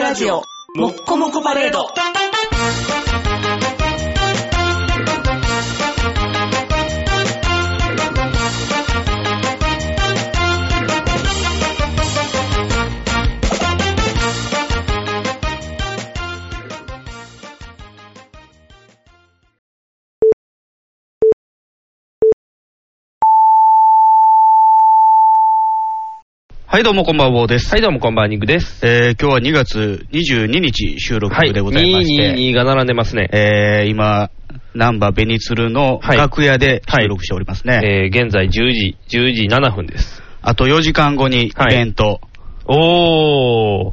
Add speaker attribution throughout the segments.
Speaker 1: ラジオ、もっこもこパレード。
Speaker 2: はい、どうもこんばんは、坊です。
Speaker 3: はい、どうもこんばんは、ニグです。
Speaker 2: えー、今日は2月22日収録でございまして、
Speaker 3: 222が並んでますね。
Speaker 2: えー、今、難波ベニツルの
Speaker 3: はい
Speaker 2: 楽屋で収録しておりますね。
Speaker 3: えー、現在10時、10時7分です。
Speaker 2: あと4時間後にイベ ント。。
Speaker 3: おー。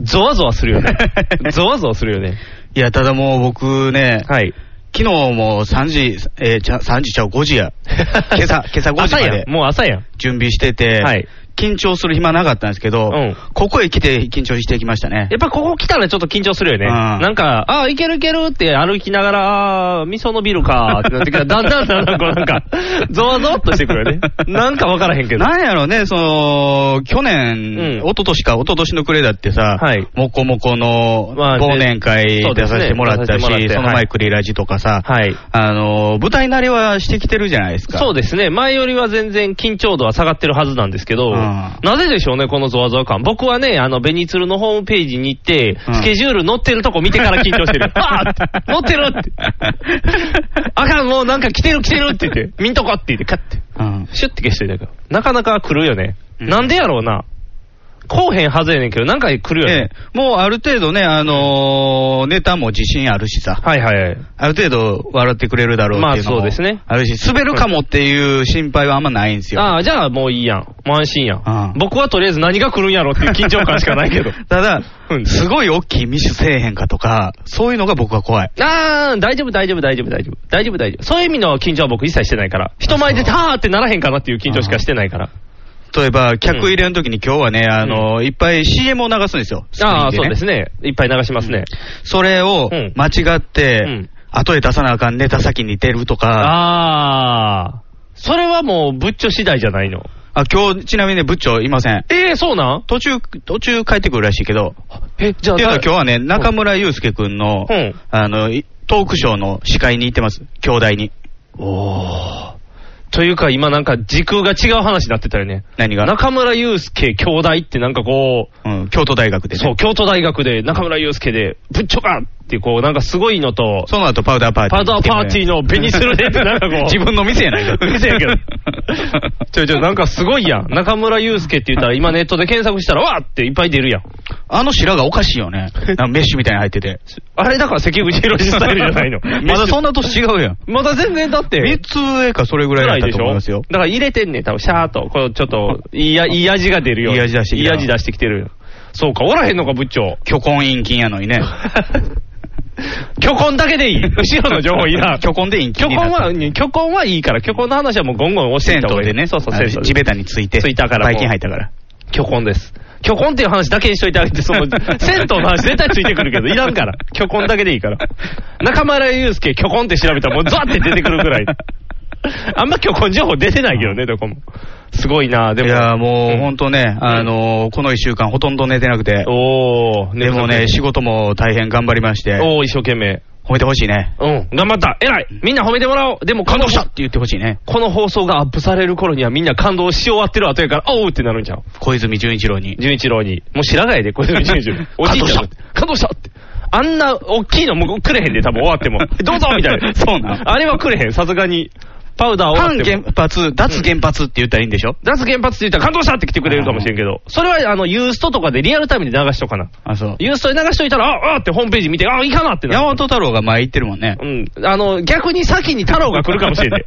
Speaker 3: ゾワゾワするよね ゾワゾワするよね。
Speaker 2: い、や、ただもう僕ね、
Speaker 3: はい。
Speaker 2: 昨日も3時、えー、ちゃ3時ちゃう、5時や。 今朝、今朝5時
Speaker 3: 朝
Speaker 2: ま
Speaker 3: や
Speaker 2: で
Speaker 3: ん。もう朝やん。
Speaker 2: 準備してて、
Speaker 3: はい
Speaker 2: 緊張する暇なかったんですけど、
Speaker 3: うん
Speaker 2: ここへ来て緊張してきましたね
Speaker 3: や。っぱここ来たらちょっと緊張するよね。
Speaker 2: うん
Speaker 3: なんか、あーいけるいけるって歩きながら、あー味噌のビルかーってなってきたら、だんだんだんだんこうなんか、ゾワゾワっとしてくるよね。 なんかわからへんけど。
Speaker 2: なんやろうね、その、去
Speaker 3: う
Speaker 2: 年、
Speaker 3: ん
Speaker 2: 一昨年か、一昨年の暮れだってさ、
Speaker 3: はい
Speaker 2: もこもこの
Speaker 3: まあね
Speaker 2: 忘年会
Speaker 3: そう
Speaker 2: 出
Speaker 3: です
Speaker 2: さ
Speaker 3: ね
Speaker 2: せてもらった
Speaker 3: 出
Speaker 2: し、
Speaker 3: さ
Speaker 2: そ
Speaker 3: せてもらって
Speaker 2: の
Speaker 3: は
Speaker 2: 前
Speaker 3: い
Speaker 2: クリラジとかさ、
Speaker 3: はい。
Speaker 2: あの、舞台慣れはしてきてるじゃないですか。
Speaker 3: そうですね、前よりは全然緊張度は下がってるはずなんですけど、
Speaker 2: うん
Speaker 3: なぜでしょうね、このゾワゾワ感、僕はね、あのベニツルのホームページに行って、
Speaker 2: うん
Speaker 3: スケジュール載ってるとこ見てから緊張して る、あーって載ってるって、あかん、もうなんか来てる、来てるって言って、見んとこって言って、カッて、
Speaker 2: うん。
Speaker 3: シュッて消してたけど、なかなか来るよね、
Speaker 2: うん
Speaker 3: なんでやろうな、こうへんはずやねんけど、なんか来るよね、
Speaker 2: ええもうある程度ね、あのネタも自信あるしさ、
Speaker 3: はいはいはい、
Speaker 2: ある程度笑ってくれるだろうっていうのも
Speaker 3: まあそうですね
Speaker 2: あるし、滑るかもっていう心配はあんまないんですよ。
Speaker 3: ああ、じゃあもういいやん、もう安心やん、
Speaker 2: うん
Speaker 3: 僕はとりあえず何が来るんやろっていう緊張感しかないけど。
Speaker 2: ただ
Speaker 3: う、ん
Speaker 2: すごい大きいミスせえへんかとか、そういうのが僕は怖い。
Speaker 3: あー、大丈夫、大丈夫、大丈夫、大丈夫、大丈夫、大丈夫。そういう意味の緊張は僕一切してないから。人前で
Speaker 2: そう
Speaker 3: はーってならへんかなっていう緊張しかしてないから。
Speaker 2: 例えば、客入れの時に今日はね、あの、いっぱい CM を流すんですよ。
Speaker 3: あー、そうです
Speaker 2: ね。
Speaker 3: ね。いっぱい流しますね。
Speaker 2: それを
Speaker 3: うん
Speaker 2: 間違って、
Speaker 3: うん
Speaker 2: 後で出さなあかんネタ先に出るとか、
Speaker 3: あー、それはもう、仏頂次第じゃないの。
Speaker 2: あ今日ちなみにね、部長いません。
Speaker 3: えー、そうなん
Speaker 2: 途中、途中帰ってくるらしいけど、
Speaker 3: え、じゃ
Speaker 2: っ
Speaker 3: あ、
Speaker 2: ていうのは
Speaker 3: だ
Speaker 2: 今日はね、中村祐介くんの、
Speaker 3: うん
Speaker 2: あの、いトークショーの司会に行ってます。兄弟に。
Speaker 3: おー。というか、今なんか時空が違う話になってたよね。
Speaker 2: 何が、
Speaker 3: 中村祐介兄弟ってなんかこう、
Speaker 2: うん、京都大学でね。
Speaker 3: そう、京都大学で中村祐介で、仏頂かっていうこう、なんかすごいのと、
Speaker 2: その後パウダーパーティー
Speaker 3: パウダーパーティーのベニスルでってなんか こう
Speaker 2: 自分の店やないか。
Speaker 3: 店や けど。 ちょいちょい、なんかすごいやん。中村祐介って言ったら、今ネットで検索したら、わーっていっぱい出るやん。
Speaker 2: あの白がおかしいよね。なんかメッシュみたいに入ってて。。
Speaker 3: あれだから関口宏スタイルじゃない の
Speaker 2: まだそんな年違うやん。
Speaker 3: まだ全然だって。
Speaker 2: 三つ上かそれぐ
Speaker 3: ぐ
Speaker 2: らいだ
Speaker 3: ら
Speaker 2: っ
Speaker 3: い
Speaker 2: た
Speaker 3: で
Speaker 2: と
Speaker 3: し
Speaker 2: 思い
Speaker 3: ょ
Speaker 2: ますよ
Speaker 3: だ。から入れてんねん、多分シャーっと。これちょっと、いいや、いい味が出るよ。
Speaker 2: いい味出してき
Speaker 3: い
Speaker 2: た
Speaker 3: い味出してきてる。そうか、おらへんのか、部 長。
Speaker 2: 虚婚陰菌やのに ね。
Speaker 3: 虚婚だけでいい。後ろの情報いらん。
Speaker 2: 虚婚で陰菌
Speaker 3: 虚
Speaker 2: にな
Speaker 3: 婚
Speaker 2: った。
Speaker 3: は、虚婚はいいから、虚婚の話はもうゴンゴン押してい
Speaker 2: 銭
Speaker 3: った方が
Speaker 2: 湯
Speaker 3: いい。
Speaker 2: でね、
Speaker 3: そうそう、
Speaker 2: あ
Speaker 3: 銭湯
Speaker 2: の
Speaker 3: で
Speaker 2: 地べたについて、
Speaker 3: ついたからもう
Speaker 2: ばい菌入ったから。
Speaker 3: 虚婚です。虚婚っていう話だけにしといてあげて、そ の、銭湯の話絶対ついてくるけど、いらん から。虚婚だけでいいから。中村祐介虚婚って調べたらもうザって出てくるぐらい。あんま虚婚情報出てないけどね、どこも。すごいなでも。
Speaker 2: いやーもう本
Speaker 3: 当、
Speaker 2: 当ね、あのー、この一週間ほとんど寝てなくて、
Speaker 3: おー、
Speaker 2: でもね、仕事も大変頑張りまして、
Speaker 3: おー、一生懸命。
Speaker 2: 褒めてほしいね。
Speaker 3: うん、頑張った。偉いみんな褒めてもらおう。でも、感
Speaker 2: 感動
Speaker 3: 動
Speaker 2: し
Speaker 3: した
Speaker 2: ったて言ってほしいね。
Speaker 3: この放送がアップされる頃にはみんな感動し終わってる後やから、おうってなるんちゃう
Speaker 2: 小泉純一郎に。
Speaker 3: 純一郎に、もう知らないで、小泉純一 郎。おじいちゃん。感動したって。あんな大きいのもうくれへんで、多分終わっても。 どうぞみたいな。
Speaker 2: そうなん
Speaker 3: あれはくれへん、さすがに。パウダー終わ
Speaker 2: 反
Speaker 3: って
Speaker 2: 原
Speaker 3: も。
Speaker 2: 発、脱原発って言ったらいいんでしょ
Speaker 3: 脱原発って言ったら感動したって来てくれるかもしれんけど、それはあの、ユーストとかでリアルタイムで流しとかな。
Speaker 2: あ、そう。
Speaker 3: ユーストで流しといたら、ああってホームページ見て、ああ、いいかなってなる
Speaker 2: 山本太郎が前言ってるもんね。
Speaker 3: うん。あの、逆に先に太郎が来るかもしれん で。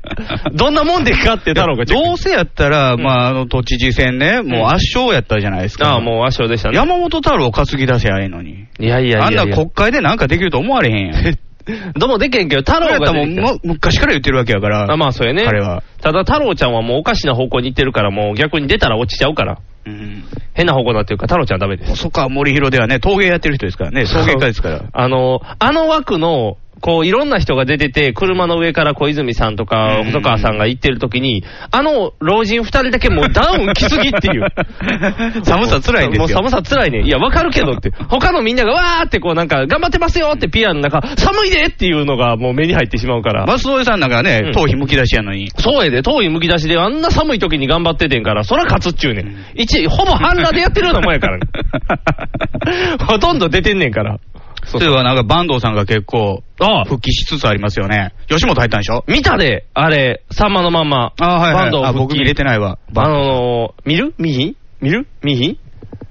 Speaker 3: どんなもんでかって太郎がチェック
Speaker 2: どうせやったら、まあ、あの、都知事選ね、もう圧勝やったじゃないですか。
Speaker 3: ああ、もう圧勝でしたね。
Speaker 2: 山本太郎を担ぎ出せやええのに。
Speaker 3: いやいや
Speaker 2: あ
Speaker 3: い
Speaker 2: ん
Speaker 3: や
Speaker 2: ない
Speaker 3: や。
Speaker 2: 国会でなんかできると思われへんやん。
Speaker 3: どうもでけへんけど、太郎
Speaker 2: それやっ
Speaker 3: が
Speaker 2: たらも
Speaker 3: 出
Speaker 2: う
Speaker 3: てきた
Speaker 2: む、昔から言ってるわけやから。
Speaker 3: あまあ、そうやね。
Speaker 2: 彼は。
Speaker 3: ただ、太郎ちゃんはもうおかしな方向に行ってるから、もう逆に出たら落ちちゃうから。
Speaker 2: うん。
Speaker 3: 変な方向になってるから、太郎ちゃんは ダメです。
Speaker 2: 細川森弘ではね、陶芸やってる人ですからね、陶芸家ですから。
Speaker 3: あの、あの枠のこう、いろんな人が出てて、車の上から小泉さんとか、
Speaker 2: うん
Speaker 3: 細川さんが行ってる時に、あの老人二人だけもうダウン来すぎって いう。
Speaker 2: 寒さ辛いんですよ
Speaker 3: もう寒さ辛いね。いや、わかるけどって。他のみんながわーってこう、なんか、頑張ってますよってピアの中、寒いでっていうのがもう目に入ってしまうから。
Speaker 2: バスおじさんなんか
Speaker 3: う
Speaker 2: ね
Speaker 3: ん、
Speaker 2: 頭皮むき出しやのに。
Speaker 3: そうやで、遠い剥き出しであんな寒い時に頑張っててんから、そら勝つっちゅうねん。一、ほぼ半裸でやってるようなもんやから ね。ほとんど出てんねんから。
Speaker 2: そういえばなんか坂東さんが結構
Speaker 3: ああ、
Speaker 2: 復帰しつつありますよね。吉本入ったんでしょ
Speaker 3: 見たで、あれ、さんまのまんま。
Speaker 2: ああ、はい、はい。
Speaker 3: バンド
Speaker 2: あ、
Speaker 3: 復
Speaker 2: 僕
Speaker 3: 帰
Speaker 2: 見れてないわ。
Speaker 3: あのー、見る見ひん見る見ひん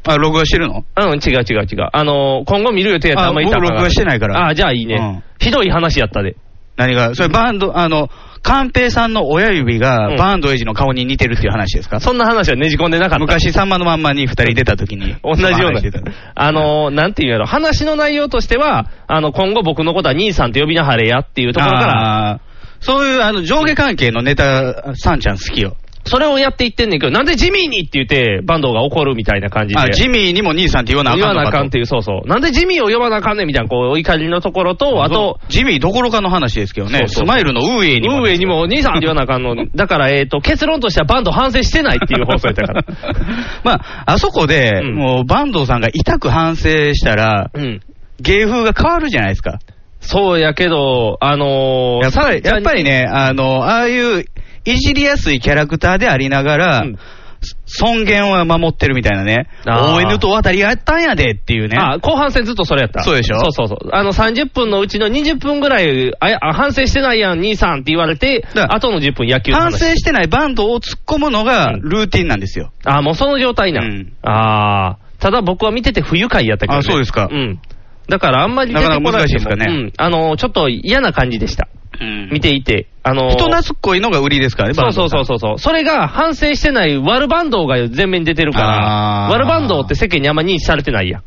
Speaker 2: あ、録画してるの
Speaker 3: うん、違う違う違う。あのー、今後見る予定やったらあんまいた
Speaker 2: あ僕録画してないから
Speaker 3: ああ、じゃあいいね。ひどい話やったで。
Speaker 2: 何がそれバンド、あの、寛平さんの親
Speaker 3: う
Speaker 2: 指が
Speaker 3: ん
Speaker 2: バンドエイジの顔に似てるっていう話ですか、
Speaker 3: そんな話はねじ込んでなかった。
Speaker 2: 昔、さんまのまんまに二人出た時に。
Speaker 3: 同じよう
Speaker 2: 話して
Speaker 3: な
Speaker 2: た。
Speaker 3: あのー、なんていうんやろ、話の内容としては、あの、今後僕のことは兄さんと呼びなはれやっていうところから、
Speaker 2: あーそういうあの上下関係のネタ、さんちゃん好きよ。
Speaker 3: それをやっていってんねんけど、なんでジミーにって言って、バンドが怒るみたいな感じで。
Speaker 2: あ、ジミーにも兄さんって言わなあ
Speaker 3: 言
Speaker 2: か
Speaker 3: わ
Speaker 2: んの
Speaker 3: なあ
Speaker 2: かと
Speaker 3: かんっていう、そうそう。なんでジミーを呼ばなあかんねんみたいな、こう、お怒りのところと、あと、
Speaker 2: ジミーどころかの話ですけどね、
Speaker 3: そうそう
Speaker 2: スマイルのウーエイにも。
Speaker 3: 運営にも、兄さんって言わなあかんの。だから、えっ、と、結論としてはバンド反省してないっていう放送やった から。
Speaker 2: まあ、あそこで、
Speaker 3: うん
Speaker 2: もう、坂東さんが痛く反省したら、
Speaker 3: うん。
Speaker 2: 芸風が変わるじゃないですか。
Speaker 3: そうやけど、あのー
Speaker 2: やっぱり、やっぱりね、あの、ああいう、いじりやすいキャラクターでありながら、
Speaker 3: うん
Speaker 2: 尊厳は守ってるみたいなね、
Speaker 3: あー
Speaker 2: ON と渡り合ったんやでっていうね。
Speaker 3: あ後半戦ずっとそれやった。
Speaker 2: そうでしょ
Speaker 3: そうそうそう。あの、30分のうちの20分ぐらい、あやあ反省してないやん、兄さんって言われて、
Speaker 2: だ
Speaker 3: あとの10分野球の
Speaker 2: 反
Speaker 3: 話。
Speaker 2: 省してないバンドを突っ込むのが
Speaker 3: うん
Speaker 2: ルーティンなんですよ。
Speaker 3: あもうその状態な。
Speaker 2: うん
Speaker 3: ああ。ただ僕は見てて不愉快やったけど、ね。
Speaker 2: あそうですか
Speaker 3: うん。だからあんまり出てこ
Speaker 2: なかなか難しい
Speaker 3: て
Speaker 2: で
Speaker 3: も
Speaker 2: すかね
Speaker 3: うん。あの、ちょっと嫌な感じでした。見ていて。あの
Speaker 2: 人懐っこいのが売りですからね、
Speaker 3: そうそう
Speaker 2: 坂
Speaker 3: そう
Speaker 2: 東さん
Speaker 3: そうそう。それが反省してない悪バンドが全面に出てるから
Speaker 2: あ、ー
Speaker 3: 悪バンドって世間にあんま認知されてないやん。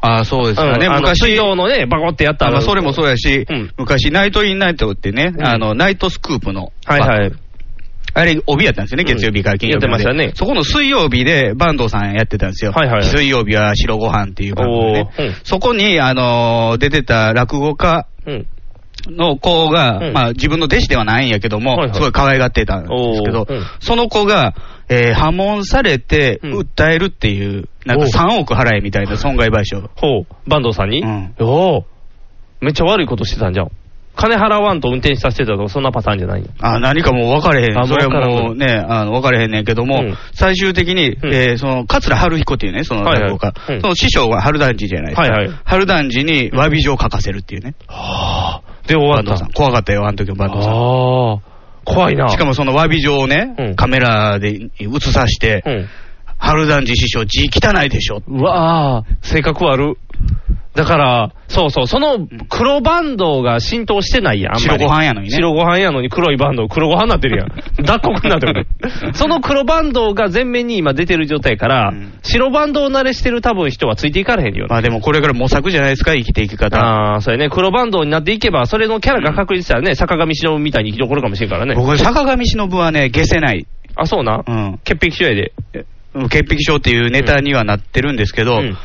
Speaker 2: ああ、そうです
Speaker 3: うん
Speaker 2: かね。
Speaker 3: あの、
Speaker 2: 昔
Speaker 3: 水、曜のね、バコってやった
Speaker 2: あまあそれもそうやし
Speaker 3: うん、
Speaker 2: 昔、ナイトインナイトってね
Speaker 3: う、ん
Speaker 2: あの、ナイトスクープの。
Speaker 3: はいはい。
Speaker 2: あれ、帯やったんですよね、
Speaker 3: うん
Speaker 2: 月曜日から金曜日まで
Speaker 3: やってましたね
Speaker 2: そこの水曜日で、坂東さんやってたんですよ。
Speaker 3: はいはいはい
Speaker 2: 水曜日は白ご飯っていう番組でね
Speaker 3: おーうん
Speaker 2: そこに、あのー出てた落語家
Speaker 3: うん。
Speaker 2: の子が、
Speaker 3: うん
Speaker 2: まあ、自分の弟子ではないんやけども、
Speaker 3: はいはい
Speaker 2: すごい可愛がってたんですけ
Speaker 3: お
Speaker 2: ど
Speaker 3: ーうん、
Speaker 2: その子が、えー破門されて、
Speaker 3: うん
Speaker 2: 訴えるっていう、なんか
Speaker 3: おー
Speaker 2: 3億払えみたいな損害賠償。
Speaker 3: ほう、バンドさんに、
Speaker 2: うん
Speaker 3: おおめっちゃ悪いことしてたんじゃん。金払わんと運転させてたとか、そんなパターンじゃないんや。
Speaker 2: あ何かもう分かれへ
Speaker 3: あ
Speaker 2: ん、それ
Speaker 3: 分からん
Speaker 2: はもうね、あの分かれへんねんけども、
Speaker 3: うん
Speaker 2: 最終的に、
Speaker 3: ん
Speaker 2: えーその桂春彦っていうね、その
Speaker 3: はいはい
Speaker 2: 落語家、
Speaker 3: うん
Speaker 2: その師匠は春団治じゃないですか、
Speaker 3: はいはい
Speaker 2: 春団治に詫び状を書かせるっていうね、
Speaker 3: で、終わっ
Speaker 2: 坂
Speaker 3: た
Speaker 2: 東さん、怖かったよ、あの時の坂東さん。
Speaker 3: ああ、怖いな。
Speaker 2: しかもその詫び状をね、
Speaker 3: うん
Speaker 2: カメラで映さして、
Speaker 3: うん。
Speaker 2: 春団治師匠、字汚いでしょ、
Speaker 3: うわあ、性格悪。だから、そうそう、その黒バンドが浸透してないやん、あんまり
Speaker 2: 白ご飯やのにね
Speaker 3: 白ご飯やのに黒いバンド、黒ご飯になってるや ん。脱穀になってる。その黒バンドが前面に今出てる状態から、
Speaker 2: うん
Speaker 3: 白バンドを慣れしてる多分人はついていかれへんよ
Speaker 2: まあでもこれから模索じゃないですか、生きていき方。
Speaker 3: ああ、そうやね。黒バンドになっていけば、それのキャラが確立したらね、坂上忍みたいに生き残るかもしれんからね。
Speaker 2: 僕、坂上忍はね、消せない、
Speaker 3: あ、そうな
Speaker 2: う。ん、
Speaker 3: 潔癖症やで。
Speaker 2: 潔癖症っていうネタにはなってるんですけど、
Speaker 3: うん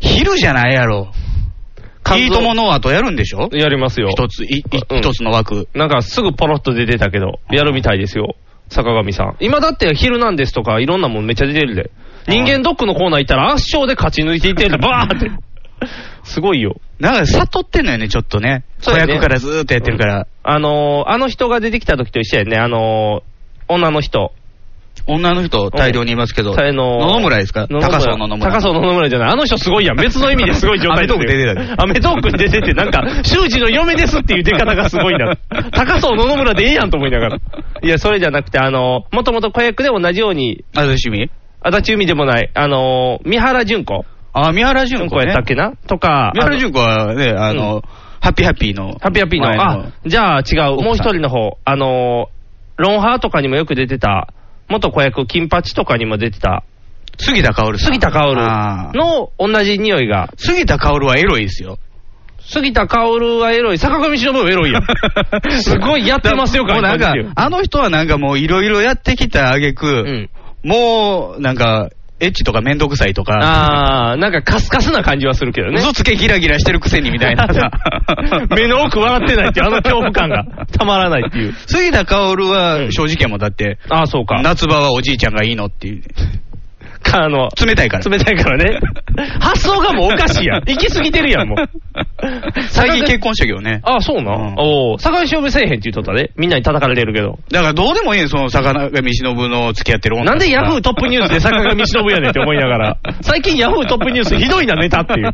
Speaker 2: 昼じゃないやろ。
Speaker 3: 肝臓
Speaker 2: いいともの後やるんでしょ
Speaker 3: やりますよ。
Speaker 2: 一つ、いい
Speaker 3: うん
Speaker 2: 一つの枠。
Speaker 3: なんかすぐポロッと出てたけど、やるみたいですよ、坂上さん。今だって、ヒルナンデスとかいろんなもんめっちゃ出てるで。人間ドックのコーナー行ったら圧勝で勝ち抜いてい ってるで、バーって。すごいよ。
Speaker 2: なんか悟ってんのよね、ちょっとね。子
Speaker 3: そうやね
Speaker 2: 役からずーっとやってるから。
Speaker 3: あのー、あの人が出てきた時と一緒やね、あのー、女の人。
Speaker 2: 女の人大量にいますけど、
Speaker 3: あ
Speaker 2: 野
Speaker 3: のー
Speaker 2: 々村ですか
Speaker 3: 野々村
Speaker 2: 高層の野々村。
Speaker 3: 高層の野々村じゃない。あの人すごいやん。別の意味ですごい状態ですよ
Speaker 2: アメトーク出てた
Speaker 3: アメトークに出てて、なんか、修二の嫁ですっていう出方がすごいな。高層野々村でええやんと思いながら。いや、それじゃなくて、あのー、もともと子役で同じように、
Speaker 2: あ、趣味
Speaker 3: 足立海でもない、あのー、三原純子。
Speaker 2: あ、三原
Speaker 3: 純
Speaker 2: 淳
Speaker 3: 子
Speaker 2: 子
Speaker 3: や
Speaker 2: ね
Speaker 3: ったっけなとか、
Speaker 2: 三原淳子はね、あ
Speaker 3: う
Speaker 2: の、ハッピーハッピーの。
Speaker 3: ハッピーハッピーの。
Speaker 2: 前
Speaker 3: あ、じゃあ違う。もう一人の方。あのー、ロンハーとかにもよく出てた、元子役、金八とかにも出てた、
Speaker 2: 杉田薫さん。
Speaker 3: 杉田薫
Speaker 2: あー
Speaker 3: の同じ匂いが。
Speaker 2: 杉田薫はエロいですよ。
Speaker 3: 杉田薫はエロい。坂上忍もエロいやん。 すごいやってますよ、
Speaker 2: もうなんか、あの人はなんかもういろいろやってきた挙句、
Speaker 3: うん
Speaker 2: もうなんか、エッチとかめんどくさいとか、
Speaker 3: あー、なんかカスカスな感じはするけどね。。
Speaker 2: 嘘つけギラギラしてるくせにみたいなさ
Speaker 3: 目の奥笑ってないっていう、あの恐怖感がたまらないっていう。
Speaker 2: 杉田薫は正直やもんだって、
Speaker 3: ああ、そうか。
Speaker 2: 夏場はおじいちゃんがいいのっていう。
Speaker 3: か、あの、
Speaker 2: 冷たいから。
Speaker 3: 冷たいからね。発想がもうおかしいやん。 行き過ぎてるやん、もう。
Speaker 2: 最近結婚したけどね。
Speaker 3: ああ、そうな。
Speaker 2: うん
Speaker 3: おお、坂井忍せえへんって言っとったで。みんなに叩かれてるけど。
Speaker 2: だからどうでもいいよ、その坂上忍の付き合ってる女
Speaker 3: なんでヤフートップニュースで坂上忍やねんって思いなが ら。最近ヤフートップニュースひどいな、ネタって いう。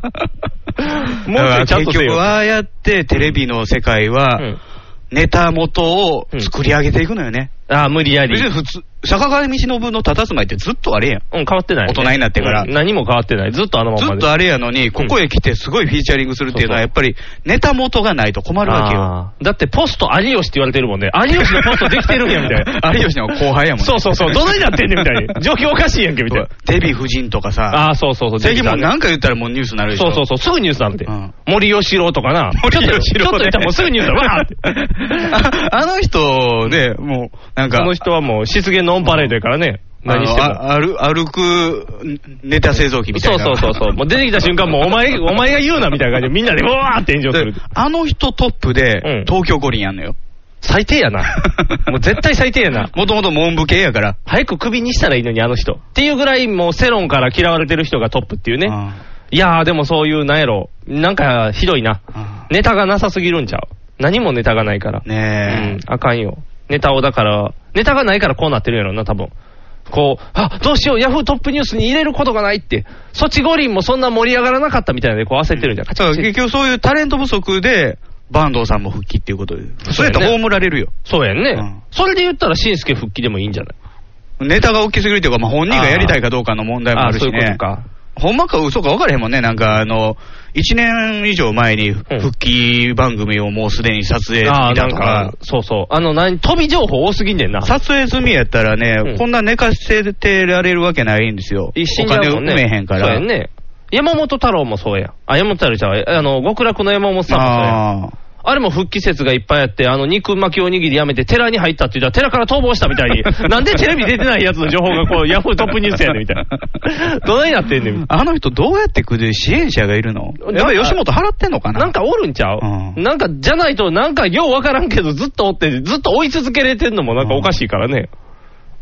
Speaker 3: もうちょいちゃんとせ
Speaker 2: 結
Speaker 3: よ。
Speaker 2: 局、ああやってテレビの世界は、
Speaker 3: うん
Speaker 2: ネタ元を作り上げていくのよね。
Speaker 3: ああ、無理やり
Speaker 2: 別。に普通、坂上忍の佇まいってずっとあれやん。
Speaker 3: うん、変わってない、ね。
Speaker 2: 大人になってから
Speaker 3: うん何も変わってない。ずっとあのまん
Speaker 2: ず
Speaker 3: ま
Speaker 2: っ
Speaker 3: で。
Speaker 2: とあれやのに、ここへ来てすごいフィーチャリングするっていうのは、
Speaker 3: そ
Speaker 2: や
Speaker 3: う
Speaker 2: っぱりネタ元がないと困るわけよ。。
Speaker 3: あーだってポスト有吉って言われてるもんね。有吉のポストできてるんや、みたいな
Speaker 2: 有吉の後輩やもんね
Speaker 3: そうそうそう。どないなってんねん、みたい な。状況おかしいやんけ、みたいな。
Speaker 2: デヴィ夫人とかさ、
Speaker 3: ああ、そうそうそう。
Speaker 2: 最近もう
Speaker 3: できたね
Speaker 2: 何か言ったらもうニュースになるでし
Speaker 3: そ
Speaker 2: ょ。
Speaker 3: うそうそう、すぐニュースなんて
Speaker 2: うん。
Speaker 3: 森吉郎とかな。
Speaker 2: 森喜
Speaker 3: ち
Speaker 2: 朗ね
Speaker 3: ょっとちょっと言ったらもうすぐニュースだ。わーって。
Speaker 2: あ あの人ね、もう、なんか、
Speaker 3: この人はもう、失言のオンパレードやからね。何しても。
Speaker 2: あのあ歩歩くネタ製造機みた
Speaker 3: そ
Speaker 2: いうな。
Speaker 3: そうそうそう。もう出てきた瞬間、もうお前、お前が言うなみたいな感じで、みんなでうわーって炎上する
Speaker 2: で。あの人トップ
Speaker 3: う
Speaker 2: で
Speaker 3: ん、
Speaker 2: 東京五輪やんのよ。
Speaker 3: 最低やな。 もう絶対最低やな。
Speaker 2: もともと文部系やから。
Speaker 3: 早くクビにしたらいいのに、あの人。っていうぐらい、もう世論から嫌われてる人がトップっていうね。
Speaker 2: うん
Speaker 3: いやー、でもそういう、なんやろ。なんか、ひどいな。
Speaker 2: うん
Speaker 3: ネタがなさすぎるんちゃう。何もネタがないから。う
Speaker 2: ね
Speaker 3: ん、あかんよ。ネタをだから、ネタがないからこうなってるんやろな、多分こう、あどうしよう、ヤフートップニュースに入れることがないって、ソチ五輪もそんな盛り上がらなかったみたいなんで、こう焦ってるんじゃん。
Speaker 2: え。だから結局そういうタレント不足で、坂東さんも復帰っていうことで。そうやったら葬られるよ。
Speaker 3: そうやんね、
Speaker 2: うん
Speaker 3: それで言ったら、しんすけ復帰でもいいんじゃない
Speaker 2: ネタが大きすぎるというか、まあ、本人がやりたいかどうかの問題もあるし
Speaker 3: そういうこと
Speaker 2: ね。
Speaker 3: か。
Speaker 2: ほんまか嘘か分からへんもんね。なんか、あの、1年以上前に復帰番組をもうすでに撮影
Speaker 3: あ
Speaker 2: 済
Speaker 3: あ、な
Speaker 2: みだ
Speaker 3: ん
Speaker 2: とか
Speaker 3: か。、そうそう。あの、何、飛び情報多すぎんねんな。
Speaker 2: 撮影済みやったらね、
Speaker 3: うん
Speaker 2: こんな寝かせてられるわけないんですよ。
Speaker 3: 一心
Speaker 2: お金
Speaker 3: だ
Speaker 2: を
Speaker 3: もんね。
Speaker 2: 埋めへんから。
Speaker 3: そうやんね。山本太郎もそうや。あ、山本太郎ちゃうわあの、極楽の山本さんもそうや。
Speaker 2: ああ。
Speaker 3: あれも復帰説がいっぱいあって、あの肉巻きおにぎりやめて寺に入ったって言ったら、寺から逃亡したみたい に、なんでテレビ出てないやつの情報がこう、ヤフートップニュースやねんみたいな。どないなってんねん。
Speaker 2: あの人どうやって来る支援者がいるのやっぱり吉本払ってんのかな
Speaker 3: なんかおるんちゃう、
Speaker 2: うん
Speaker 3: なんか、じゃないと、なんかようわからんけど、ずっとおって、ずっと追い続けれてんのもなんかおかしいからね。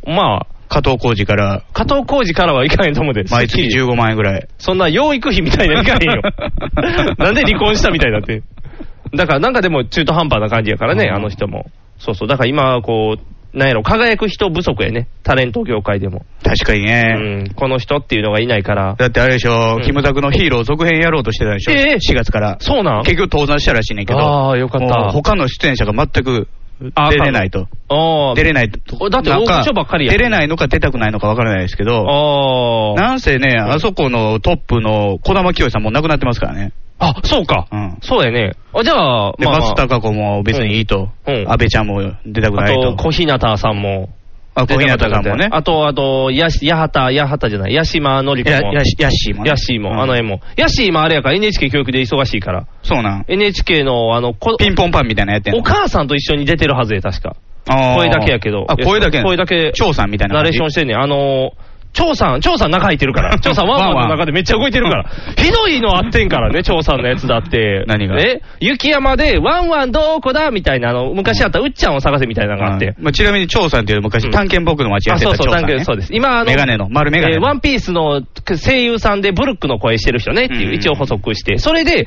Speaker 3: まあ、
Speaker 2: 加藤浩次から
Speaker 3: 加藤浩次からはいかへんと思うで。
Speaker 2: 毎月
Speaker 3: すっきり
Speaker 2: 15万円ぐらい。
Speaker 3: そんな養育費みたいなのいかへ んよ。なんで離婚したみたいだって。だからなんかでも中途半端な感じやからね、
Speaker 2: うん
Speaker 3: あの人も。そうそう。だから今はこう、なんやろ、輝く人不足やね。タレント業界でも。
Speaker 2: 確かに
Speaker 3: う
Speaker 2: ね。
Speaker 3: ん。この人っていうのがいないから。
Speaker 2: だってあれでしょ、
Speaker 3: うん
Speaker 2: キムタクのヒーロー続編やろうとしてたでしょ、
Speaker 3: ええ
Speaker 2: 4月から。
Speaker 3: そうなん
Speaker 2: 結局倒産したらしいねんけど。
Speaker 3: ああよかった
Speaker 2: もう他の出演者が全く
Speaker 3: あ
Speaker 2: 出れないと。
Speaker 3: ああ。
Speaker 2: 出れない
Speaker 3: お
Speaker 2: と。
Speaker 3: だって
Speaker 2: なん
Speaker 3: 大御所ばっかりやん
Speaker 2: 出れないのか出たくないのかわからないですけど。
Speaker 3: ああ。
Speaker 2: なんせね、あそこのトップの児玉清さんもう亡くなってますからね。
Speaker 3: あ、そうか。
Speaker 2: うん
Speaker 3: そうやね。あじゃあ、
Speaker 2: で、松たか子も別にいいと。
Speaker 3: うんうん
Speaker 2: 安倍ちゃんも出たく
Speaker 3: あ
Speaker 2: ないと
Speaker 3: と、。小日向さんも。
Speaker 2: あ、小日向さんもね。
Speaker 3: あと、あと、やし、八幡、八幡じゃない。八島のり子
Speaker 2: や、
Speaker 3: も。
Speaker 2: やし、やっしーもね。
Speaker 3: ヤッシーも、
Speaker 2: うん
Speaker 3: あの絵も。ヤッシーもあれやから NHK 教育で忙しいから。
Speaker 2: そうなん。
Speaker 3: NHK の、あの、こ
Speaker 2: ピンポンパンみたいなのやってんの
Speaker 3: お母さんと一緒に出てるはずや、確か。
Speaker 2: あー
Speaker 3: 声だけやけど。
Speaker 2: あ、声だけ
Speaker 3: 声だけ。
Speaker 2: 長さんみたいな
Speaker 3: ナレ
Speaker 2: 感
Speaker 3: ー
Speaker 2: じ。
Speaker 3: ションしてんねん。あのー、張さん、張さん中入ってる から。張さんワンワンの中でめっちゃ動いてるから。ひどいのあってんからね、張さんのやつだって。
Speaker 2: 何が
Speaker 3: え雪山でワンワンどこだみたいな、あの、昔あったうっちゃんを探せみたいなのがあって
Speaker 2: うん。まあちなみに、長さんっていう昔、
Speaker 3: うん
Speaker 2: 探検僕の街や
Speaker 3: あ、
Speaker 2: って
Speaker 3: そう
Speaker 2: た
Speaker 3: そう、
Speaker 2: 長さ
Speaker 3: ダン
Speaker 2: ん、
Speaker 3: ク
Speaker 2: ね。
Speaker 3: そうです。今、あの、
Speaker 2: メガネの、丸メガネ
Speaker 3: えー
Speaker 2: の。
Speaker 3: ワンピースのく声優さんでブルックの声してる人ねって
Speaker 2: う
Speaker 3: い
Speaker 2: ん
Speaker 3: う、一応補足して、それで、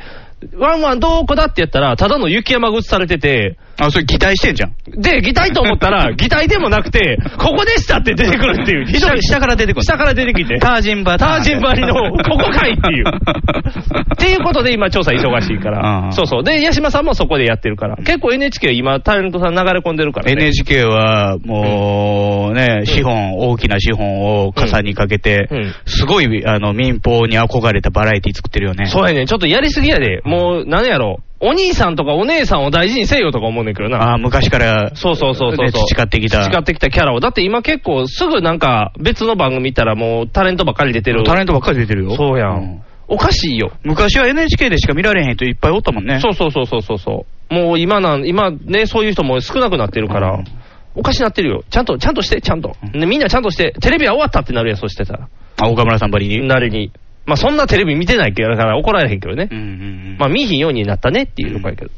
Speaker 3: ワンワンどこだってやったら、ただの雪山口されてて、
Speaker 2: あ、それ期待してんじゃん。
Speaker 3: で、擬態と思った ら、擬態でもなくて、ここでしたって出てくるっていう、ひどい。
Speaker 2: 下から出てくる
Speaker 3: 下から出てきて。
Speaker 2: タージンバ。
Speaker 3: タージンバリの、ここかいっていうっていうことで今、調査忙しいか
Speaker 2: ああ
Speaker 3: ら。そうそう。で、八島さんもそこでやってるから。結構 NHK 今、タレントさん流れ込んでるからね。
Speaker 2: NHK は、もうね、資本、大きな資本を傘にかけて
Speaker 3: うん、
Speaker 2: すごい、あの、民放に憧れたバラエティ作ってるよね。
Speaker 3: そうやねんちょっとやりすぎやで。もう、なんやろ。お兄さんとかお姉さんを大事にせよとか思うねんけどな。
Speaker 2: あー昔から、
Speaker 3: そうそうそうそう
Speaker 2: ね
Speaker 3: そう。
Speaker 2: 培ってきた
Speaker 3: 培ってきたキャラを。だって今結構すぐなんか別の番組行ったらもうタレントばっかり出てる。
Speaker 2: タレントばっかり出てるよ。
Speaker 3: そうやん。
Speaker 2: う
Speaker 3: おかしいよ。
Speaker 2: 昔は NHK でしか見られへん人いっぱいおったもんね。
Speaker 3: そうそうそうそうそうそう。もう今なん、今ね、そういう人も少なくなってるから、
Speaker 2: うん
Speaker 3: おかしなってるよ。ちゃんと、ちゃんとして、ちゃんと。
Speaker 2: うん
Speaker 3: ねみんなちゃんとして、テレビは終わったってなるやん、そうしてたら。
Speaker 2: あ、岡村さんばりに。
Speaker 3: なりに。まあそんなテレビ見てないけどだから怒られへんけどね
Speaker 2: う。んうんうん。
Speaker 3: まあ見ひんようになったねっていうとこやけど。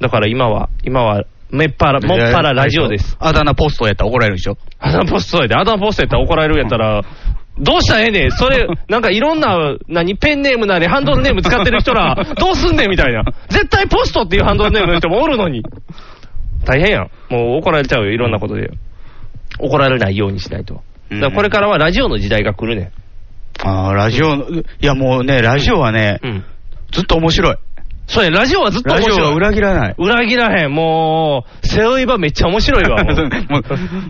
Speaker 3: だから今は、今は、めっぱら、もっぱらラジオです。。
Speaker 2: あだ名ポストやったら怒られるでしょ。
Speaker 3: アダンポストやで、アダンポストやったら怒られるやったら、どうしたらええねん、それ、なんかいろんな、何、ペンネームなり、ハンドルネーム使ってる人 ら、どうすんねんみたいな。絶対ポストっていうハンドルネームの人もおるのに。大変やん。もう怒られちゃうよ、いろんなことで。怒られないようにしないと。だからこれからはラジオの時代が来るね
Speaker 2: ああ、ラジオの、いやもうね、ラジオはね
Speaker 3: ん。、うん。
Speaker 2: ずっと面白い。
Speaker 3: そうや、ラジオはずっと
Speaker 2: ラ
Speaker 3: 面
Speaker 2: ジ
Speaker 3: 白い。
Speaker 2: オは裏切らない。
Speaker 3: 裏切らへん、もう、背負い場めっちゃ面白い わ。もう
Speaker 2: も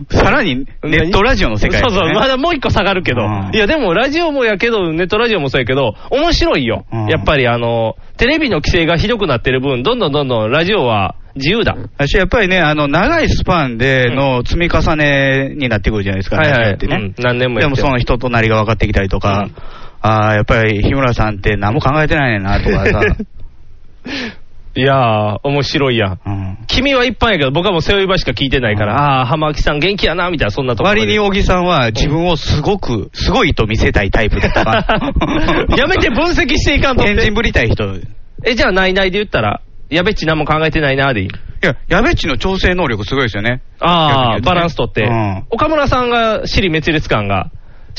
Speaker 2: うさらにネットラジオの世界
Speaker 3: そ
Speaker 2: で
Speaker 3: う
Speaker 2: すね、
Speaker 3: そう、まだもう一個下がるけど
Speaker 2: うん。
Speaker 3: いや、でも、ラジオもやけど、ネットラジオもそうやけど、面白いよ
Speaker 2: うん。
Speaker 3: やっぱり、あの、テレビの規制がひどくなってる分、どんどんどんどんラジオは自由だ。
Speaker 2: 私やっぱりね、あの、長いスパンでの積み重ねになってくるじゃないですか、
Speaker 3: はいはい
Speaker 2: ラジオってね
Speaker 3: うん何年も
Speaker 2: で
Speaker 3: やって
Speaker 2: もその人となりが分かってきたりと
Speaker 3: う
Speaker 2: か、
Speaker 3: ん
Speaker 2: ああ、やっぱり日村さんって何も考えてないねんな、と かさ。
Speaker 3: いやー、面白いやん。
Speaker 2: うん
Speaker 3: 君は一般やけど、僕はもう背負い場しか聞いてないか
Speaker 2: うん
Speaker 3: ら、あー、浜木さん元気やな、みたいな、そんなところで。
Speaker 2: 割に小木さんは自分をすごく、すごいと見せたいタイプだったから。
Speaker 3: や めて分析していかんとって
Speaker 2: 天神ぶりたい人。い
Speaker 3: え、じゃあ、ないないで言ったら、やべっち何も考えてないな、でいい。
Speaker 2: や、やべっちの調整能力すごいですよね。
Speaker 3: あ
Speaker 2: 逆に言
Speaker 3: あ、
Speaker 2: うとね
Speaker 3: バランス取って、
Speaker 2: うん
Speaker 3: 岡村さんが尻滅裂感が、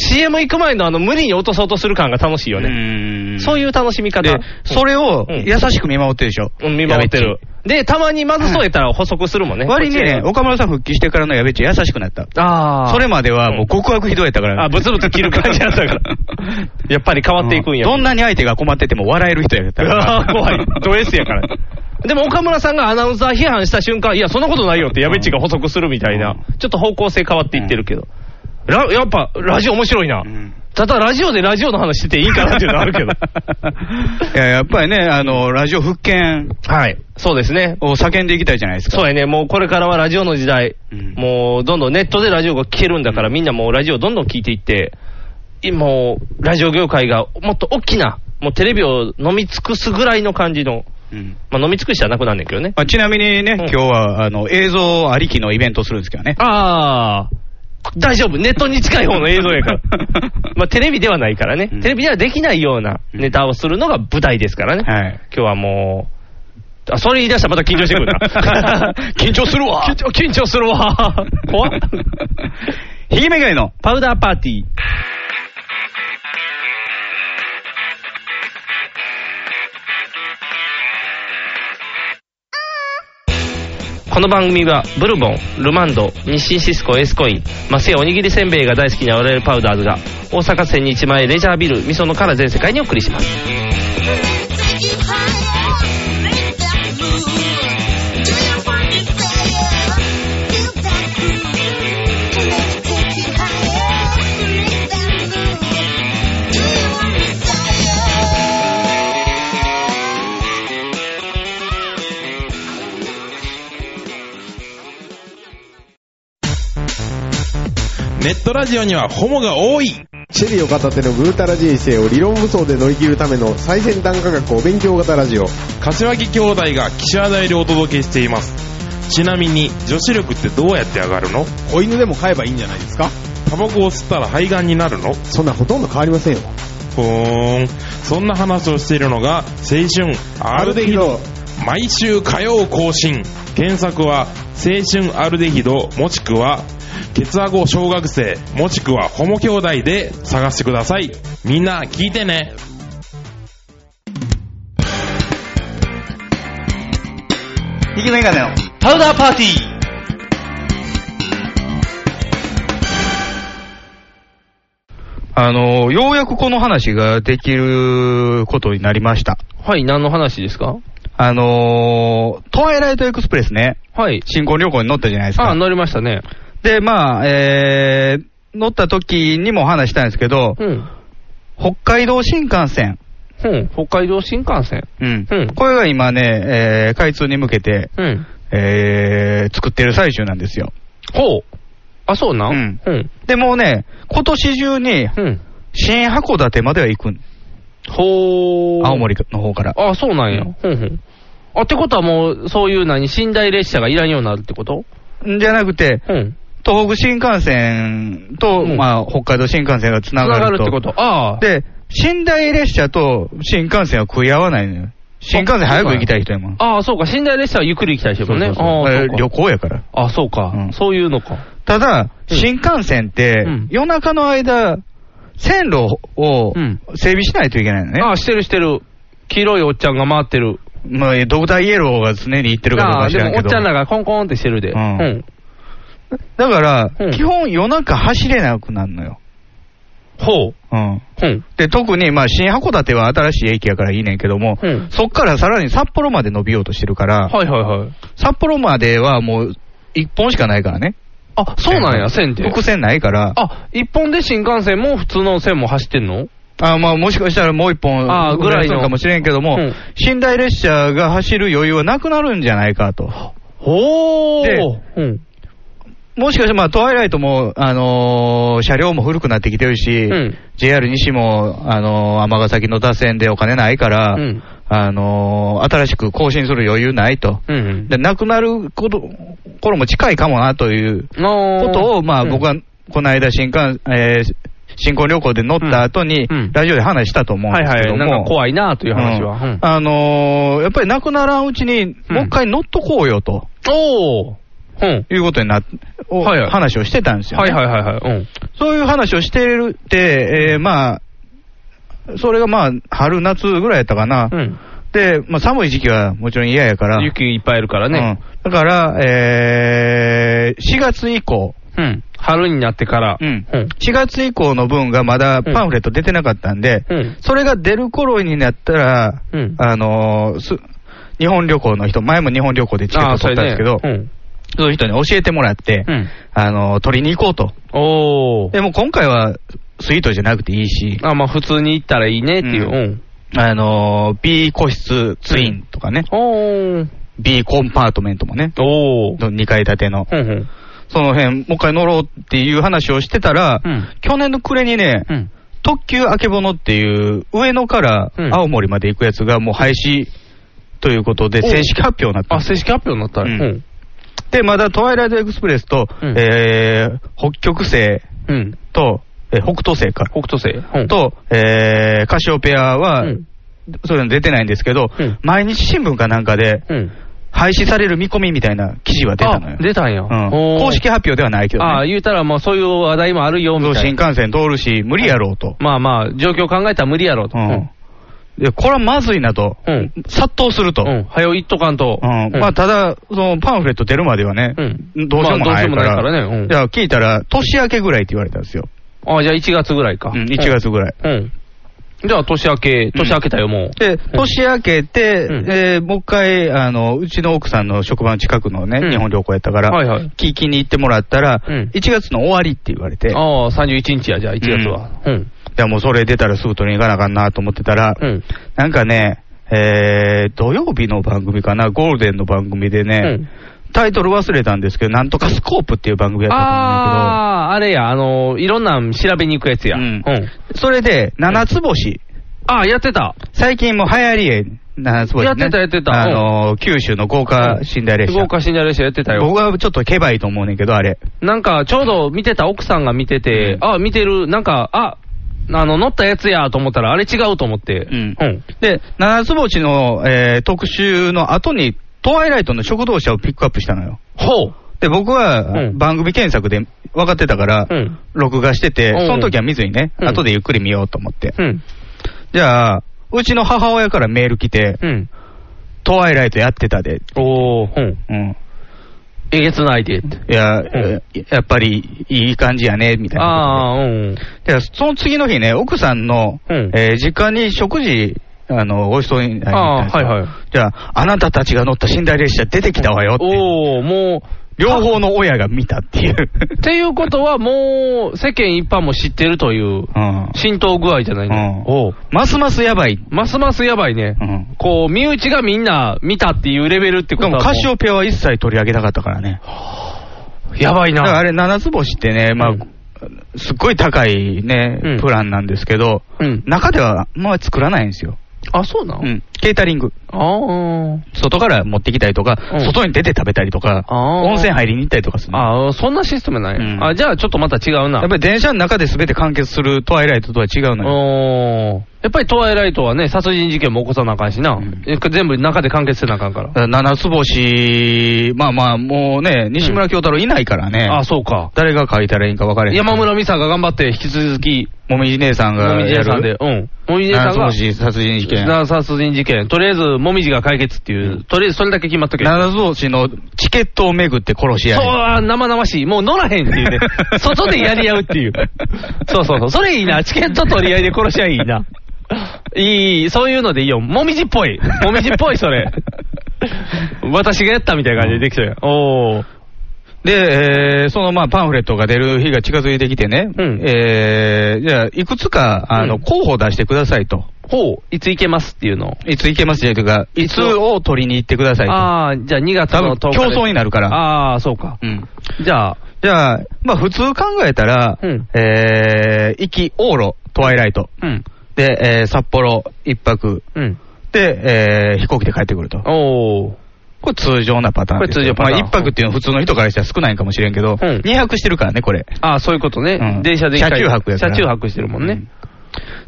Speaker 3: CM 行く前のあの無理に落とそうとする感が楽しいよね。
Speaker 2: ね
Speaker 3: そう
Speaker 2: い
Speaker 3: いう楽しみ
Speaker 2: で
Speaker 3: 方。、
Speaker 2: それを
Speaker 3: うん
Speaker 2: 優しく見守ってるでしょ。
Speaker 3: うん、見守ってる。で、たまにまずそうやったら補足するもんね。
Speaker 2: 割にね、
Speaker 3: こっ
Speaker 2: 岡村さん復帰してからのやべっち優しくなった。
Speaker 3: ちがああ。
Speaker 2: それまではもう極悪ひどいやったから。
Speaker 3: あ、ブツブツ切る感じだった から。やっぱり変わっていくんや。
Speaker 2: どんなに相手が困ってても笑える人やったか ら
Speaker 3: あ。ー怖い。ド S やから。でも岡村さんがアナウンサー批判した瞬間、いや、そんなことないよって、やべっちが補足するみたいな、ちょっと方向性変わっていってるけど。ラやっぱ、ラジオ面白いな。
Speaker 2: うん
Speaker 3: ただ、ラジオでラジオの話してていいかなっていうのはあるけ ど
Speaker 2: 。いや、やっぱりね、あの、ラジオ復権
Speaker 3: はい。そうですね。
Speaker 2: を叫んでいきたいじゃないですか。
Speaker 3: そうやね。もうこれからはラジオの時代、
Speaker 2: うん
Speaker 3: もうどんどんネットでラジオが聞けるんだから、みんなもうラジオどんどん聞いていって、いもうラジオ業界がもっと大きな、もうテレビを飲み尽くすぐらいの感じの、
Speaker 2: うん
Speaker 3: まあ飲み尽くしじゃなくなんねんけどね。
Speaker 2: まあ、ちなみにね、
Speaker 3: うん
Speaker 2: 今日はあの映像ありきのイベントをするんですけどね。
Speaker 3: ああ、大丈夫、ネットに近い方の映像や から。まあ、テレビではないからね、
Speaker 2: うん
Speaker 3: テレビではできないようなネタをするのが舞台ですからね、
Speaker 2: はい。。
Speaker 3: 今日はもう、あそれ言い出したらまた緊張してくる な
Speaker 2: 緊張するわ
Speaker 3: 緊張緊張するわ。 怖っ。
Speaker 2: ひげめがいの。
Speaker 3: パウダーパーティー。この番組はブルボン、ルマンド、日清シスコ、エースコイン、マセイおにぎりせんべいが大好きな我々パウダーズが大阪千日前レジャービル、みそのから全世界にお送りします。
Speaker 4: Take you higher, make that move. Do your work and stay up. Feel that groove. Let me take you higher, make that move. Do your work and stay up.
Speaker 5: ネットラジオにはホモが多い
Speaker 6: シェリーを片手のぐうたら人生を理論武装で乗り切るための最先端科学お勉強型ラジオ。
Speaker 5: 柏木兄弟が岸和田よりお届けしていますちなみに女子力ってどうやって上がるの
Speaker 6: 子犬でも飼えばいいんじゃないですか
Speaker 5: タバコを吸ったら肺がんになるの
Speaker 6: そんなんほとんど変わりませんよ。
Speaker 5: ふーんそんな話をしているのが青春アルデヒド毎週火曜更新検索は青春アルデヒドもしくはケツアゴ小学生もしくはホモ兄弟で探してくださいみんな聞いてね
Speaker 2: ひげめがいの。
Speaker 3: パウダーパーティー
Speaker 2: あの、ようやくこの話ができることになりました。
Speaker 3: はい、何の話ですか
Speaker 2: あのー、トワイライトエクスプレスね、
Speaker 3: はい。
Speaker 2: 新婚旅行に乗ったじゃないです
Speaker 3: あ、
Speaker 2: か。
Speaker 3: 乗りましたね。
Speaker 2: で、まあ、えー、乗った時にも話したんですけど、
Speaker 3: うん。
Speaker 2: 北海道新幹線、
Speaker 3: うん、北海道新幹線。
Speaker 2: うん
Speaker 3: うん
Speaker 2: これが今ね、えー開通に向けて、
Speaker 3: うん。
Speaker 2: えー作ってる最中なんですよ。
Speaker 3: ほう。あ、そうなん
Speaker 2: うん
Speaker 3: うん。
Speaker 2: でもうね、今年中に
Speaker 3: うん。
Speaker 2: 新函館までは行くん
Speaker 3: ほう。
Speaker 2: 青。森の方から。
Speaker 3: あ、そうなんや。
Speaker 2: う
Speaker 3: うんんうん。あ、ってことはもう、そういう何、寝台列車がいらんようになるってこと
Speaker 2: んじゃなくて、
Speaker 3: うん。
Speaker 2: 東北新幹線
Speaker 3: う
Speaker 2: と、
Speaker 3: ん
Speaker 2: まあ、北海道新幹線がつな
Speaker 3: 繋
Speaker 2: が
Speaker 3: がる
Speaker 2: ると。
Speaker 3: ってこと。ああ。、
Speaker 2: で、寝台列車と新幹線は食い合わないのよ。新幹線早く行きたい人やもん。
Speaker 3: ああ、そうか。寝台列車はゆっくり行きたい人もんね。
Speaker 2: そうそうそう
Speaker 3: ああ
Speaker 2: え
Speaker 3: そう
Speaker 2: ー
Speaker 3: か
Speaker 2: 旅行やから。
Speaker 3: あ、そうか、
Speaker 2: うん
Speaker 3: そういうのか。
Speaker 2: ただ、
Speaker 3: うん
Speaker 2: 新幹線って
Speaker 3: うん、
Speaker 2: 夜中の間、線路を
Speaker 3: うん
Speaker 2: 整備しないといけないのね。
Speaker 3: ああ、してるしてる。黄色いおっちゃんが回ってる。
Speaker 2: まあ、ドクターイエローが常に行ってるかどう
Speaker 3: あ
Speaker 2: か
Speaker 3: あ、
Speaker 2: 知
Speaker 3: で
Speaker 2: らん
Speaker 3: もお
Speaker 2: け
Speaker 3: っ
Speaker 2: ど。
Speaker 3: ちゃんらがコンコンってしてるで。
Speaker 2: うん
Speaker 3: うん
Speaker 2: だから、
Speaker 3: うん
Speaker 2: 基本夜中走れなくなるのよ。
Speaker 3: ほう。
Speaker 2: うん。
Speaker 3: うん。
Speaker 2: で、特に、まあ、新函館は新しい駅やからいいねんけども、
Speaker 3: うん
Speaker 2: そっからさらに札幌まで伸びようとしてるから、
Speaker 3: はいはいはい。
Speaker 2: 札幌まではもう、一本しかないからね。
Speaker 3: あ、そうなんや、線で。
Speaker 2: 伏線ないから、
Speaker 3: あ、一本で新幹線も普通の線も走ってんの
Speaker 2: あまあ、もしかしたらもう一本
Speaker 3: あーぐらいの
Speaker 2: 増やすかもしれんけども、
Speaker 3: うん
Speaker 2: 寝台列車が走る余裕はなくなるんじゃないかと。
Speaker 3: ほ
Speaker 2: で
Speaker 3: うん。
Speaker 2: もしかして、まあ、トワイライトも、あのー車両も古くなってきてるし、
Speaker 3: うん。
Speaker 2: JR 西も、あのー、尼崎の打線でお金ないから、
Speaker 3: うん
Speaker 2: あのー新しく更新する余裕ないと。
Speaker 3: うん
Speaker 2: で、亡くなること、頃も近いかもなという
Speaker 3: の
Speaker 2: ことを、まあ、僕
Speaker 3: は、
Speaker 2: は、この間、新幹、えー新婚旅行で乗った後に、
Speaker 3: うんうん
Speaker 2: ラジオで話したと思うん
Speaker 3: は
Speaker 2: で
Speaker 3: い
Speaker 2: すけ
Speaker 3: は
Speaker 2: ど
Speaker 3: い、
Speaker 2: も。
Speaker 3: なんか怖いなという話は。
Speaker 2: うん
Speaker 3: うん
Speaker 2: あのーやっぱり亡くならんうちに、もう一回乗っとこうよと
Speaker 3: おーうん。
Speaker 2: いうことになっ、を
Speaker 3: はいはい
Speaker 2: 話をしてたんですよ、ね
Speaker 3: はいはいはいはい。うん。
Speaker 2: そういう話をしてるって、えーまあ、それがまあ、春夏ぐらいやったかな。
Speaker 3: うん。
Speaker 2: で、まあ、寒い時期はもちろん嫌やから。
Speaker 3: 雪いっぱいいるからね。
Speaker 2: うんだから、えー4月以降、
Speaker 3: うん。春になってから。
Speaker 2: うん
Speaker 3: うん。
Speaker 2: 4月以降の分がまだパンフレット出てなかったんで、
Speaker 3: うん
Speaker 2: それが出る頃になったら、
Speaker 3: うん
Speaker 2: あのーす日本旅行の人、前も日本旅行でチケッ
Speaker 3: あ
Speaker 2: ト
Speaker 3: あ、そ
Speaker 2: 取
Speaker 3: れ
Speaker 2: ったんで
Speaker 3: ね
Speaker 2: すけど、そう,、
Speaker 3: うん。
Speaker 2: いう人に教えてもらって、
Speaker 3: うん。
Speaker 2: あのー取りに行こうと。
Speaker 3: おー
Speaker 2: でも今回はスイートじゃなくていいし、
Speaker 3: あ、まあ普通に行ったらいいねっていう。
Speaker 2: う
Speaker 3: うん。
Speaker 2: あのー B 個室ツインとかね、
Speaker 3: おー
Speaker 2: B コンパートメントもね、
Speaker 3: おー
Speaker 2: 2階建ての、
Speaker 3: ほんほん。
Speaker 2: その辺、もう一回乗ろうっていう話をしてたら、
Speaker 3: うん
Speaker 2: 去年の暮れにね、
Speaker 3: うん。
Speaker 2: 特急あけぼのっていう、上野から
Speaker 3: うん
Speaker 2: 青森まで行くやつがもう廃止ということで、
Speaker 3: おう
Speaker 2: 正式発表になった
Speaker 3: あ、
Speaker 2: んです
Speaker 3: 正式発表になったね。
Speaker 2: うんで、まだトワイライトエクスプレスと、
Speaker 3: うん
Speaker 2: えー北極星
Speaker 3: うん。うん。
Speaker 2: と、えー北斗星か。
Speaker 3: 北斗星。うん。
Speaker 2: と、えーカシオペアは、
Speaker 3: うん。
Speaker 2: それの出てないんですけど、
Speaker 3: うん
Speaker 2: 毎日新聞かなんかで、
Speaker 3: うん。
Speaker 2: 廃止される見込みみたいな記事は出たのよ。
Speaker 3: あ出たんや。
Speaker 2: うん
Speaker 3: おー
Speaker 2: 公式発表ではないけど、
Speaker 3: ああ、
Speaker 2: ね、
Speaker 3: 言うたら、まあそういう話題もあるよ、みたいな。
Speaker 2: 新幹線通るし、無理やろうと。
Speaker 3: まあまあ、状況考えたら無理やろと。
Speaker 2: うん。で、これはまずいなと。
Speaker 3: うん。
Speaker 2: 殺到すると。
Speaker 3: うん。早う行っとかんと。
Speaker 2: うんまあ、ただ、そのパンフレット出るまではね、
Speaker 3: うん
Speaker 2: どうしようもないか
Speaker 3: まあ
Speaker 2: ら、
Speaker 3: どうしようもないからねうん
Speaker 2: じゃあ聞いたら、年明けぐらいって言われたんですよ、
Speaker 3: ああ、じゃあ1月ぐらいか。
Speaker 2: うん、1。月ぐらい。
Speaker 3: うん。じゃあ年明け、年明けたよ、もう。
Speaker 2: で、年明けて、
Speaker 3: うん
Speaker 2: えーもう一回あの、うちの奥さんの職場の近くのね、
Speaker 3: うん
Speaker 2: 日本旅行やったから、
Speaker 3: はいはい
Speaker 2: 聞きに行ってもらったら、
Speaker 3: うん
Speaker 2: 1月の終わりって言われて、い
Speaker 3: ああ、31日や、じゃあ1月は。うん。
Speaker 2: やもうそれ出たらすぐ取りに行かなあかんなと思ってたら、
Speaker 3: うん。
Speaker 2: なんかね、えー土曜日の番組かな、ゴールデンの番組でね、
Speaker 3: うん
Speaker 2: タイトル忘れたんですけど、なんとかスコープっていう番組やったと思うんだけど、
Speaker 3: ああ、あれや、あのー、いろんなん調べに行くやつや。
Speaker 2: う
Speaker 3: うんん。
Speaker 2: それで、七つ星。
Speaker 3: ああ、やってた。
Speaker 2: 最近もう流行りへ、七つ星、ね。
Speaker 3: やってたやってた
Speaker 2: あのー、九州の豪華寝台列車。
Speaker 3: 豪華寝台列車やってたよ。
Speaker 2: 僕はちょっとケバいと思うねんけど、あれ。
Speaker 3: なんか、ちょうど見てた奥さんが見てて、
Speaker 2: うん
Speaker 3: ああ、見てる、なんか、あ、あの、乗ったやつやと思ったら、あれ違うと思って。
Speaker 2: うん
Speaker 3: うん。
Speaker 2: で、七つ星の、えー特集の後に、トワイライトの食堂車をピックアップしたのよ。
Speaker 3: ほう。
Speaker 2: で、僕は
Speaker 3: うん
Speaker 2: 番組検索で分かってたから、
Speaker 3: うん
Speaker 2: 録画してて、
Speaker 3: うん
Speaker 2: その時は見ずにね、
Speaker 3: うん
Speaker 2: 後でゆっくり見ようと思って。
Speaker 3: うん。
Speaker 2: じゃあ、うちの母親からメール来て、
Speaker 3: うん。
Speaker 2: トワイライトやってたで。
Speaker 3: おー、うん。
Speaker 2: うん。
Speaker 3: えげつないでって。
Speaker 2: いや、
Speaker 3: ん
Speaker 2: やっぱりいい感じやね、みたいな
Speaker 3: ああ、うん。
Speaker 2: ことで。で、その次の日ね、奥さんの、
Speaker 3: うん
Speaker 2: えー実家に食事、あの、ごちそうになりに行ったんですよ
Speaker 3: ああはいはい
Speaker 2: じゃあ、あなたたちが乗った寝台列車出てきたわよって、
Speaker 3: おー、も
Speaker 2: 両方の親が見たって いう。
Speaker 3: う、っていうことは、もう、世間一般も知ってるという、
Speaker 2: うん。
Speaker 3: 浸透具合じゃないの。
Speaker 2: うん
Speaker 3: おう
Speaker 2: ますますやばい。
Speaker 3: ますますやばいね。
Speaker 2: うん
Speaker 3: こう、身内がみんな見たっていうレベルってこ
Speaker 2: で
Speaker 3: とは
Speaker 2: も、
Speaker 3: もう
Speaker 2: カシオペアは一切取り上げなかったからね。
Speaker 3: やばい
Speaker 2: だからあ
Speaker 3: な。
Speaker 2: れ、七つ星ってね、まあ、
Speaker 3: うん
Speaker 2: すっごい高いね
Speaker 3: うん、
Speaker 2: プランなんですけど、
Speaker 3: うん
Speaker 2: 中ではあんまり作らないんですよ。
Speaker 3: あ、そうな
Speaker 2: うんん。ケータリング。
Speaker 3: ああ。
Speaker 2: 外から持ってきたりとか、
Speaker 3: うん
Speaker 2: 外に出て食べたりとか、
Speaker 3: あー
Speaker 2: 温泉入りに行ったりとかする。
Speaker 3: ああ、そんなシステムない、
Speaker 2: うん
Speaker 3: あ、じゃあちょっとまた違うな。
Speaker 2: やっぱり電車の中で全て完結するトワイライトとは違うのよ。
Speaker 3: おーやっぱりトワイライトはね、殺人事件も起こさなあかんしな。
Speaker 2: ん
Speaker 3: え全部中で完結せなあかんから。
Speaker 2: 七つ星、まあまあ、もうね、西村京太郎いないからね。
Speaker 3: あ、そうか。
Speaker 2: 誰が書いたらいいんか分からへん。
Speaker 3: 山村美沙が頑張って、引き続き、
Speaker 2: もみじ姉さんが
Speaker 3: もみじ
Speaker 2: や
Speaker 3: 屋さんで
Speaker 2: る。、
Speaker 3: うん。もみじ屋さ
Speaker 2: 七
Speaker 3: ん
Speaker 2: つ
Speaker 3: が、
Speaker 2: 星殺人事件。
Speaker 3: 砂殺人事件。とりあえず、もみじが解決っていう、とりあえずそれだけ決まっとけ。そう
Speaker 2: 七つ星のチケットをめぐって殺し合い。
Speaker 3: あ、生々しい。もう乗らへんっていうね。 外でやり合うっていう。そうそうそう。それいいな。チケット取り合いで殺し合いいいな。いい、そういうのでいいよ。もみじっぽい。もみじっぽい、そ れ。私がやったみたいな感じでできたよ。おー。
Speaker 2: で、えーそのまあパンフレットが出る日が近づいてきてね、
Speaker 3: うん
Speaker 2: えーじゃあ、いくつかあの、
Speaker 3: うん
Speaker 2: 候補を出してくださいと、
Speaker 3: ほう、いつ行けますっていうのを。
Speaker 2: いつ行けますじゃというか、いつを取りに行ってくださいと、
Speaker 3: ああ、じゃあ2月
Speaker 2: 多分
Speaker 3: の10日
Speaker 2: 競
Speaker 3: で
Speaker 2: 争になるから、
Speaker 3: ああ、そうか
Speaker 2: う。ん、
Speaker 3: じゃあ、
Speaker 2: じゃあ、まあ、普通考えたら、
Speaker 3: うん
Speaker 2: えー、行き、往路、トワイライト、
Speaker 3: うん。
Speaker 2: で、えー札幌一泊、
Speaker 3: うん。
Speaker 2: で、えー飛行機で帰ってくると、
Speaker 3: おー。
Speaker 2: これ通常なパターンですよ
Speaker 3: これ通常パターン
Speaker 2: まあ、一泊っていうのは普通の人からしたら少ないかもしれんけど、
Speaker 3: うん
Speaker 2: 二泊してるからね、これ。
Speaker 3: ああ、そういうことね。
Speaker 2: うん
Speaker 3: 電車で行きたい
Speaker 2: 車中泊やから
Speaker 3: 車中泊してるもんね。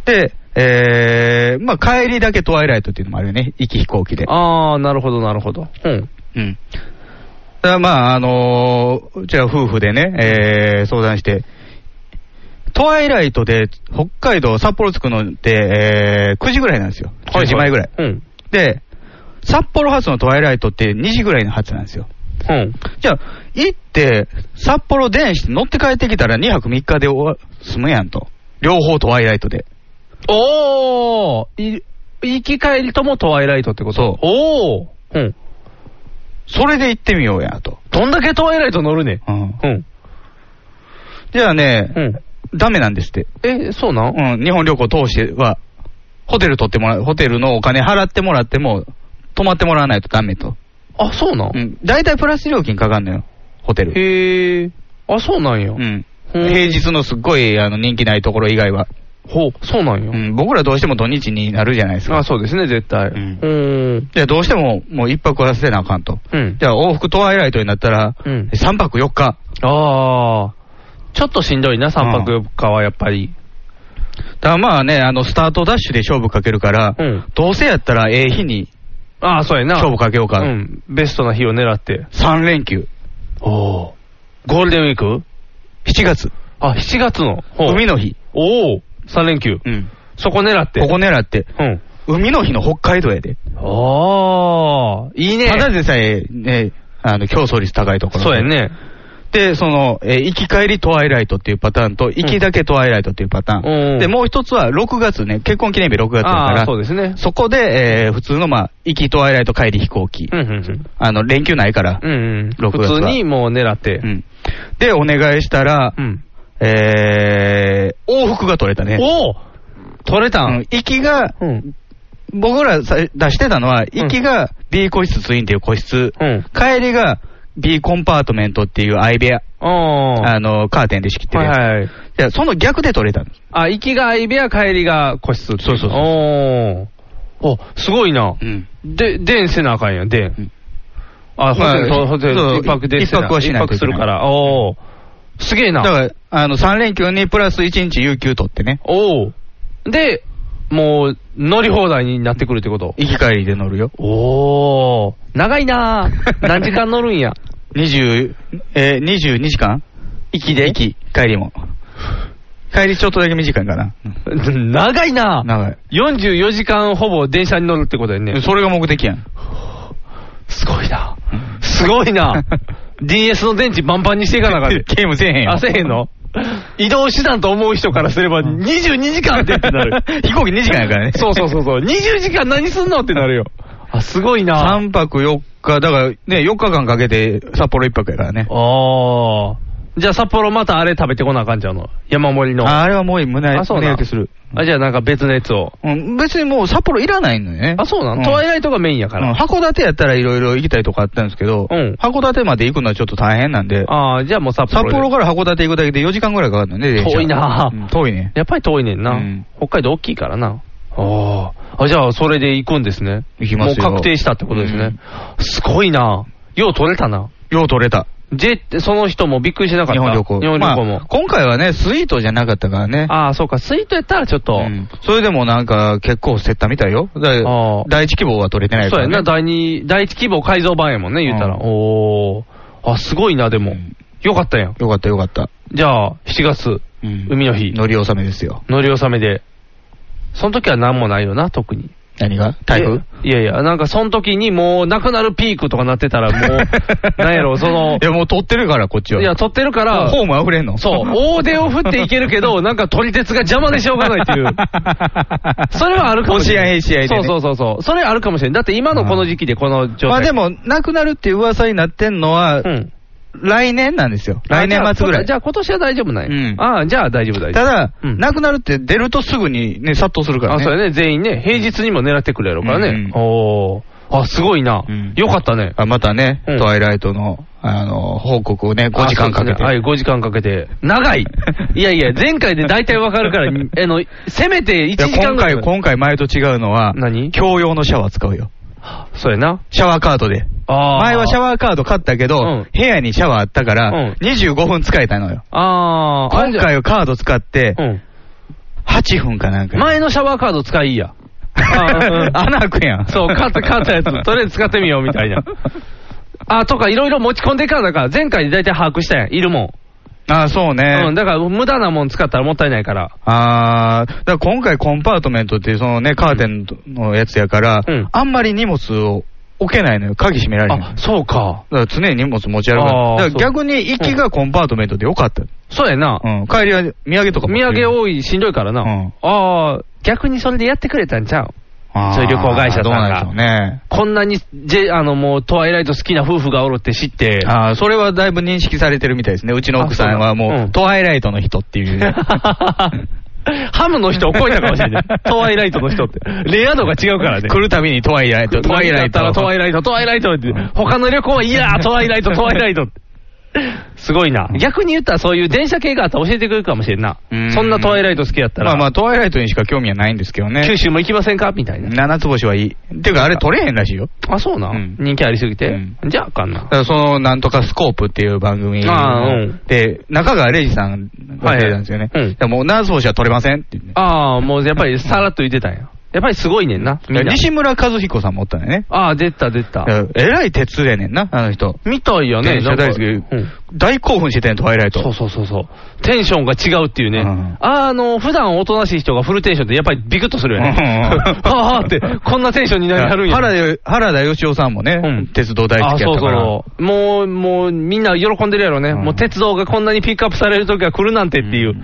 Speaker 2: で、えー、まあ帰りだけトワイライトっていうのもあるよね、行き飛行機で。
Speaker 3: ああ、なるほど、なるほど。うん。
Speaker 2: うん。だからまあ、あのー、うちら夫婦でね、えー、相談して、トワイライトで北海道、札幌着くのって、えー、9時ぐらいなんですよ。10時前ぐらい。
Speaker 3: うん。
Speaker 2: で、札幌発のトワイライトって2時ぐらいの発なんですよ。
Speaker 3: うん。
Speaker 2: じゃあ、行って、札幌電して乗って帰ってきたら2泊3日で終わ済むやんと。両方トワイライトで。
Speaker 3: おーい行き帰りともトワイライトってこと
Speaker 2: そう
Speaker 3: おーうん。
Speaker 2: それで行ってみようやと。
Speaker 3: どんだけトワイライト乗るね。
Speaker 2: うん。
Speaker 3: うん。
Speaker 2: じゃあね、
Speaker 3: うん。
Speaker 2: ダメなんですって。
Speaker 3: え、そうなん
Speaker 2: うん、日本旅行通しては、ホテル取ってもらう、ホテルのお金払ってもらっても、泊まってもらわないとダメと。
Speaker 3: あ、そうなん
Speaker 2: うん。大体プラス料金かかんのよ、ホテル。
Speaker 3: へえ。あ、そうなんや
Speaker 2: う。ん。
Speaker 3: うん
Speaker 2: 平日のすっごいあの人気ないところ以外は。
Speaker 3: ほう、そうなん
Speaker 2: う
Speaker 3: や。
Speaker 2: ん、僕らどうしても土日になるじゃないです
Speaker 3: あ、
Speaker 2: か。
Speaker 3: そうですね、絶対。う
Speaker 2: うん
Speaker 3: ーん。
Speaker 2: じゃあどうしてももう一泊はせなあかんと。
Speaker 3: うん。
Speaker 2: じゃあ往復トワイライトになったら、
Speaker 3: うん
Speaker 2: 3泊4日。
Speaker 3: ああ。ちょっとしんどいな、三泊4日はやっぱり。
Speaker 2: だからまあね、あの、スタートダッシュで勝負かけるから、
Speaker 3: うん
Speaker 2: どうせやったらええ日に
Speaker 3: ああ、そうやな。
Speaker 2: 勝負かけようか。
Speaker 3: うん。ベストな日を狙って。
Speaker 2: 3連休。
Speaker 3: おお。ゴールデンウィーク
Speaker 2: 7月。
Speaker 3: あ、7月の。ほう
Speaker 2: 海の日。
Speaker 3: おお。3連休。
Speaker 2: うん。
Speaker 3: そこ狙って。
Speaker 2: ここ狙って、
Speaker 3: うん。
Speaker 2: 海の日の北海道やで。
Speaker 3: ああ。いいね。
Speaker 2: ただでさえ、ね、あの、競争率高いところ。
Speaker 3: そうや。ね。
Speaker 2: で、その、えー行き帰りトワイライトっていうパターンと、行きだけトワイライトっていうパターン。
Speaker 3: うん
Speaker 2: で、もう一つは6月ね、結婚記念日6月だか
Speaker 3: ああ、
Speaker 2: ら、
Speaker 3: そうですね。
Speaker 2: そこで、えー普通の、まあ、行きトワイライト帰り飛行機。
Speaker 3: うんうん
Speaker 2: あの、連休ないから。
Speaker 3: うん。うんうん。
Speaker 2: 6月は
Speaker 3: 普通にもう狙って
Speaker 2: う。んで、お願いしたら、
Speaker 3: うん。
Speaker 2: えー往復が取れたね。
Speaker 3: おお取れた
Speaker 2: うんん。行きが、
Speaker 3: うん。
Speaker 2: 僕らさ出してたのは、行きが B 個室ツインっていう個室、
Speaker 3: うん。
Speaker 2: 帰りが B コンパートメントっていう相部屋、
Speaker 3: ああ。
Speaker 2: あの、カーテンで仕切って
Speaker 3: は
Speaker 2: る
Speaker 3: い
Speaker 2: やつ。
Speaker 3: はい。
Speaker 2: いやその逆で取れたんです。
Speaker 3: あ、行きが相部屋、帰りが個室ってい
Speaker 2: そうそうそう
Speaker 3: おーお、すごいな。
Speaker 2: ん。
Speaker 3: で、でんせなあかんやん、で
Speaker 2: うんん。
Speaker 3: あ、ホテル、
Speaker 2: まあ
Speaker 3: ホテ
Speaker 2: そう
Speaker 3: ル、一泊でんせ
Speaker 2: 一泊はしない
Speaker 3: 一泊
Speaker 2: といけ
Speaker 3: す
Speaker 2: ない
Speaker 3: るから。おーすげえ
Speaker 2: だ
Speaker 3: な。
Speaker 2: から、あの、3連休にプラス1日有給取ってね、
Speaker 3: おーで、もう、乗り放題になってくるってこと。
Speaker 2: 行き帰りで乗るよ。
Speaker 3: おお長いな ー何時間乗るんや。
Speaker 2: 20、えー、22時間行きで行き、帰りも。帰りちょっとだけ短いかな。うん
Speaker 3: 長いな
Speaker 2: 長い。
Speaker 3: 44時間ほぼ電車に乗るってことやね。
Speaker 2: それが目的やん。
Speaker 3: すごいな。すごい な。DS の電池バンバンにしていかなあかんで。
Speaker 2: ゲームせえへんよ。
Speaker 3: あせへんの移動手段と思う人からすれば22時間ってってな る。
Speaker 2: 飛行機2時間やからね。
Speaker 3: そうそうそうそう。20時間何すんのってなるよ。あ、すごいな。
Speaker 2: 3泊4日、だからね、4日間かけて札幌1泊やからね。
Speaker 3: ああ。じゃあ札幌またあれ食べてこなあかんじゃんの。山盛りの。
Speaker 2: ああれはもう胸、
Speaker 3: あそうな
Speaker 2: 胸焼けする。
Speaker 3: あ、じゃあなんか別のやつを。
Speaker 2: うん、別にもう札幌いらないのよね。
Speaker 3: あ、そうなの、
Speaker 2: ん
Speaker 3: トワイライトがメインやか
Speaker 2: うん
Speaker 3: ら。
Speaker 2: 函館やったらいろいろ行きたいとこあったんですけど、
Speaker 3: うん
Speaker 2: 函館まで行くのはちょっと大変なんで、
Speaker 3: ああ、じゃあもう札
Speaker 2: 札
Speaker 3: 幌で。
Speaker 2: 幌から函館行くだけで4時間ぐらいかかるのね、電車
Speaker 3: 遠いなあ
Speaker 2: うん遠いね。
Speaker 3: やっぱり遠いねんな。
Speaker 2: うん
Speaker 3: 北海道大きいからな。ああ。あ、じゃあ、それで行くんですね。
Speaker 2: 行きますよ
Speaker 3: もう確定したってことですね。すごいな。よう取れたな。
Speaker 2: よう取れた。
Speaker 3: J って、その人もびっくりしてなかった。
Speaker 2: 日本旅行。
Speaker 3: 日本旅行も
Speaker 2: まあ。今回はね、スイートじゃなかったからね。
Speaker 3: ああ、そうか。スイートやったらちょっと。
Speaker 2: うんそれでもなんか結構競ったみたいよ。だ
Speaker 3: あー
Speaker 2: 第一希望は取れてない
Speaker 3: そ
Speaker 2: か
Speaker 3: うや
Speaker 2: ら、ね。
Speaker 3: な、第二、第一希望改造版やもんね、言ったら。
Speaker 2: うん
Speaker 3: おー。あ、すごいな、でも。よかったやん。
Speaker 2: よかったよかった。
Speaker 3: じゃあ、7月、
Speaker 2: うん
Speaker 3: 海の日、
Speaker 2: 乗り納めですよ。
Speaker 3: 乗り納めで。その時は何もないよな、特に。
Speaker 2: 何が台風
Speaker 3: えいやいや、なんかその時にもう、なくなるピークとかなってたら、も う、 なんやろ、その
Speaker 2: い、や、もう取ってるから、こっちは。
Speaker 3: いや、取ってるから、
Speaker 2: ホーム溢れんの
Speaker 3: そう、大手を振っていけるけど、なんか取り鉄が邪魔でしょうがない っていう。それはあるかもしれない。
Speaker 2: 5試合、1試合で、
Speaker 3: そ
Speaker 2: ね。
Speaker 3: うそうそうそう。それあるかもしれない。だって今のこの時期でこの状態。
Speaker 2: まあで、も、なくなるっていう噂になってんのは、
Speaker 3: うん。
Speaker 2: 来年なんですよ。来年末ぐら
Speaker 3: あ
Speaker 2: い。
Speaker 3: じゃあ今年は大丈夫ない。
Speaker 2: うん
Speaker 3: ああ、じゃあ大丈夫大丈夫。
Speaker 2: ただ、
Speaker 3: うん
Speaker 2: なくなるって出るとすぐにね、殺到するから
Speaker 3: あ、
Speaker 2: ね。
Speaker 3: そうやね。全員ね、平日にも狙ってくるやろうからね。
Speaker 2: う
Speaker 3: おー。あ、すごいな。
Speaker 2: うん
Speaker 3: よかったね。
Speaker 2: あまたね、
Speaker 3: うん
Speaker 2: トワイライトの、あの、報告をね、5時間
Speaker 3: あそう
Speaker 2: かけて。
Speaker 3: ですねはい、5時間かけて。長い。いやいや、前回で大体わか るから、あの、せめて1
Speaker 2: いや
Speaker 3: 時間
Speaker 2: 今
Speaker 3: ぐらい。
Speaker 2: 回、今回前と違うのは、
Speaker 3: 何
Speaker 2: 共用のシャワー使うよ。
Speaker 3: そうやな。
Speaker 2: シャワーカードで。
Speaker 3: あ
Speaker 2: 前はシャ
Speaker 3: ー。
Speaker 2: ワーカード買ったけど、
Speaker 3: うん
Speaker 2: 部屋にシャワーあったか
Speaker 3: うん
Speaker 2: ら、25分使えたのよ。
Speaker 3: ああ、
Speaker 2: 今回はカード使って、
Speaker 3: うん。
Speaker 2: 8分かなんか。
Speaker 3: 前のシャワーカード使いいや。あうん
Speaker 2: 穴開くやん。
Speaker 3: そう、買った、買ったやつ、 とりあえず使ってみようみたいな。あ、とか、いろいろ持ち込んでいかなから、前回で大体把握したやん。いるもん。
Speaker 2: あそうね。
Speaker 3: うん、だから、無駄なもん使ったらもったいないから。
Speaker 2: あー、だから今回コンパートメントっていうそのね、カーテンのやつやから、
Speaker 3: うん
Speaker 2: あんまり荷物を置けないのよ。鍵閉められない。
Speaker 3: あ、そうか。
Speaker 2: だから常に荷物持ち歩くから
Speaker 3: あー。
Speaker 2: だから逆に行きがコンパートメントでよかった。
Speaker 3: そうやな。
Speaker 2: うん。帰りは土産とか持って
Speaker 3: 土
Speaker 2: る
Speaker 3: 産多い、しんどいからな。
Speaker 2: うん
Speaker 3: ああ、逆にそれでやってくれたんちゃう
Speaker 2: あー
Speaker 3: そういう旅行会社さんが
Speaker 2: どうなんでしょうね。
Speaker 3: こんなに、ジェあの、もう、トワイライト好きな夫婦がおるって知って。
Speaker 2: あーそれはだいぶ認識されてるみたいですね。うちの奥さんは
Speaker 3: あそうな
Speaker 2: も
Speaker 3: ん
Speaker 2: う、トワイライトの人っていう。
Speaker 3: ハムの人を超えたかもしれ ない。トワイライトの人って。レア度が違うからね。
Speaker 2: 来るたびにトワイライト、トワイライ
Speaker 3: だったら
Speaker 2: ト。
Speaker 3: トワイライト、トワイライトって。他の旅行はい やー、トワイライト、トワイライトって。すごいな。逆に言ったらそういう電車系があったら教えてくれるかもしれんな
Speaker 2: う。ん
Speaker 3: そんなトワイライト好きやった
Speaker 2: ま
Speaker 3: ら、
Speaker 2: あまあ、トワイライトにしか興味はないんですけどね。
Speaker 3: 九州も行きませんかみたいな。
Speaker 2: 七つ星はいい。っていうか、あれ取れへんらしいよ。
Speaker 3: あ、そうな
Speaker 2: うん。
Speaker 3: 人気ありすぎて
Speaker 2: うん。
Speaker 3: じゃああかんな
Speaker 2: だ。からその、なんとかスコープっていう番組
Speaker 3: あーうん
Speaker 2: で、中川玲治さんが出てたんですよね。
Speaker 3: はいはいうん
Speaker 2: でもう、七つ星は取れませんって言って
Speaker 3: ああ、もうやっぱりさらっと言ってたんや。やっぱりすごいねんな。みんな
Speaker 2: 西村和彦さんもおったんだよね。
Speaker 3: ああ、出た出た。
Speaker 2: だからえらい鉄やねんな、あの人。
Speaker 3: みたいよね。
Speaker 2: 電車大好き
Speaker 3: なんかうん
Speaker 2: 大興奮してたんやトワイライト。
Speaker 3: そうそうそうそう。テンションが違うっていうね。
Speaker 2: うん
Speaker 3: あの、普段おとなしい人がフルテンションってやっぱりビクッとするよね。
Speaker 2: うんうんうん
Speaker 3: はあはあって、 こんなテンションになりはるんや。
Speaker 2: 原田原田義雄さんもね、
Speaker 3: うん
Speaker 2: 鉄道大好きやったから。
Speaker 3: あそうそう。もう、もう、みんな喜んでるやろね。
Speaker 2: ん
Speaker 3: もう鉄道がこんなにピックアップされる時が来るなんてっていう、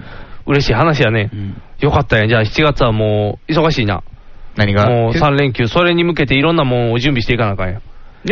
Speaker 3: 嬉しい話やね。
Speaker 2: うん
Speaker 3: よかったやん。じゃあ7月はもう、忙しいな。
Speaker 2: 何が
Speaker 3: もう3連休、それに向けていろんなもんを準備していかなあかんやん。
Speaker 2: い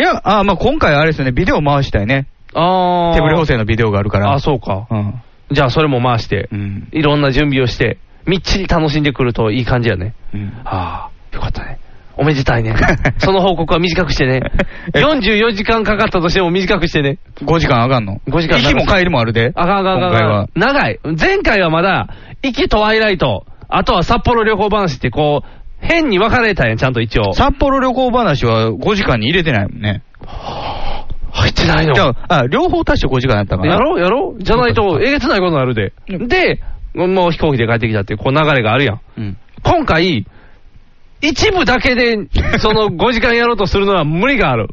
Speaker 2: や、あまあ今回あれですよね、ビデオ回したいね。
Speaker 3: あー。
Speaker 2: 手ぶれ補正のビデオがあるから。
Speaker 3: あ、そうか。
Speaker 2: うん。
Speaker 3: じゃあそれも回して
Speaker 2: う、ん。
Speaker 3: いろんな準備をして、みっちり楽しんでくるといい感じやね。
Speaker 2: うん
Speaker 3: ああ、よかったね。おめでたいね。 その報告は短くしてね。
Speaker 2: え
Speaker 3: 44時間かかったとしても短くしてね。
Speaker 2: 5時間あかんの
Speaker 3: 5時間
Speaker 2: 行きも帰りもあるで。
Speaker 3: あかんあかんあ
Speaker 2: 今回
Speaker 3: かん
Speaker 2: は
Speaker 3: あ。かん。長い。前回はまだ、行きとワイライト、あとは札幌旅行話ってこう、変に分かれたんやん、ちゃんと一応。
Speaker 2: 札幌旅行話は5時間に入れてないもんね。
Speaker 3: 入ってないの
Speaker 2: じゃあ、あ両方足して5時間だったか
Speaker 3: や
Speaker 2: ら。
Speaker 3: ろうやろうじゃない と、えげつないことになるで。で、もう飛行機で帰ってきたっていう、こう流れがあるやん。
Speaker 2: うん。
Speaker 3: 今回、一部だけ で、その5時間やろうとするのは無理がある。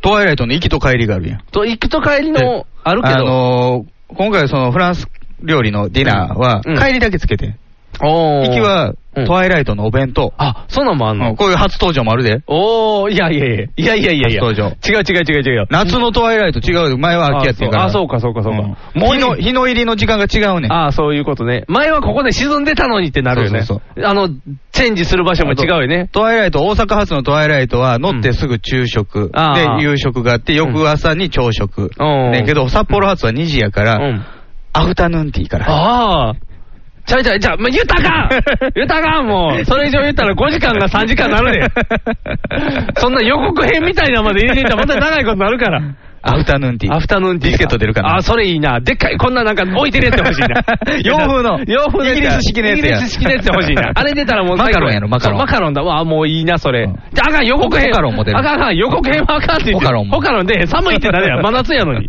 Speaker 2: トワイライトの行きと帰りがあるやん。
Speaker 3: と、行くと帰りの、あるけ
Speaker 2: あ
Speaker 3: ど。
Speaker 2: のー、今回そのフランス料理のディナーは、
Speaker 3: うん
Speaker 2: 帰りだけつけて。
Speaker 3: おー
Speaker 2: 行きは、
Speaker 3: うん
Speaker 2: トワイライトのお弁当。
Speaker 3: あ、そんなんもあん
Speaker 2: う
Speaker 3: の
Speaker 2: んこういう初登場もあるで。
Speaker 3: おー、いやいやいやいやいやいやいや。
Speaker 2: 初登場
Speaker 3: 違う違う違う違う。
Speaker 2: 夏のトワイライト違うよ前は秋やってんから。
Speaker 3: あ、そうかそうかそうか。
Speaker 2: ん
Speaker 3: もう
Speaker 2: 日の、日の入りの時間が違うねん。
Speaker 3: ああ、そういうことね。前はここで沈んでたのにってなるよね。
Speaker 2: そうそう
Speaker 3: あの、チェンジする場所も違うよね。
Speaker 2: トワイライト、大阪発のトワイライトは乗ってすぐ昼食、
Speaker 3: あー
Speaker 2: で夕食があって、翌朝に朝食。
Speaker 3: うん
Speaker 2: ねんけど、札幌発は2時やから、
Speaker 3: うん。
Speaker 2: アフタヌーンティーから。
Speaker 3: ああ。ちゃいちゃいちゃい、もう言った らあかん言ったらあかんもう。それ以上言ったら5時間が3時間なるで。そんな予告編みたいなまで入れていったらまた長いことなるから。
Speaker 2: アフタヌーンティー。
Speaker 7: アフタヌーンティー
Speaker 2: ビスケット出るかな。
Speaker 7: あ、それいいな。でっかい、こんななんか置いてるやつ欲しいな
Speaker 2: 洋風の
Speaker 7: 洋風のやつ
Speaker 2: イギリス式のやつや
Speaker 7: イギリス式のやつ欲しいな。 あれ出たらもう最
Speaker 2: マカ
Speaker 7: 高。
Speaker 2: ロンやろマカロン
Speaker 7: そうマカロンだ。わあ、もういいな、それ。
Speaker 2: うん
Speaker 7: じゃあ、あかん、予告編。
Speaker 2: ホカロンも出る
Speaker 7: あかん、あかん、予告編はあかんって言って。
Speaker 2: ホカロンも
Speaker 7: ホカロンで、寒いって誰 や。真夏やのに。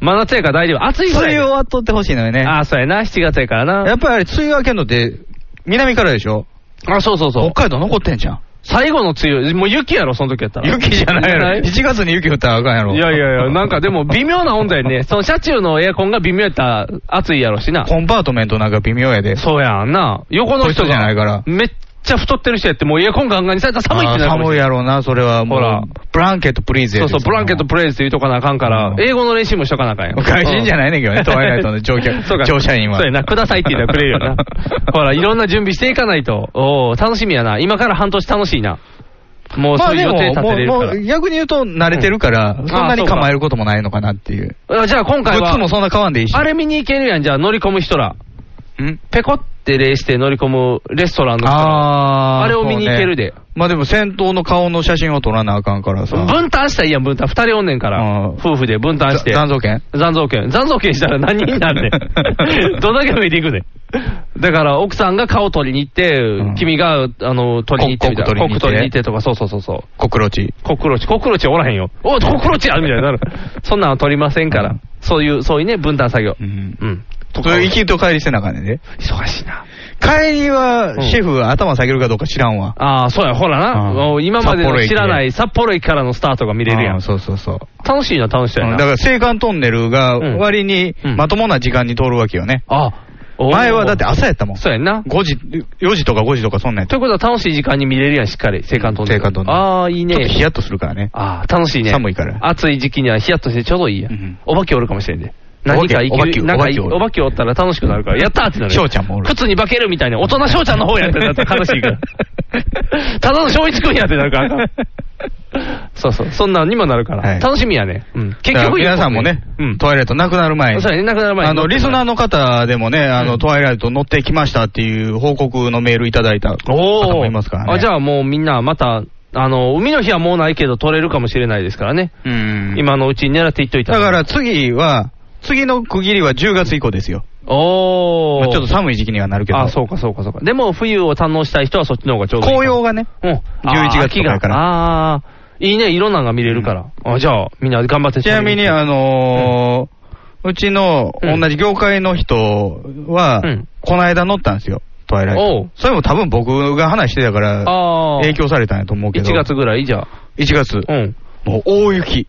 Speaker 7: 真夏やから大丈夫。暑い
Speaker 2: そ
Speaker 7: ぐらい。
Speaker 2: れをあっとってほしいのよね。
Speaker 7: あ、そうやな。7月やから
Speaker 2: や
Speaker 7: な。
Speaker 2: っぱり梅雨明けんのって、南からでしょ
Speaker 7: あ、そうそうそう。
Speaker 2: 北海道残ってんじゃん。
Speaker 7: 最後の梅雨、もう雪やろ、その時やったら。
Speaker 2: 雪じゃないやろ。
Speaker 7: 雪
Speaker 2: 1月に雪降ったらあかんやろ。
Speaker 7: いやいやいや、なんかでも微妙な温度やね。その車中のエアコンが微妙やったら暑いやろしな。
Speaker 2: コンパートメントなんか微妙やで。
Speaker 7: そうやんな。横の人
Speaker 2: こいつじゃないか
Speaker 7: が
Speaker 2: ら、
Speaker 7: めっちゃ太ってる人やって、もうエアコンガンガンにされたら寒いってなる
Speaker 2: あ
Speaker 7: か
Speaker 2: ー
Speaker 7: も
Speaker 2: 寒い
Speaker 7: しれん
Speaker 2: やろうな、それはも
Speaker 7: ほら
Speaker 2: う。ブランケットプリーズや
Speaker 7: そう
Speaker 2: で
Speaker 7: そう、ブランケットプレイズって言うとかなあかんから
Speaker 2: う、ん
Speaker 7: 英語の練習もしとかなあかんやん。
Speaker 2: 外人じゃないねんけどね
Speaker 7: うん
Speaker 2: トワイライトの乗客
Speaker 7: そうか
Speaker 2: 乗車員は。
Speaker 7: そうやな、くださいって言ったらくれる よなほら、いろんな準備していかないと。おー楽しみやな。今から半年楽しいな。も
Speaker 2: ま
Speaker 7: うそ
Speaker 2: あ
Speaker 7: ういう
Speaker 2: で
Speaker 7: 予
Speaker 2: も
Speaker 7: 定立てれる
Speaker 2: もう、
Speaker 7: か
Speaker 2: もう逆に言うと慣れてるから、
Speaker 7: うん
Speaker 2: そんなに
Speaker 7: あーそうか
Speaker 2: 構えることもないのかなっていう。
Speaker 7: ら。あじゃあ今
Speaker 2: グ
Speaker 7: 回
Speaker 2: ッ
Speaker 7: は
Speaker 2: ズ、もそんな買わんでいいし。
Speaker 7: あれ見に行けるやん、じゃあ乗り込む人ら。
Speaker 2: ん
Speaker 7: ペコって礼して乗り込むレストランの人ら。
Speaker 2: あー
Speaker 7: あれを見に行けるで
Speaker 2: そうねまあでも先頭の顔の写真を撮らなあかんからさ。
Speaker 7: 分担したらいいやん、分担。二人おんねんから
Speaker 2: うん。
Speaker 7: 夫婦で分担して。
Speaker 2: 残像権
Speaker 7: 残像権。残像権したら何になんね ん。どんだけ増えていくねん。だから、奥さんが顔取りに行って、
Speaker 2: ん
Speaker 7: 君が、あの、取りに行ってみたいな。
Speaker 2: コ
Speaker 7: コ
Speaker 2: ッ
Speaker 7: ッ
Speaker 2: ク取
Speaker 7: ク取
Speaker 2: り
Speaker 7: り
Speaker 2: に行
Speaker 7: に行
Speaker 2: っ
Speaker 7: っててとか、そうそうそうそう。
Speaker 2: コクロチ。
Speaker 7: コックロチ、コックロチおらへんよ。おいコックロチやみたいになる。そんなんは取りませんか
Speaker 2: う
Speaker 7: ら
Speaker 2: ん。
Speaker 7: そういう、そういうね、分担作業。
Speaker 2: うん
Speaker 7: うん。
Speaker 2: それ行きと帰りせなあかんねんで。
Speaker 7: 忙しいな。
Speaker 2: 帰りは
Speaker 7: うん
Speaker 2: シェフ頭下げるかどうか知らんわ。
Speaker 7: ああ、そうや、ほらな。
Speaker 2: うん
Speaker 7: もう今ま
Speaker 2: 札
Speaker 7: で
Speaker 2: 幌
Speaker 7: の
Speaker 2: 駅で
Speaker 7: 知らない札幌駅からのスタートが見れるや。
Speaker 2: うんそうそうそう。
Speaker 7: 楽しいな、楽しい
Speaker 2: うん
Speaker 7: な。
Speaker 2: だから青函トンネルが
Speaker 7: うん
Speaker 2: 割に
Speaker 7: うん
Speaker 2: まともな時間に通るわけよね。
Speaker 7: あ、
Speaker 2: 前はだって
Speaker 7: あ
Speaker 2: 朝やったもん。
Speaker 7: そうやんな。
Speaker 2: 5時、4時とか5時とかそんなんやっ
Speaker 7: と
Speaker 2: た。
Speaker 7: いうことは楽しい時間に見れるやん、しっかり。青函トンネル。
Speaker 2: 青函トンネル
Speaker 7: ああ、いい
Speaker 2: ちょっとヒ
Speaker 7: ね。
Speaker 2: ヤッとするからね。
Speaker 7: ああ、楽しいね。
Speaker 2: 寒いから
Speaker 7: 暑い時期にはヒヤッとしてちょうどいいや。
Speaker 2: うん
Speaker 7: ん、お化けおるかもしれんで。
Speaker 2: お化
Speaker 7: 何
Speaker 2: け
Speaker 7: か生きる、
Speaker 2: お化け
Speaker 7: なん
Speaker 2: お化
Speaker 7: かい
Speaker 2: けおる
Speaker 7: お化けおったら楽しくなるから、やったーってなる。
Speaker 2: 翔ちゃんもおる
Speaker 7: 靴に化けるみたいな、大人翔ちゃんの方やってなったら悲しい から。ただの翔一くんやってなるからあかん。そうそう、そんなんにもなるから。
Speaker 2: はい
Speaker 7: 楽しみやね。うん。結
Speaker 2: だから
Speaker 7: 局いいもね
Speaker 2: 皆さんもね
Speaker 7: うん、。
Speaker 2: トワイライトなくなる前に
Speaker 7: そう。やね、なくなる前に
Speaker 2: あの、リスナーの方でもね、あ
Speaker 7: う
Speaker 2: の、
Speaker 7: ん
Speaker 2: トワイライト乗ってきましたっていう報告のメールいただいた方
Speaker 7: おー
Speaker 2: もいますからね。
Speaker 7: あじ
Speaker 2: あ、
Speaker 7: ゃあもうみんなまた、あの、海の日はもうないけど取れるかもしれないですからね。
Speaker 2: うん。
Speaker 7: 今のうちに狙っていっといた
Speaker 2: だから、次は、次の区切りは10月以降ですよ。
Speaker 7: お
Speaker 2: まあ
Speaker 7: ー。
Speaker 2: ちょっと寒い時期にはなるけど。
Speaker 7: あ、そうかそうかそうか。でも冬を堪能したい人はそっちの方がちょうどいい。
Speaker 2: 紅葉がね、
Speaker 7: うん。
Speaker 2: 11月とかやから
Speaker 7: あー秋があー、いいね、いろんなのが見れるから。あ、じゃあ、みんな頑張って
Speaker 2: ちなみに、あのーうちの
Speaker 7: うん
Speaker 2: 同じ業界の人は、
Speaker 7: うん
Speaker 2: この間乗ったんですよ、トワイライ
Speaker 7: お
Speaker 2: ト
Speaker 7: う。
Speaker 2: それも多分僕が話してたから、
Speaker 7: あー
Speaker 2: 影響されたんやと思うけど。
Speaker 7: 1月。ぐらいじゃあ。
Speaker 2: 1月。
Speaker 7: うん。
Speaker 2: もう大雪。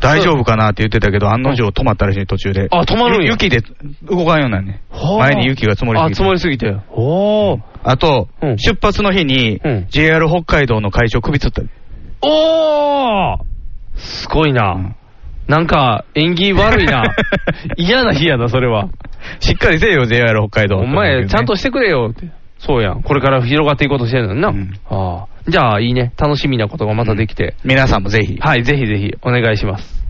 Speaker 2: 大丈夫かなって言ってたけど、案の定止まったらしい、途中で。
Speaker 7: あ止まるんや
Speaker 2: ゆ雪で動かんようなんね。
Speaker 7: はあ
Speaker 2: 前に雪が積もりす
Speaker 7: あ、
Speaker 2: ぎ
Speaker 7: 積
Speaker 2: て
Speaker 7: もりすぎて。おー。
Speaker 2: あと、
Speaker 7: うん
Speaker 2: 出発の日に、
Speaker 7: うん
Speaker 2: JR 北海道の会長首つった。
Speaker 7: おーすごいな。
Speaker 2: うん
Speaker 7: なんか、縁起悪い な。 嫌な日やな、それは。
Speaker 2: しっかりせえよ、JR 北海道。
Speaker 7: お前、ちゃんと
Speaker 2: し
Speaker 7: してくれよって。そうやん。これから広がっていこうとしてるのにな。
Speaker 2: うん
Speaker 7: ああ。じゃあ、いいね。楽しみなことがまたできて。
Speaker 2: 皆さんもぜひ。
Speaker 7: はい、ぜひぜひ、お願いします。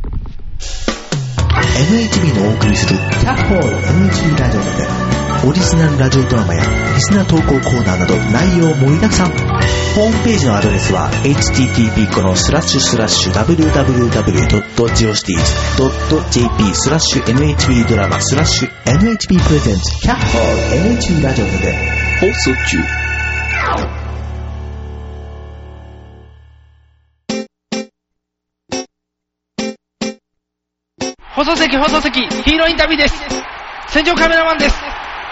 Speaker 8: NHB のお送りする「キャッホール NHB ラジオ」でオリジナルラジオドラマやリスナー投稿コーナーなど内容盛りだくさんホームページのアドレスは http このスラッシュスラッシュ www.geocities.jp スラッシュ NHB ドラマスラッシュ NHB プレゼンツキャッホール NHB ラジオで放送中
Speaker 3: 放送席、放送席、ヒーローインタビューです。戦場カメラマンです。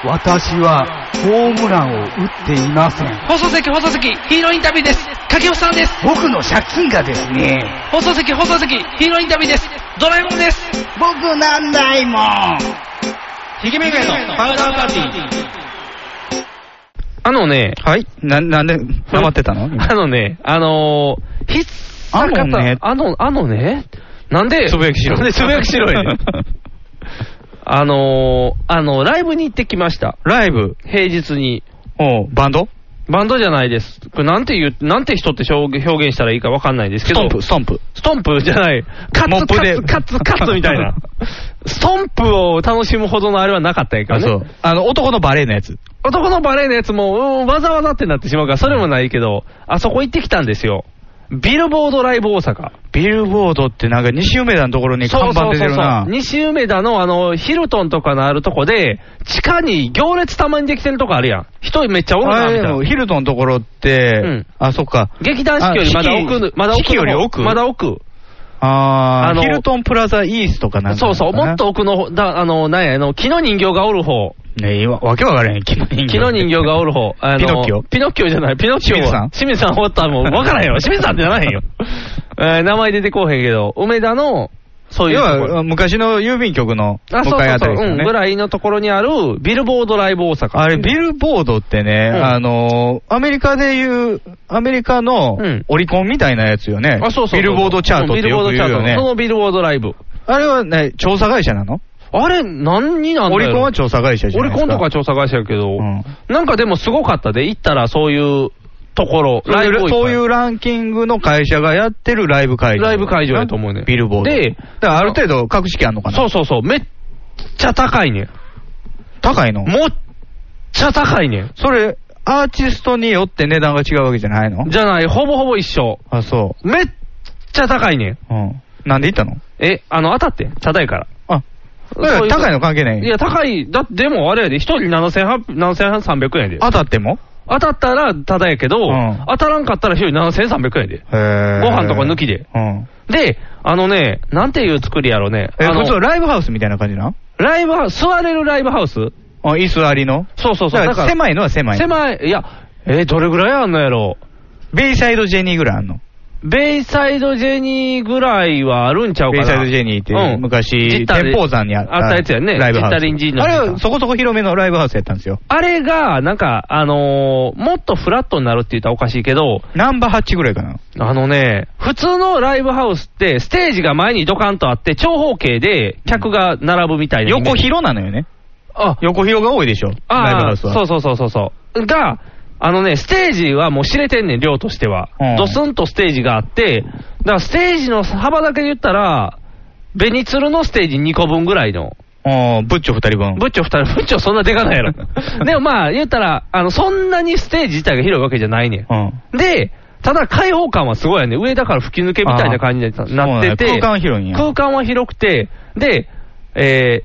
Speaker 3: 私はホームランを打っていません。放送席、放送席、ヒーローインタビューです。掛布さんです。僕の借金がですね。放送席、放送席、ヒーローインタビューです。ドラえもんです。僕なんないもん。ひげめがのパウダーパーティー。
Speaker 7: あのね、
Speaker 2: はいな、なんで、ハマってたの
Speaker 7: あのね、あのー、ひっさか
Speaker 2: あのね
Speaker 7: た、あの、あのね、なんで、
Speaker 2: つぶやきしろ。。
Speaker 7: なんでつぶやきしろやねん あのー、あの、ライブに行ってきました。
Speaker 2: ライブ、
Speaker 7: 平日に。
Speaker 2: おうバンド
Speaker 7: バンドじゃないです。これなんて言う、なんて人って表現表現したらいいかわかんないです
Speaker 2: ス
Speaker 7: けど。
Speaker 2: トンプ、ストンプ。
Speaker 7: ストンプじゃない。カ
Speaker 2: モッ
Speaker 7: ツ
Speaker 2: プ
Speaker 7: カ
Speaker 2: で
Speaker 7: ツカツカツみ たいな。ストンプを楽しむほどのあれはなかったんやか
Speaker 2: あ、そ
Speaker 7: ら
Speaker 2: う
Speaker 7: ね。。
Speaker 2: あの、男のバレエのやつ。
Speaker 7: 男のバレエのやつも、うんわざわざってなってしまうから、それもないけど、あそこ行ってきたんですよ。ビルボードライブ大阪。
Speaker 2: ビルボードってなんか西梅田のところに看板出てるな。
Speaker 7: 西梅田のあの、ヒルトンとかのあるとこで、地下に行列たまにできてるとこあるやん。人めっちゃおるな、
Speaker 2: あ
Speaker 7: みた
Speaker 2: れ
Speaker 7: い
Speaker 2: で
Speaker 7: な
Speaker 2: も。ヒルトンのところって、
Speaker 7: うん
Speaker 2: あ、そっか。
Speaker 7: 劇団四季よりまだ
Speaker 2: あ
Speaker 7: 奥
Speaker 2: 四季、
Speaker 7: のまだ奥の方
Speaker 2: 四季より奥
Speaker 7: まだ奥。
Speaker 2: あー
Speaker 7: あの
Speaker 2: ヒルトンプラザイースとかなんか
Speaker 7: そ
Speaker 2: な
Speaker 7: うそう、もっと。奥の方、だあの、なんや、あの、木の人形がおる方。
Speaker 2: ねえ、わわけわからへん。木の人形。
Speaker 7: 木の人形がおる方。あの
Speaker 2: ピノッキオ
Speaker 7: ピノッキオじゃない、ピノッキオ
Speaker 2: 清水さん
Speaker 7: 清水さんおったらもう分からへんよ。清水さんってなら へんよ。えー名前出てこうへんけど、梅田の、そういう
Speaker 2: 要
Speaker 7: ところ。
Speaker 2: は、昔の郵便局の
Speaker 7: あ、
Speaker 2: 向
Speaker 7: そう
Speaker 2: かい
Speaker 7: そう
Speaker 2: あた
Speaker 7: そう、
Speaker 2: りです
Speaker 7: う
Speaker 2: よ
Speaker 7: ん、
Speaker 2: ね
Speaker 7: ぐ。らいのところにある、ビルボードライブ大阪。
Speaker 2: あれ、ビルボードってね、
Speaker 7: うん
Speaker 2: あのーアメリカでいう、アメリカの
Speaker 7: うん
Speaker 2: オリコンみたいなやつよね。
Speaker 7: あ、そうそうそう
Speaker 2: ビルボードチャートっ
Speaker 7: うん
Speaker 2: てよく言うよ
Speaker 7: ビルボードチャート
Speaker 2: ね
Speaker 7: そ。のビルボードライブ。
Speaker 2: あれはね、調査会社なの
Speaker 7: あれ、何になんだろ
Speaker 2: オ
Speaker 7: う
Speaker 2: リコンは調査会社じゃ
Speaker 7: オ
Speaker 2: ない
Speaker 7: リ
Speaker 2: ですか。
Speaker 7: コンとか調査会社やけど、
Speaker 2: うん
Speaker 7: なんかでもすごかったで、行ったらそういうところ、ライブをいっぱい
Speaker 2: そういうランキングの会社がやってるライブ会場。
Speaker 7: ライブ会場やと思うね
Speaker 2: ビルボード。
Speaker 7: で
Speaker 2: だからある程度格式あんのかな
Speaker 7: そうそうそう、めっちゃ高いねん。
Speaker 2: 高いの
Speaker 7: もっちゃ高いねん。
Speaker 2: それ、アーティストによって値段が違うわけじゃないの
Speaker 7: じゃない、ほぼほぼ一緒。
Speaker 2: あ、そ
Speaker 7: めっちゃ高いねん。
Speaker 2: う。うん。なんで行ったの
Speaker 7: え、あの、当たってん。ただいから。
Speaker 2: あ、だから高いの関係ない
Speaker 7: いや、高い。だって、でもあれやで、一人7800 7300円やで。
Speaker 2: 当たっても
Speaker 7: 当たったらただやけど、
Speaker 2: ん
Speaker 7: 当たらんかったら一人7300円やで。
Speaker 2: へー
Speaker 7: ご飯とか抜きで
Speaker 2: うん。
Speaker 7: で、あのね、なんていう作りやろね。
Speaker 2: え、
Speaker 7: あの
Speaker 2: 普通ライブハウスみたいな感じなの
Speaker 7: ライブハウス、座れるライブハウス
Speaker 2: あ、椅子ありの
Speaker 7: そうそうそう。
Speaker 2: だから狭いのは狭い。
Speaker 7: 狭い。いや、えーどれぐらいあんのやろ
Speaker 2: ベイサイドジェニーぐらいあんの
Speaker 7: ベイサイドジェニーぐらいはあるんちゃうか
Speaker 2: ベ
Speaker 7: な
Speaker 2: イサイドジェニーっていう昔、天宝山にあった。
Speaker 7: あったやつやね。
Speaker 2: ライブハウス。
Speaker 7: ジッタリンジーノ
Speaker 2: あ
Speaker 7: ジ
Speaker 2: れ
Speaker 7: ー
Speaker 2: はそこそこ広めのライブハウスやったんですよ。
Speaker 7: あれが、なんか、あのーもっとフラットになるって言ったらおかしいけど、
Speaker 2: ナンバー8ぐらいかな。
Speaker 7: あのね、普通のライブハウスって、ステージが前にドカンとあって、長方形で客が並ぶみたいな。
Speaker 2: 横。広なのよね。
Speaker 7: あ、
Speaker 2: 横広が多いでしょ。ライブハ
Speaker 7: あ
Speaker 2: ウ
Speaker 7: あ、
Speaker 2: スは。
Speaker 7: そうそうそうそうそう。が、あのね、ステージはもう知れてんねん、量としては。
Speaker 2: うん
Speaker 7: ドスンとステージがあって、だからステージの幅だけで言ったら、ベニツルのステージ2個分ぐらいの。
Speaker 2: うん、ブッチョ二人分。
Speaker 7: ブッチョ二人、ブッチョそんなで かないやろ。でもまあ、言ったら、あの、そんなにステージ自体が広いわけじゃないね
Speaker 2: うん。
Speaker 7: ん。で、ただ開放感はすごいよね。上だから吹き抜けみたいな感じに
Speaker 2: あー
Speaker 7: なってて。
Speaker 2: そうなんや空間は広いんや
Speaker 7: 空間は広くて、で、え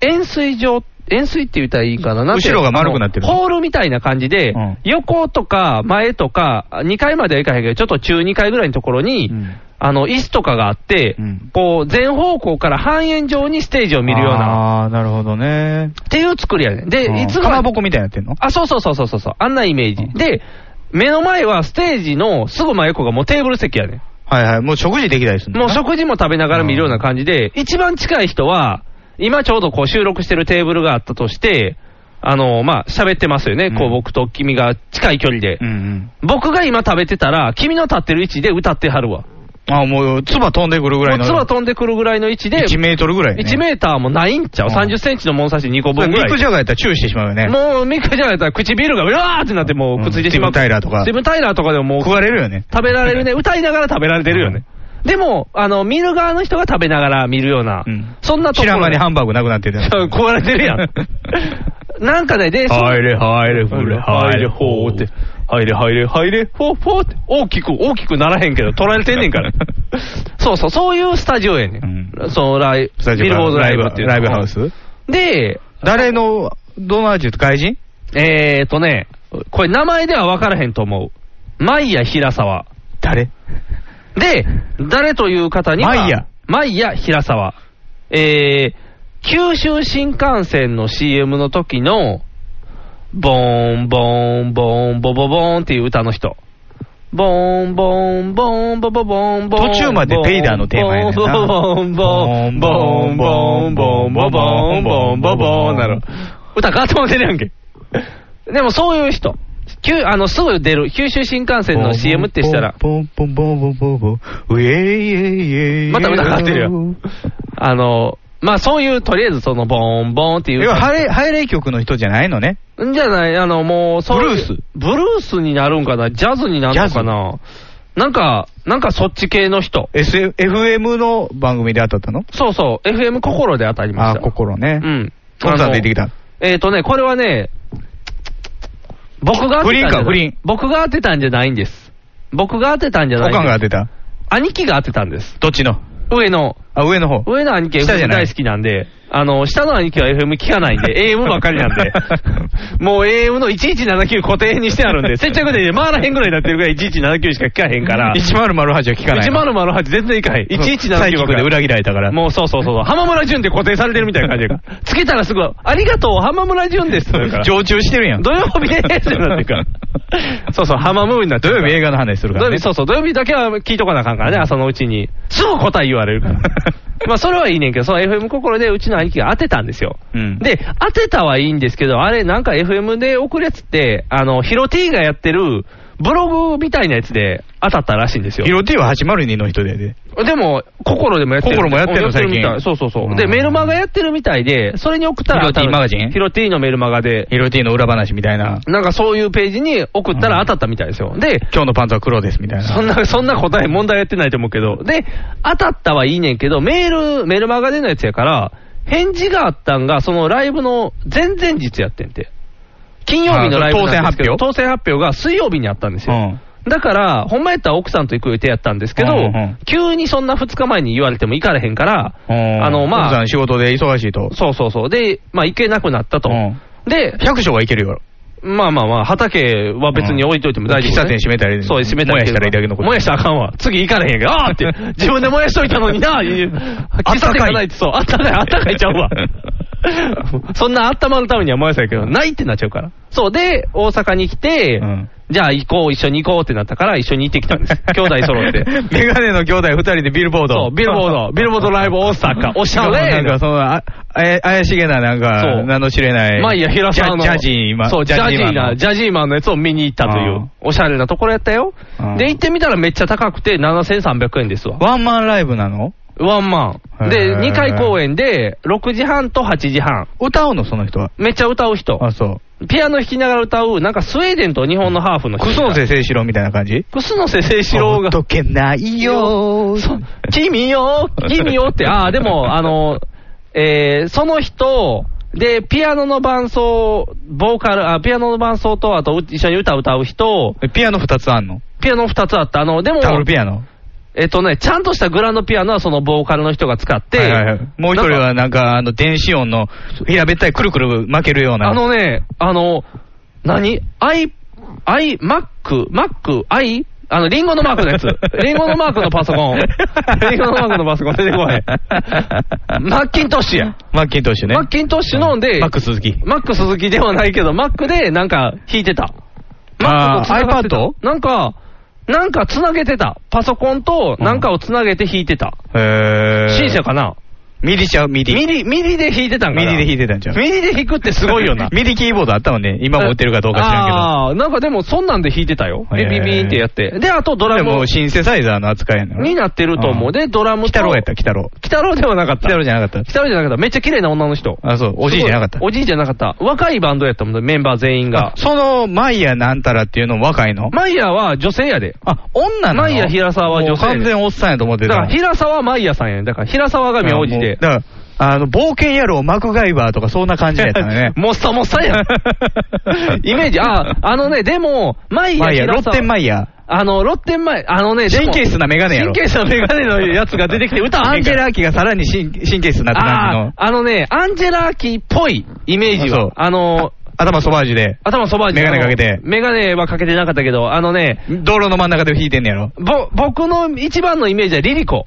Speaker 7: ー、円錐状、円錐って言ったらいいかな。なんていうの
Speaker 2: 後ろが丸くなってる
Speaker 7: あのホールみたいな感じで、
Speaker 2: うん
Speaker 7: 横とか前とか、2階まではいかへんけど、ちょっと中2階ぐらいのところに、
Speaker 2: うん
Speaker 7: あの、椅子とかがあって、
Speaker 2: うん
Speaker 7: こう、全方向から半円状にステージを見るような。
Speaker 2: ああー、なるほどね。
Speaker 7: っていう作りやねん。で、いつ
Speaker 2: か
Speaker 7: も
Speaker 2: まぼこみたいになってんの
Speaker 7: あ、そうそうそうそうそうそう、あんなイメージ。
Speaker 2: うん
Speaker 7: で、目の前はステージのすぐ真横がもうテーブル席やね
Speaker 2: はいはい。もう食事できたりする
Speaker 7: ん。もう食事も食べながら見るような感じで、一番近い人は、今ちょうどこう収録してるテーブルがあったとして、あの、まあ、喋ってますよね。
Speaker 2: うん
Speaker 7: こう僕と君が近い距離で
Speaker 2: う。んうん。
Speaker 7: 僕が今食べてたら、君の立ってる位置で歌ってはるわ。
Speaker 2: あもう、唾飛んでくるぐらい
Speaker 7: も
Speaker 2: の。
Speaker 7: う唾飛んでくるぐらいの位置で、
Speaker 2: 1メートルぐらい、ね。
Speaker 7: 1メーターもないんちゃう
Speaker 2: うん
Speaker 7: ?30 センチの物差し2個分ぐらい。
Speaker 2: 肉じゃがやったらチューしてしまうよね。
Speaker 7: もうミクじゃないと唇がうわーってなってもうくっついてしまう。
Speaker 2: うんスティーブタイラーとか
Speaker 7: スティーブタイラーとかでももう
Speaker 2: 食われるよね。
Speaker 7: 食べられるね。歌いながら食べられてるよね。でも、あの、見る側の人が食べながら見るような、
Speaker 2: うん
Speaker 7: そんなとこ
Speaker 2: 知ら
Speaker 7: ろ。
Speaker 2: ん間に ハンバーグなくなってたよ。
Speaker 7: そう食われてる やん。なんかね、で、そう
Speaker 2: 入れ、入れ、ふれ、
Speaker 7: 入
Speaker 2: 入
Speaker 7: れ、
Speaker 2: れ、
Speaker 7: ほ
Speaker 2: ほー
Speaker 7: ーっ
Speaker 2: ってて。。
Speaker 7: 入れ、入れ、入れ、ほー、ほーって。大きく、大きくならへんけど、取られてんねんから。そうそう、そういうスタジオやねん。
Speaker 2: う
Speaker 7: そう、ライ
Speaker 2: スタジオ
Speaker 7: ビルボードライブっていうの
Speaker 2: ライブライブハウス
Speaker 7: で、
Speaker 2: 誰の、どの味外人
Speaker 7: えーとね、これ名前では分からへんと思う。マイヤ・平沢。
Speaker 2: 誰
Speaker 7: で、誰という方には、
Speaker 2: マイヤ。
Speaker 7: マイヤ・平沢。えー、九州新幹線の CM の時の、ボーン、ボーン、ボーン、ボボボーンっていう歌の人。ボーン、ボーン、ボーン、ボボボーン、ボーン。
Speaker 2: 途中までペイダーのテーマやねんな
Speaker 7: ボーン、ボーン、ボーン、ボーン、ボーン、ボーン、ボーン、ボーン、ボーン、ボーン、ボーン、なる。歌変わってもてるやんけ。でもそういう人。きゅあの、すぐ出る。九州新幹線の CM ってしたら。
Speaker 2: ポンポンポンポンポンポンポン。ウェイエイエイエイ。
Speaker 7: また歌かかってるよ。あの、まあそういう、とりあえずその、ボーン、ボーンっていう。
Speaker 2: 要は、ハイレハイレイ曲の人じゃないのね。
Speaker 7: んじゃない、あの、もう、そう
Speaker 2: ブル
Speaker 7: いう
Speaker 2: ース
Speaker 7: ブルースになるんかなジャズになるのかななんか、なんかそっち系の人。
Speaker 2: SF FM の番組で当たったの
Speaker 7: そうそう、FM 心で当たりまし
Speaker 2: あ
Speaker 7: た。
Speaker 2: ー、心ね。
Speaker 7: うん。
Speaker 2: トムさん出てきた。
Speaker 7: えっ、とね、これはね、僕が当てたんじゃな
Speaker 2: 不倫
Speaker 7: い
Speaker 2: か不倫
Speaker 7: 僕が当てたんじゃないんです。僕が当てたんじゃ
Speaker 2: お
Speaker 7: ない
Speaker 2: かんが当て
Speaker 7: て
Speaker 2: た。
Speaker 7: 兄貴が当てたんです。
Speaker 2: どっちの
Speaker 7: 上の、
Speaker 2: あ、上の方。
Speaker 7: 上の兄貴は
Speaker 2: 下じゃ
Speaker 7: FM
Speaker 2: ない
Speaker 7: 大好きなんで、あの、下の兄貴は FM 聞かないんで、AM ばっかりなんで、もう AM の1179固定にしてあるんで、接着で回らへんぐらいになってるぐらい1179しか聞かへんから、
Speaker 2: 1008は聞かない。
Speaker 7: 1008全然いかへん。1179ばっか
Speaker 2: サイ
Speaker 7: り
Speaker 2: キックで裏切られたから。
Speaker 7: もうそうそうそう。浜村淳で固定されてるみたいな感じやから。つけたらすぐ、ありがとう、浜村淳ですってなるから。
Speaker 2: 常駐してるやん。
Speaker 7: 土曜日ですってなってるから。そうそう、浜ムーになって
Speaker 2: 土
Speaker 7: る
Speaker 2: 曜
Speaker 7: から
Speaker 2: 日映画の話するから、
Speaker 7: 土曜
Speaker 2: ね。
Speaker 7: 日、そうそう、土曜日だけは聞いとかなあかんからね、朝のうちに。すぐ答え言われる から。まあ、それはいいねんけど、そう、FM 心でうちの兄貴が当てたんですよ。
Speaker 2: うん
Speaker 7: で、当てたはいいんですけど、あれ、なんか FM で送るやつって、あの、ヒロ T がやってるブログみたいなやつで当たったらしいんですよ。
Speaker 2: 色 T は802の人でで。
Speaker 7: でも、心でもやってる。
Speaker 2: 心もやってるの最近
Speaker 7: みたいそうそうそう。
Speaker 2: うん
Speaker 7: で、メルマガやってるみたいで、それに送ったら当た
Speaker 2: ヒ
Speaker 7: る。
Speaker 2: ロ T マガジン
Speaker 7: ヒロ T のメルマガで、
Speaker 2: 色 T の裏話みたいな。
Speaker 7: なんかそういうページに送ったら当たったみたいですよ。で、
Speaker 2: 今日のパンツは黒ですみたいな。
Speaker 7: そんな、そんな答え、問題やってないと思うけど。で、当たったはいいねんけど、メール、メルマガでのやつやから、返事があったんが、そのライブの前々日やってんて。金曜日のライブなんですけど
Speaker 2: あ当
Speaker 7: 当選発表が水曜日にあったんですよ。
Speaker 2: うん
Speaker 7: だから、ほんまやったら奥さんと行く予定やったんですけど、
Speaker 2: うんうんうん
Speaker 7: 急にそんな2日前に言われても行かれへんから、
Speaker 2: うん
Speaker 7: あの、ま
Speaker 2: 奥さ
Speaker 7: あ
Speaker 2: ん、仕事で忙しいと。
Speaker 7: そうそうそう。で、まあ行けなくなったと。
Speaker 2: うん
Speaker 7: で、
Speaker 2: 百姓はいけるよ。
Speaker 7: まあまあまあ、畑は別に置いといても大丈
Speaker 2: うん喫
Speaker 7: 夫、
Speaker 2: 茶店閉めたり
Speaker 7: そう、閉めた
Speaker 2: 燃
Speaker 7: り。
Speaker 2: やしたらいいだけのこと
Speaker 7: 燃やしたらあかんわ。次行かれへんやんけど、あーって、自分で燃やしといたのにな、いう
Speaker 2: あった
Speaker 7: 喫
Speaker 2: かい
Speaker 7: 茶店がないって、そう、あったかい、あったかいちゃうわ。 そんな温まるためには燃やしたけど、ないってなっちゃうから。そう、で、大阪に来て、
Speaker 2: うん
Speaker 7: じゃあ行こう、一緒に行こうってなったから、一緒に行ってきたん です。兄弟揃って。
Speaker 2: メガネの兄弟二人でビルボード。
Speaker 7: そう、ビルボード、ビルボードライブ大阪、おしゃれ
Speaker 2: なんかその、ああや怪しげな、なん
Speaker 7: そ
Speaker 2: か、
Speaker 7: う
Speaker 2: 名の知れない。
Speaker 7: まあいいや、平沢の。
Speaker 2: ジャジャジーマン。
Speaker 7: そう、ジャジー
Speaker 2: マ
Speaker 7: な、
Speaker 2: ン、
Speaker 7: ジャジーマンのやつを見に行ったといううんおしゃれなところやったよ
Speaker 2: うん。
Speaker 7: で、行ってみたらめっちゃ高くて、7300円ですわ。
Speaker 2: ワンマンライブなの
Speaker 7: ワンマ
Speaker 2: へー
Speaker 7: ン。で、2回公演で、6時半と8時半。
Speaker 2: 歌うの、その人は。
Speaker 7: めっちゃ歌う人。
Speaker 2: あ、そう。
Speaker 7: ピアノ弾きながら歌う、なんかスウェーデンと日本のハーフの人。
Speaker 2: クスのせ聖志郎みたいな感じ
Speaker 7: クスノセ聖志郎が。
Speaker 2: 解けないよ
Speaker 7: そう君よ、君よって、ああ、でも、あの、えー、その人、で、ピアノの伴奏、ボーカル、あ、ピアノの伴奏と、あと、う一緒に歌歌う人、
Speaker 2: えピアノ二つあんの
Speaker 7: ピアノ2つあった。あの、でも、
Speaker 2: タオルピアノ。
Speaker 7: えっとね、ちゃんとしたグランドピアノはそのボーカルの人が使って、
Speaker 2: はいはいはいもう一人
Speaker 7: なんか
Speaker 2: はなんか、あの、電子音の平べったいくるくる巻けるような。
Speaker 7: あのね、あの、何アイ、アイ、マック、マック、アイあの、リンゴのマークのや つ。リンゴのマークのパソ コン。リンゴのマークのパソコン出てこへ ん。マッキントッシュや。
Speaker 2: マッキントッシュね。
Speaker 7: マッキントッシュので、
Speaker 2: マック鈴木。
Speaker 7: マック鈴木ではないけど、マックでなんか弾いてた。
Speaker 2: あー iPad？
Speaker 7: なんか、なんかつなげてた。パソコンとなんかをつなげて弾いてた。
Speaker 2: へー。
Speaker 7: シンセかな
Speaker 2: ミディちゃう、ミディ。
Speaker 7: ミリ、ミリで弾いてたんか
Speaker 2: ミ
Speaker 7: な
Speaker 2: ディで弾いてたんちゃう。。
Speaker 7: ミリで弾くってすごいよな
Speaker 2: ミディキーボードあったもんね。今も売ってるかどうか知らん
Speaker 7: ああ、なんかでもそんなんで弾いてたよ。
Speaker 2: へ
Speaker 7: ビ
Speaker 2: ー
Speaker 7: ビビーンってやって。で、あとド
Speaker 2: けど。
Speaker 7: ラ
Speaker 2: でも
Speaker 7: ム
Speaker 2: うシンセサイザーの扱いやん
Speaker 7: になってると思う。
Speaker 2: で、
Speaker 7: で、ドラムと。
Speaker 2: 北郎やった、北郎。
Speaker 7: 北郎ではなかった。
Speaker 2: 北郎じゃなかった。
Speaker 7: 北郎じゃなかった。めっちゃ綺麗な女の人。
Speaker 2: あ、そう、おじいじゃなかっ
Speaker 7: す
Speaker 2: た
Speaker 7: ごい。おじいじゃなかった。若いバンドやったもんね、メンバー全員が
Speaker 2: あ。その、マイヤなんたらっていうのも若いの
Speaker 7: マイヤーは女性やで。
Speaker 2: あ、女なの
Speaker 7: マイヤ平沢は女性
Speaker 2: もう完全おっさんやと思って
Speaker 7: だ
Speaker 2: た。
Speaker 7: から、平沢マイヤさんやねだから、平沢が名字で。。
Speaker 2: だから、あの、冒険野郎、マクガイバーとかそんな感じやったのね
Speaker 7: もっさもっさやん。 イメージ、あ、あのね、でも、マイヤ
Speaker 2: マイヤ、ロ
Speaker 7: 平
Speaker 2: ッ
Speaker 7: 沢
Speaker 2: テンマイヤ。
Speaker 7: あの、ロッテン前、あのね、でも
Speaker 2: 神経質なメガネやろ
Speaker 7: 神経質なメガネのやつが出てきて、歌わ
Speaker 2: ア
Speaker 7: へ
Speaker 2: ン
Speaker 7: ん
Speaker 2: ジ
Speaker 7: か
Speaker 2: ェ
Speaker 7: ら
Speaker 2: ラ・アキがさらに神神経質になった
Speaker 7: あ
Speaker 2: 感
Speaker 7: ーあのね、アンジェラーキーっぽいイメージ
Speaker 2: あそ
Speaker 7: は
Speaker 2: う。
Speaker 7: あの、
Speaker 2: じの。頭そば味で。
Speaker 7: 頭そばに。
Speaker 2: メガネかけて
Speaker 7: メガネはかけてなかったけど、あのね、
Speaker 2: 道路の真ん中で弾いてんねやろ。
Speaker 7: ぼ、僕の一番のイメージはリリコ。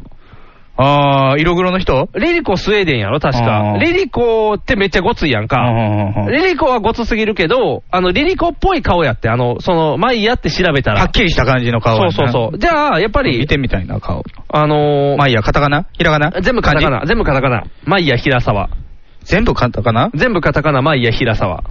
Speaker 2: あー、色黒の人
Speaker 7: リリコスウェーデンやろ、確
Speaker 2: う
Speaker 7: か
Speaker 2: ん。
Speaker 7: リリコってめっちゃごついや
Speaker 2: う
Speaker 7: ん
Speaker 2: んう
Speaker 7: か。
Speaker 2: んうんうん
Speaker 7: リリコはごつすぎるけど、あの、リリコっぽい顔やって、あの、その、マイヤって調べたら。
Speaker 2: はっきりした感じの顔や
Speaker 7: そ
Speaker 2: な
Speaker 7: うそうそう。じゃあ、やっぱり
Speaker 2: 見、てみたいな、顔。
Speaker 7: あのー
Speaker 2: まあいいや、カタカナひらがな
Speaker 7: 全部カタカ。
Speaker 2: 漢
Speaker 7: ナ、全部カタカナ。マイヤ平沢。
Speaker 2: 字全部カタカナ
Speaker 7: 全部カタカナ、マイヤ、平沢。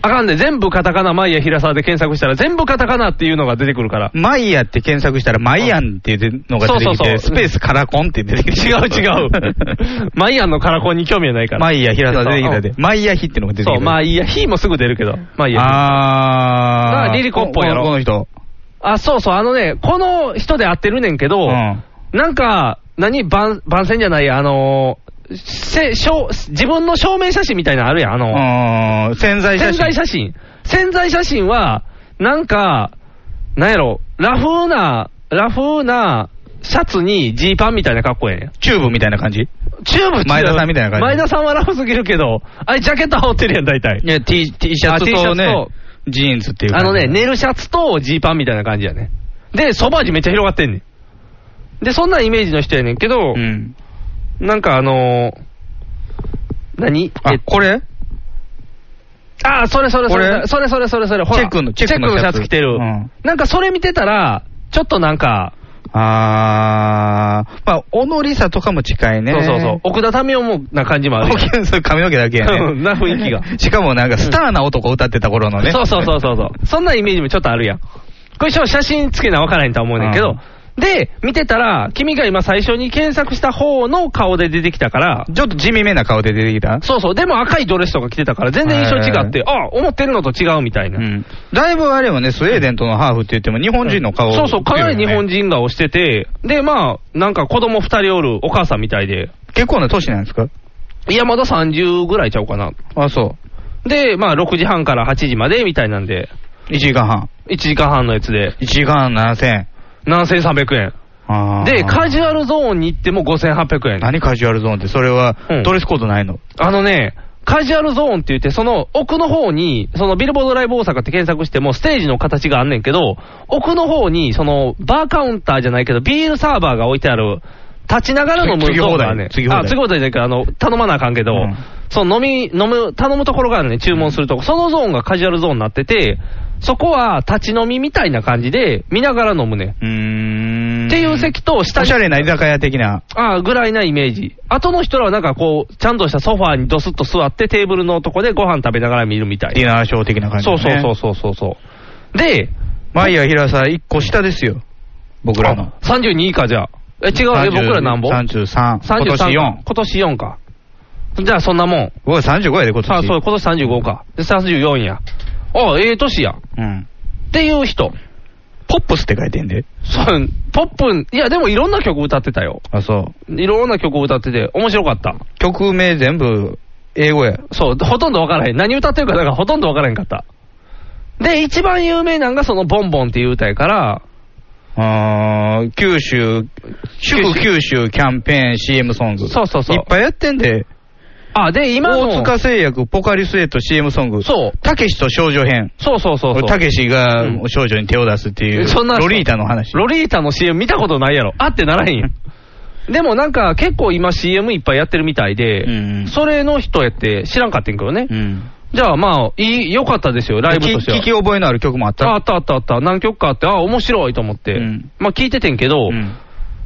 Speaker 7: あかんで、全部カタカナ、マイヤ、平沢で検索したら、全部カタカナっていうのが出てく るから。
Speaker 2: マイヤって検索したら、マイアンっていうのが出てき
Speaker 7: そうそうそう
Speaker 2: て、スペースカラコンって出てきて。
Speaker 7: 違う違う。 マイヤンのカラコンに興味はないから。
Speaker 2: マイヤ、平沢出てきたで
Speaker 7: う。
Speaker 2: マイヤヒってのが出てきた
Speaker 7: そ
Speaker 2: で。
Speaker 7: う、マイヤ、ヒもすぐ出るけど。マイヤ。あ
Speaker 2: あ
Speaker 7: だから
Speaker 2: ー。
Speaker 7: リリコっぽいやろ
Speaker 2: このこの人。
Speaker 7: あ、そうそう、あのね、この人で合ってるねんけど、
Speaker 2: うん
Speaker 7: なんか、何、番、番宣じゃないや、あのー、せ、しょう自分の証明写真みたいなのあるやん、あの、
Speaker 2: うん。潜在写
Speaker 7: 潜
Speaker 2: 真。
Speaker 7: 在写真。潜在写真は、なんか、なんやろ、
Speaker 3: ラフな、ラフなシャツにジーパンみたいな格好やねん。
Speaker 2: チューブみたいな感じい
Speaker 3: チューブ違う
Speaker 2: 前田さんみたいな感じ
Speaker 3: 前田さんはラフすぎるけど、あれジャケット羽織ってるやん、大体。
Speaker 2: や、T, T シャツ
Speaker 3: T シャ
Speaker 2: と
Speaker 3: ツ
Speaker 2: ね
Speaker 3: と、
Speaker 2: ジーンズっていう
Speaker 3: あ
Speaker 2: 感じ
Speaker 3: のね、ネルシャツとジーパンみたいな感じやね。で、ソバージュめっちゃ広がってんねん。で、そんなイメージの人やねんけど、
Speaker 2: うん。
Speaker 3: なんかあのー、何え
Speaker 2: あ、これ
Speaker 3: あー、それそれそれ、それそれそれそれ、ほら
Speaker 2: チェックのチ
Speaker 3: チ
Speaker 2: ェ
Speaker 3: ェ
Speaker 2: ッ
Speaker 3: ッ
Speaker 2: ク
Speaker 3: ク
Speaker 2: の
Speaker 3: の
Speaker 2: シ
Speaker 3: シ
Speaker 2: ャ
Speaker 3: ャ
Speaker 2: ツ
Speaker 3: ツ着てる。
Speaker 2: うん
Speaker 3: なんかそれ見てたら、ちょっとなんか、
Speaker 2: あー、まあ、小野梨沙とかも近いね。
Speaker 3: そうそうそう、奥田民生もな感じもあるやん。
Speaker 2: そう髪の毛だけやね。
Speaker 3: うんな雰囲気が。
Speaker 2: しかもなんかスターな男歌ってた頃のね。
Speaker 3: そうそうそうそうそう。そんなイメージもちょっとあるやん。これちょっと写真つけなわからへんとは思うねんけ
Speaker 2: う
Speaker 3: ど
Speaker 2: ん。
Speaker 3: で、見てたら、君が今最初に検索した方の顔で出てきたから、
Speaker 2: ちょっと地味めな顔で出てきた
Speaker 3: そうそう、でも赤いドレスとか着てたから、全然印象違って、あ、思ってるのと違うみたいな。
Speaker 2: うんだいぶあれもね、スウェーデンとのハーフって言っても日本人の顔、
Speaker 3: そうそう、かなり日本
Speaker 2: 人。
Speaker 3: 人顔してて、で、まあ、なんか子供二人おるお母さんみたいで、
Speaker 2: 結構な年なんですか
Speaker 3: いや、まだ30ぐらいちゃうかな。
Speaker 2: あ、そ
Speaker 3: で、まあ、6時半から8時までみたいなんで、
Speaker 2: う。1時間半。
Speaker 3: 1時間半のやつで、
Speaker 2: 1時間半7000円。
Speaker 3: 7300円。
Speaker 2: あー
Speaker 3: で、カジュアルゾーンに行っても5800円。
Speaker 2: 何カジュアルゾーンって、それは
Speaker 3: うん
Speaker 2: ドレスコードないの、
Speaker 3: あのね、カジュアルゾーンって言って、その奥の方に、そのビルボードライブ大阪って検索しても、ステージの形があんねんけど、奥の方に、そのバーカウンターじゃないけど、ビールサーバーが置いてある、立ちながら飲むゾ
Speaker 2: つぎ
Speaker 3: ーンがあんねん。
Speaker 2: つぎ放題
Speaker 3: あ、つぎ放題じゃないけど、あの、頼まなあかんけど、
Speaker 2: うん
Speaker 3: その飲み、飲む、頼むところがあるねん注文するとこ。そのゾーンがカジュアルゾーンになってて、そこは立ち飲みみたいな感じで、見ながら飲むねん。
Speaker 2: うーん。
Speaker 3: っていう席と、下
Speaker 2: お
Speaker 3: に
Speaker 2: しゃれな居酒屋的な。
Speaker 3: ああ、ぐらいなイメージ。あとの人らはなんかこう、ちゃんとしたソファーにドスッと座ってテーブルのとこでご飯食べながら見るみたい
Speaker 2: ディ。ナーショー的な感じ、
Speaker 3: そ
Speaker 2: ね。
Speaker 3: うそうそうそうそうそう。で、
Speaker 2: マイヤー平さん1個下ですよ。僕らの
Speaker 3: あ。32以下じゃあ。え、違う、え、
Speaker 2: 30
Speaker 3: 僕らなんぼ
Speaker 2: ?33。今年
Speaker 3: 33
Speaker 2: 4。
Speaker 3: 今年4か。じゃあそんなもん。
Speaker 2: 僕は35やで、今年。
Speaker 3: さあ、そう、今年35か。で、34や。ああ、ええ年や。っ
Speaker 2: うん。
Speaker 3: ていう人。
Speaker 2: ポップスって書いてんで。
Speaker 3: そう、ポップ、いや、でもいろんな曲歌ってたよ。
Speaker 2: あ、そう。
Speaker 3: いろんな曲歌ってて、面白かった。
Speaker 2: 曲名全部英語や。
Speaker 3: そう、ほとんどわからへん。何歌ってるか、だからほとんどわからへんかった。で、一番有名なんがそのボンボンっていう歌やから、
Speaker 2: あー九州、祝九州キャンペーン CM ソング。
Speaker 3: そうそうそう
Speaker 2: いっぱいやってんで。
Speaker 3: あ、で、今の、
Speaker 2: 大塚製薬ポカリスエット CM ソング。
Speaker 3: そう
Speaker 2: たけしと少女編。
Speaker 3: そうそうそうそう。
Speaker 2: たけしが
Speaker 3: うん
Speaker 2: 少女に手を出すっていう、
Speaker 3: そんな
Speaker 2: ロリータの話。
Speaker 3: ロリータの CM 見たことないやろ。あってならへんや ん。でもなんか結構今 CM いっぱいやってるみたいで、
Speaker 2: うん
Speaker 3: それの人やって知らんかってんけどね。
Speaker 2: うん。
Speaker 3: じゃあまあ、いい、良かったですよ、ライブとしては。
Speaker 2: 聞き覚えのある曲もあっ
Speaker 3: ああ
Speaker 2: た。
Speaker 3: ったあったあった。何曲かあって、ああ、面白いと思って。
Speaker 2: うん
Speaker 3: まあ聞いててんけ
Speaker 2: う
Speaker 3: ど、
Speaker 2: ん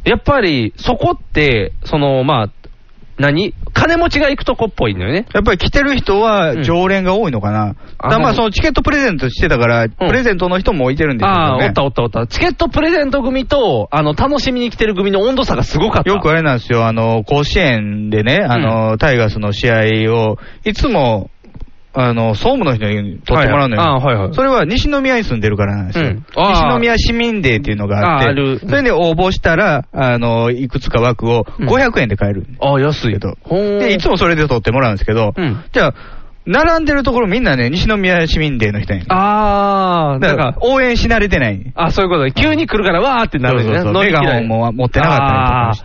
Speaker 3: やっぱり、そこって、その、まあ、何金持ちが行くとこっぽいんだよね。
Speaker 2: やっぱり来てる人
Speaker 3: う
Speaker 2: は
Speaker 3: ん
Speaker 2: 常連が多いのかな。
Speaker 3: あ
Speaker 2: たま
Speaker 3: そ
Speaker 2: あ
Speaker 3: う
Speaker 2: そのチケットプレゼントしてたから、プレゼントの人も置いてるんですよ、ね。
Speaker 3: ああ、おったおったおった。チケットプレゼント組と、あの、楽しみに来てる組の温度差がすごかった。
Speaker 2: よくあれなんですよ、あの、甲子園でね、あの、タイガースの試合を、いつも、あの、総務の人に取ってもらうのよ。
Speaker 3: はいはいあはいはい
Speaker 2: それは西宮に住んでるからなんですよ。
Speaker 3: うんあー
Speaker 2: 西宮市民デーっていうのがあっ
Speaker 3: あ
Speaker 2: て、
Speaker 3: ーある
Speaker 2: それで応募したら、あの、いくつか枠を
Speaker 3: うん
Speaker 2: 500円で買えるんで
Speaker 3: ああ、安
Speaker 2: す
Speaker 3: い
Speaker 2: けど、
Speaker 3: ほー
Speaker 2: で、いつもそれで取ってもらうんですけど、
Speaker 3: うん
Speaker 2: じゃあ、並んでるところみんなね、西宮市民デーの人やねん
Speaker 3: ああ、な
Speaker 2: だ
Speaker 3: ん
Speaker 2: から
Speaker 3: か、
Speaker 2: 応援し慣れてない。
Speaker 3: あそういうことね急に来るから、わーってなるんだ
Speaker 2: そ
Speaker 3: よ
Speaker 2: う
Speaker 3: ね。
Speaker 2: そうそう
Speaker 3: 飲み嫌い
Speaker 2: メガホンも持ってなかっ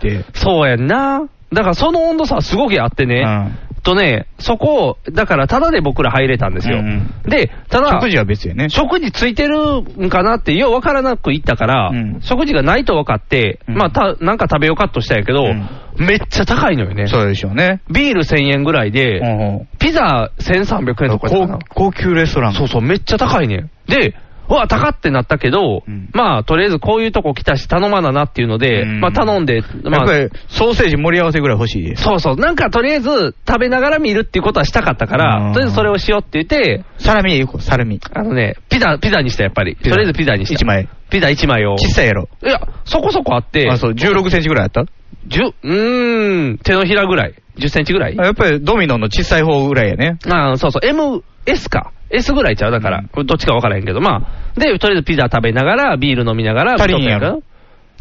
Speaker 2: たりとかして
Speaker 3: あーそうやんな。だからその温度差はすごくあってね。とね、そこ、だからただで僕ら入れたんですよ。
Speaker 2: うん
Speaker 3: で、ただ、
Speaker 2: 食事は別よね。
Speaker 3: 食事ついてるんかなって、よう分からなく行ったから、
Speaker 2: うん
Speaker 3: 食事がないと分かって、
Speaker 2: うん
Speaker 3: まあた、なんか食べようかとしたんやけど、
Speaker 2: うん
Speaker 3: めっちゃ高いのよね。
Speaker 2: そうでしょうね。
Speaker 3: ビール1000円ぐらいで、
Speaker 2: うんうん
Speaker 3: ピザ1300円とかやったかな
Speaker 2: 高高級レストラン。
Speaker 3: そうそう、めっちゃ高いねん。で、うわ、高ってなったけど、
Speaker 2: うん
Speaker 3: まあ、とりあえずこういうとこ来たし、頼まななっていうので、
Speaker 2: うん
Speaker 3: まあ、頼んで、ま
Speaker 2: や
Speaker 3: あ
Speaker 2: っぱ、りソーセージ盛り合わせぐらい欲しいです。
Speaker 3: そうそう、なんかとりあえず食べながら見るっていうことはしたかったか
Speaker 2: うん
Speaker 3: ら、とりあえずそれをしようって言って、
Speaker 2: サラミ行こう、サラミ。
Speaker 3: あのね、ピザ、ピザにした、やっぱり。と
Speaker 2: ザ
Speaker 3: りあえずピザにした。
Speaker 2: 一枚。
Speaker 3: ピザ1枚を。
Speaker 2: 小さいやろ。
Speaker 3: いや、そこそこあって、
Speaker 2: あ、そう、16センチぐらいあった
Speaker 3: じゅうーん、手のひらぐらい。10センチぐらい
Speaker 2: あやっぱりドミノの小さい方ぐらいやね。
Speaker 3: あそうそう、M、S か。S ぐらいちゃうだから、これどっちか分からへんけど、まあ、で、とりあえずピザ食べながら、ビール飲みながら、
Speaker 2: 足りひんやろ
Speaker 3: 見とったんやか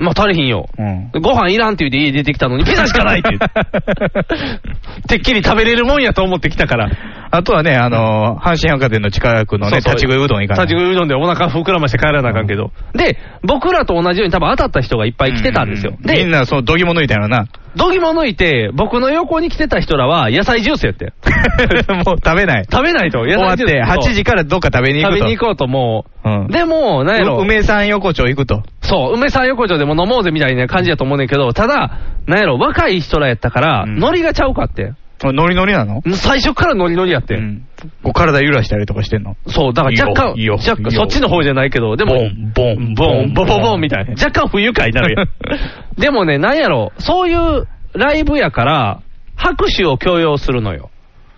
Speaker 3: らまあ、足りひんよ。
Speaker 2: うん。
Speaker 3: ご飯いらんって言うて家 出てきたのに、ピザしかないって言って。てっきり食べれるもんやと思ってきたから。
Speaker 2: あとはね、あのー、阪神百貨店の近くのね、
Speaker 3: そうそう
Speaker 2: 立ち食いうどん行かない。
Speaker 3: 立ち食いうどんでお腹膨らまして帰らなあかんけど。で、僕らと同じように多分当たった人がいっぱい来てたんですよ。
Speaker 2: うみん
Speaker 3: で、
Speaker 2: な、そう、どぎも抜いたよ な。
Speaker 3: どぎも抜いて、僕の横に来てた人らは野菜ジュースやって。
Speaker 2: もう食べない。
Speaker 3: 食べないと。野
Speaker 2: 終わ
Speaker 3: 菜
Speaker 2: っ
Speaker 3: ジュース
Speaker 2: て、8時からどっか食べに行
Speaker 3: 食
Speaker 2: く
Speaker 3: べ
Speaker 2: と。
Speaker 3: に行こうともう。
Speaker 2: うん
Speaker 3: でも、なんやろ。
Speaker 2: う梅さん横丁行くと。
Speaker 3: そう、梅さん横丁でも飲もうぜみたいな感じやと思うねんけど、ただ、なんやろ、若い人らやったから、
Speaker 2: うん
Speaker 3: ノリがちゃうかって。
Speaker 2: ノリノリなの
Speaker 3: もう最初からノリノリやって。
Speaker 2: うん。こう体揺らしたりとかしてんの。
Speaker 3: そう、だから若干、
Speaker 2: いいよいいよ
Speaker 3: 若干
Speaker 2: いいよ
Speaker 3: そっちの方じゃないけど、でも、
Speaker 2: ボンボ
Speaker 3: ボ
Speaker 2: ン
Speaker 3: ン、ボ
Speaker 2: ボン
Speaker 3: ボボンみたいな。若干不愉快になるやん。でもね、なんやろ、そういうライブやから、拍手を強要するのよ。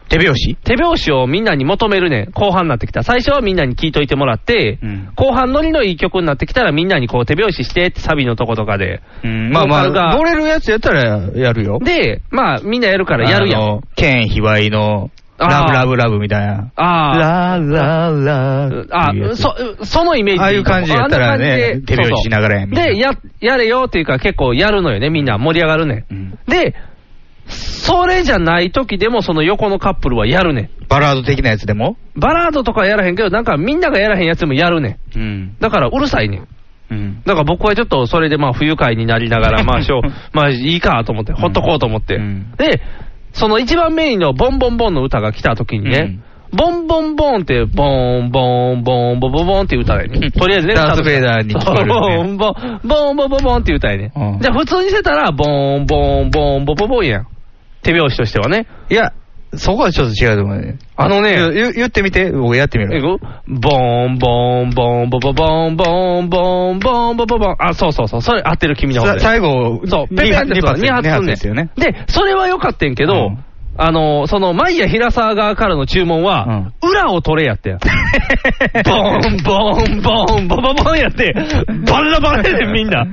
Speaker 2: 手拍子
Speaker 3: 手拍子をみんなに求めるねん後半になってきた。最初はみんなに聞いといてもらって、
Speaker 2: うん
Speaker 3: 後半ノリのいい曲になってきたらみんなにこう手拍子してってサビのとことかで。
Speaker 2: まあま
Speaker 3: ボーカル
Speaker 2: あ、
Speaker 3: が
Speaker 2: 乗れるやつやったらやるよ。
Speaker 3: で、まあみんなやるからやるや
Speaker 2: あ
Speaker 3: ん。
Speaker 2: の。剣卑猥の、
Speaker 3: あー
Speaker 2: ラブラブラブみたいな。
Speaker 3: ああ。
Speaker 2: ラララ
Speaker 3: あ
Speaker 2: っていうやつ
Speaker 3: そ、そのイメージ
Speaker 2: ああいう感じやった
Speaker 3: あ
Speaker 2: らね
Speaker 3: んな感じで
Speaker 2: 手拍子しながらやん
Speaker 3: そうそう
Speaker 2: み
Speaker 3: で、
Speaker 2: んな
Speaker 3: や、やれよっていうか結構やるのよね、みんな盛り上がるね。
Speaker 2: うん
Speaker 3: で、それじゃない時でもその横のカップルはやるね。
Speaker 2: バラード的なやつでも
Speaker 3: バラードとかはやらへんけど、なんかみんながやらへんやつもやるね。
Speaker 2: うん。
Speaker 3: だからうるさいね。
Speaker 2: うん。
Speaker 3: だから僕はちょっとそれでまあ不愉快になりながら、まあしょう、まあいいかと思って、ほっとこうと思って。
Speaker 2: うん
Speaker 3: で、その一番メインのボンボンボンの歌が来た時にね、ボンボンボンって、ボンボンボンボンボンボンって歌やね。とりあえずね、
Speaker 2: ダースベイダーに聞こえる ね
Speaker 3: ボンボンボンボンボンボンって歌やね。
Speaker 2: うん
Speaker 3: じゃあ普通にしてたら、ボンボンボンボンボンボンやん。手拍子としてはね。
Speaker 2: いや、そこはちょっと違うと思うね。
Speaker 3: あのね
Speaker 2: 言言言ってみて、僕やってみ
Speaker 3: い
Speaker 2: る。
Speaker 3: くボンボンボンボンボンボンボンボンボンボンボンボン。あ、そうそうそう。それ合ってる君の方
Speaker 2: さ
Speaker 3: で。
Speaker 2: 最後、
Speaker 3: そう、ペペンって
Speaker 2: 二発
Speaker 3: 2
Speaker 2: 二
Speaker 3: 発
Speaker 2: 発
Speaker 3: んね
Speaker 2: ですよね。
Speaker 3: で、それは良かったんけど、
Speaker 2: うん
Speaker 3: あの、その、マイヤ平沢側からの注文は、裏を取れやってんボンボンボンボボボンやって、バラバラやねん、みんな。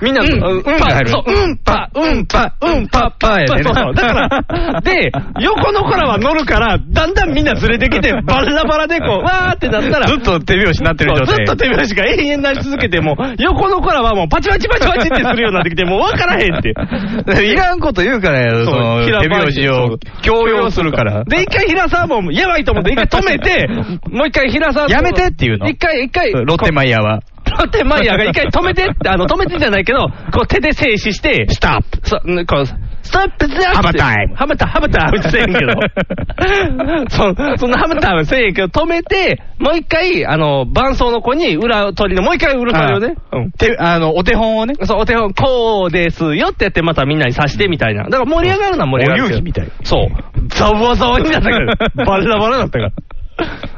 Speaker 3: みんな、
Speaker 2: うん
Speaker 3: う
Speaker 2: うんが入る
Speaker 3: そう、うんぱ、うんぱ、うんぱ、ぱや
Speaker 2: や
Speaker 3: ね
Speaker 2: ね
Speaker 3: そうそう。だから、で、横の子らは乗るから、だんだんみんな連れてきて、バラバラでこう、わーってなったら、
Speaker 2: ずっと手拍子になってる状態。
Speaker 3: そうずっと手拍子が永遠になり続けて、もう横の子らはもうパチパチパチパチってするようになってきて、もう分からへんって。
Speaker 2: いらんこと言うからやろ、その、手拍子を強要するから。
Speaker 3: で、一回平沢もやばいと思って、一回止め て、もう一回平沢と
Speaker 2: やめてっていうの
Speaker 3: 一回、一回、
Speaker 2: ロッテマイヤーは。
Speaker 3: ロッテマイヤーが一回止めてって、あの、止めてじゃないけど、こう手で静止して、ストップそう、こう、ストップス
Speaker 2: ハマタイム
Speaker 3: ハマタ、ハマタはせえへんけど。 そそんなハマタはせえへんけど、止めて、もう一回、あの、伴奏の子に裏取りの、もう一回裏取りをね。うん
Speaker 2: 手あの、お手本をね。
Speaker 3: そう、お手本、こうですよってやって、またみんなに刺してみたいな。だから盛り上がるのは盛り上がるけど。
Speaker 2: お遊戯みたい
Speaker 3: そう。ざわざわになったから。バラバラだ ったから。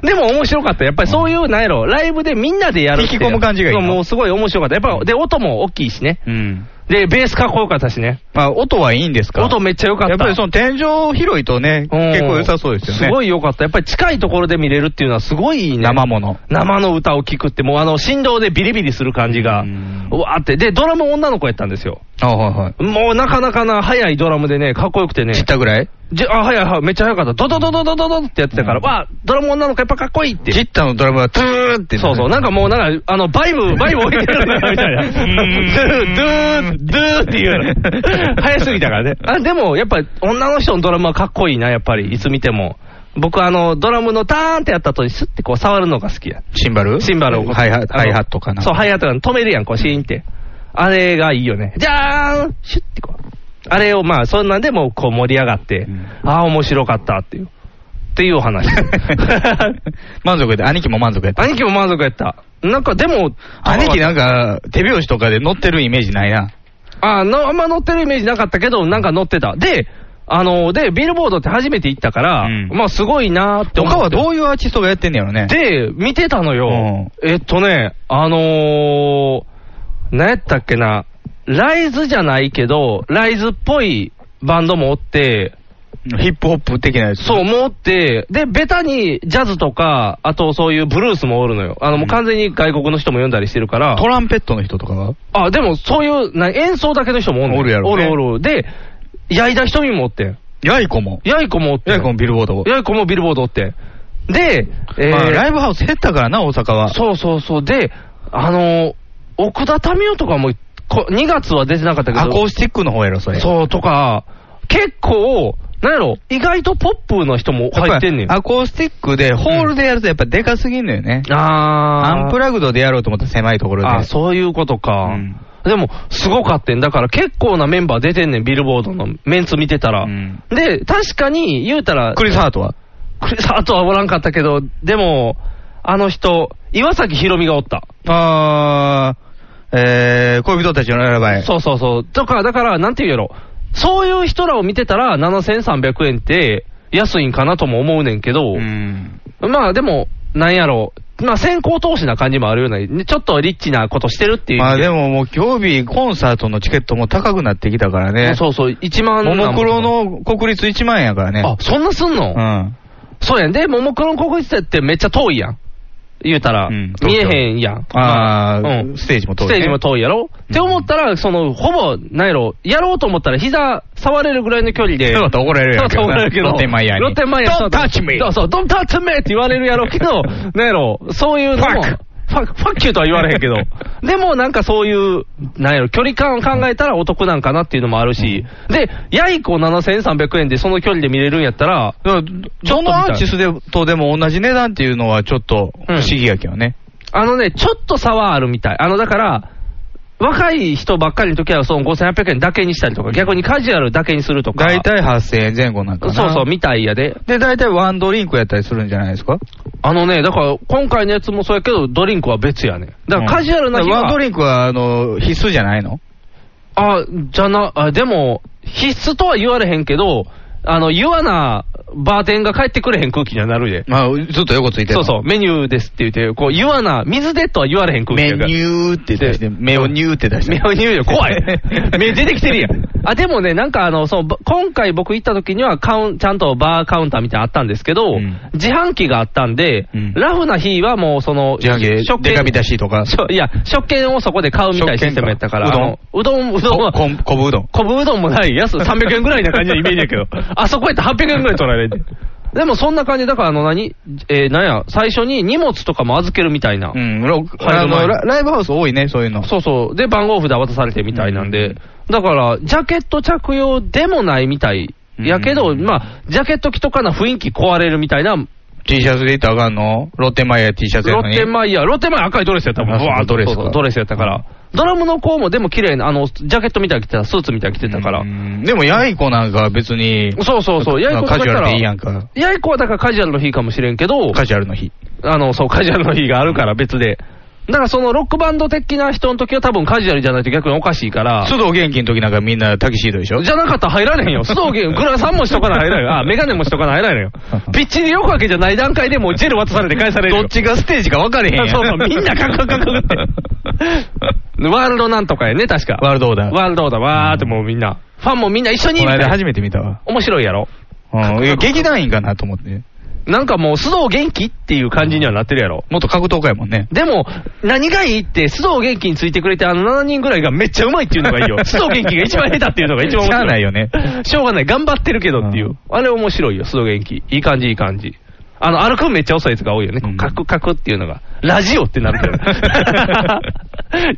Speaker 3: でも面白かった。やっぱりそういう、なんやろ、ライブでみんなでやるっていう。
Speaker 2: 引き込む感じがいいな
Speaker 3: もうすごい面白かった。やっぱ、で、音も大きいしね。
Speaker 2: うん。
Speaker 3: で、ベースかっこよかったしね。
Speaker 2: まあ、音はいいんですか
Speaker 3: 音めっちゃ良かった。
Speaker 2: やっぱりその天井広いとね、
Speaker 3: うん
Speaker 2: 結構良さそうですよね。
Speaker 3: すごい良かった。やっぱり近いところで見れるっていうのはすごいいいね。
Speaker 2: 生もの。
Speaker 3: 生の歌を聴くって、もうあの振動でビリビリする感じが、
Speaker 2: う
Speaker 3: うんわーって、で、ドラム女の子やったんですよ。
Speaker 2: あはいはい。
Speaker 3: もうなかなかな、速いドラムでね、かっこよくてね、
Speaker 2: 知ったぐらい
Speaker 3: じあ、速い、はい、めっちゃ速かった、ドドドドドドドってやってたから、
Speaker 2: うん
Speaker 3: わあ、ドラム女の子、やっぱかっこいいって。
Speaker 2: ジッタのドラムはトゥーって、
Speaker 3: そうそう、なんかもう、なんか、あの、バイブ、バイブ置いてるな、みたいな。ドゥー、ドゥー、ドゥーっていうの。早すぎた からね。あ、でも、やっぱり、女の人のドラムはかっこいいな、やっぱり、いつ見ても。僕、あの、ドラムのターンってやった後に、スッてこう、触るのが好きや。
Speaker 2: シンバル
Speaker 3: シンバルをこう。
Speaker 2: ハイハハイハットか
Speaker 3: あの
Speaker 2: な。
Speaker 3: そう、 ハイハットかな。止めるやん、こう、シーンって。あれがいいよね。じゃーんシュッてこう。あれを、まあ、そんなんでもう、こう、盛り上がって、
Speaker 2: うん
Speaker 3: ああ、面白かったっていう。っていうお話。
Speaker 2: 満足で、兄貴も満足やっ た。
Speaker 3: 兄貴も満足やった。なんか、でも、
Speaker 2: 兄貴なんか、手拍子とかで乗ってるイメージないな。
Speaker 3: あーのあんま乗ってるイメージなかったけど、なんか乗ってた。で、あので、ビルボードって初めて行ったから、
Speaker 2: うん
Speaker 3: まあ、すごいなーって思って。
Speaker 2: 他はどういうアーティストがやってんねやろね。
Speaker 3: で、見てたのよ。えっとね、あのー、何やったっけな、ライズじゃないけど、ライズっぽいバンドもおって、
Speaker 2: ヒップホップ的なやつ。
Speaker 3: そう、もおって、で、ベタにジャズとか、あとそういうブルースもおるのよ。あの、もう完全に外国の人も読んだりしてるから、
Speaker 2: トランペットの人とかは
Speaker 3: あ、でもそういう、な演奏だけの人もおるのよ
Speaker 2: おるやろ
Speaker 3: お
Speaker 2: ね
Speaker 3: るおるおる。で、矢井田瞳もおってん。
Speaker 2: ヤイコも。
Speaker 3: やいこもおってん。
Speaker 2: ヤイコもビルボード。
Speaker 3: やいこもビルボードおってん。で、えー
Speaker 2: まあ、ライブハウス減ったからな、大阪は。
Speaker 3: そうそうそう。で、あの、奥田民生とかも、こ2月は出てなかったけど、
Speaker 2: アコースティックの方やろ、それ。
Speaker 3: そうとか、結構、なんやろ意外とポップの人も入ってんね
Speaker 2: や
Speaker 3: ん。
Speaker 2: ぱアコースティックで、ホールでやるとやっぱでかすぎんのよね。
Speaker 3: あー
Speaker 2: アンプラグドでやろうと思ったら狭いところで。
Speaker 3: あ、そういうことか。
Speaker 2: うん
Speaker 3: でも、すごかってん。だから結構なメンバー出てんねん、ビルボードのメンツ見てたら。
Speaker 2: うん
Speaker 3: で、確かに、言うたら、
Speaker 2: クリス・ハートは
Speaker 3: クリス・ハートはおらんかったけど、でも、あの人、岩崎宏美がおった。
Speaker 2: あー、えー、恋人たちのララバイ。
Speaker 3: そうそうそう。とか、だから、なんて言うやろ。そういう人らを見てたら、7300円って安いんかなとも思うねんけど、
Speaker 2: ん。
Speaker 3: まあでも、なんやろ。まあ先行投資な感じもあるような、ねちょっとリッチなことしてるっていう意
Speaker 2: まあ
Speaker 3: 味で。
Speaker 2: でももう今日日コンサートのチケットも高くなってきたからね。
Speaker 3: そうそう、1万
Speaker 2: ももクロの国立1万円やからね。
Speaker 3: あ、そんなすんの、
Speaker 2: うん。
Speaker 3: そうやん。で、ももクロの国立ってめっちゃ遠いやん。言うたら、
Speaker 2: うん
Speaker 3: 見えへんやん。
Speaker 2: あ
Speaker 3: まあ
Speaker 2: ー、ステージも遠い
Speaker 3: ス
Speaker 2: ね。
Speaker 3: テージも遠いやろ、って思ったら、その、ほぼ、なんやろ、やろうと思ったら、膝触れるぐらいの距離で。
Speaker 2: そうだったら怒られるやろうけどな
Speaker 3: そうだったら怒られるけど。
Speaker 2: ロッテマイヤーに
Speaker 3: ロッテマイヤー
Speaker 2: Don't touch me
Speaker 3: そうそう、Don't touch me! って言われるやろうけ ど、なんやろ、そういうのも。
Speaker 2: Fuck
Speaker 3: ファファッキューとは言われへん けど、でもなんかそういう、なんやろ、距離感を考えたらお得なんかなっていうのもあるし、で、ヤイコ7300円でその距離で見れるんやったら、
Speaker 2: だからどのアーティスでとでも同じ値段っていうのはちょっと不
Speaker 3: うん
Speaker 2: 思議やけどね。
Speaker 3: あのね、ちょっと差はあるみたい。あの、だから、若い人ばっかりの時は、その5800円だけにしたりとか、逆にカジュアルだけにするとか。
Speaker 2: だいたい8000円前後なんか
Speaker 3: そう
Speaker 2: な。
Speaker 3: そう、。みたいやで。
Speaker 2: で、だいたいワンドリンクやったりするんじゃないですか
Speaker 3: あのね、だから、今回のやつもそうやけど、ドリンクは別やねん。だから、カジュアルな
Speaker 2: うん
Speaker 3: 日
Speaker 2: ワ
Speaker 3: は、
Speaker 2: ンドリンクは、あの、必須じゃないの
Speaker 3: あ、じゃな、あでも、必須とは言われへんけど、あの、言わな、バーテンが帰ってくれへん空気にはなるで。
Speaker 2: まあ、ずっと横ついてる
Speaker 3: そ
Speaker 2: の
Speaker 3: うそう、メニューですって言って、こう、言わな、水でとは言われへん空気
Speaker 2: メ
Speaker 3: やから
Speaker 2: ニューって出して、
Speaker 3: で
Speaker 2: 目をニューって出して。
Speaker 3: 目をニューよ、怖い。目出てきてるやん。あ、でもね、なんかあの、その、ば今回僕行った時にはカウン、ちゃんとバーカウンターみたいなのあったんですけど、
Speaker 2: うん
Speaker 3: 自販機があったんで、
Speaker 2: うん
Speaker 3: ラフな日はもうその、
Speaker 2: 自販機で
Speaker 3: 食券
Speaker 2: デカビ出しとか。
Speaker 3: しょいや、食券をそこで買うみたいなシステムやったから、
Speaker 2: 食券
Speaker 3: あのうどん、うどん
Speaker 2: こ
Speaker 3: は、
Speaker 2: こん昆布うどん。
Speaker 3: 昆布うどんもない、安い300円ぐらいな感じのイメージやけ ど、あそこやったら800円ぐらい取られて。でもそんな感じ、だからあの何、えーなんや、最初に荷物とかも預けるみたいな。
Speaker 2: うん、ロ
Speaker 3: 入
Speaker 2: あ
Speaker 3: る前に
Speaker 2: のラライブハウス多いね、そういうの。
Speaker 3: そうそう。で、番号札渡されてみたいなんで、
Speaker 2: うん
Speaker 3: だから、ジャケット着用でもないみたい。やけど、
Speaker 2: うん
Speaker 3: まあ、ジャケット着とかな雰囲気壊れるみたいな、ロ
Speaker 2: T シャツでいったらあかんのロッテマイヤー T シャツやの
Speaker 3: ッ
Speaker 2: に。
Speaker 3: テマイヤー、ロッテマイヤー赤いドレスやったもん、
Speaker 2: あそう
Speaker 3: わーっと
Speaker 2: ドレスか
Speaker 3: そうそうドレスやったから、ドラムの子もでも綺麗な、あの、ジャケットみたいに着てた、スーツみたいに着てたから、
Speaker 2: うんでも、ヤイコなんか別に、
Speaker 3: そうそうそう、やいこ
Speaker 2: カジュアル
Speaker 3: ら
Speaker 2: でいいやんか。
Speaker 3: やいこはだからカジュアルの日かもしれんけど、
Speaker 2: カジュアルの日。
Speaker 3: あの、そう、カジュアルの日があるから別で。だからそのロックバンド的な人の時は多分カジュアルじゃないと逆におかしいから。
Speaker 2: 須藤元気の時なんかみんなタキシードでしょ
Speaker 3: じゃなかったら入られへん よ。須藤芸、グラサンもしとかな入られへんよ。あ、メガネもしとかな入られへんよ。ピッチによくわけじゃない段階でもうジェル渡されて返されるよ。
Speaker 2: どっちがステージか分かれへんやん。
Speaker 3: そうそう、みんなカクカクカクっ て。ワールドなんとかやね、確か。
Speaker 2: ワールドオーダー。
Speaker 3: ワールドオーダー、わーってもうみんな。ファンもみんな一緒に
Speaker 2: この間初
Speaker 3: め
Speaker 2: めて見たわ。
Speaker 3: 面白いやろ。
Speaker 2: うんいや劇団員かなと思って。
Speaker 3: なんかもう須藤元気っていう感じにはなってるやろ。
Speaker 2: 元格闘家やもんね。
Speaker 3: でも、何がいいって、須藤元気についてくれて、あの7人ぐらいがめっちゃうまいっていうのがいい よ。須藤元気が一番下手っていうのが一番面白い。
Speaker 2: しゃあないよね。。
Speaker 3: しょうがない。頑張ってるけどっていううんあれ面白いよ、須藤元気。いい感じ、いい感じ。あの、歩くんめっちゃ遅いやつが多いよね。こう
Speaker 2: うん
Speaker 3: カクカクっていうのが。ラジオってなる けど。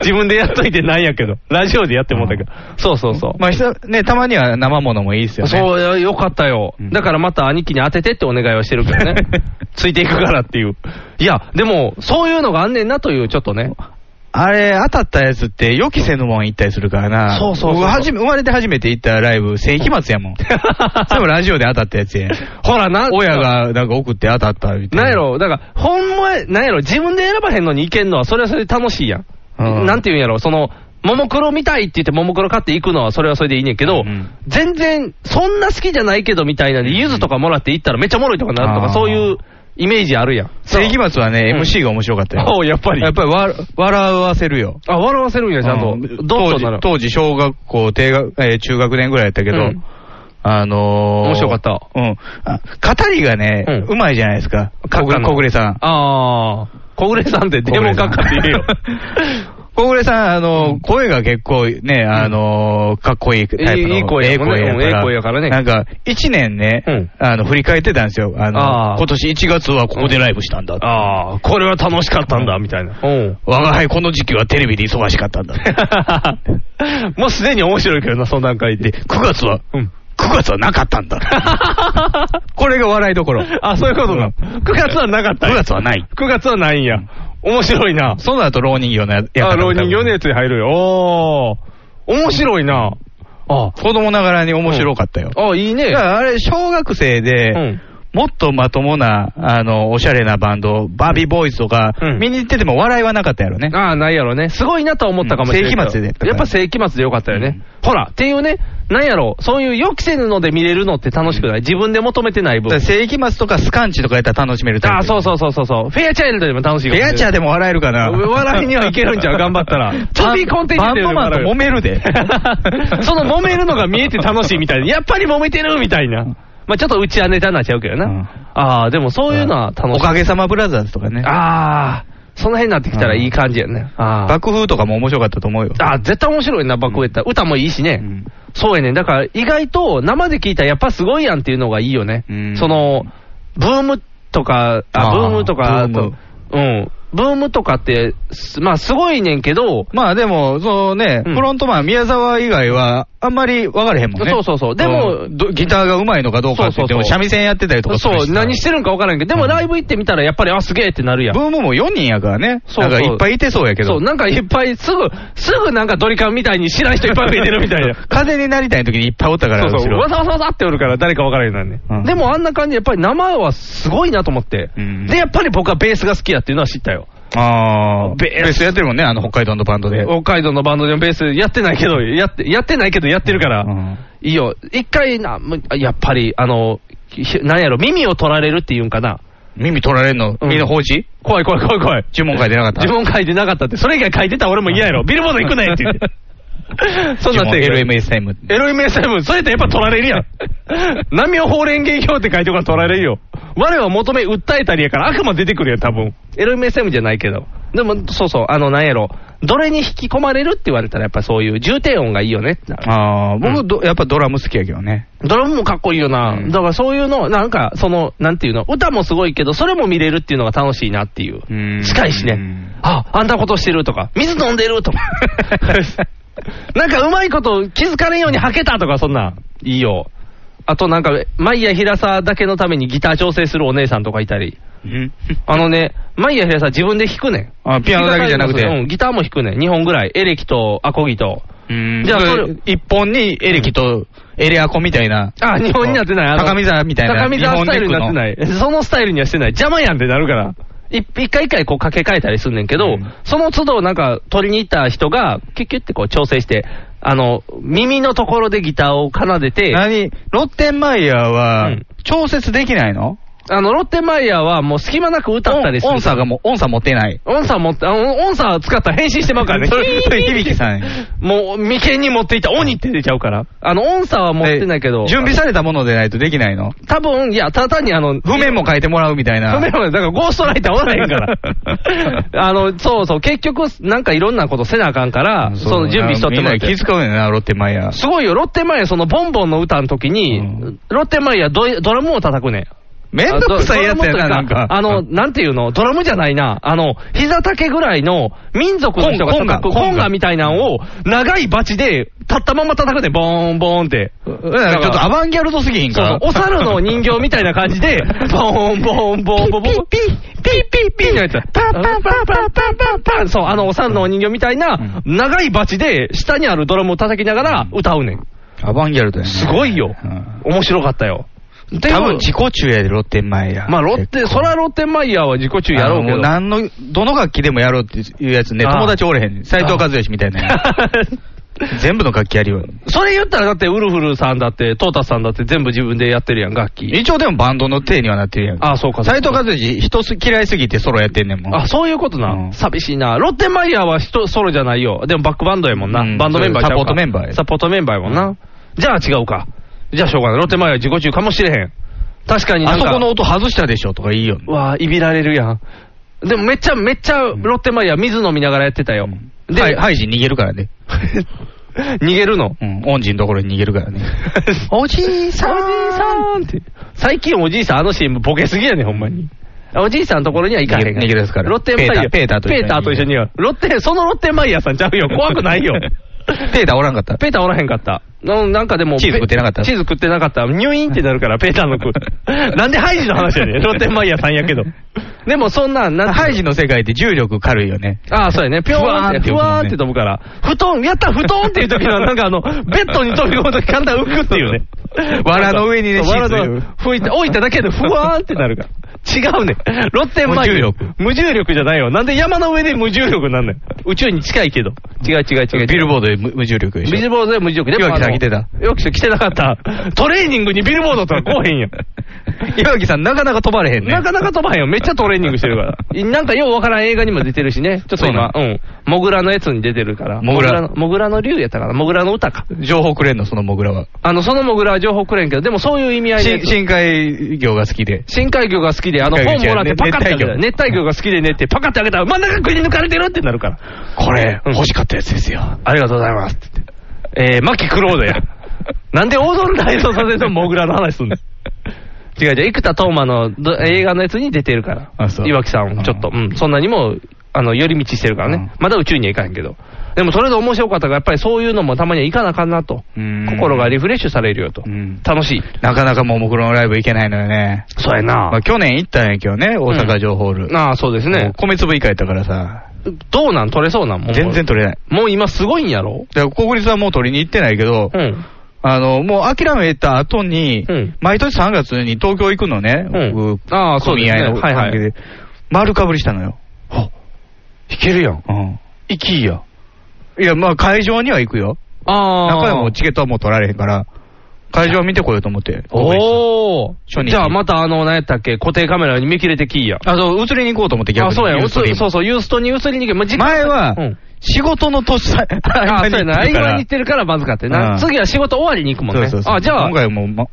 Speaker 3: 自分でやっといてなんやけど。ラジオでやってもうたけど。そうそうそう。
Speaker 2: まあ、ひさね、たまには生ものもいいっすよね。
Speaker 3: そうよ、よかったよ、
Speaker 2: うん
Speaker 3: だからまた兄貴に当ててってお願いはしてるけどね。ついていくからっていう。いや、でも、そういうのがあんねんなという、ちょっとね。
Speaker 2: あれ、当たったやつって予期せぬもん行ったりするからな。
Speaker 3: そうそうそう
Speaker 2: 僕はじめ生まれて初めて行ったライブ、世紀末や もん。それもラジオで当たったやつや。
Speaker 3: ほらな、
Speaker 2: 親。がなんか送って当たったみたいな。
Speaker 3: なんやろ、だから、ほんまや、なんやろ、自分で選ばへんのにいけんのは、それはそれで楽しいやん。
Speaker 2: うん
Speaker 3: なんていうんやろ、その、ももクロ見たいって言って、ももクロ買っていくのは、それはそれでいいねんけど、
Speaker 2: うん
Speaker 3: 全然、そんな好きじゃないけどみたいなんで、ゆずとかもらって行ったらめっちゃおもろいとかなるとか、
Speaker 2: あー
Speaker 3: そういうイメージあるやん。
Speaker 2: 世紀末はね、
Speaker 3: うん
Speaker 2: MC が面白かったよ。
Speaker 3: おうやっぱり
Speaker 2: やっぱりわ笑わせるよ。
Speaker 3: あ、笑わせるんや、ちゃん
Speaker 2: う
Speaker 3: と。どう
Speaker 2: 当
Speaker 3: と
Speaker 2: 時
Speaker 3: なる。、
Speaker 2: 当時小学校、低学、えー中学年ぐらいやったけど、
Speaker 3: うん
Speaker 2: あのー、
Speaker 3: 面白かった
Speaker 2: うん。あ語りがね、
Speaker 3: う
Speaker 2: うんまいじゃないですか。
Speaker 3: 閣下の
Speaker 2: 小暮さん。
Speaker 3: ああ、小暮さんってデモかかって言えよ。
Speaker 2: 小暮さん、あの、声が結構ね、あの、かっこいいタイプの。
Speaker 3: いいいい声やもんね
Speaker 2: ええ
Speaker 3: うんええ声やからね
Speaker 2: なんか、一年ね、
Speaker 3: うん
Speaker 2: あの、振り返ってたんですよ。あの、
Speaker 3: あー
Speaker 2: 今年1月はここでライブしたんだ。
Speaker 3: ああ、これは楽しかったんだ、みたいな。うん。
Speaker 2: 我が輩この時期はテレビで忙しかったんだ。9
Speaker 3: もうすでに面白いけどな、その段階で。
Speaker 2: 月は、
Speaker 3: うん。
Speaker 2: 9月はなかったん だ。これが笑いどころ。
Speaker 3: あ、そういうことなの。9月はなかった。
Speaker 2: 9月はない。
Speaker 3: 9月はないんや。面白いな。
Speaker 2: その後、浪人業のやつ。
Speaker 3: あ、浪人行のやつに入るよ。おー。面白いな。あ、
Speaker 2: 子供ながらに面白かったよ。
Speaker 3: あ、いいね
Speaker 2: だか。らあれ、小学生で、
Speaker 3: うん
Speaker 2: もっとまともな、あの、おしゃれなバンド、バービーボーイズとか、
Speaker 3: うん
Speaker 2: 見に行ってても笑いはなかったやろね。
Speaker 3: ああ、ないやろね。すごいなとは思ったかもしれないけど。
Speaker 2: うん世紀末でやったから
Speaker 3: やっぱ世紀末でよかったよね。ほら、っていうね、なんやろ、そういう予期せぬので見れるのって楽しくない。自分で求めてない
Speaker 2: だ
Speaker 3: 分
Speaker 2: から。世紀末とかスカンチとかやったら楽しめるタイプ。
Speaker 3: ああ、そうそうそうそうそう。フェアチャイルドでも楽しい
Speaker 2: レアチャーで
Speaker 3: も。
Speaker 2: も笑えるかな。
Speaker 3: 笑いにはいけるんちゃう頑張った ら
Speaker 2: バン
Speaker 3: 飛び込んでいって
Speaker 2: バン
Speaker 3: る。
Speaker 2: ドマンと揉めるで
Speaker 3: その揉めるのが見えて楽しいみたいな。やっぱり揉めてるみたいな。まあちょっとうちはネタになっちゃうけどな。
Speaker 2: うん
Speaker 3: ああ、でもそういうのは楽しい。
Speaker 2: おかげさまブラザーズとかね。
Speaker 3: ああ、その辺になってきたらいい感じやね。ああ。
Speaker 2: 爆風とかも面白かったと思うよ。
Speaker 3: あ、絶対面白いな、爆エった歌もいいしね。
Speaker 2: うん
Speaker 3: そうやね。だから、意外と生で聞いたらやっぱすごいやんっていうのがいいよね。
Speaker 2: うん
Speaker 3: その、ブームとか、あ、
Speaker 2: あー
Speaker 3: ブームとか、あ
Speaker 2: ブー
Speaker 3: と
Speaker 2: ム、
Speaker 3: うん。ブームとかって、すまあ、すごいねんけど、
Speaker 2: まあでも、そうね、
Speaker 3: うん
Speaker 2: フロントマン、宮沢以外は、あんまり分かれへんもんね。
Speaker 3: そうそうそうでも
Speaker 2: んどギターが上手いのかどうかって言って
Speaker 3: そうそうそ
Speaker 2: も、
Speaker 3: う
Speaker 2: 三味線やってたりとかする
Speaker 3: そう、何してるんかわからんけど、でもライブ行ってみたらやっぱり、あ、すげえってなるやん
Speaker 2: ブ。ームも4人やからね。
Speaker 3: そうそう
Speaker 2: なんかいっぱいいてそうやけ
Speaker 3: そ
Speaker 2: ど
Speaker 3: う、。なんかいっぱい、すぐ、すぐなんかドリカンみたいに知らん人いっぱい増えてるみたいな。
Speaker 2: 風になりたい時にいっぱいおったから、
Speaker 3: そうそう、
Speaker 2: 後ろ
Speaker 3: わざわざわざっておるから誰かわからへんようになんね、。
Speaker 2: うんん
Speaker 3: でもあんな感じでやっぱり生はすごいなと思って。
Speaker 2: うん
Speaker 3: で、やっぱり僕はベースが好きやっていうのは知ったよ。
Speaker 2: ああ、
Speaker 3: ベース
Speaker 2: ベースやってるもんね、あの北海道のバンドで。
Speaker 3: 北海道のバンドでもベースやってないけど、やって、やってないけどやってるから。
Speaker 2: うん
Speaker 3: いいよ。一回な、むやっぱり、あの、ひなんやろ、耳を取られるっていうんかな。
Speaker 2: 耳取られんの、
Speaker 3: うん
Speaker 2: みんな放置
Speaker 3: 怖い怖い怖い怖い。
Speaker 2: 注文書いてなかった
Speaker 3: 呪文書いてなかったって。それ以外書いてたら俺も嫌やろ。ビルボード行くなよって言って。 そんなせい
Speaker 2: 注
Speaker 3: や
Speaker 2: 文 LMSM。
Speaker 3: エロイメーセブン、それってやっぱ取られ るやん。 波を法蓮芸表って書いておから取られるよ。我は求め訴えたりやから悪魔出てくるやん、多分。エロイメーセブンじゃないけど。でも、そうそう、あの、なんやろ。どれに引き込まれるって言われたらやっぱそういう重低音がいいよねってなる
Speaker 2: ああ、
Speaker 3: う
Speaker 2: 僕
Speaker 3: ん
Speaker 2: ど、やっぱドラム好きやけどね。
Speaker 3: ドラムもかっこいいよな。
Speaker 2: うん
Speaker 3: だからそういうの、なんか、その、なんていうの、歌もすごいけど、それも見れるっていうのが楽しいなっていう。
Speaker 2: うん
Speaker 3: 近いし
Speaker 2: う
Speaker 3: ね
Speaker 2: ん。
Speaker 3: あ、あんなことしてるとか、水飲んでる とか。なんかうまいこと気づかれんように吐けたとか、そんなん。いいよ。あとなんか、毎夜平沢だけのためにギター調整するお姉さんとかいたり。あのね、毎夜平沢自分で弾くねん。
Speaker 2: あピアノだけじゃなくて
Speaker 3: うん、ギターも弾くねん。2本ぐらい。エレキとアコギと。
Speaker 2: うん
Speaker 3: じゃあ
Speaker 2: そ
Speaker 3: そ
Speaker 2: れ
Speaker 3: れ、
Speaker 2: 一本にエレキとエレアコみたいな。
Speaker 3: あ、日本になってない。あの
Speaker 2: 高見沢みたいな
Speaker 3: 高見沢スタイルになってない。そのスタイルにはしてない。邪魔やんってなるから。い一回一回こう掛け替えたりすんねんけど、
Speaker 2: うん
Speaker 3: その都度なんか取りに行った人が、キュッキュッてこう調整して、あの、耳のところでギターを奏でて、
Speaker 2: 何ロッテンマイヤー
Speaker 3: う
Speaker 2: は
Speaker 3: ん、
Speaker 2: 調節できないの
Speaker 3: あの、ロッテマイヤーはもう隙間なく歌ったりする。
Speaker 2: 音差がもう、音差持ってない。
Speaker 3: 音差持って、あの音差使ったら変身してまうからね。
Speaker 2: それそれ響さんや
Speaker 3: もう、眉間に持っていった鬼って出ちゃうから。あの、音差は持ってないけど、
Speaker 2: で準備されたものでないとできないの
Speaker 3: 多分、いや、ただ単にあの、
Speaker 2: 譜面も変えてもらうみたいな。
Speaker 3: それはねだからゴーストライターおらへん から。あの、そうそう、結局、なんかいろんなことせなあかんから、
Speaker 2: うん
Speaker 3: その準備しとっても
Speaker 2: み
Speaker 3: ら
Speaker 2: ん
Speaker 3: っ
Speaker 2: な気
Speaker 3: て。
Speaker 2: 使うよな、ロッテンマイヤー。
Speaker 3: すごいよ、ロッテマイヤー、そのボンボンの歌の時に、
Speaker 2: うん
Speaker 3: ロッテマイヤードドラムを叩くねん。
Speaker 2: めんどくさいやつやな、なんか。
Speaker 3: あの、なんていうの、ドラムじゃないな、あの、膝丈ぐらいの民族の人が叩く
Speaker 2: コンガコンガ
Speaker 3: コンガみたいなのを、長いバチで、立ったまま叩くねん、ボーン、ボーンって。
Speaker 2: うん、ちょっとアバンギャルドすぎひん
Speaker 3: そ
Speaker 2: か
Speaker 3: うそう、お猿の人形みたいな感じ で、ボーン、ボーン、ボーン、ボーン、ボーン、ピッ、ピッ、ピッ、ピッのやつ。パンパンパンパンパンパンパン。そう、あの、お猿のお人形みたいな、長いバチで、下にあるドラムを叩きながら歌うねん。
Speaker 2: アバンギャルドやね
Speaker 3: すごいよ
Speaker 2: うん。
Speaker 3: 面白かったよ。で
Speaker 2: 多分自己中やで、ロッテンマイヤー。
Speaker 3: まあ、ロッ
Speaker 2: 結
Speaker 3: テ、
Speaker 2: 構
Speaker 3: そらロッテンマイヤーは自己中やろうけ
Speaker 2: あのも
Speaker 3: ど。
Speaker 2: 何の、どの楽器でもやろうっていうやつね、
Speaker 3: ああ
Speaker 2: 友達おれへん。斎藤和義みたいなや つ。全部の楽器やるよ。
Speaker 3: それ言ったら、だって、ウルフルさんだって、トータスさんだって全部自分でやってるやん、楽器。
Speaker 2: 一応でもバンドの手にはなってるやん。
Speaker 3: あ、そうか。
Speaker 2: 斎藤和義、人す嫌いすぎてソロやってんねんもん。
Speaker 3: あ、そういうことな。
Speaker 2: うん
Speaker 3: 寂しいな。ロッテンマイヤーは人、ソロじゃないよ。でもバックバンドやもんな。
Speaker 2: うん
Speaker 3: バンドメンバーちゃうか
Speaker 2: サポートメンバーや
Speaker 3: サポートメンバーやもんな。じゃあ違うか。じゃあしょうがない。ロッテンマイヤーは自己中かもしれへん。確かにな
Speaker 2: あ
Speaker 3: ん
Speaker 2: そ
Speaker 3: か。
Speaker 2: この音外したでしょとかいいよ。
Speaker 3: うわぁ、いびられるやん。でもめっちゃ、めっちゃ、ロッテンマイヤー水飲みながらやってたよ。で、
Speaker 2: はい、ハイジ逃げるからね。
Speaker 3: 逃げるの。
Speaker 2: うん、恩人のところに逃げるからね。
Speaker 3: おじいさんおじいさんって。最近おじいさん、あの CM ボケすぎやねん、ほんまに。お じいさんのところには行かへん
Speaker 2: 逃げ逃げ出すから
Speaker 3: ロッテンマイヤー。
Speaker 2: ペーターペーターと一緒
Speaker 3: ペーターと一緒
Speaker 2: に
Speaker 3: には。ロッテン、そのロッテンマイヤーさんちゃうよ。怖くないよ。
Speaker 2: ペーターおらんかった。
Speaker 3: ペーターおらへんかった。ななんかでも、
Speaker 2: チーズ食ってなかった
Speaker 3: ペチーズ食ってなかった。ニュイーンってなるから、ペーター の食う。なんでハイジの話やねん。ロッテンマイヤーさんやけど。でもそんな、なんて
Speaker 2: ハイジの世界って重力軽いよね。
Speaker 3: ああ、そうやね。ぴょーんって、
Speaker 2: ふ
Speaker 3: ふ
Speaker 2: わ
Speaker 3: わー
Speaker 2: ーん
Speaker 3: っ
Speaker 2: って
Speaker 3: て
Speaker 2: 飛
Speaker 3: 飛ぶから。布団、やった、布団っていう時は、なんかあの、ベッドに飛び込む時体浮くっていうね。
Speaker 2: 藁の上にね
Speaker 3: そう藁の
Speaker 2: シーツ
Speaker 3: 吹いて、置いただけでふわーんってなるから。違うね。ロッテンマイヤー。
Speaker 2: 無重力。
Speaker 3: 無重力じゃないよ。なんで山の上で無重力になんねん。宇宙に近いけど。違う違う違う違う。
Speaker 2: ビルボードで無無重力でしょ
Speaker 3: ビルボードで無重力で。
Speaker 2: 岩城さん来てた
Speaker 3: よく来てなかった。トレーニングにビルボードと は来おへんよ。
Speaker 2: 岩木さん、なかなか飛ばれへんね。
Speaker 3: なかなか飛ばへんよ。めっちゃトレーニングしてる から。なんかようわからん映画にも出てるしね。ちょっと今、うん。モグラのやつに出てるから。
Speaker 2: モグラ
Speaker 3: のモグラの竜やったから。モグラの歌か。
Speaker 2: 情報くれんの、そのモグラは。
Speaker 3: あの、そのモグラは情報くれんけど、でもそういう意味合いで
Speaker 2: し。深海魚が好きで。
Speaker 3: 深海魚が好きで、あの
Speaker 2: 深
Speaker 3: 本
Speaker 2: 海魚
Speaker 3: もらってパカってあげたら、
Speaker 2: 熱帯魚
Speaker 3: 熱帯魚が好きでねってパカってあげたら、真ん中くり抜かれてるってなるから。
Speaker 2: これ、
Speaker 3: うん
Speaker 2: 欲しかったやつですよ。
Speaker 3: ありがとうございますって言って。えー、マキクロード や。なんでオードル大捜査線のモグラの話すんの違う違う、生田斗真のど映画のやつに出てるから。
Speaker 2: あそう
Speaker 3: 岩木さん、ちょっと、うん、そんなにも、あの、寄り道してるからね。まだ宇宙には行かへんけど。でもそれで面白かったから、やっぱりそういうのもたまには行かなあかんなと。
Speaker 2: うん
Speaker 3: 心がリフレッシュされるよと
Speaker 2: うん。
Speaker 3: 楽しい。
Speaker 2: なかなかももクロのライブ行けないのよね。
Speaker 3: そうやな
Speaker 2: まあ、去年行ったんやけどね、大阪城ホール。
Speaker 3: ああ、そうです
Speaker 2: もう
Speaker 3: ね。
Speaker 2: 米粒以下やったからさ、
Speaker 3: どうなん取れそうなんもう
Speaker 2: 全然取れない。
Speaker 3: もう今すごいんやろ
Speaker 2: だから国立はもう取りに行ってないけど、
Speaker 3: うん。
Speaker 2: あの、もう諦めた後に、
Speaker 3: うん
Speaker 2: 毎年3月に東京行くのね、
Speaker 3: うん
Speaker 2: 僕
Speaker 3: ああそうです
Speaker 2: 組
Speaker 3: ね
Speaker 2: 合の関係で、
Speaker 3: はい
Speaker 2: 丸かぶりしたのよ。
Speaker 3: いけるやん。
Speaker 2: うん。行きいや。いや、まあ会場には行くよ。
Speaker 3: ああ。
Speaker 2: 中山もチケットはもう取られへんから、会場は見てこようと思って。
Speaker 3: おお
Speaker 2: 初日
Speaker 3: じゃあまたあの、何やったっけ、固定カメラに見切れてきいや。
Speaker 2: あ、そう、映りに行こうと思って逆に。
Speaker 3: あ、そうや、
Speaker 2: ユ
Speaker 3: 映
Speaker 2: ーストリーム
Speaker 3: そうそう、ユーストに移りに行け。まあ時間
Speaker 2: 前は
Speaker 3: うん、
Speaker 2: 仕事の年 さ、
Speaker 3: あ、
Speaker 2: 合
Speaker 3: そう
Speaker 2: 間
Speaker 3: や
Speaker 2: に
Speaker 3: な。
Speaker 2: 行
Speaker 3: 合間に行
Speaker 2: ってるから
Speaker 3: ってるからまずかって
Speaker 2: うん
Speaker 3: な。次は仕事終わりに行くもんね。
Speaker 2: そうそうそう
Speaker 3: あ、じゃあ
Speaker 2: 今、回はもう、ま、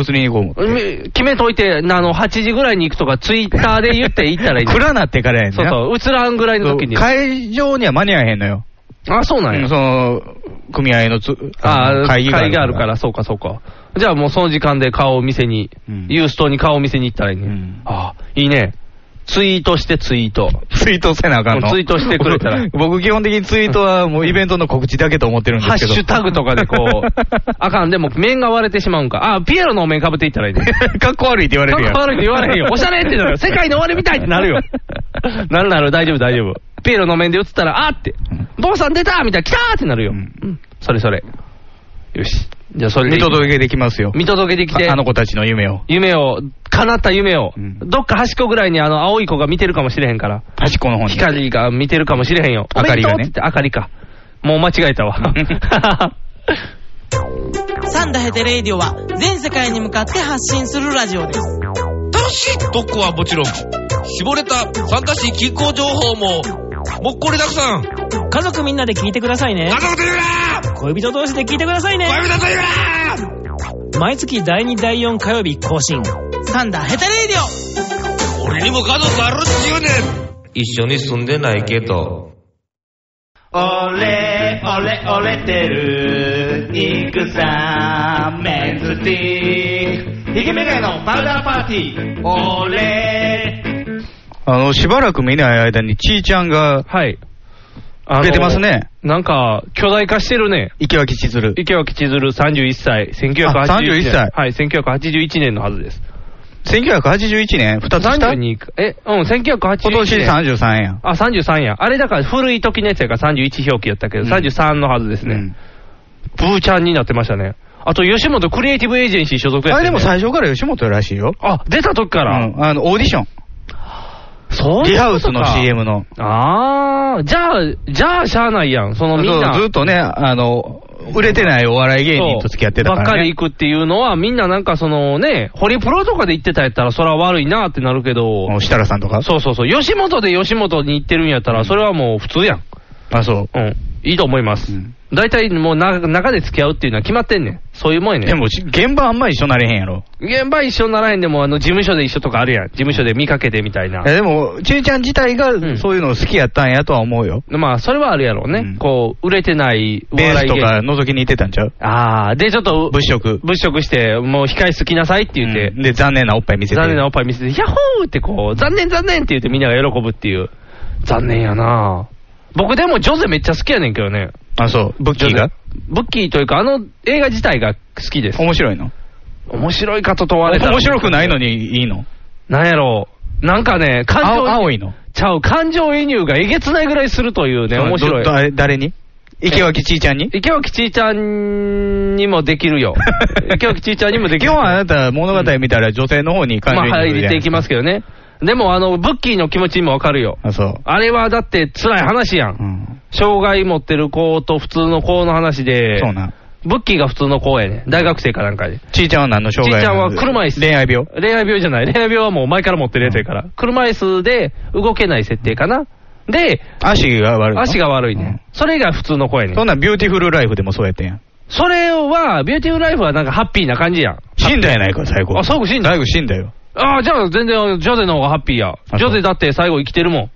Speaker 2: 移りに行こう思って。
Speaker 3: み決めといて、なあの、8時ぐらいに行くとか、ツイッターで言って行ったらいい。
Speaker 2: 暗なってからやねん
Speaker 3: そうそう、映らんぐらいの時に。あ、
Speaker 2: 会場には間に合えへんのよ。
Speaker 3: そうなんや
Speaker 2: そ。の、組合のつ
Speaker 3: あ会
Speaker 2: 会
Speaker 3: 議
Speaker 2: 議
Speaker 3: が
Speaker 2: が
Speaker 3: あ
Speaker 2: あ
Speaker 3: る
Speaker 2: る
Speaker 3: か、
Speaker 2: からら
Speaker 3: そうか、そうか。じゃあもうその時間で顔を見せに、
Speaker 2: うん
Speaker 3: ユーストに顔を見せに行ったらいいね。
Speaker 2: うん
Speaker 3: あいいね。ツイートしてツイート。
Speaker 2: ツイートせなあかん
Speaker 3: も
Speaker 2: の。
Speaker 3: うツイートしてくれたら
Speaker 2: 僕基本的にツイートはもうイベントの告知だけと思ってるんで
Speaker 3: ハッ
Speaker 2: すけど。
Speaker 3: シュタグとかでこう、 あかん、でも面が割れてしまうんか。あ、ピエロのお面被っていったらいいね。
Speaker 2: かっこ 悪いって言われ
Speaker 3: か
Speaker 2: る
Speaker 3: っ
Speaker 2: やん。
Speaker 3: こ悪いって言われへ んよ。おしゃれってなるよ。世界の終わりみたいってなるよ。なるなる、大丈夫大丈夫。ピエロの面で映ったら、あーって、坊さん出たみたいな、来たーってなるよ。
Speaker 2: うん
Speaker 3: うん。それそれ。よし。じゃあそれで。
Speaker 2: 見届けできますよ。
Speaker 3: 見届けてきて。
Speaker 2: ああの子たちの夢を。
Speaker 3: 夢を、叶った夢を、
Speaker 2: うん
Speaker 3: どっか端っこぐらいにあの青い子が見てるかもしれへんから、
Speaker 2: 端っこの方に。
Speaker 3: 光が見てるかもしれへんよ。
Speaker 2: 明かりがね
Speaker 3: お弁当って言って明かりか。もう間違えた わ。
Speaker 9: サンダヘテレイディオは全世界に向かって発信するラジオです。
Speaker 10: 楽しい特攻はもちろん、絞れた参加し気候情報も、もっこりたくさん。
Speaker 9: 家族みんなで聞いてくださいね
Speaker 10: 家。族と言うな
Speaker 9: 恋人同士で聞いてくださいね。
Speaker 10: 恋人と言うな
Speaker 9: 毎月第2第4火曜日更新。サンダヘテレイディオ
Speaker 10: 俺にも家族あるっちゅうねん一緒に住んでないけど。
Speaker 1: 俺、俺、俺てる、肉さん、メンズティー。ヒゲメガネのパウダーパーティー。俺、
Speaker 2: あの、しばらく見ない間に、ちーちゃんが
Speaker 3: はい。あの
Speaker 2: 出てます。ね。
Speaker 3: なんか、巨大化してるね。
Speaker 2: 池脇千鶴。
Speaker 3: 池脇千鶴31歳、1981
Speaker 2: あ
Speaker 3: 年。
Speaker 2: 31歳
Speaker 3: はい、1981年のはずです。
Speaker 2: 1981年、2つ下今
Speaker 3: 32かえ、うん、1981年。
Speaker 2: 年33やん。
Speaker 3: あ、33や。あれだから古い時のやつやから31表記やったけど、
Speaker 2: うん
Speaker 3: 33のはずですね。ブーちゃんになってましたね。あと、吉本クリエイティブエージェンシー所属
Speaker 2: うん
Speaker 3: や
Speaker 2: あ
Speaker 3: っ
Speaker 2: れ
Speaker 3: た
Speaker 2: で
Speaker 3: よね
Speaker 2: も最初から吉本らしいよ。
Speaker 3: あ、出た時か
Speaker 2: う
Speaker 3: ら。
Speaker 2: ん、あの、オーディション。
Speaker 3: そう
Speaker 2: リ
Speaker 3: いうことか
Speaker 2: ハウスの CM の。
Speaker 3: ああ、じゃあ、じゃあ、しゃあないやん。そのみんな。
Speaker 2: そうずっとね、あの、売れてないお笑い芸人と付き合ってたから、ね。
Speaker 3: ばっかり行くっていうのは、みんななんかそのね、ホリプロとかで行ってたやったら、それは悪いなってなるけど、
Speaker 2: もう設楽さんとか。
Speaker 3: そうそうそう、吉本で吉本に行ってるんやったら、それはもう普通やん。
Speaker 2: あ、そう。
Speaker 3: うん。いいと思います
Speaker 2: うん。
Speaker 3: 大体、もうな中で付き合うっていうのは決まってんねん。そういうもんやねん。
Speaker 2: でも、し現場あんま一緒なれへんやろ。
Speaker 3: 現場一緒にならへんでも、あの、事務所で一緒とかあるやん。事務所で見かけてみたいな
Speaker 2: え。でも、ちいちゃん自体が
Speaker 3: ん
Speaker 2: そういうの好きやったんやとは思うよ。
Speaker 3: まあ、それはあるやろうね。
Speaker 2: うん
Speaker 3: こう、売れてないお
Speaker 2: ベー
Speaker 3: 笑
Speaker 2: ス
Speaker 3: い
Speaker 2: と
Speaker 3: 芸
Speaker 2: か
Speaker 3: 人。
Speaker 2: 覗きに行ってたんちゃう
Speaker 3: ああ、で、ちょっと、
Speaker 2: 物色。
Speaker 3: 物色して、もう控室来なさいって言って、
Speaker 2: うんで、残念なおっぱい見せて。
Speaker 3: 残念なおっぱい見せて、ヤッホーってこう、残念残念って言ってみんなが喜ぶっていう。残念やなぁ僕でもジョゼめっちゃ好きやねんけどね。
Speaker 2: あ、そう。ブッキーが
Speaker 3: ブッキーというか、あの映画自体が好きです。
Speaker 2: 面白いの
Speaker 3: 面白いかと問われたら
Speaker 2: 面白くないのにいいの
Speaker 3: なんやろう。なんかね、感情移
Speaker 2: 青
Speaker 3: 入
Speaker 2: 青いの
Speaker 3: ちゃう、感情移入がえげつないぐらいするというね、
Speaker 2: その
Speaker 3: 面白い
Speaker 2: ど。誰誰に池脇ちいちゃんに。
Speaker 3: 池脇ちいちゃんにもできるよ 池脇ちいちゃんにもできる。
Speaker 2: 今日はあなた物語見たら女性の方に感
Speaker 3: ま
Speaker 2: 情
Speaker 3: あ
Speaker 2: 移入
Speaker 3: 入っていきますすけどね。でも、あの、ブッキーの気持ちにもわかるよ。
Speaker 2: あ、そう。
Speaker 3: あれはだって辛い話や。
Speaker 2: うんん。
Speaker 3: 障害持ってる子と普通の子の話で、
Speaker 2: そうなん。
Speaker 3: ブッキーが普通の子やね。大学生かなんかで。
Speaker 2: ちいちゃんは何の障害
Speaker 3: ちいちゃん
Speaker 2: な
Speaker 3: は
Speaker 2: の
Speaker 3: 車椅子
Speaker 2: 恋愛病
Speaker 3: 恋愛病じゃない。恋愛病はもう前から持ってるやつやから。車椅子で動けない設定かな。で、
Speaker 2: 足が悪いの
Speaker 3: 足が悪いうね
Speaker 2: ん。
Speaker 3: それが普通の子やね
Speaker 2: そん。なんビューティフルライフでもそうやってんやん。
Speaker 3: それは、ビューティフルライフはなんかハッピーな感じやん。
Speaker 2: 死んだやないか、最後。
Speaker 3: あ最後死んだ
Speaker 2: 最後死んだよ。
Speaker 3: ああ、じゃあ全然、ジョゼの方がハッピーや
Speaker 2: そ。う
Speaker 3: ジョゼだって最後生きてるもん。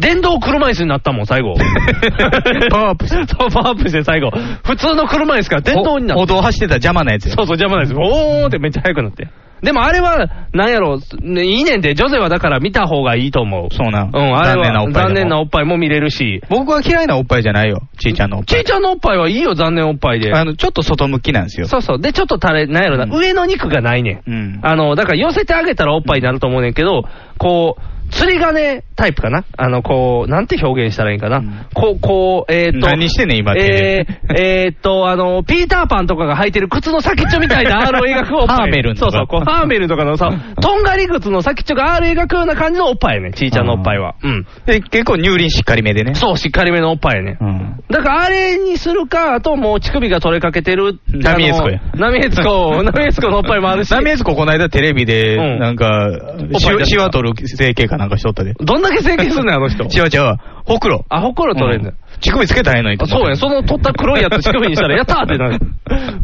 Speaker 3: 電動車椅子になったもん、最後。
Speaker 2: パワーアップし
Speaker 3: そう、パワーアップして最後。普通の車椅子から電動にな
Speaker 2: お
Speaker 3: った。
Speaker 2: 歩道走ってたら邪魔なやつや
Speaker 3: そうそう、邪魔ないです。おーってめっちゃ速くなって。でもあれは、なんやろ、ねいいねんで、ジョゼはだから見た方がいいと思う。
Speaker 2: そうなん
Speaker 3: うん、あれは
Speaker 2: 残念なおっぱいでも
Speaker 3: 残念なおっぱいも見れるし。
Speaker 2: 僕は嫌いなおっぱいじゃないよ、ちいちゃんのおっぱ
Speaker 3: ち
Speaker 2: い。
Speaker 3: いちゃんのおっぱいはいいよ、残念おっぱいで。
Speaker 2: あの、ちょっと外向きなんですよ。
Speaker 3: そうそう。で、ちょっと垂れ、なんやろな、
Speaker 2: うん
Speaker 3: 上の肉がないねん。
Speaker 2: うん
Speaker 3: あの、だから寄せてあげたらおっぱいになると思うねんけど、こう、釣り金タイプかなあの、こう、なんて表現したらいいんかな、
Speaker 2: うん
Speaker 3: こう、こう、えー、っと。
Speaker 2: 何してんねん今
Speaker 3: えー、えーっと、あの、ピーターパンとかが履いてる靴の先っちょみたい な R を描くおっぱい。
Speaker 2: ハーメルンと
Speaker 3: そう
Speaker 2: か
Speaker 3: そう、こう、ハーメルンとか のさ、とんがり靴の先っちょが R を描くような感じのおっぱいやねん、ちいちゃんのおっぱいは。うん。
Speaker 2: で、結構乳輪しっかりめでね。
Speaker 3: そう、しっかりめのおっぱいやねん。
Speaker 2: うん。
Speaker 3: だからあれにするか、あともう乳首が取れかけてる。
Speaker 2: ナミエスコや
Speaker 3: あのナミエス コ、ナミエスコのおっぱいもあるし。
Speaker 2: ナミエスコこの間テレビで、
Speaker 3: うん
Speaker 2: なんか、し
Speaker 3: おっぱい出て
Speaker 2: わ
Speaker 3: た
Speaker 2: しわ取る整形かなんかしとったで。
Speaker 3: どんだけ整形すんねん、あの人。
Speaker 2: しわちゃうわ。ほくろ。
Speaker 3: あ、ほころ取れんねん。
Speaker 2: うん乳首つけたらええのにと
Speaker 3: あ
Speaker 2: 思
Speaker 3: そう
Speaker 2: って
Speaker 3: やん、その取った黒いやつ乳首にしたら、やったーって なる。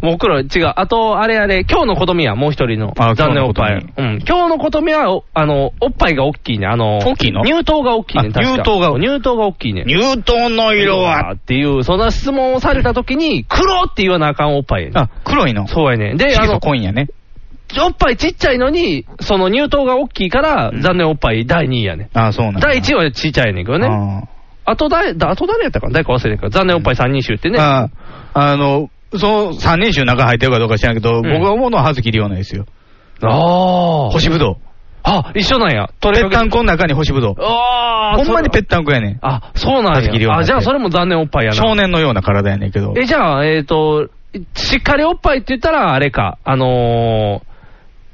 Speaker 3: もう黒い、違う。あと、あれあれ、今日の子供や、もう一人の。
Speaker 2: あ
Speaker 3: 残念おっぱ
Speaker 2: 今
Speaker 3: い
Speaker 2: 日の。
Speaker 3: うん。今日の子供は、おあの、おっぱいが大きいね。あの、
Speaker 2: 大きいの
Speaker 3: 乳頭が大きいね。
Speaker 2: あ
Speaker 3: 確か
Speaker 2: 乳頭が
Speaker 3: 乳頭が大きいね。
Speaker 2: 乳頭の色は。
Speaker 3: っていう、そんな質問をされた時に、黒って言わなあかんおっぱいやねん。
Speaker 2: あ、黒いの。
Speaker 3: そうやねん。で、あ
Speaker 2: 色素
Speaker 3: の、
Speaker 2: 濃いんやね。
Speaker 3: おっぱいちっちゃいのに、その乳頭が大きいから、残念おっぱい第2位やね。
Speaker 2: あ、そうなんだ
Speaker 3: 第1位はちっちゃいねんけどね。
Speaker 2: あ
Speaker 3: あと誰、だあと誰やったかな誰か忘れてんけど、残念おっぱい3人衆って
Speaker 2: ー
Speaker 3: ね。
Speaker 2: ああの、その3人衆中入ってるかどうか知らんけど、
Speaker 3: ん
Speaker 2: 僕が思うのは葉月亮なんですよ。
Speaker 3: あー
Speaker 2: 干しぶどう。
Speaker 3: あ、一緒なんや。ト
Speaker 2: ぺったんこの中に干しぶどう。
Speaker 3: あ
Speaker 2: ほ
Speaker 3: ー
Speaker 2: んまにぺっ
Speaker 3: そ
Speaker 2: たんこやねん
Speaker 3: う。あ、そうなん
Speaker 2: 葉月
Speaker 3: や。
Speaker 2: 亮
Speaker 3: あ、じゃあそれも残念おっぱいやな。
Speaker 2: 少年のような体やねんけど。
Speaker 3: え、じゃあ、えっ、と、しっかりおっぱいって言ったら、あれか、あのー、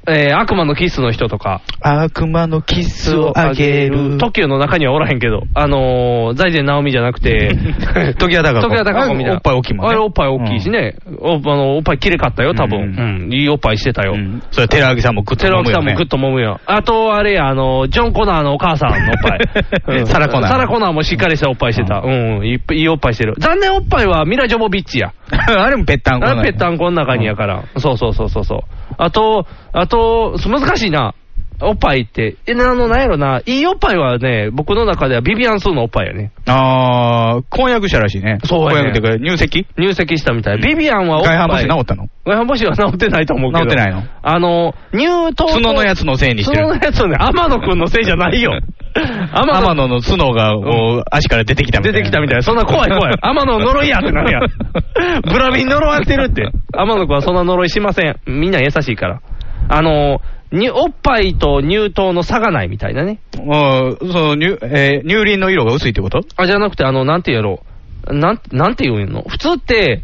Speaker 3: えー、悪魔のキスの人とか。
Speaker 2: 悪魔のキスをあげる。、
Speaker 3: トキオの中にはおらへんけど、あのー、財前直美じゃなくて
Speaker 2: 時矢貴子
Speaker 3: 時矢貴子みたいな。
Speaker 2: あれおっぱい大きいもんね
Speaker 3: あれおっぱい大きいしね。おあのおっぱいきれかったよ、多分。
Speaker 2: う
Speaker 3: うん、いいおっぱいしてたよ。
Speaker 2: うんそれ、寺脇さんもグッと
Speaker 3: 寺
Speaker 2: 飲む
Speaker 3: 脇さ
Speaker 2: よ
Speaker 3: ん
Speaker 2: ね。
Speaker 3: もグッと揉むよ。あと、あれや、あの、ジョン・コナーのお母さんのおっ ぱい。うん
Speaker 2: サラコナー
Speaker 3: サラコナーもしっかりしたおっぱいしてた。うん、うんいっぱいいいおっぱいしてる。残念おっぱいはミラ・ジョボビッチや。
Speaker 2: あれもぺったんこ
Speaker 3: あ
Speaker 2: なん
Speaker 3: れ
Speaker 2: や
Speaker 3: ぺったんこの中にやから。そうそうそうそうそう。あと、あと、そう難しいな。おっぱいって。え、なあの、なんやろな。いいおっぱいはね、僕の中ではビビアン・スーのおっぱいやね。
Speaker 2: あー、婚約者らしいね。
Speaker 3: そうやね
Speaker 2: 婚約っていうか、入籍
Speaker 3: 入籍したみたい。ビビアンはおっぱ
Speaker 2: 外
Speaker 3: い。
Speaker 2: 反母趾治ったの
Speaker 3: 外反母趾は治ってないと思うけど。
Speaker 2: 治ってないの
Speaker 3: あの、乳頭と。
Speaker 2: 角のやつのせいにしてる
Speaker 3: 角のやつをね、 天野くんのせいじゃないよ。天
Speaker 2: 天野の角がこう足から出てきたみたい
Speaker 3: 出
Speaker 2: な。
Speaker 3: てきたみたいな。そんな怖い怖い。天野呪いやってなる やん。ブラビン呪われてるって。天野くんはそんな呪いしません。みんな優しいから。あの、におっぱいと乳頭の差がないみたいなね。
Speaker 2: うん、その乳、えー乳輪の色が薄いってこと
Speaker 3: あ、じゃなくて、あの、なんて言うやろう。なん、なんて言うんの普通って、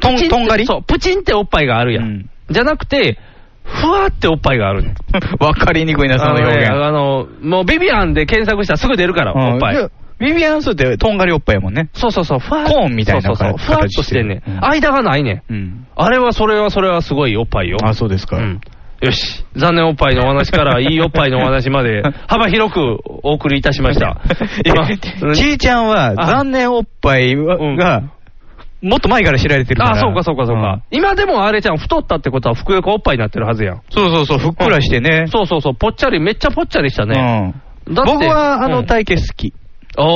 Speaker 2: とん
Speaker 3: プチンって
Speaker 2: とんがり
Speaker 3: そう、プチンっておっぱいがあるやん。
Speaker 2: うん
Speaker 3: じゃなくて、ふわっておっぱいがあるねん。
Speaker 2: わかりにくいな、そ
Speaker 3: あ
Speaker 2: の
Speaker 3: の
Speaker 2: 表
Speaker 3: ね、
Speaker 2: 現。
Speaker 3: あの、もうビビアンで検索したらすぐ出るから、
Speaker 2: うん
Speaker 3: おっぱい。
Speaker 2: でビビアンスってとんがりおっぱいやもんね。
Speaker 3: そうそうそう、ふわっ
Speaker 2: コーンみたいな
Speaker 3: そうそうそう
Speaker 2: 形
Speaker 3: ふわっとしてんね
Speaker 2: うん
Speaker 3: ん。間がないねん。
Speaker 2: うん。
Speaker 3: あれはそれはそれはすごいおっぱいよ。
Speaker 2: あ、そうですか。
Speaker 3: うんよし。残念おっぱいのお話から、いいおっぱいのお話ま で、幅広くお送りいたしました。 今
Speaker 2: えちいちゃんは
Speaker 3: あ
Speaker 2: 残念おっぱいは
Speaker 3: うん
Speaker 2: が、もっと前から知られてるから。
Speaker 3: あ、そうかそうかそう
Speaker 2: うん
Speaker 3: か。今でもあれちゃん、太ったってことは、服よくおっぱいになってるはずやん。
Speaker 2: そうそうそう、ふっくらしてね。
Speaker 3: そうそうそう、ぽっちゃり、めっちゃぽっちゃりしたね。
Speaker 2: うん。
Speaker 3: だって
Speaker 2: 僕はあ
Speaker 3: う
Speaker 2: の
Speaker 3: ん
Speaker 2: 体型好き。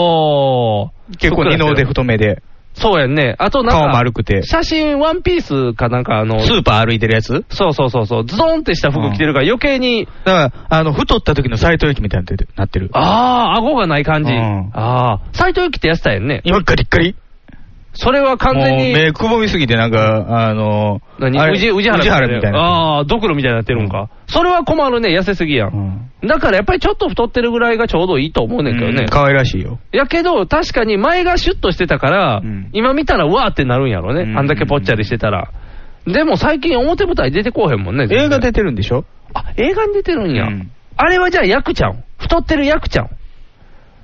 Speaker 3: おー。
Speaker 2: 結構二の腕
Speaker 3: ふっくらしてる
Speaker 2: 太めで、
Speaker 3: そうやんね。あとなんか、
Speaker 2: 顔丸くて。ス
Speaker 3: 写真、ワンピースかなんか、あの、
Speaker 2: ーパー歩いてるやつ
Speaker 3: そうそうそうそう、ズドンってした服着てるから、余計に、
Speaker 2: だから、あの、太った時の斎藤由貴みたいになってる。
Speaker 3: あー、顎がない感じ。
Speaker 2: うん
Speaker 3: あー。斎藤由貴ってやってたやんね。
Speaker 2: 今、ガリッガリ。
Speaker 3: それは完全
Speaker 2: もう
Speaker 3: に、
Speaker 2: 目くぼみすぎて、なんか、あの、
Speaker 3: 何
Speaker 2: あれ
Speaker 3: 宇治宇治原
Speaker 2: 宇治原みたいな。
Speaker 3: ああ、ドクロみたいになってるんか。それは困るね、痩せすぎや。
Speaker 2: うんん
Speaker 3: だからやっぱりちょっと太ってるぐらいがちょうどいいと思うねんけど
Speaker 2: う
Speaker 3: ね
Speaker 2: ん。可愛らしいよ。
Speaker 3: やけど、確かに前がシュッとしてたから、
Speaker 2: うん
Speaker 3: 今見たらうわーってなるんやろね、
Speaker 2: うん
Speaker 3: あんだけぽっちゃりしてたら。でも最近表舞台出てこうへんもんね。
Speaker 2: 映画出
Speaker 3: て
Speaker 2: てるんでしょ
Speaker 3: あ、映画に出てるんや。
Speaker 2: うん
Speaker 3: あれはじゃあ役ちゃん。太ってる役ちゃん。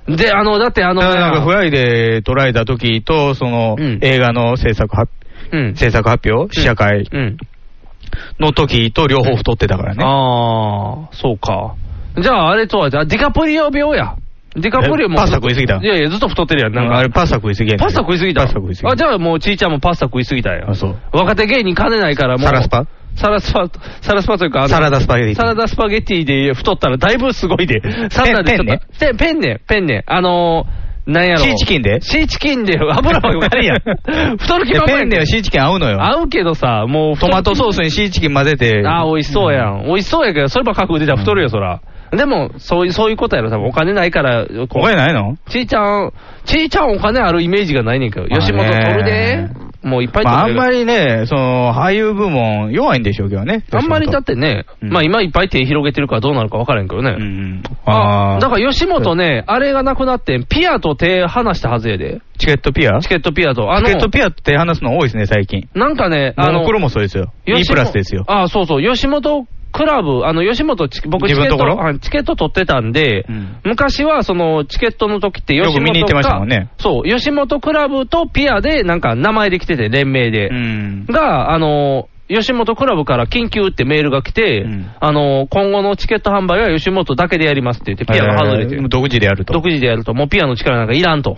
Speaker 3: で、あの、だってあの、
Speaker 2: だからなんか、フライデー捉えた時と、その
Speaker 3: うん、
Speaker 2: 映画の制作発、
Speaker 3: うん。
Speaker 2: 制作発表試写会
Speaker 3: うん。
Speaker 2: の時と両方太ってたからね。
Speaker 3: ああ、そうか。じゃあ、あれとは、じゃあ、ディカプリオ病や。ディカプリオも。
Speaker 2: えパスタ食いすぎた
Speaker 3: いやいや、ずっと太ってるやん。な
Speaker 2: な
Speaker 3: んん
Speaker 2: か
Speaker 3: か
Speaker 2: あれパスタ食いすぎやねん
Speaker 3: パスタ食いすぎた。
Speaker 2: パスタ食いすぎ
Speaker 3: あ、じゃあもう、ちいちゃんもパスタ食いすぎたやん
Speaker 2: あ、。そう。
Speaker 3: 若手芸人金ないからもう。
Speaker 2: サラスパ
Speaker 3: サラスパ、サラスパというか、あの
Speaker 2: サラダスパゲティ
Speaker 3: サラダスパゲティで太ったらだいぶすごいで。サラダでちょっと。ペンペンね、ペンね。あのー、なんやろ。
Speaker 2: シーチキンで
Speaker 3: シーチキンで油ばっかりやん。 太る気満々
Speaker 2: で
Speaker 3: や
Speaker 2: ペン
Speaker 3: ん
Speaker 2: ネはシーチキン合うのよ。
Speaker 3: 合うけどさ、もう太
Speaker 2: ト
Speaker 3: る気
Speaker 2: マトソースにシーチキン混ぜて。
Speaker 3: ああ、美味しそうやん。美味しそうやけど、そればっか食うてたら太るよ、そら。でも、そういう、そういうことやろ、多分。お金ないから、こ
Speaker 2: お金ないの
Speaker 3: ちいちゃん、ちいちゃんお金あるイメージがないねんけど。
Speaker 2: まあね
Speaker 3: 吉本取るで。もういっぱい
Speaker 2: まあ、あ
Speaker 3: 取
Speaker 2: ん
Speaker 3: る。
Speaker 2: まりね、その、俳優部門弱いんでしょうけどね。
Speaker 3: あんまりだってね、
Speaker 2: うん
Speaker 3: まあ今いっぱい手広げてるからどうなるか分からへんけどね。
Speaker 2: うんうん。
Speaker 3: あ
Speaker 2: あ
Speaker 3: あ。
Speaker 2: あ。
Speaker 3: だから吉本ね、あれがなくなってん、ピアと手離したはずやで。
Speaker 2: チケットピア
Speaker 3: チ
Speaker 2: チケ
Speaker 3: ケットピアと。あの、
Speaker 2: ットピアって話すの多いですね、最近。
Speaker 3: なんかね、
Speaker 2: あ
Speaker 3: あ
Speaker 2: の、
Speaker 3: の
Speaker 2: 黒、もそうですよ。
Speaker 3: 吉本
Speaker 2: E プラスですよ。
Speaker 3: ああ、そうそう、吉本クラブ、あの、吉本ち、僕チケ
Speaker 2: 自分
Speaker 3: ット
Speaker 2: のところ
Speaker 3: はいチケット取ってたんで、
Speaker 2: うん
Speaker 3: 昔はその、チケットの時って吉本
Speaker 2: よく見に行ってましたもんね
Speaker 3: かそう、吉本クラブとピアで、なんか名前で来てて、連名で。
Speaker 2: うん。
Speaker 3: が、あの、吉本クラブから緊急ってメールが来て、
Speaker 2: うん
Speaker 3: あの、今後のチケット販売は吉本だけでやりますって言って、ピアが外れて、
Speaker 2: えー独自でやると
Speaker 3: 独。自でやると、もうピアの力なんかいらんと。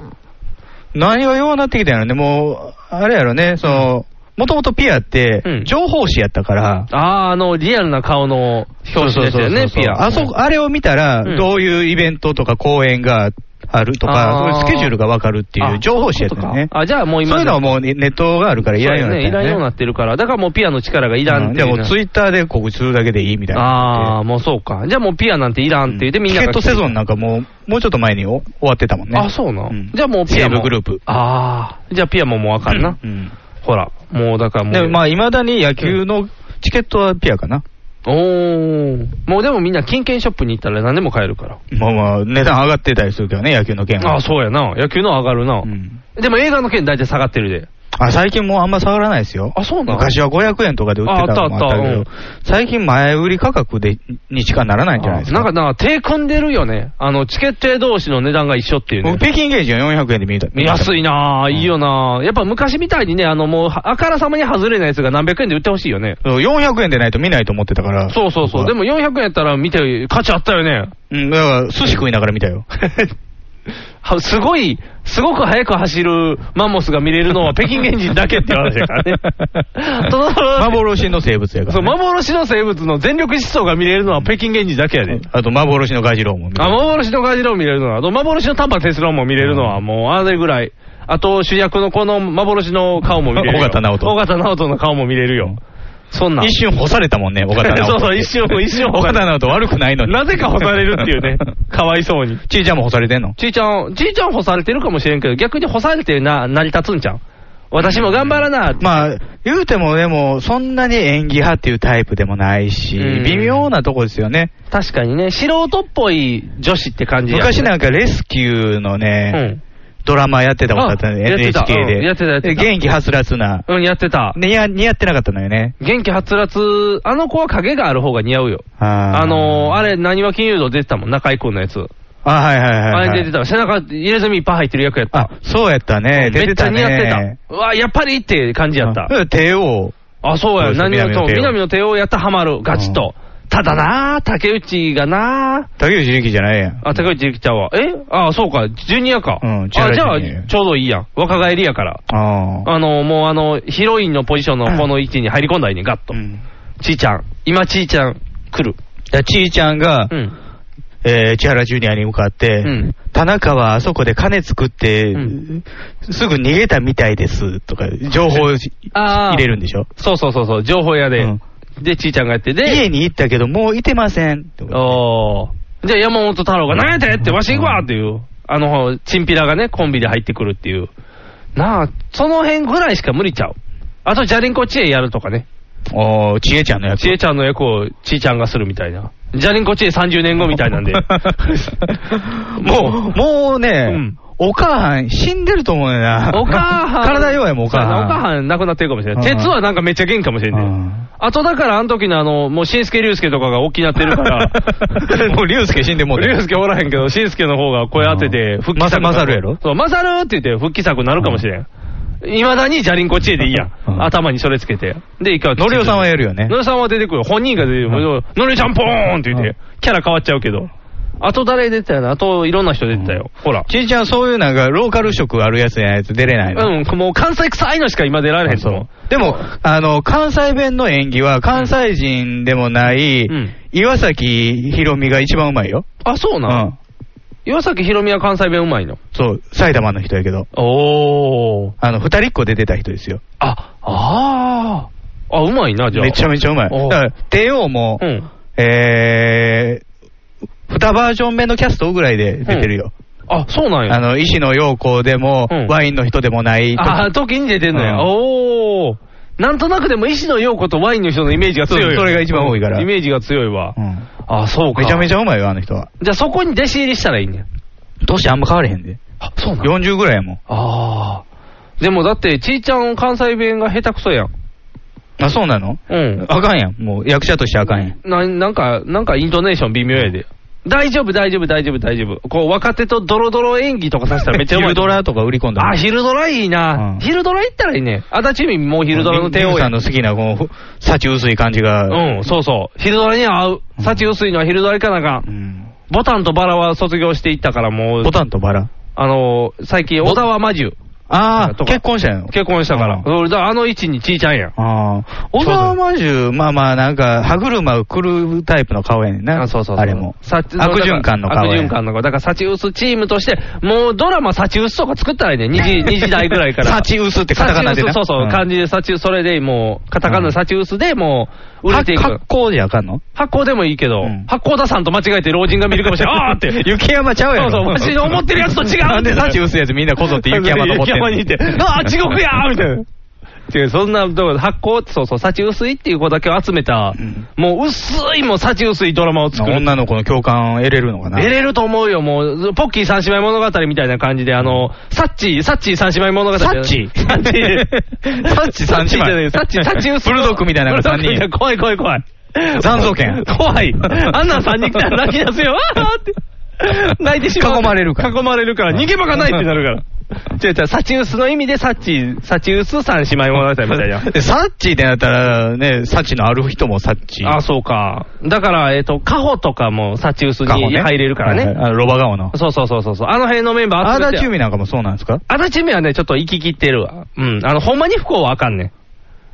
Speaker 2: 何が弱なってきたんやろね。もう、あれやろね、その、もともとピアって
Speaker 3: うん、
Speaker 2: 情報誌やったから、
Speaker 3: ああ、あの、リアルな顔の表紙でしたよね、ピア。
Speaker 2: あそこ、あれを見たら、
Speaker 3: うん
Speaker 2: どういうイベントとか公演があると
Speaker 3: あ
Speaker 2: か、
Speaker 3: ー
Speaker 2: そういうスケジュールがわかるってい
Speaker 3: あ
Speaker 2: う情報誌やった
Speaker 3: そう
Speaker 2: よ
Speaker 3: いう
Speaker 2: ね
Speaker 3: こと。かあじゃあもう今
Speaker 2: そういうのはもうねネットがあるからいらんようにな
Speaker 3: そうやねいらんようになっ
Speaker 2: っ
Speaker 3: てるから。だからもうピアの力がい
Speaker 2: た
Speaker 3: ら
Speaker 2: よね
Speaker 3: ん
Speaker 2: う
Speaker 3: っ
Speaker 2: ん
Speaker 3: て
Speaker 2: で
Speaker 3: いうな。
Speaker 2: もツイッターで告知するだけでいいみたい
Speaker 3: あ
Speaker 2: な。
Speaker 3: あ、もうそうか。じゃあもうピアなんていらんって言ってみん
Speaker 2: チ
Speaker 3: な
Speaker 2: ケ
Speaker 3: が
Speaker 2: ットセゾンなんかもう、もうちょっと前に終わってたもんね。
Speaker 3: あ、そうな。
Speaker 2: ん
Speaker 3: じゃあもうピア
Speaker 2: 西
Speaker 3: も。
Speaker 2: 武グループ
Speaker 3: ああ。じゃあピアももうあかんな。
Speaker 2: うん。
Speaker 3: ほら。もうだからもう。
Speaker 2: でもまあ、いまだに野球のチケットはピアかな。
Speaker 3: おー。もうでもみんな金券ショップに行ったら何でも買えるから。
Speaker 2: まあまあ、値段上がってたりするけどね、野球の件は。
Speaker 3: ああ、そうやな。野球の上がるな
Speaker 2: う。ん
Speaker 3: でも映画の券大体下がってるで。
Speaker 2: あ、最近もうあんま下がらないですよ。
Speaker 3: あ、そうな。
Speaker 2: 昔は500円とかで売ってたのもあった
Speaker 3: ああ
Speaker 2: け
Speaker 3: ったあっ
Speaker 2: ど
Speaker 3: た、
Speaker 2: 最近前売り価格でにしかならないんじゃないですか。
Speaker 3: あなんか、なんか手組んでるよね。あの、チケット屋同士の値段が一緒っていうね。
Speaker 2: 僕、北京ゲージは400円で見た。見ました
Speaker 3: 安いなぁ、いいよなぁ。やっぱ昔みたいにね、あのもう、あからさまに外れないやつが何百円で売ってほしいよね。
Speaker 2: そう400円でないと見ないと思ってたから。
Speaker 3: そうそうそう。で
Speaker 2: 僕は、
Speaker 3: も400円やったら見て、価値あったよね。
Speaker 2: うん、だから寿司食いながら見 たよ。。
Speaker 3: はすごい、すごく速く走るマンモスが見れるのは北京原人だけっていう話だから ねその
Speaker 2: 幻の生物やからね。
Speaker 3: そう、幻の生物の全力疾走が見れるのは北京原人だけやで。
Speaker 2: あと幻のガジロウも見た
Speaker 3: あ、幻のガジロウ 見れるのは、あと幻の丹波哲郎も見れるのは、もうあれぐらい。あと主役のこの幻の顔も見れるよ。
Speaker 2: 尾形直人
Speaker 3: 尾形直人の顔も見れるよ。そんなん。
Speaker 2: 一瞬干されたも んね、岡田直人。
Speaker 3: そうそう一瞬一瞬
Speaker 2: 岡田直人悪くないのに。
Speaker 3: なぜか干されるっていう ね。かわいそうに。
Speaker 2: ちいちゃんも干されてんの
Speaker 3: ちいちゃん、ちいちゃん干されてるかもしれんけど、逆に干されてな、成り立つんじゃん。私も頑張らな。
Speaker 2: まあ、言うてもでも、そんなに演技派っていうタイプでもないし、
Speaker 3: うん
Speaker 2: 微妙なとこですよね。
Speaker 3: 確かにね、素人っぽい女子って感じや、ね。
Speaker 2: 昔
Speaker 3: ね。
Speaker 2: なんかレスキューの
Speaker 3: う
Speaker 2: ね、
Speaker 3: ん。
Speaker 2: ドラマやってたことあったね、
Speaker 3: あやってた
Speaker 2: NHK で、
Speaker 3: うんやってたやってた
Speaker 2: で元気はつらつな。
Speaker 3: うん、やってた。
Speaker 2: ね、や、似合ってなかったのよね。
Speaker 3: 元気はつらつ、あの子は影がある方が似合うよ。
Speaker 2: あ
Speaker 3: あのー、あ
Speaker 2: れ
Speaker 3: れ、なにわ金融道出てたもん、中井くんのやつ。
Speaker 2: あ、はいはいはい、はい。
Speaker 3: あれ出てた。背中、入れ墨いっぱい入ってる役やった。
Speaker 2: あ、そうやったね。出
Speaker 3: め
Speaker 2: て
Speaker 3: っちゃ
Speaker 2: た
Speaker 3: 似
Speaker 2: ね。
Speaker 3: 合ってた。うわ、やっぱりって感じやった。
Speaker 2: うん帝王。
Speaker 3: あ、そうや、
Speaker 2: そう
Speaker 3: 何
Speaker 2: です
Speaker 3: をと、南
Speaker 2: 南
Speaker 3: の
Speaker 2: の
Speaker 3: 帝王やったらハマる、ガチと。ただなぁ、竹内がなぁ、
Speaker 2: 竹内力じゃないやん。
Speaker 3: あ、竹内ゆきちゃんは、えあ、そうか、ジュニアか。
Speaker 2: うん
Speaker 3: あ、じ
Speaker 2: ジュニア
Speaker 3: ゃあ、
Speaker 2: ジュニア
Speaker 3: ちょうどいいやん。若返りやから。
Speaker 2: ああ。
Speaker 3: あの、もうあの、ヒロインのポジションのこの位置に入り込んだらいいね、ガッと
Speaker 2: う。ん
Speaker 3: ちいちゃん、今ちいちゃん、来る。
Speaker 2: だちいちゃんが、
Speaker 3: うん。
Speaker 2: えー千原ジュニアに向かって、
Speaker 3: うん
Speaker 2: 田中はあそこで金作って、
Speaker 3: うん
Speaker 2: すぐ逃げたみたいですとか、情報をし
Speaker 3: あー
Speaker 2: 入れるんでしょ
Speaker 3: そうそうそう、そう情報屋で。
Speaker 2: うん
Speaker 3: で、ちいちゃんがやって、で、
Speaker 2: 家に行ったけど、もういてません。とか
Speaker 3: おーじゃあ山本太郎が、なんやてって、わし行くわっていう、あの、チンピラがね、コンビで入ってくるっていう。なあ、その辺ぐらいしか無理ちゃう。あと、じゃりンコ知恵やるとかね。
Speaker 2: おー、ちえちゃんのやつ。
Speaker 3: ちえちゃんの役をちーちゃんがするみたいな。じゃりンコ知恵30年後みたいなん で。も
Speaker 2: もう、もうね、
Speaker 3: ん
Speaker 2: お母はん死んでると思うねんな。
Speaker 3: う、お母はん。
Speaker 2: 体弱いもん、お母はん。
Speaker 3: そうやなお母はん亡くなってるかもしれない。
Speaker 2: うん
Speaker 3: 鉄はなんかめっちゃ元気かもしれない。
Speaker 2: うん
Speaker 3: あとだから、あの時のあの、もう、しんすけりゅうすけとかが大きなってるから、
Speaker 2: もう、竜介死んでもう
Speaker 3: りゅうすけおらへんけど、しんすけの方が声当てて、復帰作。
Speaker 2: まさまさるやろ
Speaker 3: そう、まさるって言って復帰作になるかもしれん。いまだにじゃりんこ知恵でいいや。
Speaker 2: うんん
Speaker 3: 頭にそれつけて。で、一回。
Speaker 2: のりおさんはやるよね
Speaker 3: の。りおさんは出てくる。本人が出てくる。のりおちゃんポーンって言っ
Speaker 2: うん
Speaker 3: て、キャラ変わっちゃうけど。あと誰出てたよなあといろんな人出てたよ。ほら。
Speaker 2: ちえちゃん、そういうなんか、ローカル色あるやつじゃないと出れないの。
Speaker 3: うん、もう関西臭いのしか今出られへんと思う。
Speaker 2: でも、あの、関西弁の演技は、関西人でもない、
Speaker 3: うん
Speaker 2: 岩崎宏美が一番うまいよ。
Speaker 3: あ、そう
Speaker 2: う
Speaker 3: なん
Speaker 2: ん。
Speaker 3: 岩崎宏美は関西弁うまいの。
Speaker 2: そう、埼玉の人やけど。
Speaker 3: おー。
Speaker 2: あの、二人っ子で出てた人ですよ。
Speaker 3: あ、あー。あ、うまいな、じゃあ。
Speaker 2: めちゃめちゃうまい。
Speaker 3: お
Speaker 2: だから、帝王も、
Speaker 3: うん。
Speaker 2: えー、二バージョン目のキャストぐらいで出てるよ。
Speaker 3: あ、そうなんや。
Speaker 2: あの、石野陽子でも、
Speaker 3: うん
Speaker 2: ワインの人でもない。
Speaker 3: ああ、時に出てんのや。
Speaker 2: うん
Speaker 3: おお。なんとなくでも石野陽子とワインの人のイメージが強いよ
Speaker 2: そうそれが一番多いから
Speaker 3: イメージが強いわ。
Speaker 2: うん
Speaker 3: ああ、そうか。
Speaker 2: めちゃめち
Speaker 3: ゃ。
Speaker 2: ゃうまいよ、あの人は。
Speaker 3: じゃあそこに弟子入りしたらいいんだよ。
Speaker 2: 年あんま変われへんで。
Speaker 3: あ、そうなの
Speaker 2: 40ぐらいやもん。
Speaker 3: ああ。でもだって、ちーちゃん関西弁が下手くそやん。
Speaker 2: あ、そうなの
Speaker 3: うん。
Speaker 2: あかんやん。もう役者としてあかんやん。
Speaker 3: ななんか、なんかイントネーション微妙やで。大丈夫、大丈夫、大丈夫、大丈夫。こう、若手とドロドロ演技とかさせたらめっちゃうまい。
Speaker 2: 昼ドラとか売り込んだもん
Speaker 3: あ、昼ドラいいな。
Speaker 2: うん
Speaker 3: 昼ドラ行ったらいいね。足立みもう昼ドラの帝
Speaker 2: リ
Speaker 3: 王
Speaker 2: ム
Speaker 3: や
Speaker 2: さ
Speaker 3: ん
Speaker 2: んの好きな、このふ、幸薄い感じが。
Speaker 3: うん、そうそう。昼ドラには合う。幸薄いのは昼ドラ行かなあか。
Speaker 2: うんん。
Speaker 3: ボタンとバラは卒業していったからもう、
Speaker 2: ボタンとバラ。
Speaker 3: あのー、最近、小沢魔獣。
Speaker 2: ああ、
Speaker 3: とか
Speaker 2: 結婚したんやろ。
Speaker 3: 結婚したから。
Speaker 2: うん
Speaker 3: 俺だからあの位置にちいちゃんやん。
Speaker 2: ああ。小沢まじゅう、まあまあ、なんか、歯車をくるタイプの顔やねんな。
Speaker 3: あそうそうそう
Speaker 2: あれも。
Speaker 3: さ
Speaker 2: 悪循環の顔や
Speaker 3: 悪循環の顔。だから、幸薄チームとして、もうドラマ幸薄とか作ったらいいね。2時、二時代ぐらい から。
Speaker 2: 幸薄ってカタカナでな
Speaker 3: 幸薄そうそう、
Speaker 2: うん
Speaker 3: 漢字で幸薄、それでもう、カタカナで
Speaker 2: うん
Speaker 3: 幸薄でもう、売れてい
Speaker 2: は
Speaker 3: く
Speaker 2: 格。好じゃあかんの
Speaker 3: 発行でもいいけど、
Speaker 2: うん
Speaker 3: 八甲田さんと間違えて老人が見るかもしれない。あー って。
Speaker 2: 雪山ちゃうやろ。
Speaker 3: そうそうわしの思ってるやつと違う
Speaker 2: なんで幸薄いやつみんなこぞって雪山登って
Speaker 3: 雪
Speaker 2: んの。
Speaker 3: 山にいて、あー地獄やーみたいな。違うそんな、だから発行、そうそう、幸薄いっていう子だけを集めた、
Speaker 2: うん
Speaker 3: もう薄いもう幸薄いドラマを作る。
Speaker 2: 女の子の共感を得れるのか な。
Speaker 3: 出れると思うよ、もう、ポッキー三姉妹物語みたいな感じで、あの、サッチー、サッチー三姉妹物語。
Speaker 2: サッチー
Speaker 3: サッチー
Speaker 2: サッチー三
Speaker 3: サ
Speaker 2: 姉妹
Speaker 3: じゃないサッチー、サッチー薄
Speaker 2: ブルドッグみたいなのが三人
Speaker 3: ブルドッグみたいな怖い怖い怖い。
Speaker 2: 残像権
Speaker 3: 怖い。あんなん三人来たら泣き出す よ、わーって。泣いてしまう。
Speaker 2: 囲まれるから
Speaker 3: 囲まれるから、逃げ場がないってなる から。違う違う、サチウスの意味で、サッチー、サチウス三姉妹物語みたいな。
Speaker 2: で、 サッチーってなったら、ね、サチのある人もサッチー。
Speaker 3: あ、そうか。だから、えっと、カホとかもサチウス
Speaker 2: かも
Speaker 3: に
Speaker 2: ね
Speaker 3: 入れるからね。
Speaker 2: はいはいあのロバ顔の。
Speaker 3: そうそうそうそうそう。あの辺のメンバー
Speaker 2: アー
Speaker 3: 集め
Speaker 2: ダ
Speaker 3: て。
Speaker 2: チューミなんかもそうなんですか
Speaker 3: アダチュミはね、ちょっと行き切ってるわ。うん。あの、ほんまに不幸はあかんねん。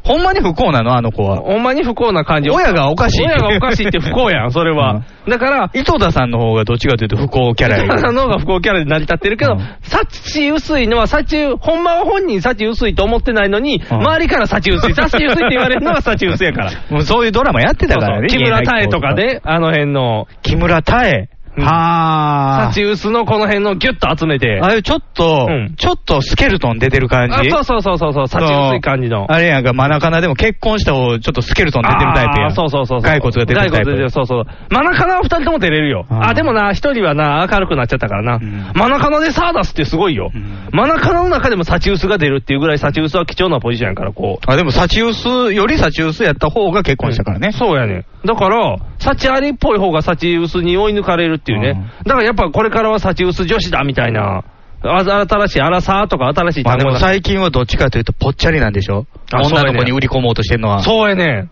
Speaker 2: ほんまに不幸なのあの子は。
Speaker 3: ほんまに不幸な感じ。
Speaker 2: 親がおかしい。
Speaker 3: 親がおかしいって不幸 やん、それは。だから、
Speaker 2: 井戸田さんの方がどっちかというと不幸キャラや
Speaker 3: ただ
Speaker 2: けど
Speaker 3: の方が不幸キャラで成り立ってるけど、
Speaker 2: うん
Speaker 3: 幸薄いのは幸、ほんまは本人幸薄いと思ってないのに、
Speaker 2: うん
Speaker 3: 周りから幸薄い、 幸薄いって言われるのが幸薄いやから。
Speaker 2: もうそういうドラマやってたからね。
Speaker 3: そうそう木村多江とか
Speaker 2: で
Speaker 3: で、あの辺の、
Speaker 2: 木村多江。
Speaker 3: うん
Speaker 2: はあ。
Speaker 3: 幸薄のこの辺のギュッと集めて、
Speaker 2: ああいうちょっと、
Speaker 3: うん
Speaker 2: ちょっとスケルトン出てる感じ。
Speaker 3: あそうそうそうそうそう、幸薄い感じの。
Speaker 2: あれやんか、真中なでも結婚した方、ちょっとスケルトン出てるタイプや
Speaker 3: あ
Speaker 2: ん。
Speaker 3: ーそうそうそうそう。
Speaker 2: 骸骨が出てるタイ
Speaker 3: 骸骨出て
Speaker 2: プ
Speaker 3: る。そうそう。真中野は二人とも出れるよ。
Speaker 2: あー
Speaker 3: あでもな、一人はな、明るくなっちゃったからな。
Speaker 2: ん
Speaker 3: 真中野でサーダスってすごいよ。
Speaker 2: うん
Speaker 3: 真中野の中でも幸薄が出るっていうぐらい幸薄は貴重なポジションやから、こう。
Speaker 2: あ、でも、幸薄、より幸薄やった方が結婚したからね。
Speaker 3: そうやね。だから、幸ありっぽい方が幸薄に追い抜かれるっていうね。だからやっぱこれからは幸薄女子だみたいな。あ新しい荒さとか新しい
Speaker 2: まあでも
Speaker 3: だ
Speaker 2: 最近はどっちかというと、ぽっちゃりなんでしょ
Speaker 3: あそうやね
Speaker 2: 女の子に売り込もうとしてるのは。
Speaker 3: そうやね。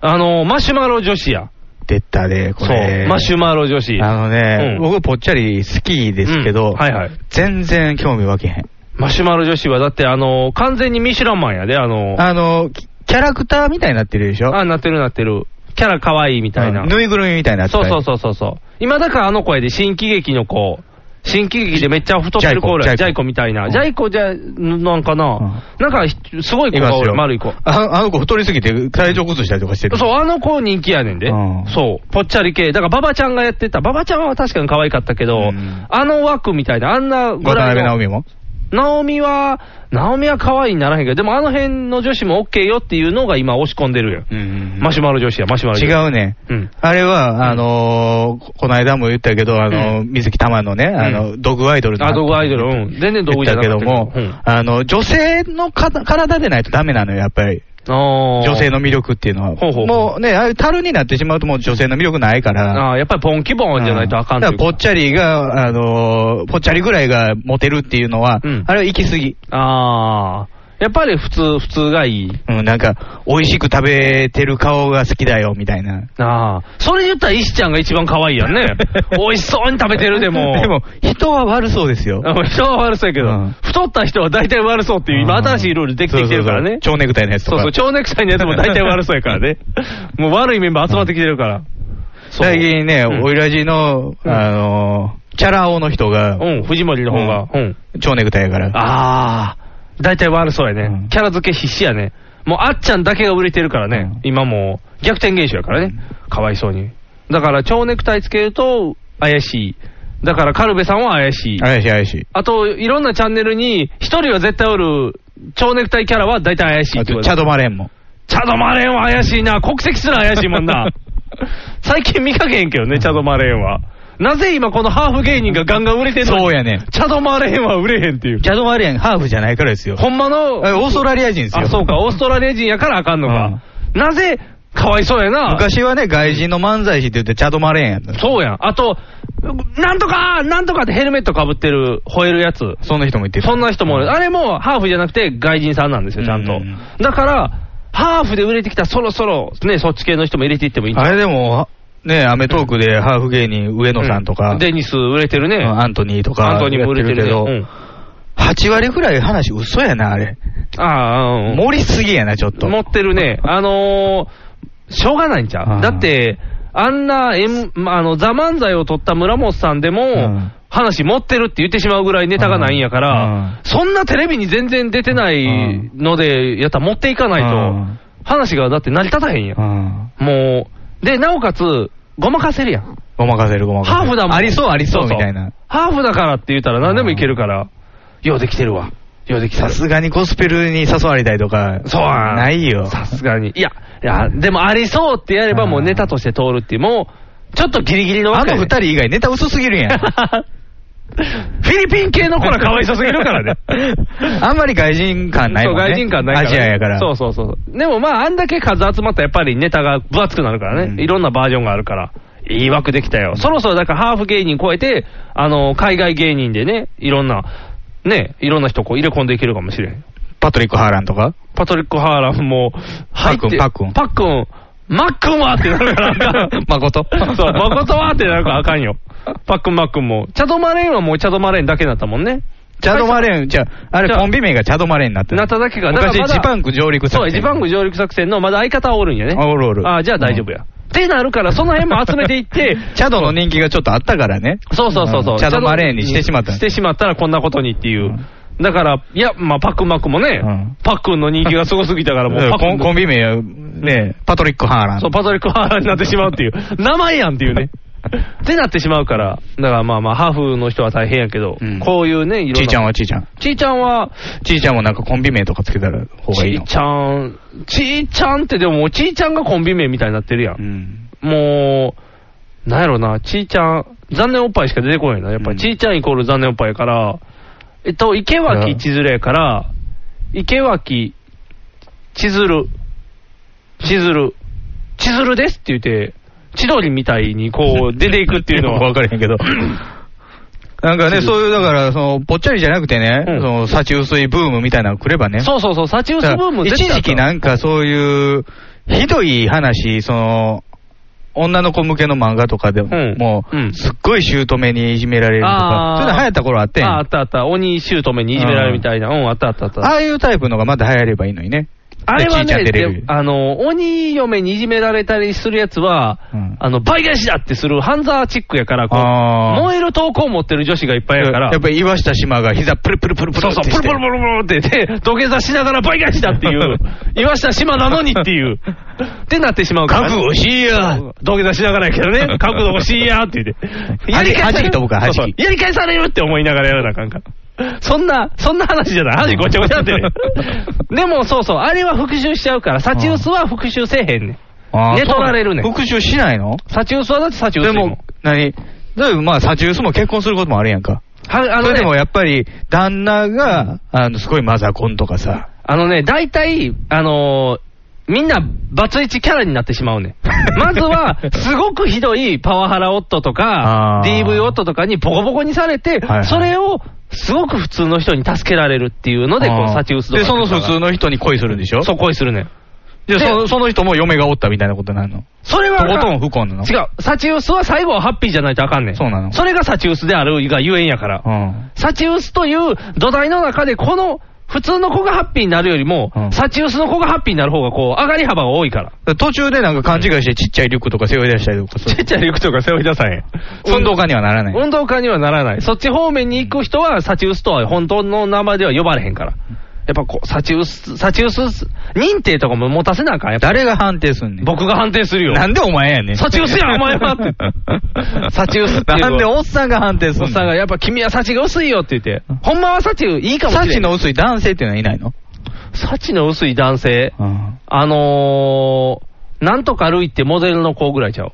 Speaker 3: あの、マシュマロ女子や。
Speaker 2: 出たで、こ
Speaker 3: そう
Speaker 2: れ。。
Speaker 3: マシュマロ女子。
Speaker 2: あのね、
Speaker 3: うん
Speaker 2: 僕ぽっちゃり好きですけど、
Speaker 3: うんはいはい
Speaker 2: 全然興味わけへん。
Speaker 3: マシュマロ女子はだって、あの、完全にミシュランマンやで、あの、あ
Speaker 2: あの、キキャラクターみたいになってるでしょ
Speaker 3: なってるなってる。キャラ可愛いみたいな。
Speaker 2: うんぬいぐるみみたいになって
Speaker 3: そうそう
Speaker 2: う。
Speaker 3: そうそうそう。今だからあの子やで、新喜劇の子。新喜劇でめっちゃ太ってる子
Speaker 2: ジャイ
Speaker 3: ら、
Speaker 2: コ
Speaker 3: ジャイコみたいな。ジャイコじゃ、なんかな。なんか、すごい子
Speaker 2: いま
Speaker 3: が
Speaker 2: す
Speaker 3: おる、
Speaker 2: よ。
Speaker 3: 丸い子。
Speaker 2: ああの子太りすぎて体調崩したりとかしてる。
Speaker 3: そう、あの子人気やねんで
Speaker 2: うん。
Speaker 3: そう。ぽっちゃり系。だから、ババちゃんがやってた。ババちゃんは確かに可愛かったけ
Speaker 2: う
Speaker 3: ど
Speaker 2: ん、
Speaker 3: あの枠みたいな、あんなぐ
Speaker 2: 渡
Speaker 3: らい
Speaker 2: 辺
Speaker 3: の
Speaker 2: 直美も。
Speaker 3: ナオミは、ナオミは可愛いにならへんけど、でもあの辺の女子も OK よっていうのが今押し込んでるよ。
Speaker 2: うんうん
Speaker 3: マシュマロ女子や、マシュマロ女子。
Speaker 2: 違うね。
Speaker 3: うん。
Speaker 2: あれは、あのー、この間も言ったけど、あのー、水木玉のね、あの、ドグアイドルの
Speaker 3: あ、ドグアイドル、うん。全然ド
Speaker 2: 言
Speaker 3: グ
Speaker 2: っ
Speaker 3: じゃ
Speaker 2: た
Speaker 3: な
Speaker 2: け
Speaker 3: かった
Speaker 2: ども、あの、女性のか体でないとダメなのよ、やっぱり。
Speaker 3: 女
Speaker 2: 女性の魅力っていうの
Speaker 3: ほう
Speaker 2: は。
Speaker 3: ほうほう
Speaker 2: もうね、ああいう樽になってしまうともう女性の魅力ないから。
Speaker 3: ああ、やっぱりポンキボンじゃないとあかん
Speaker 2: だ
Speaker 3: と
Speaker 2: からぽっちゃりが、あのー、ぽっちゃりぐらいがモテるっていうのは、
Speaker 3: うん
Speaker 2: あれは行き過ぎ。
Speaker 3: ああ。やっぱり普通、普通がいい。
Speaker 2: うん、なんか、美味しく食べてる顔が好きだよ、みたいな。
Speaker 3: ああ。それ言ったら石ちゃんが一番可愛いやん ね。美味しそうに食べてるでも。
Speaker 2: でも、人は悪そうですよ。
Speaker 3: あ人は悪そうやけど、
Speaker 2: うん
Speaker 3: 太った人は大体悪そうっていう、今
Speaker 2: うん
Speaker 3: 新しいルールできてきてるからね。
Speaker 2: そうそうそう蝶ネクタイのやつと
Speaker 3: そう
Speaker 2: か。
Speaker 3: そう、蝶ネクタイのやつも大体悪そうやから ね。もう悪いメンバー集まってきてるから。そう
Speaker 2: 最近ね、
Speaker 3: うん
Speaker 2: オイラジの、
Speaker 3: うん
Speaker 2: あのー、チャラ男の人が、
Speaker 3: うん、藤森の方が。うん。
Speaker 2: 蝶ネクタイやから。
Speaker 3: ああ、大体悪そうやね、
Speaker 2: うん
Speaker 3: キャラ付け必死やね。もうあっちゃんだけが売れてるからね。
Speaker 2: うん
Speaker 3: 今もう逆転現象やからね。かわいそうに。だから蝶ネクタイつけると怪しい。だからカルベさんは怪しい。
Speaker 2: 怪しい怪しい。
Speaker 3: あと、いろんなチャンネルに、一人は絶対おる、蝶ネクタイキャラは大体怪しい
Speaker 2: あ、
Speaker 3: ってことと
Speaker 2: チャドマレンも。
Speaker 3: チャドマレーンは怪しいな。国籍すら怪しいもんな。最近見かけへんけどね、チャドマレーンは。なぜ今このハーフ芸人がガンガン売れてんのに
Speaker 2: そうやね。
Speaker 3: チャドマレーンは売れへんっていう。
Speaker 2: チャドマレン、ハーフじゃないからですよ。
Speaker 3: ほんまの、
Speaker 2: えオーストラリア人ですよ。
Speaker 3: あ、そうか、オーストラリア人やからあかんのか。なぜ、かわいそうやな。
Speaker 2: 昔はね、外人の漫才師って言ってチャドマレーンやったの
Speaker 3: そうやん。あと、なんとかなんとかってヘルメットかぶってる、吠えるやつ。
Speaker 2: そんな人もいてる
Speaker 3: そんな人もおる、あれもハーフじゃなくて外人さんなんですよ、ちゃん
Speaker 2: う
Speaker 3: と
Speaker 2: ん。
Speaker 3: だから、ハーフで売れてきたらそろそろ、ね、そっち系の人も入れていってもいいんじゃ
Speaker 2: あれでも、ね、アメトークでハーフ芸人、上野
Speaker 3: ない
Speaker 2: さんと
Speaker 3: う
Speaker 2: か、
Speaker 3: デニス売れてるね。
Speaker 2: アントニーとか、
Speaker 3: アントニーも売れてるね
Speaker 2: けど、
Speaker 3: うん
Speaker 2: 8割ぐらい話嘘やな、あれ。
Speaker 3: ああ、うん
Speaker 2: 盛りすぎやな、ちょっと。
Speaker 3: 持ってるね。 あのー、しょうがないんちゃ
Speaker 2: う
Speaker 3: うんだって、あんな、えんまあの、ザ・漫才を取った村本さんでも、
Speaker 2: ん
Speaker 3: 話持ってるって言ってしまうぐらいネタがないんやから、そんなテレビに全然出てないので、やったら持っていかな
Speaker 2: う
Speaker 3: い
Speaker 2: ん
Speaker 3: と、話がだって成り立たへんやん
Speaker 2: う。ん。
Speaker 3: もう、で、なおかつ、ごまかせるやん。
Speaker 2: ごまかせる、ごまかせる。
Speaker 3: ハーフだもん。
Speaker 2: ありそう、ありそう、
Speaker 3: そ
Speaker 2: みたいな。。
Speaker 3: ハーフだからって言ったら何でもいけるから、ようできてるわ。ようできて
Speaker 2: さ
Speaker 3: る。
Speaker 2: すがにコスペルに誘われたりとか、
Speaker 3: そうなん
Speaker 2: ないよ。
Speaker 3: さすがに。いや、いや、でもありそうってやればもうネタとして通るっていう、もう、ちょっとギリギリの
Speaker 2: あの二
Speaker 3: 二
Speaker 2: 人以外ネタ薄すぎ るやん。。
Speaker 3: フィリピン系の子らかわいそうすぎるからね
Speaker 2: あん まり外人感ないもんね。
Speaker 3: そう外人感ないから、
Speaker 2: アジアやから。
Speaker 3: そうそうそう。でもまあ、あんだけ数集まったらやっぱりネタが分厚くなるからね。
Speaker 2: うん
Speaker 3: いろんなバージョンがあるから。いい枠できたよ。そろそろだからハーフ芸人超えて、あの、海外芸人でね、いろんな、ね、いろんな人こう入れ込んでいけるかもしれん。
Speaker 2: パトリック・ハーランとか
Speaker 3: パトリック・ハーランも、入って
Speaker 2: パックン
Speaker 3: パックン。マックンはってなるからあかん。
Speaker 2: 誠
Speaker 3: そう、誠はってなるからあかんよ。パックン、マックンも。チャドマレーンはもうチャドマレーンだけだったもんね。
Speaker 2: チャドマレーン、じゃあ、あ
Speaker 3: じ
Speaker 2: れ
Speaker 3: ゃあ
Speaker 2: コンビ名がチャドマレーンになってる
Speaker 3: なっただけが、だから
Speaker 2: 昔
Speaker 3: まだ
Speaker 2: ジパンク上陸さ
Speaker 3: そう、ジパンク上陸作戦のまだ相方はおるんやね。
Speaker 2: あおるおる
Speaker 3: あじゃあ大丈夫や。ってなるから、その辺も集めていって、
Speaker 2: チャドの人気がちょっとあったからね。
Speaker 3: そうそうそうそう。
Speaker 2: チャドマレーンにしてしまった。
Speaker 3: してしまったらこんなことにっていううんだから、いや、まあ、パックンマックンもね、
Speaker 2: うん
Speaker 3: パックンの人気 がすごすぎたから、もう
Speaker 2: うん
Speaker 3: パック
Speaker 2: コン
Speaker 3: ン
Speaker 2: コンビ名、ね、パトリック・ハーラン。
Speaker 3: そう、パトリック・ハーラーになってしまうって いう、名前やんっていうね。ってなってしまうから、だからまあまあ、ハーフの人は大変やけど、
Speaker 2: うん
Speaker 3: こういうね、いろんな。
Speaker 2: ちーちゃんはちーちゃん。
Speaker 3: ちーちゃんは、
Speaker 2: ちーちゃんもなんかコンビ名とかつけたら方がい
Speaker 3: ちー
Speaker 2: いの。
Speaker 3: ちゃん、ちーちゃんってでももうちーちゃんがコンビ名みたいになってるやん。
Speaker 2: うん。
Speaker 3: もう、なんやろな、ちーちゃん、残念おっぱいしか出てこないな。やっぱ
Speaker 2: うん
Speaker 3: ちーちゃんイコール残念おっぱいやから、えっと、池脇千鶴やから、池脇千鶴、千鶴、千鶴ですって言って、千鳥みたいにこ う出ていくっていうのは。
Speaker 2: 分からへんけど。なんかね、そういう、だから、その、ぽっちゃりじゃなくてね、
Speaker 3: うん
Speaker 2: その、幸薄いブームみたいなの来れば ね。
Speaker 3: そうそうそう、サチウス
Speaker 2: だ
Speaker 3: ブ
Speaker 2: か
Speaker 3: ーム
Speaker 2: ら一時期
Speaker 3: い
Speaker 2: なんかそういう、ひどい話、その、女の子向けの漫画とかでも、
Speaker 3: うん
Speaker 2: もう、
Speaker 3: うん
Speaker 2: すっごい姑にいじめられるとか
Speaker 3: あー、
Speaker 2: そういうの流行った頃あってん
Speaker 3: ああったあった、鬼姑にいじめられるみたいな。うん、あったあったあった。
Speaker 2: ああいうタイプのがまだ流行ればいいのにね。
Speaker 3: あれは
Speaker 2: でちいちゃ
Speaker 3: ね、
Speaker 2: ん出れる
Speaker 3: であの、鬼嫁にいじめられたりするやつは、
Speaker 2: うん
Speaker 3: あの、倍返しだってするハンザーチックやから、こ
Speaker 2: あ
Speaker 3: う、
Speaker 2: ー
Speaker 3: 燃える投稿持ってる女子がいっぱいやから
Speaker 2: やっ、ぱり岩下島が膝プルプルプルプル
Speaker 3: そう
Speaker 2: って
Speaker 3: そう、
Speaker 2: して
Speaker 3: プルプルプルプルって、で、土下座しながら倍返しだって いう、岩下島なのにっていう、ってなってしまうから、
Speaker 2: 覚悟しいや
Speaker 3: 土下座しながらやけど ね、覚悟しいやって言って、
Speaker 2: 弾き弾き飛ぶから
Speaker 3: そうそう
Speaker 2: 弾き
Speaker 3: やり返されるって思いながらやらなあかんから。そんな、そんな話じゃない。話ごちゃごちゃになってる。 でもそうそう、あれは復讐しちゃうから、サチウスは復讐せえへんねん。
Speaker 2: あー
Speaker 3: 寝取られるね
Speaker 2: そうなん復讐しないの
Speaker 3: サチウスはだってサチウス
Speaker 2: で
Speaker 3: やん
Speaker 2: も、何例えば、まあ、サチウスも結婚することもあるやんか。
Speaker 3: はあ
Speaker 2: そ
Speaker 3: の
Speaker 2: れでも
Speaker 3: ね、
Speaker 2: やっぱり、旦那が、あの、すごいマザコンとかさ。
Speaker 3: あのね、大体、あのーみんな、バツイチキャラになってしまうねん。まずは、すごくひどいパワハラ夫とか
Speaker 2: あ、ー
Speaker 3: DV 夫とかにボコボコにされて、
Speaker 2: はいはい
Speaker 3: それを、すごく普通の人に助けられるっていうので、こ
Speaker 2: あ
Speaker 3: の
Speaker 2: ー
Speaker 3: サチウスとか
Speaker 2: で、その普通の人に恋するんでしょ
Speaker 3: そう恋するねん。
Speaker 2: で
Speaker 3: で
Speaker 2: その、その人も嫁がおったみたいなことになるの。
Speaker 3: それは
Speaker 2: と
Speaker 3: あかん、
Speaker 2: ことん不幸なの
Speaker 3: 違う。サチウスは最後はハッピーじゃないとあかんねん。
Speaker 2: そうなの
Speaker 3: それがサチウスであるがゆえんやから。
Speaker 2: うん。
Speaker 3: サチウスという土台の中で、この普通の子がハッピーになるよりも、
Speaker 2: うん
Speaker 3: サチウスの子がハッピーになる方がこう上がり幅が多いから。
Speaker 2: 途中でなんか勘違いしてちっちゃいリュックとか背負い出したりとかする。
Speaker 3: ちっちゃい陸とか背負い出さへん。
Speaker 2: 運動家にはならな い。
Speaker 3: 運動家にはならない。そっち方面に行く人は、サチウスとは本当の名前では呼ばれへんから。やっぱこう、サチウス、サチウス認定とかも持たせなあかん。やっぱ
Speaker 2: 誰が判定すんねん。
Speaker 3: 僕が判定するよ。
Speaker 2: なんでお前やねん。
Speaker 3: サチウスやんお前 はってサチウスっていうのは
Speaker 2: なんでおっさんが判定すん
Speaker 3: お
Speaker 2: ね
Speaker 3: っさんが、やっぱ君は幸が薄いよって言って、ほんまは幸いいかもしれ
Speaker 2: サ
Speaker 3: ん。
Speaker 2: チの薄い男性っていうのはいないの
Speaker 3: 幸の薄い男性。
Speaker 2: うん。
Speaker 3: あのー、なんとかるいってモデルの子ぐらいちゃう。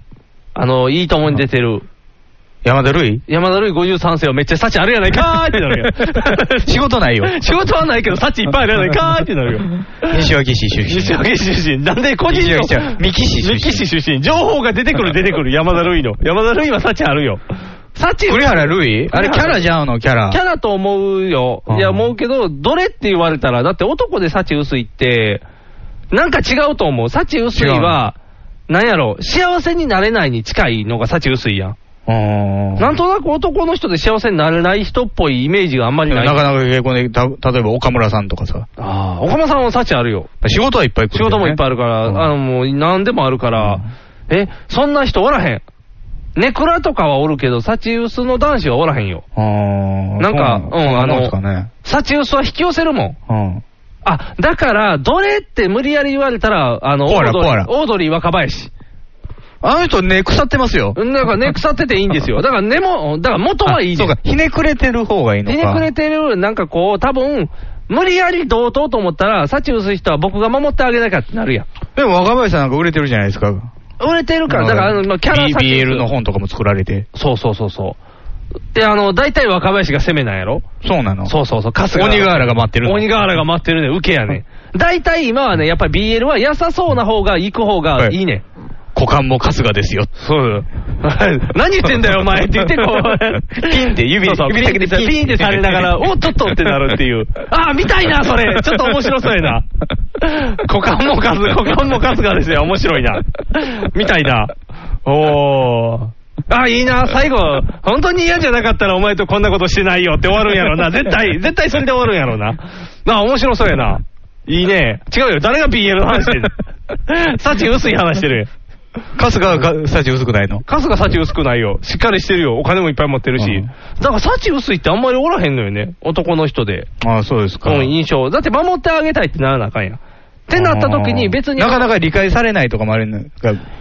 Speaker 3: あのー、いいともに出てる。
Speaker 2: 山田るい
Speaker 3: 山田るい53世はめっちゃ幸あるやないかーってな るよ
Speaker 2: 。仕事な いよ
Speaker 3: 仕事はないけど、幸いっぱいあるやないかーってなるよ。
Speaker 2: 西脇市出身。
Speaker 3: 西脇市出身。なんで個人
Speaker 2: 西脇市は
Speaker 3: の
Speaker 2: 三木市出身
Speaker 3: 三木市出身。情報が出てくる出てくる。山田るいの。山田るいは幸あるよ。幸
Speaker 2: 栗原るいあれキャラじゃんのキャラ。
Speaker 3: キャラと思うよ。
Speaker 2: うん
Speaker 3: いや、思うけど、どれって言われたら、だって男で幸薄いって、なんか違うと思う。幸薄いは、なんやろ、幸せになれないに近いのが幸薄いやん。
Speaker 2: うん。
Speaker 3: なんとなく男の人で幸せになれない人っぽいイメージがあんまりない。
Speaker 2: なかなか結婚で、た例えば岡村さんとかさ。
Speaker 3: ああ、岡本さんは幸あるよ。
Speaker 2: 仕事はいっぱい
Speaker 3: 仕
Speaker 2: 来るけどね、
Speaker 3: 事もいっぱいあるから、
Speaker 2: うん
Speaker 3: あの、もう何でもあるから、え、そんな人おらへん。ネクラとかはおるけど、幸薄の男子はおらへんよ。
Speaker 2: あー
Speaker 3: なんか
Speaker 2: そな
Speaker 3: うんあの
Speaker 2: そうなんです
Speaker 3: 幸薄は引き寄せるもん。
Speaker 2: かね。
Speaker 3: あ、だから、どれって無理やり言われたら、あの、オ
Speaker 2: コアラ
Speaker 3: ードリ
Speaker 2: コアラ
Speaker 3: ー、オードリー若林。
Speaker 2: うん。あの人ね、腐ってますよ。
Speaker 3: うんだから 根腐ってていいんですよ。だから根も、だから元はいいで
Speaker 2: あ
Speaker 3: す
Speaker 2: そうか、。ひねくれてる方がいいの
Speaker 3: ひ
Speaker 2: か。
Speaker 3: ねくれてる、なんかこう、多分、無理やり同等と思ったら、幸薄い人は僕が守ってあげなきゃってなるやん。
Speaker 2: でも若林さんなんか売れてるじゃないですか。
Speaker 3: 売れてるから、だから、あの、まあキャラ
Speaker 2: BBL の。本とかも作られて。
Speaker 3: そうそうそうそう。で、あの、大体若林が攻めなんやろ
Speaker 2: そうなの。
Speaker 3: そうそうそう、春日。
Speaker 2: 鬼瓦が待ってるの
Speaker 3: 鬼瓦が待ってるね、受けやね。大体今はね、やっぱり BL は優しそうな方が行く方がいいね。
Speaker 2: 股間も春日ですよ。そう
Speaker 3: 何言ってんだよ、お前って言って、こう、
Speaker 2: ピンって指
Speaker 3: そうそう
Speaker 2: 指
Speaker 3: ピン
Speaker 2: 先
Speaker 3: って
Speaker 2: で
Speaker 3: さピンってされなが ら、おっとっとってなるっていう。ああ、見たいな、それ。ちょっと面白そうやな。 股間も数、股間も数がですね、面白いな。みたいな。おー。ああ、いいな、最後、本当に嫌じゃなかったらお前とこんなことしてないよって終わるんやろな。絶対、絶対それで終わるんやろな。なあ、面白そうやな。いいね。違うよ、誰が BL の話して る幸薄い話してる。
Speaker 2: 春日がサチ薄くないの。
Speaker 3: 春日幸薄くないよ。しっかりしてるよ。お金もいっぱい持ってるし。
Speaker 2: うん
Speaker 3: だから幸薄いってあんまりおらへんのよね。男の人で。
Speaker 2: ああ、そうですか。
Speaker 3: うん、印象。だって守ってあげたいってならなあかんやん。ってなった時に別に。
Speaker 2: なかなか理解されないとかもあるんだ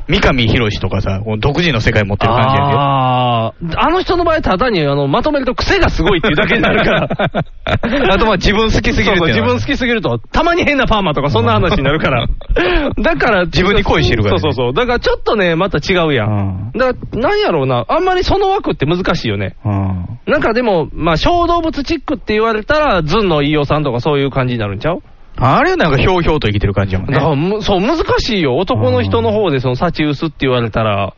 Speaker 2: 三上博史とかさ、こう独自の世界持ってる感じやで。
Speaker 3: あーあの人の場合、ただにあのまとめると癖がすごいっていうだけになる から
Speaker 2: 。あとまあ自分好きすぎるって
Speaker 3: そうそ
Speaker 2: いう
Speaker 3: う
Speaker 2: のは
Speaker 3: 自分好きすぎると、たまに変なパーマとかそんな話になるから。 だから。
Speaker 2: 自分に恋してるからね
Speaker 3: そうそうそう。だからちょっとね、また違うやん。だから、なんやろうな。あんまりその枠って難しいよね。
Speaker 2: うん
Speaker 3: なんかでも、まあ、小動物チックって言われたら、ズンの飯尾さんとかそういう感じになるんちゃう、
Speaker 2: あれなんかひょうひょうと生きてる感じやもん
Speaker 3: だから
Speaker 2: ね。
Speaker 3: むそう、難しいよ。男の人の方で、その、幸薄って言われたら、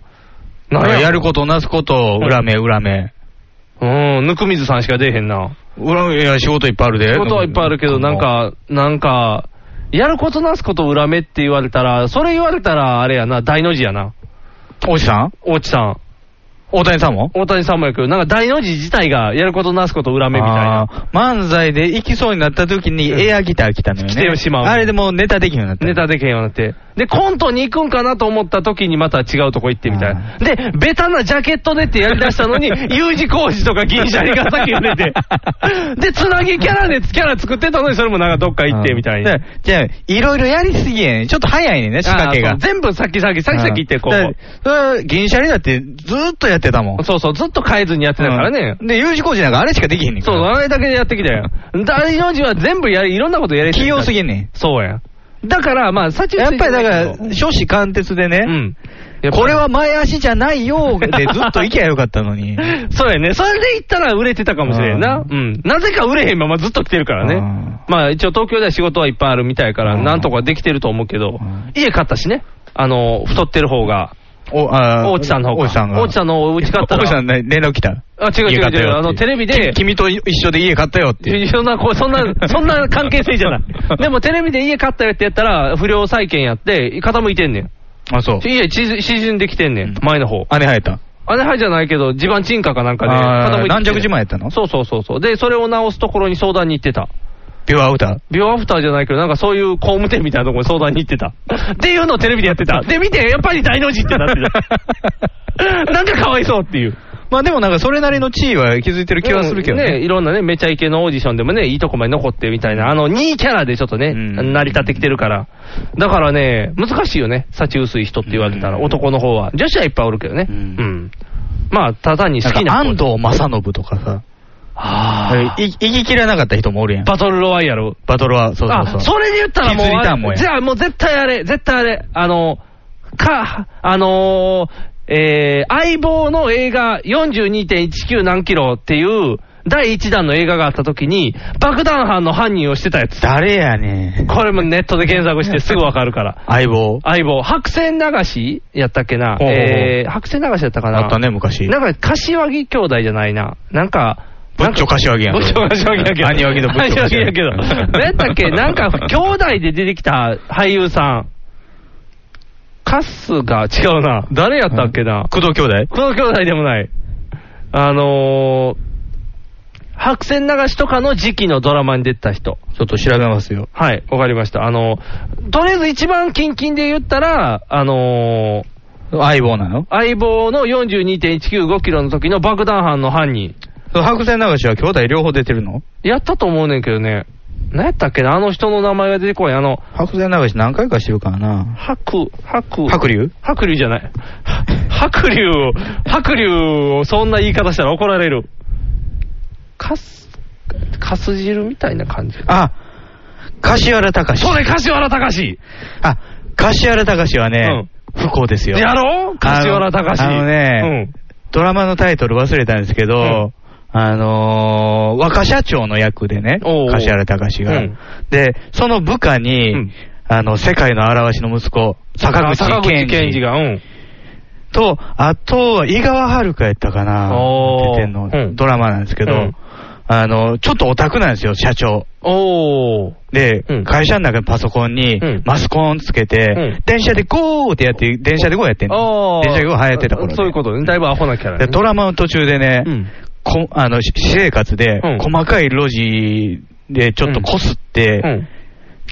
Speaker 3: なんや
Speaker 2: やることなすことを裏目裏目。
Speaker 3: うん、ぬくみずさんしか出えへんな。
Speaker 2: 裏目、いや仕事いっぱいあるで。
Speaker 3: 仕事はいっぱいあるけど、なんか、なんか、やることなすこと裏目って言われたら、それ言われたら、あれやな、大の字やな。
Speaker 2: おじさん
Speaker 3: 大地さん。
Speaker 2: 大谷さんも
Speaker 3: 大谷さんもやけど、なんか大の字自体がやることなすこと裏目みたいな。
Speaker 2: あー漫才で行きそうになった時にエアギター来たのよね。
Speaker 3: 来てしまう
Speaker 2: あれでもうネタできるようになった。
Speaker 3: ネタでけへんようになって。で、コントに行くんかなと思った時にまた違うとこ行ってみたいな。で、ベタなジャケットでってやり出したの に、U 字工事とか銀シャリが先に出て。で、つなぎキャラでキャラ作ってたのに、それもなんかどっか行ってみたい
Speaker 2: だ
Speaker 3: な
Speaker 2: か。らじゃあ、いろいろやりすぎやねん。ちょっと早いねんね、仕掛け
Speaker 3: あ
Speaker 2: が
Speaker 3: ー。そう全部先先、先先行ってこ
Speaker 2: だから
Speaker 3: う。
Speaker 2: それは銀シャリだってずーっとやってたもん。
Speaker 3: そうそう、ずっと変えずにやってたからね。
Speaker 2: うんで、U 字工事なんかあれしかできへんねんか
Speaker 3: そう、
Speaker 2: ら。
Speaker 3: あれだけでやってきたよ。大の字は全部やり、いろんなことやり
Speaker 2: 器用すぎ
Speaker 3: ん。
Speaker 2: んね
Speaker 3: そうや。だから、まあ、さ
Speaker 2: ん。やっぱりだから、初子貫徹でね、
Speaker 3: うん。
Speaker 2: これは前足じゃないよで ずっと行きゃよかったのに。
Speaker 3: そうやね。それで行ったら売れてたかもしれんな。
Speaker 2: う
Speaker 3: うん。なぜか売れへんままずっと来てるから
Speaker 2: う
Speaker 3: ね
Speaker 2: ん。
Speaker 3: まあ一応東京では仕事はいっぱいあるみたいから、
Speaker 2: うん
Speaker 3: なんとかできてると思うけど
Speaker 2: ん、
Speaker 3: 家買ったしね。あの、太ってる方が、
Speaker 2: お、あー
Speaker 3: 大地さんの方か
Speaker 2: 大地さんが。
Speaker 3: 大地さんのお家買ったら
Speaker 2: 大地さんね連絡来た。
Speaker 3: あ、違う違
Speaker 2: 家
Speaker 3: う
Speaker 2: 買った
Speaker 3: 違う、
Speaker 2: よ
Speaker 3: あの、テレビで
Speaker 2: き、君と一緒で家買ったよっていう。
Speaker 3: そんな、こうそん な、そんな関係性じゃない。でもテレビで家買ったよってやったら、不良債権やって、傾いてんねん。
Speaker 2: あ、そう。
Speaker 3: 家縮縮んできてんねん
Speaker 2: うん、
Speaker 3: 前の方。
Speaker 2: 姉生えた。
Speaker 3: あれはじゃないけど、地盤沈下かなんかで、
Speaker 2: あ
Speaker 3: 傾
Speaker 2: ー
Speaker 3: いてきて
Speaker 2: 軟弱地盤やったの
Speaker 3: そうそうそうそう。で、それを直すところに相談に行ってた。
Speaker 2: ピュアアウター。
Speaker 3: ビオアフターじゃないけど、なんかそういう工務店みたいなところに相談に行って た。っていうのをテレビでやってた。で、見て、やっぱり大の字ってなって た。なんかかわいそうっていう。
Speaker 2: まあでもなんかそれなりの地位は築いてる気はするけど
Speaker 3: ね。
Speaker 2: ね。
Speaker 3: いろんなね、めちゃイケのオーディションでもね、いいとこまで残ってみたいな、あの、2位キャラでちょっとね、
Speaker 2: うん
Speaker 3: 成り立ってきてるから。だからね、難しいよね、幸薄い人って言われたら、
Speaker 2: うん
Speaker 3: 男の方は。女子はいっぱいおるけどね。う。
Speaker 2: うんん
Speaker 3: まあ、ただに好
Speaker 2: なん
Speaker 3: き
Speaker 2: か
Speaker 3: な。
Speaker 2: 安藤正信とかさ、
Speaker 3: ああ。
Speaker 2: い生ききれなかった人もおるやん。
Speaker 3: バトルロワイヤル。
Speaker 2: バトルは、そうそうそう。
Speaker 3: あ、それで言ったらもう
Speaker 2: 気づいたもん
Speaker 3: あ
Speaker 2: や
Speaker 3: じゃあもう絶対あれ、絶対あれ、あの、か、あのーえー、相棒の映画42.19何キロっていう第1弾の映画があった時に、爆弾犯の犯人をしてたやつ。
Speaker 2: 誰やねん。
Speaker 3: これもネットで検索してすぐわかるから。
Speaker 2: 相棒。
Speaker 3: 相棒、白線流しやったっけな。
Speaker 2: ほうほうほう
Speaker 3: えー、白線流しやったかな。
Speaker 2: あったね、昔。
Speaker 3: なんか、柏木兄弟じゃないな。なんか、
Speaker 2: ブッチョ柏木やん。
Speaker 3: ぶっちょかしわぎやけど。
Speaker 2: 兄脇のぶっちょかしわぎ
Speaker 3: 兄 脇やけど。何やったっけなんか、兄弟で出てきた俳優さん。カスが違うな。誰やったっけな。
Speaker 2: 工藤兄弟
Speaker 3: この兄弟でもない。あのー、白線流しとかの時期のドラマに出てた人。
Speaker 2: ちょっと調べますよ。
Speaker 3: はい、わかりました。あのー、とりあえず一番近々で言ったら、あのー、
Speaker 2: 相棒なの
Speaker 3: 相棒の42.195キロの時の爆弾犯の犯人。
Speaker 2: そう白線流しは兄弟両方出てるの
Speaker 3: やったと思うねんけどね。何やったっけなあの人の名前が出てこない。あの、
Speaker 2: 白線流し何回かしてるからな。
Speaker 3: 白、白、
Speaker 2: 白龍
Speaker 3: 白龍じゃない。白龍を、白龍をそんな言い方したら怒られる。かす、かす汁みたいな感じ。
Speaker 2: あ、柏原隆
Speaker 3: それ、柏原隆
Speaker 2: あ、柏原隆は
Speaker 3: う
Speaker 2: ね
Speaker 3: ん、
Speaker 2: 不幸ですよ。
Speaker 3: やろう柏原隆
Speaker 2: あのあのねドラマのタイトル忘れたんですけど、
Speaker 3: うん
Speaker 2: あのー若社長の役でね、
Speaker 3: おうおう
Speaker 2: 柏原隆が、
Speaker 3: うん
Speaker 2: で、その部下に、
Speaker 3: うん
Speaker 2: あの、世界の現しの息子、坂口
Speaker 3: 坂
Speaker 2: 健
Speaker 3: 口
Speaker 2: 二
Speaker 3: 健二が、うん。
Speaker 2: と、あとは井川遥やったかな、
Speaker 3: おー
Speaker 2: 出てんの、
Speaker 3: うん
Speaker 2: ドラマなんですけど、
Speaker 3: うん
Speaker 2: あの、ちょっとオタクなんですよ、社長。
Speaker 3: おー。
Speaker 2: で、
Speaker 3: うん
Speaker 2: 会社の中のパソコンに
Speaker 3: うん
Speaker 2: マスコンつけて、
Speaker 3: うん
Speaker 2: 電車でゴーってやって、電車でゴーやってん
Speaker 3: お
Speaker 2: の。
Speaker 3: ー
Speaker 2: 電車でゴー流行ってた頃で
Speaker 3: そういうことね。だいぶアホなキャラ、ね。
Speaker 2: でドラマの途中でね、
Speaker 3: うん
Speaker 2: こあのし私生活で
Speaker 3: うん、
Speaker 2: 細かい路地でちょっとこすって、
Speaker 3: うん。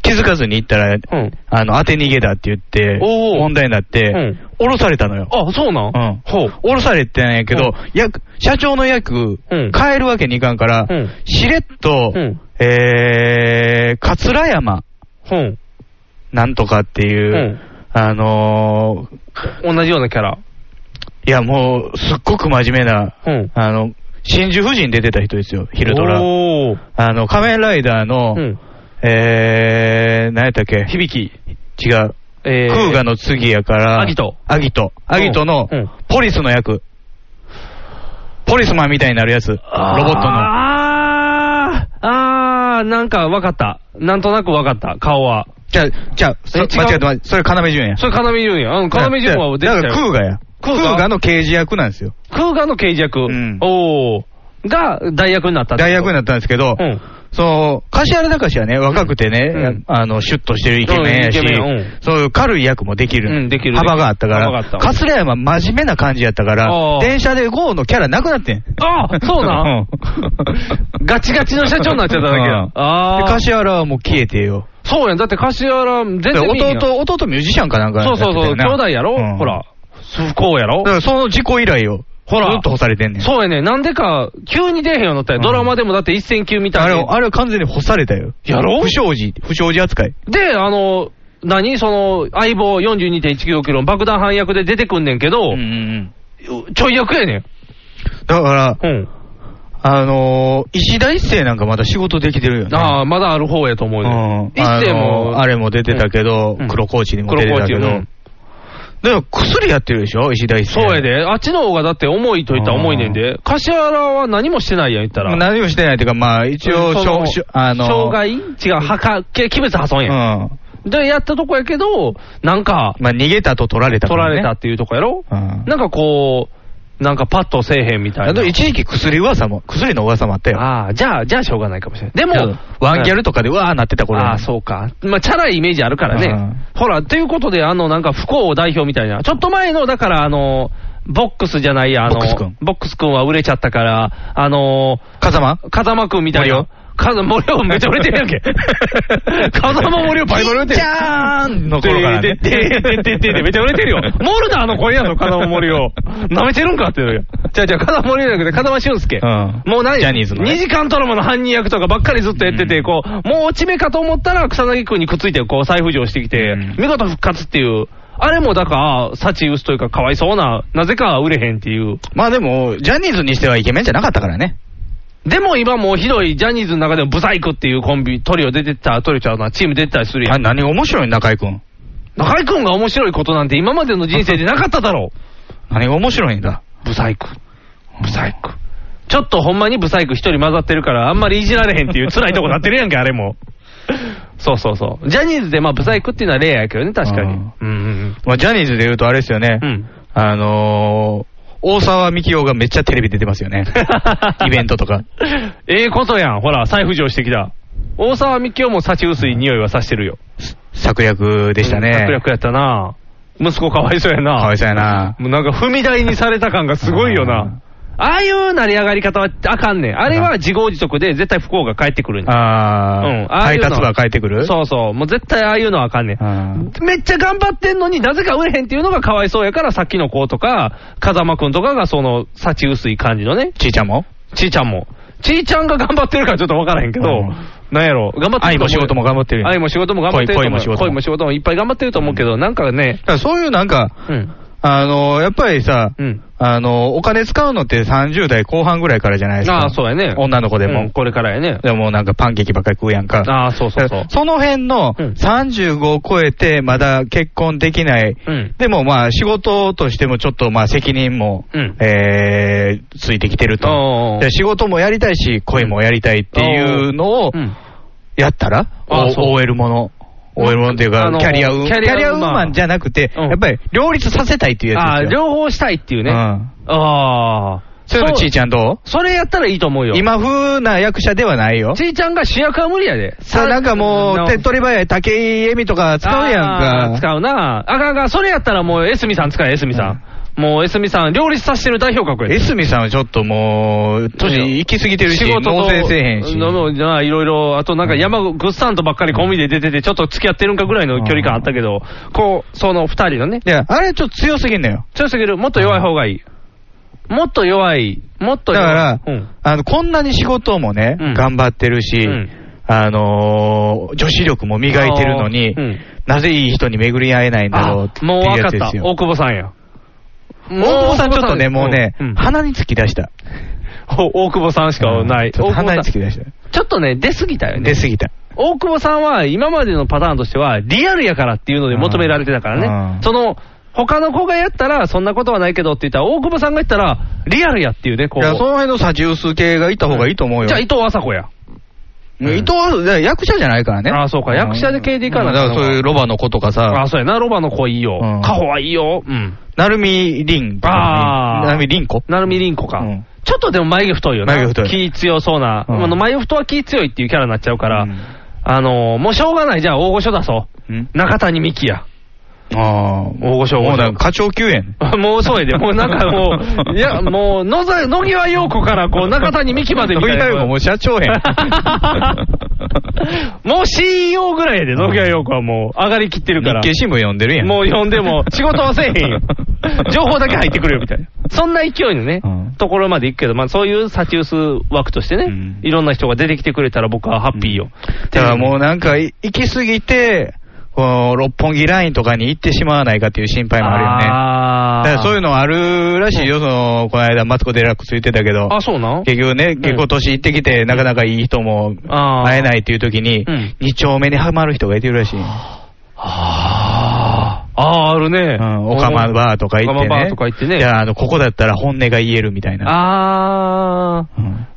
Speaker 2: 気づかずに行ったら、
Speaker 3: うん。
Speaker 2: あの当て逃げだって言って、
Speaker 3: おー
Speaker 2: 問題になって、
Speaker 3: うん
Speaker 2: 降ろされたのよ。
Speaker 3: あ、そうなん
Speaker 2: うん
Speaker 3: ほう。
Speaker 2: 降ろされてんやけ
Speaker 3: うん
Speaker 2: ど、役社長の役、
Speaker 3: うん
Speaker 2: 変えるわけにいかんから、
Speaker 3: うん
Speaker 2: しれっと、
Speaker 3: うん
Speaker 2: えー、桂山
Speaker 3: ほう。
Speaker 2: なんとかっていう
Speaker 3: ん。
Speaker 2: う、あのー
Speaker 3: 同じようなキャラ。
Speaker 2: いやもう、すっごく真面目な、
Speaker 3: うん。
Speaker 2: あの、真珠夫人出てた人ですよ、昼ドラ。
Speaker 3: おー。
Speaker 2: あの、仮面ライダーの、
Speaker 3: うん。
Speaker 2: えー、何やったっけ響き。違う。
Speaker 3: え
Speaker 2: クーガの次やから、
Speaker 3: アギト。
Speaker 2: アギト。アギトの
Speaker 3: うん、
Speaker 2: ポリスの役。ポリスマンみたいになるやつ。ロボットの。
Speaker 3: あー、あー、なんかわかった。なんとなくわかった、顔は。
Speaker 2: じゃあ、じゃあ、そ
Speaker 3: え違
Speaker 2: 間
Speaker 3: う
Speaker 2: 違えた間違えた、それ要潤や。
Speaker 3: それ、要潤や。うん、要潤は出てた
Speaker 2: だ
Speaker 3: よ。
Speaker 2: から、クーガや。
Speaker 3: ク
Speaker 2: ク
Speaker 3: ー
Speaker 2: ー
Speaker 3: ガ
Speaker 2: ガの刑事役なんですよ。
Speaker 3: クーガの刑事役。
Speaker 2: ん
Speaker 3: おー。が、代役になったってこと。
Speaker 2: 大役になったんですけど
Speaker 3: うん、
Speaker 2: その、柏原隆はね、若くて
Speaker 3: うんう
Speaker 2: ね
Speaker 3: ん、
Speaker 2: あの、シュッとしてるイケメンやし
Speaker 3: うんイケメンうん、
Speaker 2: そういう軽い役もでき
Speaker 3: うん
Speaker 2: る。
Speaker 3: できる
Speaker 2: 幅があったか
Speaker 3: 幅があった
Speaker 2: ら、桂山真面目な感じやったか
Speaker 3: あー
Speaker 2: ら、電車で GO のキャラなくなってん。
Speaker 3: あー、そうなん
Speaker 2: うん
Speaker 3: ガチガチの社長になっちゃっただけ
Speaker 2: う
Speaker 3: だ
Speaker 2: ん。
Speaker 3: あ
Speaker 2: で
Speaker 3: ー。
Speaker 2: 柏原はもう消えてよ。
Speaker 3: そうやん。だって柏原、全然見えへんやん。
Speaker 2: 弟、弟ミュージシャンかなんかや
Speaker 3: そ
Speaker 2: っ
Speaker 3: う
Speaker 2: て
Speaker 3: そ
Speaker 2: た
Speaker 3: う
Speaker 2: よな。
Speaker 3: そう、兄弟やろ、
Speaker 2: うん
Speaker 3: ほら。不幸やろ
Speaker 2: だからその事故以来を、
Speaker 3: ほら
Speaker 2: ずっと干されてんねん。
Speaker 3: そうやね。なんでか、急に出えへんようになったよ。
Speaker 2: うん
Speaker 3: ドラマでもだって一戦級みた
Speaker 2: あ
Speaker 3: い
Speaker 2: れ、
Speaker 3: に。
Speaker 2: あれは完全に干されたよ。
Speaker 3: やろ
Speaker 2: 不祥事、不祥事扱い。
Speaker 3: で、あの、何その、相棒42.195キロの爆弾犯役で出てくんねんけど、
Speaker 2: ん。
Speaker 3: ちょい役やねん。
Speaker 2: だから、
Speaker 3: うん。
Speaker 2: あのー、石田一生なんかまだ仕事できてるよね。
Speaker 3: ああ、まだある方やと思う
Speaker 2: う
Speaker 3: ね
Speaker 2: ん。
Speaker 3: 一世も、
Speaker 2: あのあれも出てたけど、
Speaker 3: うん
Speaker 2: 黒コーチにも出てたけ
Speaker 3: 黒
Speaker 2: ど。だ
Speaker 3: コ
Speaker 2: か
Speaker 3: ーチ
Speaker 2: ら薬やってるでしょ、石田一
Speaker 3: そ
Speaker 2: 生。
Speaker 3: うや。で。あっちの方がだって重いと言ったら重いねんで。柏原は何もしてないやん、言ったら。
Speaker 2: 何もしてないっていうか、まあ、一応、
Speaker 3: そ
Speaker 2: しょ
Speaker 3: の
Speaker 2: しょあのー、
Speaker 3: 障害違う、破壊、器物破損
Speaker 2: う
Speaker 3: やん。
Speaker 2: ん。
Speaker 3: で、やったとこやけど、なんか、
Speaker 2: まあ、逃げたと取られたか
Speaker 3: 取ら
Speaker 2: ら、
Speaker 3: れ
Speaker 2: ね。
Speaker 3: たっていうとこやろ
Speaker 2: うん
Speaker 3: なんかこう、なんかパッとせえへんみたい
Speaker 2: あと
Speaker 3: な。
Speaker 2: 一時期薬噂も、薬の噂もあったよ。
Speaker 3: ああ、じゃあ、じゃあしょうがないかもしれない。で
Speaker 2: で
Speaker 3: も、
Speaker 2: ワンギャルとかでうわーなってた頃
Speaker 3: ああ、そうか。まあ、チャラいイメージあるからね。ほら、ということで、あの、なんか、不幸を代表みたいな。ちょっと前の、だから、あの、ボックスじゃないや、あの、
Speaker 2: ボックス君
Speaker 3: ボックス君は売れちゃったから、あの、
Speaker 2: 風間
Speaker 3: 風間君みたい
Speaker 2: 森
Speaker 3: な
Speaker 2: 尾。
Speaker 3: 風間、森尾めっちゃ売れてるやんけ。風間森尾バリバリ売れてる。
Speaker 2: じゃーんの頃からね。
Speaker 3: ででででででめっちゃ売れてるよ。モルダーの声やぞ、風間森尾。舐めてるんかって言うよ。じゃあじゃあ、風間森尾じゃなくて、風間俊介。
Speaker 2: うん
Speaker 3: もう何
Speaker 2: ジャニーズのね
Speaker 3: 2時間トラマの犯人役とかばっかりずっとやってて、
Speaker 2: うん
Speaker 3: こう、もう落ち目かと思ったら草薙君にくっついて、こう、再浮上してきて、
Speaker 2: うん
Speaker 3: 見事復活っていう。あれもだから、幸薄というか、かわいそうな、なぜか売れへんっていう。
Speaker 2: まあでも、ジャニーズにしてはイケメンじゃなかったからね。
Speaker 3: でも今もうひどいジャニーズの中でもブサイクっていうコンビ、トリオ出てた、トリオちゃうな、チーム出てたりするや
Speaker 2: あ、
Speaker 3: ん。
Speaker 2: 何面白いの中居君。
Speaker 3: 中居君が面白いことなんて今までの人生でなかっただろう。
Speaker 2: 何が面白いんだ。
Speaker 3: ブサイク。ブサイク。ちょっとほんまにブサイク一人混ざってるから、あんまりいじられへんっていう辛いとこなってるやんけ、あれも。そうそうそう。ジャニーズでまあブサイクっていうのは例やけどね、確かに。う
Speaker 2: う
Speaker 3: んんうん
Speaker 2: まあ、ジャニーズで言うとあれですよね。
Speaker 3: うん。うん。。
Speaker 2: あのー、大沢みきおがめっちゃテレビ出てますよね イベントとか。
Speaker 3: ええことやん。ほら、再浮上してきた。大沢みきおも幸薄い匂いはさしてるよ。
Speaker 2: 策略でしたね。
Speaker 3: うん策略やったな。息子かわいそうやな。
Speaker 2: かわいそうやな。
Speaker 3: もうなんか踏み台にされた感がすごいよな。ああいう成り上がり方はあかんねん。あれは自業自得で絶対不幸が返ってくるねん
Speaker 2: あ
Speaker 3: うん
Speaker 2: ー、
Speaker 3: ああいう
Speaker 2: 配
Speaker 3: の
Speaker 2: 達が変えてくる
Speaker 3: そうそう。もう絶対ああいうのはあかんねん。
Speaker 2: うん
Speaker 3: めっちゃ頑張ってんのになぜか売れへんっていうのがかわいそうやから、さっきの子とか、風間くんとかがその、幸薄い感じのね、
Speaker 2: ちいちゃんも
Speaker 3: ちいちゃんも。ちいちゃんが頑張ってるからちょっとわからへんけど、
Speaker 2: うん
Speaker 3: なんやろ、頑張ってると思う
Speaker 2: 愛も仕事も頑張ってる
Speaker 3: 愛も仕事も頑張ってると思う
Speaker 2: 恋恋も仕事も
Speaker 3: 恋も仕事もいっぱい頑張ってると思うけど、なんかね
Speaker 2: だ、からそういうなんか、
Speaker 3: うん。
Speaker 2: あのー、やっぱりさ、
Speaker 3: うん。
Speaker 2: あのー、お金使うのって30代後半ぐらいからじゃないですか。
Speaker 3: ああ、そうやね。
Speaker 2: 女の子でも
Speaker 3: うんこれからやね。
Speaker 2: でもなんかパンケーキばっかり食うやんか。
Speaker 3: ああ、そうそうそう。
Speaker 2: その辺の
Speaker 3: うん
Speaker 2: 35を超えてまだ結婚できない。
Speaker 3: うん。
Speaker 2: でもまあ仕事としてもちょっとまあ責任も、
Speaker 3: うん
Speaker 2: えーついてきてると。
Speaker 3: おー
Speaker 2: で仕事もやりたいし、恋もやりたいっていうのを
Speaker 3: うん
Speaker 2: やったら、
Speaker 3: あーそう
Speaker 2: OL もの。OL ものっていう
Speaker 3: あ
Speaker 2: か、
Speaker 3: のー
Speaker 2: キャリアウー
Speaker 3: キャリアウーマン
Speaker 2: キャリアウーマンじゃなくて、
Speaker 3: うん
Speaker 2: やっぱり両立させたいっていう
Speaker 3: あ
Speaker 2: や
Speaker 3: あ
Speaker 2: つ
Speaker 3: ー、
Speaker 2: ですよ。
Speaker 3: 両方したいっていうね。
Speaker 2: うん
Speaker 3: ああ。
Speaker 2: そういうのちいちゃんど
Speaker 3: それやったらいいと思うよ。
Speaker 2: う今風な役者ではないよ。
Speaker 3: ちいちゃんが主役は無理やで。
Speaker 2: さあなんかもう、手っ取り早い竹井絵美とか使うやん
Speaker 3: あー
Speaker 2: か。
Speaker 3: 使うな。あかんあかん。それやったらもう、エスミさん使え、エスミさん。もう、エスミさん、両立させてる代表格や
Speaker 2: エスミさんはちょっともう、年行き過ぎてるし、納税せえへんし。
Speaker 3: ののなあいろいろ、あとなんか山、グッサンとばっかりコンビで出てて、ちょっと付き合ってるんかぐらいの距離感あったけど、こう、その二人のね、
Speaker 2: いや、あれちょっと強すぎんのよ。
Speaker 3: 強すぎる、もっと弱い方がいい。もっと弱い、もっと
Speaker 2: だ
Speaker 3: 弱い。
Speaker 2: から
Speaker 3: うん、
Speaker 2: あの、こんなに仕事もね
Speaker 3: うん、
Speaker 2: 頑張ってるし
Speaker 3: うん、
Speaker 2: あのー、女子力も磨いてるのに
Speaker 3: あーうん、
Speaker 2: なぜいい人に巡り合えないんだろうって
Speaker 3: あ
Speaker 2: い
Speaker 3: もう
Speaker 2: う
Speaker 3: 分か
Speaker 2: や
Speaker 3: っ
Speaker 2: つで
Speaker 3: た。
Speaker 2: すよ。
Speaker 3: 大久保さんや。
Speaker 2: 大久保さんちょっとね、もうね
Speaker 3: んん、
Speaker 2: 鼻につき出した。
Speaker 3: お大久保さんしかない。
Speaker 2: ちょっと鼻に
Speaker 3: 大
Speaker 2: つ
Speaker 3: 久
Speaker 2: き
Speaker 3: 保
Speaker 2: 出
Speaker 3: さん
Speaker 2: した。
Speaker 3: ちょっとね、出過ぎたよね
Speaker 2: 出。すぎた。
Speaker 3: 大久保さんは今までのパターンとしては、リアルやからっていうので求められてたから
Speaker 2: う
Speaker 3: ね。
Speaker 2: ん
Speaker 3: その、他の子がやったら、そんなことはないけどって言ったら、大久保さんが言ったら、リアルやっていうね、こ。
Speaker 2: いうや、その辺のサジウス系がいた方がいいと思うよ。
Speaker 3: じゃあ、伊藤麻子や。
Speaker 2: うん伊藤は、だから役者じゃないからね。
Speaker 3: ああそうか役者で系でいかな
Speaker 2: うんだからそういうロバの子とか
Speaker 3: あ、
Speaker 2: さ、
Speaker 3: そうやな、ロバの子いいよ
Speaker 2: うん。
Speaker 3: カホはいいよ。うん。
Speaker 2: なるみりんとかね。
Speaker 3: ああ。
Speaker 2: なるみりん子
Speaker 3: なるみりんこか。
Speaker 2: うん
Speaker 3: ちょっとでも眉毛太いよな。
Speaker 2: 眉毛太
Speaker 3: 気
Speaker 2: い
Speaker 3: 強そうな。
Speaker 2: うん
Speaker 3: あの眉太は気強いっていうキャラになっちゃうから、
Speaker 2: うん
Speaker 3: あのーもうしょうがない、じゃあ大御所出そ
Speaker 2: うん
Speaker 3: う。中谷美紀や。
Speaker 2: ああ。
Speaker 3: 大御所
Speaker 2: もうだから課長級やん。
Speaker 3: もうそうやで、もうなんかも う、いや、もう、野ざ 野際陽子からこう中谷美紀までみたい
Speaker 2: 小
Speaker 3: な。
Speaker 2: 木太郎もう社長やん。
Speaker 3: もう CEO ぐらいやで、野際陽子はもう上がりきってるから。
Speaker 2: 日経新聞読んでるやん。
Speaker 3: もう呼んで も、仕事はせえへんよ。情報だけ入ってくるよ、みたいな。そんな勢いのね、
Speaker 2: うん
Speaker 3: ところまで行くけど、まあそういうサチウス枠としてね、
Speaker 2: うん
Speaker 3: いろんな人が出てきてくれたら僕はハッピーよ。
Speaker 2: だからもうなんか、い行き過ぎて、この六本木ラインとかに行ってしまわないかっていう心配もあるよね。だから
Speaker 3: あー
Speaker 2: そういうのあるらしいよ、その、この間、マツコ・デラックス言ってたけど。
Speaker 3: あ、そうなん
Speaker 2: 結局ね、結構年いってきて、なかなかいい人も
Speaker 3: あー
Speaker 2: 会えないっていう時に
Speaker 3: うん、
Speaker 2: 二丁目にハマる人がいてるらしい。
Speaker 3: あーあー、あるね。
Speaker 2: うん、オカマバーとか行ってね。
Speaker 3: オカマバーとか行ってね
Speaker 2: いや、あの、ここだったら本音が言えるみたいな。
Speaker 3: ああ、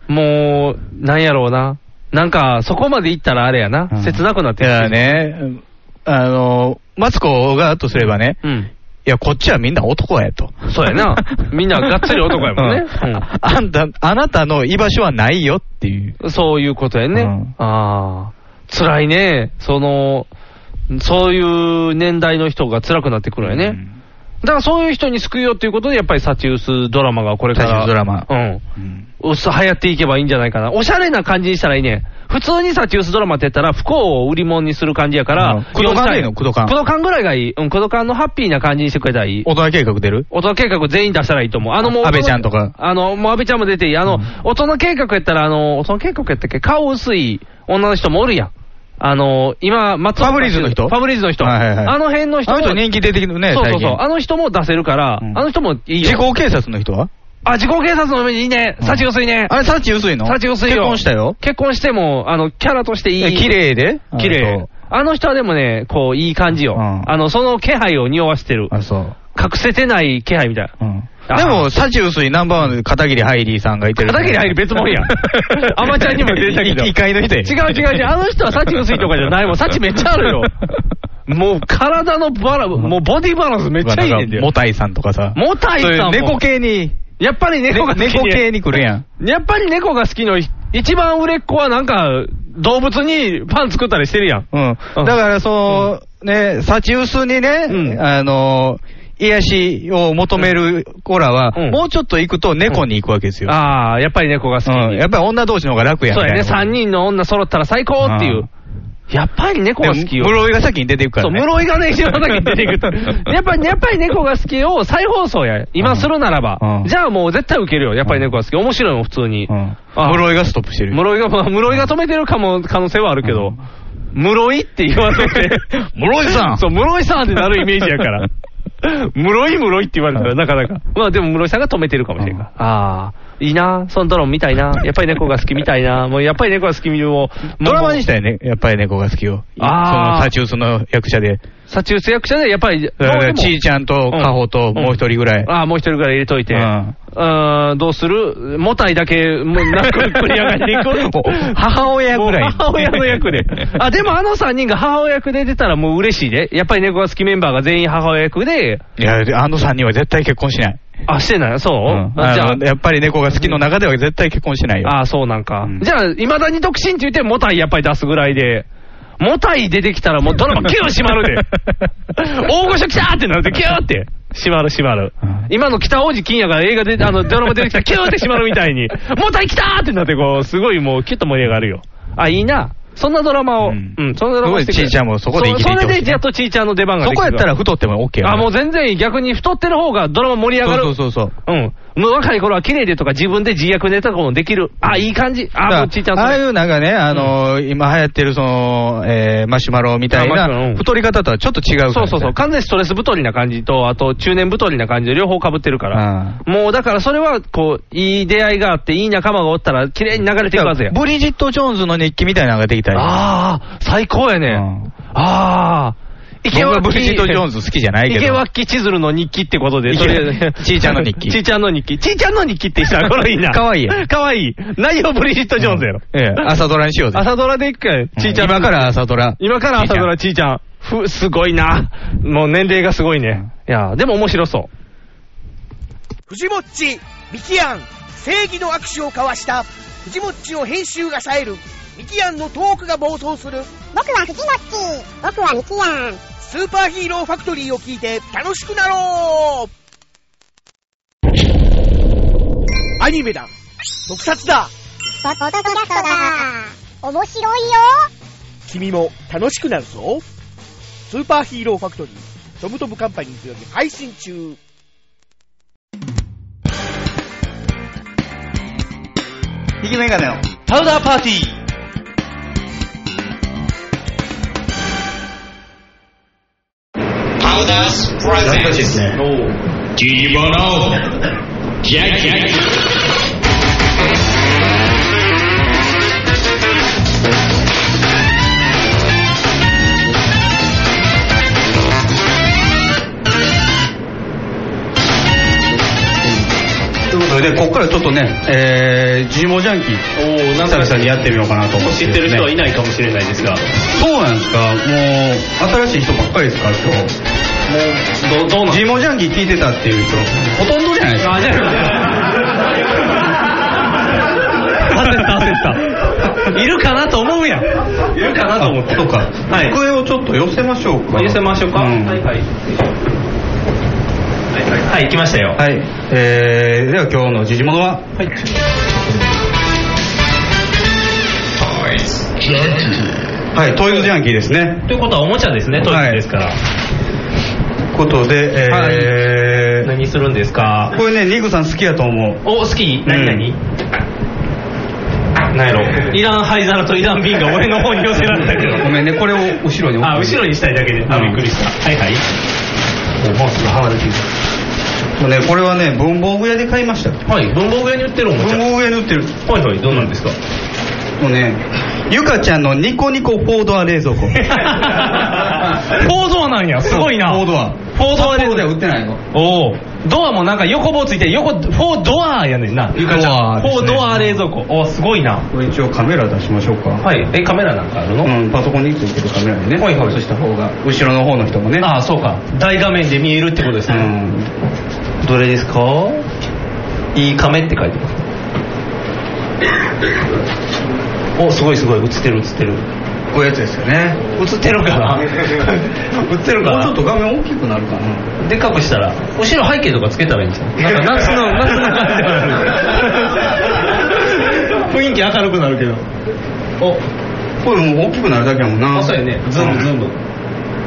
Speaker 2: うん
Speaker 3: もう、なんやろうな。なんか、そこまで行ったらあれやな。
Speaker 2: うん
Speaker 3: 切なくなって
Speaker 2: い
Speaker 3: きて
Speaker 2: や。ね、うんあの、マツコがとすればね、
Speaker 3: うん。
Speaker 2: いや、こっちはみんな男やと。
Speaker 3: そうやなみんながっつり男やもん ね
Speaker 2: う
Speaker 3: うん
Speaker 2: ああんた、あなたの居場所はないよっていう。
Speaker 3: そういうことやね。
Speaker 2: うん
Speaker 3: ああ。辛いね。その、そういう年代の人が辛くなってくるよね。だからそういう人に救いよっていうことで、やっぱりサチウスドラマがこれから。
Speaker 2: サチウスドラマ
Speaker 3: うん。
Speaker 2: うん。
Speaker 3: うっす流行っていけばいいんじゃないかな。おしゃれな感じにしたらいいね。普通にサチウスドラマって言ったら、不幸を売り物にする感じやか
Speaker 2: うん
Speaker 3: ら、
Speaker 2: クドカンでいいのクドカン
Speaker 3: クドカンぐらいがいい。うん、クドカンのハッピーな感じにしてくれたらいい。
Speaker 2: 大人計画出る
Speaker 3: 大人計画全員出したらいいと思う。あのもう。
Speaker 2: 安倍ちゃんとか
Speaker 3: あの、もう安倍ちゃんも出ていい。あの、大人計画やったら、あの、大人計画やったっけ顔薄い女の人もおるやん。あの、今、松岡
Speaker 2: ファブリーズの人
Speaker 3: ファブリーズの人。
Speaker 2: はいはいはい
Speaker 3: あの辺の人
Speaker 2: あ
Speaker 3: も。
Speaker 2: の人人気出てきてるね、
Speaker 3: そうそ
Speaker 2: 最
Speaker 3: うそう。
Speaker 2: 近。
Speaker 3: あの人も出せるから、
Speaker 2: うん
Speaker 3: あの人もいいよ。
Speaker 2: 時効警察の人は
Speaker 3: あ、自己警察の上にいいね。
Speaker 2: うん
Speaker 3: 幸薄いね。
Speaker 2: あれ、サチ薄いの
Speaker 3: 幸薄いよ。
Speaker 2: 結婚したよ。
Speaker 3: 結婚しても、あの、キャラとしていい。
Speaker 2: え綺麗で
Speaker 3: 綺麗。あの人はでもね、こう、いい感じよ。
Speaker 2: うん
Speaker 3: あの、その気配を匂わしてる。
Speaker 2: あ、そう。
Speaker 3: 隠せてない気配みたいな。
Speaker 2: うん
Speaker 3: あ
Speaker 2: でも、サチ薄いナンバーワンで片桐ハイリーさんがいてる。。
Speaker 3: 片桐入り別物やん アマちゃんにも出てたけど。
Speaker 2: 異界の人や
Speaker 3: 違う違う 違う。あの人は幸薄いとかじゃないもん。幸めっちゃあるよ。もう体のバラ、もうボディバランスめっちゃいいねんだよ
Speaker 2: モ。タイさんとかさ。
Speaker 3: モタイ
Speaker 2: そう
Speaker 3: さ
Speaker 2: いうん
Speaker 3: も。
Speaker 2: 猫。系に、
Speaker 3: やっぱり猫が好き
Speaker 2: 猫系に来るやん。
Speaker 3: やっぱり猫が好きの一番売れっ子はなんか、動物にパン作ったりしてるやん。
Speaker 2: うん。だから、その、ね、サチウスに
Speaker 3: う
Speaker 2: ね、
Speaker 3: ん
Speaker 2: あの、癒しを求める子らは
Speaker 3: う、ん
Speaker 2: もうちょっと行くと猫に行くわけですよ。
Speaker 3: ああ、やっぱり猫が好き。
Speaker 2: うん。やっぱり女同士の方が楽やん。
Speaker 3: そうやね。
Speaker 2: みたいな
Speaker 3: 3人の女揃ったら最高っていうう。やっぱり猫が好きよ。
Speaker 2: で室井が先に出ていくか
Speaker 3: そう、
Speaker 2: らね。
Speaker 3: 室井がね、一番先に出てく る。やっぱり、やっぱり猫が好きを再放送や。今するなら
Speaker 2: う
Speaker 3: ば
Speaker 2: ん。
Speaker 3: じゃあもう絶対ウケるよ。やっぱり猫が好き。面白いもん、普通に。
Speaker 2: うん
Speaker 3: あ
Speaker 2: 室井がストップしてる。
Speaker 3: 室井が、まあ室井が止めてるかも、可能性はあるけど。室井って言われ て。
Speaker 2: 室井さん
Speaker 3: そう、室井さんってなるイメージや から。室井室井って言われたら、なかなか。まあでも室井さんが止めてるかもしれんから。ああ。いいなそのドラマ見たいな。やっぱり猫が好きみたい な。もうやっぱり猫が好きみを。
Speaker 2: ドラマにした
Speaker 3: い。
Speaker 2: いね、やっぱり猫が好きを。そ
Speaker 3: あー
Speaker 2: の、サチウスの役者で。
Speaker 3: サチウス役者で、やっぱり。
Speaker 2: だからちーちゃんと
Speaker 3: うん
Speaker 2: カホともう一人ぐらい。
Speaker 3: ああ、もう一人ぐらい入れといて。
Speaker 2: う
Speaker 3: うんーん、どうするもたいだけ、もう、なんか、繰り上がりに
Speaker 2: お
Speaker 3: 行く。
Speaker 2: 母親ぐらい
Speaker 3: もう 母親の役 で。あ、でもあの三人が母親役で出たらもう嬉しいで。やっぱり猫が好きメンバーが全員母親役で、
Speaker 2: いや、あの3人は絶対結婚しない。
Speaker 3: あ、してないそう、
Speaker 2: うん
Speaker 3: あじゃ
Speaker 2: あ
Speaker 3: あ
Speaker 2: の、やっぱり猫が好きの中では絶対結婚しないよ。
Speaker 3: ああ、そうなんか。
Speaker 2: うん
Speaker 3: じゃあ、いまだに独身って言って、もたいやっぱり出すぐらいで、もたい出てきたら、もうドラマ、キュー閉まる で、大御所来たーってなるで、キューって、閉まる、閉まる
Speaker 2: うん、
Speaker 3: 今の北王子金也が映画で、あのドラマ出てきたら、キューって閉まるみたいに、もたい来たーってなって、こう、すごいもう、キュッと盛り上がるよ。あ、いいな。そんなドラマを、
Speaker 2: う
Speaker 3: うんん、そんなドラマをしてくれ
Speaker 2: すごいちーちゃんもそこで生きていっ
Speaker 3: そ
Speaker 2: てほしい
Speaker 3: それで、やっとちーちゃんの出番が
Speaker 2: そ
Speaker 3: できる
Speaker 2: こやったら太っても OK やな
Speaker 3: あ、もう全然逆に太ってる方がドラマ盛り上がる。
Speaker 2: そうそうそうそう。
Speaker 3: うん。もう若い頃は綺麗でとか自分で自虐でとかもできる。あ、いい感じ。
Speaker 2: だ
Speaker 3: あ、
Speaker 2: か
Speaker 3: も
Speaker 2: ら
Speaker 3: うちいちゃん。
Speaker 2: ああいううなんかね、あのー今流行ってるその、えーマシュマロみたい
Speaker 3: あマシュマロう
Speaker 2: なん太り方とはちょっと違うから
Speaker 3: そう
Speaker 2: ね
Speaker 3: そうそう。完全にストレス太りな感じと、あと中年太りな感じで両方被ってるから。もうだからそれは、こう、いい出会いがあって、いい仲間がおったら、綺麗に流れていくはずや。
Speaker 2: ブリジット・ジョーンズの日記みたいなのができたり。
Speaker 3: ああ、最高やね。
Speaker 2: うん
Speaker 3: ああ。
Speaker 2: 僕はブリジット・ジョーンズ好きじゃないけど。
Speaker 3: 池脇千鶴の日記ってことで、
Speaker 2: 池
Speaker 3: それ
Speaker 2: ちいちゃんの日記
Speaker 3: ちいちゃんの日記。ちいちゃんの日記ってしたこれいいな。
Speaker 2: かわいいやん
Speaker 3: かわいい。内容ブリジット・ジョーンズやろ。
Speaker 2: ええ、朝ドラにしようぜ。
Speaker 3: 朝ドラで行くかよ。ちいちゃん。
Speaker 2: 今から朝ドラ。
Speaker 3: 今から朝ドラ、ちいちゃん。ふ、すごいな。もう年齢がすごいね。いや、でも面白そう。
Speaker 7: フジモッチ、ミキアン、正義の握手を交わした、フジモッチの編集が冴える、ミキアンのトークが暴走する、
Speaker 4: 僕は藤ッチ僕はミキヤン
Speaker 7: スーパーヒーローファクトリーを聞いて楽しくなろうアニメだ特撮だ
Speaker 4: ポポトキャストだ面白いよ
Speaker 7: 君も楽しくなるぞスーパーヒーローファクトリートムトムカンパニーズより配信中
Speaker 1: ひきメガネのパウダーパーティー
Speaker 4: パウダースプレゼン懐かしいですね。キーボのジャッジャッジ。
Speaker 2: ということで、ここからちょっとね、えー、ジモジャンキー、久々にやってみようかなと思って、
Speaker 3: 知ってる人はいないかもしれないですが。
Speaker 2: そうなんですか、もう、新しい人ばっかりですから、今日。もう、どどうジモジャンキー聞いてたっていう人、ほとんどじゃないですか。あ、じゃ
Speaker 3: 焦った、焦った。いるかなと思うやん。いるかなと思って。そうか。はい。
Speaker 2: 机をちょっと寄せましょうか。
Speaker 3: 寄せましょうか。
Speaker 2: うん
Speaker 3: はいはい。はい、来ましたよ。
Speaker 2: はい、えー、では今日の時事物は、はい、はい、トイズジャンキーですね。
Speaker 3: ということはおもちゃですね、トイレですから。
Speaker 2: ことで、えー
Speaker 3: 何するんですか
Speaker 2: これね、ニグさん好きやと思う。
Speaker 3: お、好き何何
Speaker 2: なんやろ
Speaker 3: イラン灰皿とイラン瓶が俺の方に寄せられたけど。
Speaker 2: ごめんね、これを後ろに置く
Speaker 3: あ、後ろにしたいだけで。あ、びっくりした。はいはい。もうすぐ歯が出てる。
Speaker 2: もうね、これはね、文房具屋で買いました。
Speaker 3: はい、文房具屋に売ってるおもちゃ。文
Speaker 2: 房具屋に売ってる。
Speaker 3: はいはい、どうなんですか
Speaker 2: もうね、ゆかちゃんのニコニコフォードア冷 蔵庫。
Speaker 3: フ
Speaker 2: フ
Speaker 3: ォードアなんや、すごいな。
Speaker 2: フォードア。
Speaker 3: フォードアで。
Speaker 2: 札幌では売ってないの。
Speaker 3: おお。ドアもなんか横棒ついて、横、フォードアやねんな。ゆかちゃん。フ
Speaker 2: フ
Speaker 3: ォ
Speaker 2: ォ
Speaker 3: ー
Speaker 2: ー
Speaker 3: ド
Speaker 2: ド
Speaker 3: ア冷蔵庫。おーすごいな。
Speaker 2: これ一応カメラ出しましょうか。
Speaker 3: はい。え、カメラなんかあるの
Speaker 2: うん、パソコンについてるカメラにね。
Speaker 3: はいはい
Speaker 2: そうした方が、後ろの方の人もね。
Speaker 3: ああ、そうか。大画面で見えるってことです
Speaker 2: う
Speaker 3: ね。
Speaker 2: ん。
Speaker 3: どれですかいいカメって書いてます。お、すごいすごい。映ってる映ってる。
Speaker 2: こういうやつですよね。
Speaker 3: 映ってるかな映ってるか
Speaker 2: もう
Speaker 3: な
Speaker 2: ちょっと画面大きくなるかな。
Speaker 3: でかくしたら後ろ背景とかつけたらいいんじゃないなんか夏の夏の感じ あ る雰囲気明るくなるけどお
Speaker 2: これもう大きくなるだけやもんな。
Speaker 3: あそうやねズームズーム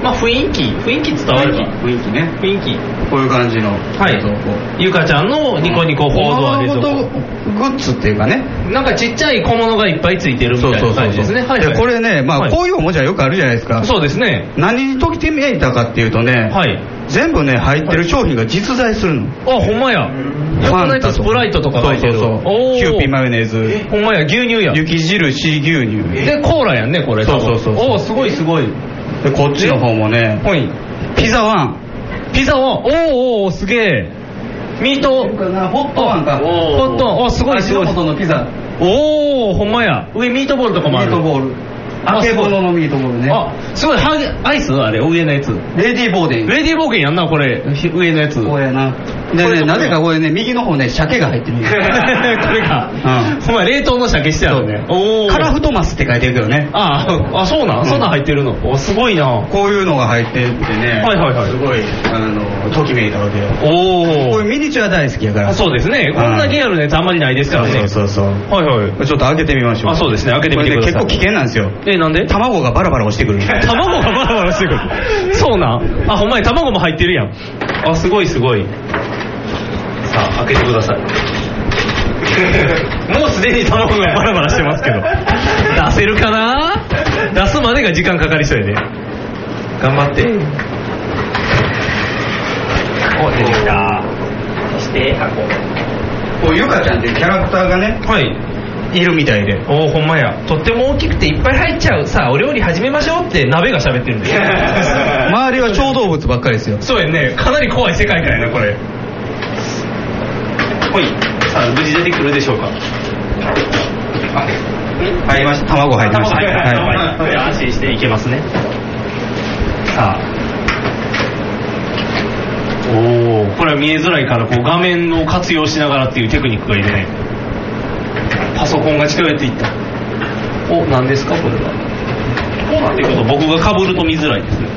Speaker 3: まあ雰囲気雰囲気伝わるわ
Speaker 2: 雰囲気ね。
Speaker 3: 雰囲気
Speaker 2: こういう感じの。
Speaker 3: はいゆかちゃんのニコニコフォードア冷蔵庫
Speaker 2: グッズっていうかね。
Speaker 3: なんかちっちゃい小物がいっぱいついてるみたいな感じですねはい
Speaker 2: で
Speaker 3: はい
Speaker 2: これね、ま
Speaker 3: は
Speaker 2: あ
Speaker 3: い
Speaker 2: こういうおもちゃよくあるじゃないですか。
Speaker 3: そうですね
Speaker 2: 何にときてみえたかっていうとね、
Speaker 3: はい
Speaker 2: 全部ね、入ってる商品が実在するの。
Speaker 3: あほんまやヤクナイトスプライトとか書いてる
Speaker 2: そうそうそう
Speaker 3: おー
Speaker 2: キューピーマヨネーズ、
Speaker 3: ほんまや牛乳や
Speaker 2: 雪印牛乳。
Speaker 3: でコーラやんねこれ
Speaker 2: そうそうそうそう
Speaker 3: おーすごいすごい
Speaker 2: で、こっちの方もね、
Speaker 3: はい
Speaker 2: ピザワン。
Speaker 3: ピザをおーおーすげえミート
Speaker 2: ホットワンか。
Speaker 3: ホットおーすごいすごい
Speaker 2: 元のピザ。
Speaker 3: おおほんまや上ミートボールとか
Speaker 2: ミ
Speaker 3: もあ
Speaker 2: ー
Speaker 3: る
Speaker 2: トボール。
Speaker 3: あ
Speaker 2: あけ
Speaker 3: すご
Speaker 2: ぼ
Speaker 3: い
Speaker 2: ののミートボールね。
Speaker 3: あすごいハゲアイスあれ上のやつ
Speaker 2: レディーボーデン。
Speaker 3: レディーボーケンやんなこれひ上のやつ
Speaker 2: こうやな。でね、なぜかこれね、右の方ね、鮭が入ってる。
Speaker 3: こ れが、
Speaker 2: うん
Speaker 3: ほんまや冷凍の鮭してあるねおお
Speaker 2: カラフトマスって書いてるけどね。
Speaker 3: あーあそうなん、
Speaker 2: うん
Speaker 3: そんなん入ってるのおすごいな
Speaker 2: こういうのが入ってってね、
Speaker 3: はいはいはい
Speaker 2: すごい、あの、ときめいたわけよ。
Speaker 3: お
Speaker 2: こう
Speaker 3: お
Speaker 2: いうミニチュア大好きやから。
Speaker 3: そうですねこんなリアルなやつあんまりないですからね
Speaker 2: そうそうそうそう。
Speaker 3: はいはい
Speaker 2: ちょっと開けてみましょう。
Speaker 3: あそうですね開けてみてください
Speaker 2: これね結構危険なんですよ。
Speaker 3: えなんで
Speaker 2: 卵がバラバラ落ちてくる。
Speaker 3: 卵がバラバラしてくるそうなんあほんまに卵も入ってるやんあすごいすごいさあ開けてくださ いもうすでに卵がバラバラしてますけど出せるかな出すまでが時間かかりそうやね頑張ってお出てきたそして箱
Speaker 2: こう、ゆかちゃんっていうキャラクターがね、
Speaker 3: はい
Speaker 2: いるみたいで。
Speaker 3: おおほんまやとっても大きくていっぱい入っちゃうさあお料理始めましょうって鍋が喋ってるんです
Speaker 2: 周りは小動物ばっかりですよ。
Speaker 3: そうやねかなり怖い世界観やなこれほいさあ無事出てくるでしょうか
Speaker 2: 入りました。卵入りました。
Speaker 3: 入った
Speaker 2: はい
Speaker 3: はい安心していけますねさあおおこれは見えづらいからこう画面を活用しながらっていうテクニックがいるねパソコンが近寄っていったお何ですかこれはこうなってくると僕がかぶると見づらいですね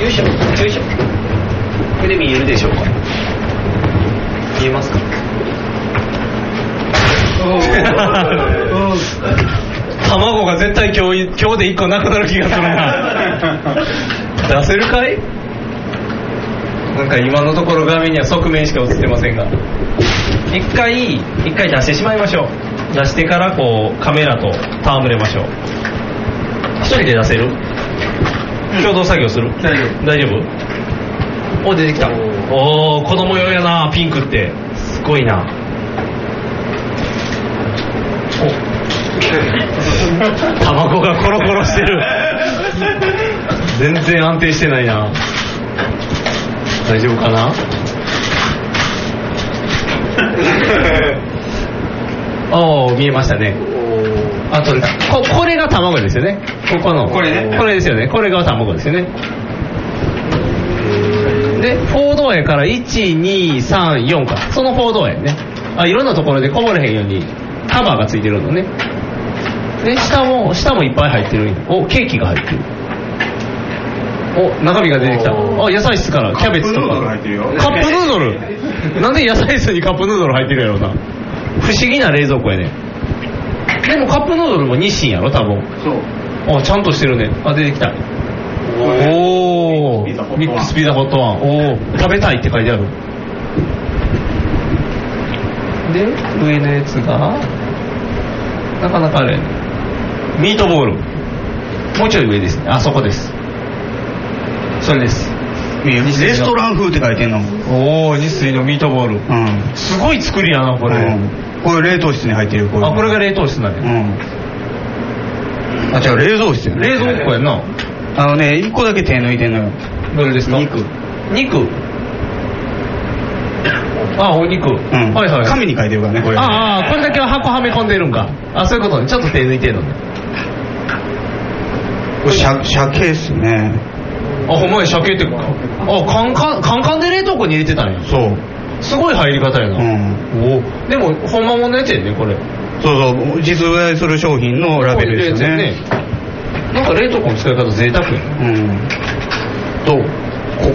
Speaker 3: よいしょよいしょこれで見えるでしょうか見えますか
Speaker 2: おーおー
Speaker 3: 卵が絶対今日い今日で1個なくなる気がするな出せるかいなんか今のところ画面には側面しか映ってませんが一回一回出してしまいましょう出してからこうカメラと戯れましょう一人で出せる共同作業する大丈夫大丈夫お出てきたおお子供用やなピンクってすごいな 卵がコロコロしてる全然安定してないな大丈夫か なおお見えましたねあとここれが卵ですよねここのこれねこれですよねこれが卵ですよねで4ドアやから1234かその4ドアやねあいろんなところでこぼれへんようにカバーがついてるのねで下も下もいっぱい入ってるんやおケーキが入ってるお中身が出てきたあ野菜室からキャベツとかカップヌードルなんで野菜室にカップヌードル入ってるやろうな不思議な冷蔵庫やねでもカップヌードルも日清やろ多分そうあちゃんとしてるねあ出てきたおおミックスピザホットワンおお食べたいって書いてあるで上のやつがなかなかあれミートボールもうちょい上ですねあそこですそれですレ
Speaker 2: レストラン風って書いてんの
Speaker 3: おお日水のミートボール、うん、すごい作りやなこれ、
Speaker 2: これ冷凍室に入ってるこ
Speaker 3: あこれが冷凍室だね
Speaker 2: うんあ違う冷蔵室やね
Speaker 3: 冷蔵庫やんな
Speaker 2: あのね一個だけ手抜いてんのよ
Speaker 3: どれですか
Speaker 2: 肉
Speaker 3: 肉あお肉、
Speaker 2: うん
Speaker 3: はいはい
Speaker 2: 紙に書いてるからねこれ
Speaker 3: ああこれだけは箱はめ込んでるんかあそういうことねちょっと手抜いてるの ね
Speaker 2: これ鮭鮭っすね
Speaker 3: あほんまや鮭ってかあカンカンカンカンで冷凍庫に入れてたんや
Speaker 2: そう
Speaker 3: すごい入り方やな、おおでもほんまもんのやつやねこれ
Speaker 2: そうそう実売する商品のラベルですよね
Speaker 3: なんか冷凍庫の使い方贅沢やな
Speaker 2: うんと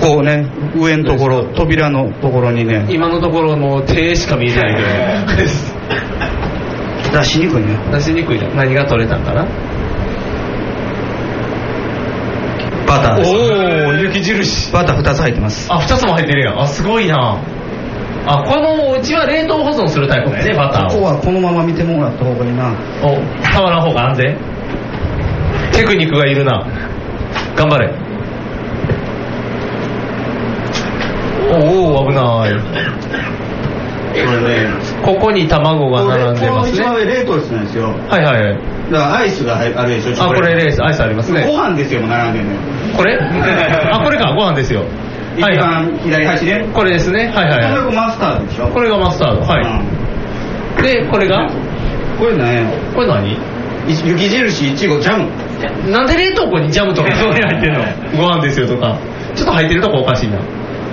Speaker 2: ここね上のところ扉のところにね
Speaker 3: 今のところもう手しか見えてないけどね
Speaker 2: 出しにくいね
Speaker 3: 出しにくいじゃん何が取れたんかな
Speaker 2: バターです
Speaker 3: おお雪印
Speaker 2: バター2つ入ってます
Speaker 3: あ二2つも入ってるやんあすごいなあこのうちは冷凍保存するタイプだよねバターを
Speaker 2: ここはこのまま見てもらった方がいいな
Speaker 3: お触らん方が安全テクニックがいるな頑張れおお危ない
Speaker 2: これね
Speaker 3: ここに卵が並んでますね
Speaker 2: この一番上冷凍室なんですよ
Speaker 3: はいはいはい
Speaker 2: だからアイスが入あるでしょチョコレート
Speaker 3: あこれレースアイスありますね
Speaker 2: ご飯ですよもう並んでるのよ
Speaker 3: これあこれかご飯ですよ
Speaker 2: 一番左端ね
Speaker 3: これですねはいはい
Speaker 2: これが
Speaker 3: は
Speaker 2: マスタードでしょ
Speaker 3: いこれがマスタードはいでこれが
Speaker 2: これね
Speaker 3: これ何
Speaker 2: 雪印いちごジャム
Speaker 3: なんで冷凍庫にジャムとかそれ入ってんのご飯ですよとかちょっと入ってるとこおかしいな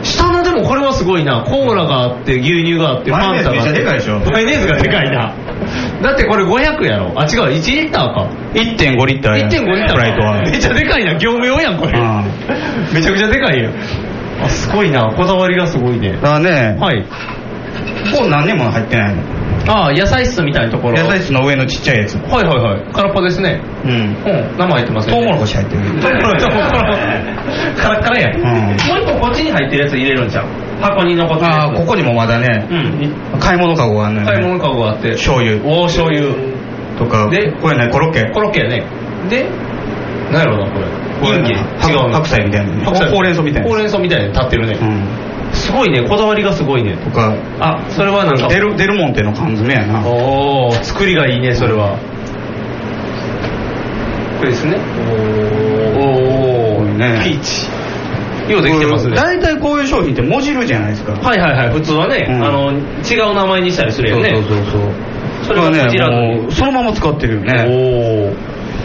Speaker 3: 下のでもこれはすごいなコーラがあって牛乳があって
Speaker 2: マヨネーズ
Speaker 3: があって
Speaker 2: めっちゃでかいでしょ
Speaker 3: マヨネーズがでかいなだってこれ500やろあ違う1リッターか
Speaker 2: 1.5リッター
Speaker 3: 1.5リッター
Speaker 2: フライトは
Speaker 3: めっちゃでかいな業務用やんこれめちゃくちゃでかいやんあすごいなこだわりがすごいね
Speaker 2: だからね
Speaker 3: はい
Speaker 2: ここ何年も入ってないの
Speaker 3: ああ野菜室みたいなところ
Speaker 2: 野菜室の上のちっちゃいやつ
Speaker 3: はいはいはい空っぽですね
Speaker 2: うん
Speaker 3: うん生入ってます
Speaker 2: ト
Speaker 3: よ
Speaker 2: ウ
Speaker 3: ね
Speaker 2: モロコシ入ってる
Speaker 3: トウモロコシトウモロコシカラッカラやん、
Speaker 2: うん
Speaker 3: もう一個こっちに入ってるやつ入れるんちゃう箱に残ってるやつ
Speaker 2: ああここにもまだ
Speaker 3: う
Speaker 2: ね
Speaker 3: ん
Speaker 2: 買い物かごがあんのよね
Speaker 3: 買い物かごがあって
Speaker 2: 醤油
Speaker 3: おお醤油
Speaker 2: とか
Speaker 3: で
Speaker 2: これねコロッケ
Speaker 3: コロッケやねで何やろうなこれ
Speaker 2: これ
Speaker 3: インゲン
Speaker 2: 白
Speaker 3: 違うの
Speaker 2: 白菜みたいなね
Speaker 3: 白菜
Speaker 2: ほうれん草みたいな
Speaker 3: ほうれん草みたいに立ってるね、
Speaker 2: うん
Speaker 3: すごいねこだわりがすごいね
Speaker 2: とか
Speaker 3: あそれはなんか
Speaker 2: デルデルモンテの缶詰やな
Speaker 3: おお作りがいいねそれはこれですねおお
Speaker 2: これね
Speaker 3: ピーチようできてますね
Speaker 2: 大体こういう商品ってもじるじゃないですか
Speaker 3: はいはいはい普通はね、
Speaker 2: うん
Speaker 3: あの違う名前にしたりするよね
Speaker 2: そうそうそう
Speaker 3: それがこちらの
Speaker 2: もうそのまま使ってるよね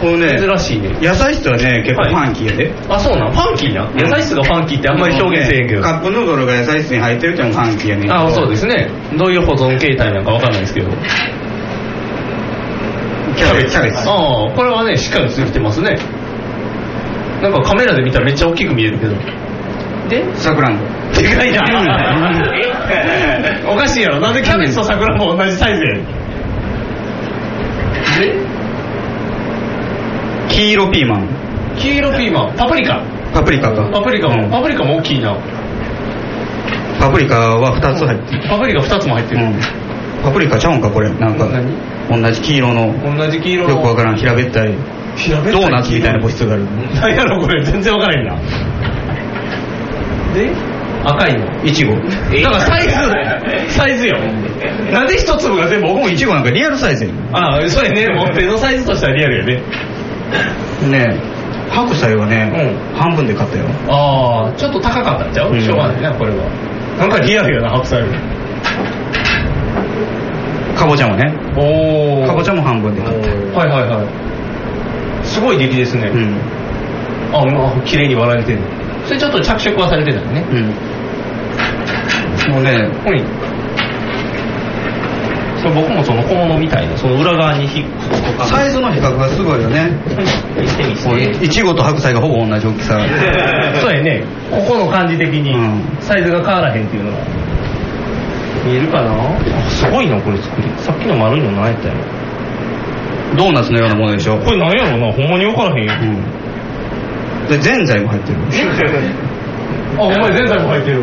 Speaker 3: お
Speaker 2: このね
Speaker 3: お珍しいね
Speaker 2: 野菜室はね結構
Speaker 3: はい
Speaker 2: ファンキーやで、
Speaker 3: あそうなんファンキーな野菜室がファンキーってあんまり表現せえへんけど、
Speaker 2: カップヌードルが野菜室に入ってるってのもファンキーやねんけど
Speaker 3: あそうですねどういう保存形態なんかわかんないですけど
Speaker 2: キャベツキャベツ
Speaker 3: ああこれはねしっかりついてますねなんかカメラで見たらめっちゃ大きく見えるけどで
Speaker 2: サクランボ
Speaker 3: でかい
Speaker 2: うん
Speaker 3: なおかしいやろなんでキャベツと桜も同じサイズやねんで
Speaker 2: 黄色ピーマン。
Speaker 3: 黄色ピーマン。パプリカ。
Speaker 2: パプリカか。
Speaker 3: パプリカも、パプリカも大きいな。
Speaker 2: パプリカは2つ入ってる。
Speaker 3: パプリカ2つも入ってる。
Speaker 2: パプリカちゃうんか、これ。なんか、同じ黄色の、
Speaker 3: 同じ黄色の
Speaker 2: よくわからん平べったい、
Speaker 3: 平べった
Speaker 2: ド
Speaker 3: い
Speaker 2: ーナツみたいな物質がある。
Speaker 3: 何やろこれ全然わからへんなで赤いの
Speaker 2: いちご。
Speaker 3: だからサイズだよ サイズよなんで一粒が全部僕も
Speaker 2: いちごなんかリアルサイズやん
Speaker 3: ああそうやね持ってのサイズとしてはリアルやね
Speaker 2: ねえ白菜はね、半分で買ったよ
Speaker 3: ああちょっと高かったんちゃう、
Speaker 2: うん
Speaker 3: しょうがないなこれはなんかリアルやな白菜も
Speaker 2: かぼちゃもね
Speaker 3: おお
Speaker 2: かぼちゃも半分で買った
Speaker 3: はいはいはいすごい出来ですねうんあまあ綺麗に割られてるそれちょっと着色はされてたよね
Speaker 2: うんもうね
Speaker 3: はいそれ僕もその小物みたいなその裏側に引っ
Speaker 2: サイズの比較がすごいよね いちごと白菜がほぼ同じ大きさ
Speaker 3: そうやねここの感じ的にサイズが変わらへんっていうのが見えるかなあすごいなこれ作りさっきの丸いの何やったやろ
Speaker 2: ドーナツのようなものでしょ
Speaker 3: これ何やろなほんまに分からへん
Speaker 2: うんでぜんざいも入ってる
Speaker 3: あお前前菜も入ってる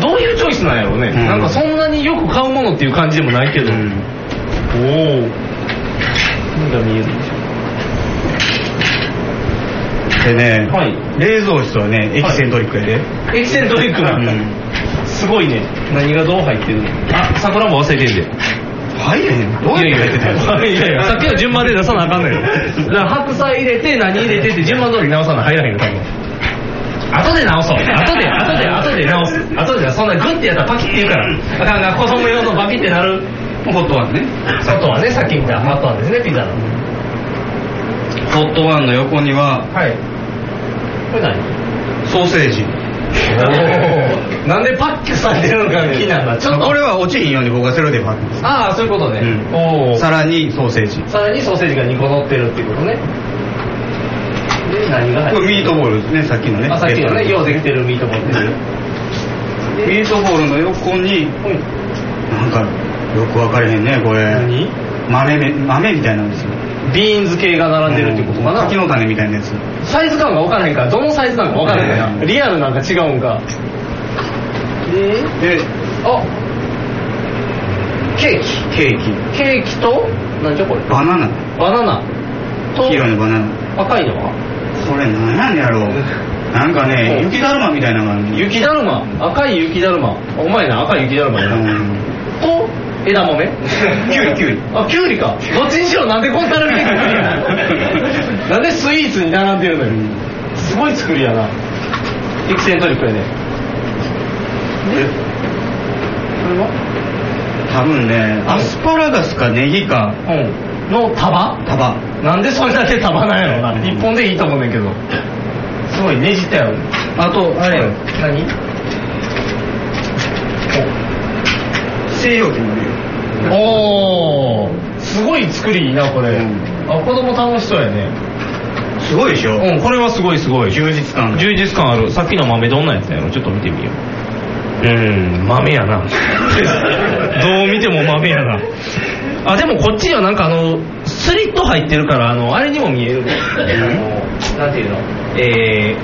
Speaker 3: どういうチョイスなんやろうね、
Speaker 2: うん
Speaker 3: なんかそんなによく買うものっていう感じでもないけど、おお何が見える
Speaker 2: でね、冷蔵室はねエキセントリックやで、
Speaker 3: エキセントリックな、すごいね何がどう入ってるのあ桜も忘れてんで
Speaker 2: 入れへんどうやって入って
Speaker 3: い
Speaker 2: た
Speaker 3: やい
Speaker 2: の
Speaker 3: やさっきの順番で出さなあかんのよだから白菜入れて何入れてって順番通り直さな入らへんよ多分後で直そう後で後で後で直す後でそんなグッてやったらパキって言うからあかんが子供用のパキってなる
Speaker 2: ホットワンね
Speaker 3: ホットワンねさっき見たホットワンですねピザの
Speaker 2: ホットワンの横には
Speaker 3: はいこれ何
Speaker 2: ソーセージ
Speaker 3: なんでパックされてるのか気になるなちょっと
Speaker 2: これは落ちひんように僕はセロテープ貼ってます
Speaker 3: ああそういうことね、おお
Speaker 2: さらにソーセージ
Speaker 3: さらにソーセージが2個乗ってるってことねで何が入って
Speaker 2: こ
Speaker 3: る
Speaker 2: れミートボールですねさっきのね
Speaker 3: あさっきのね
Speaker 2: ペッ
Speaker 3: よ
Speaker 2: ト
Speaker 3: うできてるミートボールです
Speaker 2: ミートボールの横になんかよく分かれへんねこれ豆め豆みたいなんですよ
Speaker 3: ビーンズ系が並んでるってことかな
Speaker 2: 柿の種みたいなやつ
Speaker 3: サイズ感が分からへんからどのサイズなのか分からへんから、リアルなんか違うんかあ
Speaker 2: で
Speaker 3: ケー
Speaker 2: ケー
Speaker 3: キケーキと何じゃこれ
Speaker 2: キバナナ
Speaker 3: バナナと
Speaker 2: 黄色いのバナナ
Speaker 3: 赤いのは
Speaker 2: これ何やねんやろなんかね雪だるまみたいなのがあるね
Speaker 3: 雪だるま赤い雪だるまお前な赤い雪だるまやなと枝豆
Speaker 2: キュウリキュウリ
Speaker 3: あキュウリかどっちにしろなんでこんな並びで作りやなんでスイーツに並んでるのよすごい作りやなエキセントリックやね
Speaker 2: 多分ねアスパラガスかネギか
Speaker 3: の束
Speaker 2: 束
Speaker 3: なんでそれだけ束なんやろな一本でいいと思うねんけどすごいねじったやろ
Speaker 2: あとあれよ
Speaker 3: 何
Speaker 2: 西洋機もあるよ
Speaker 3: おおすごい作りいいなこれ、あ子供楽しそうやね
Speaker 2: すごいでしょ
Speaker 3: うんこれはすごいすごい
Speaker 2: 充実感
Speaker 3: 充実感あるさっきの豆どんなやつやろちょっと見てみよううん豆やな どう見ても豆やなあでもこっちにはなんかあのスリット入ってるからあのあれにも見えるねあのなんていうのえー、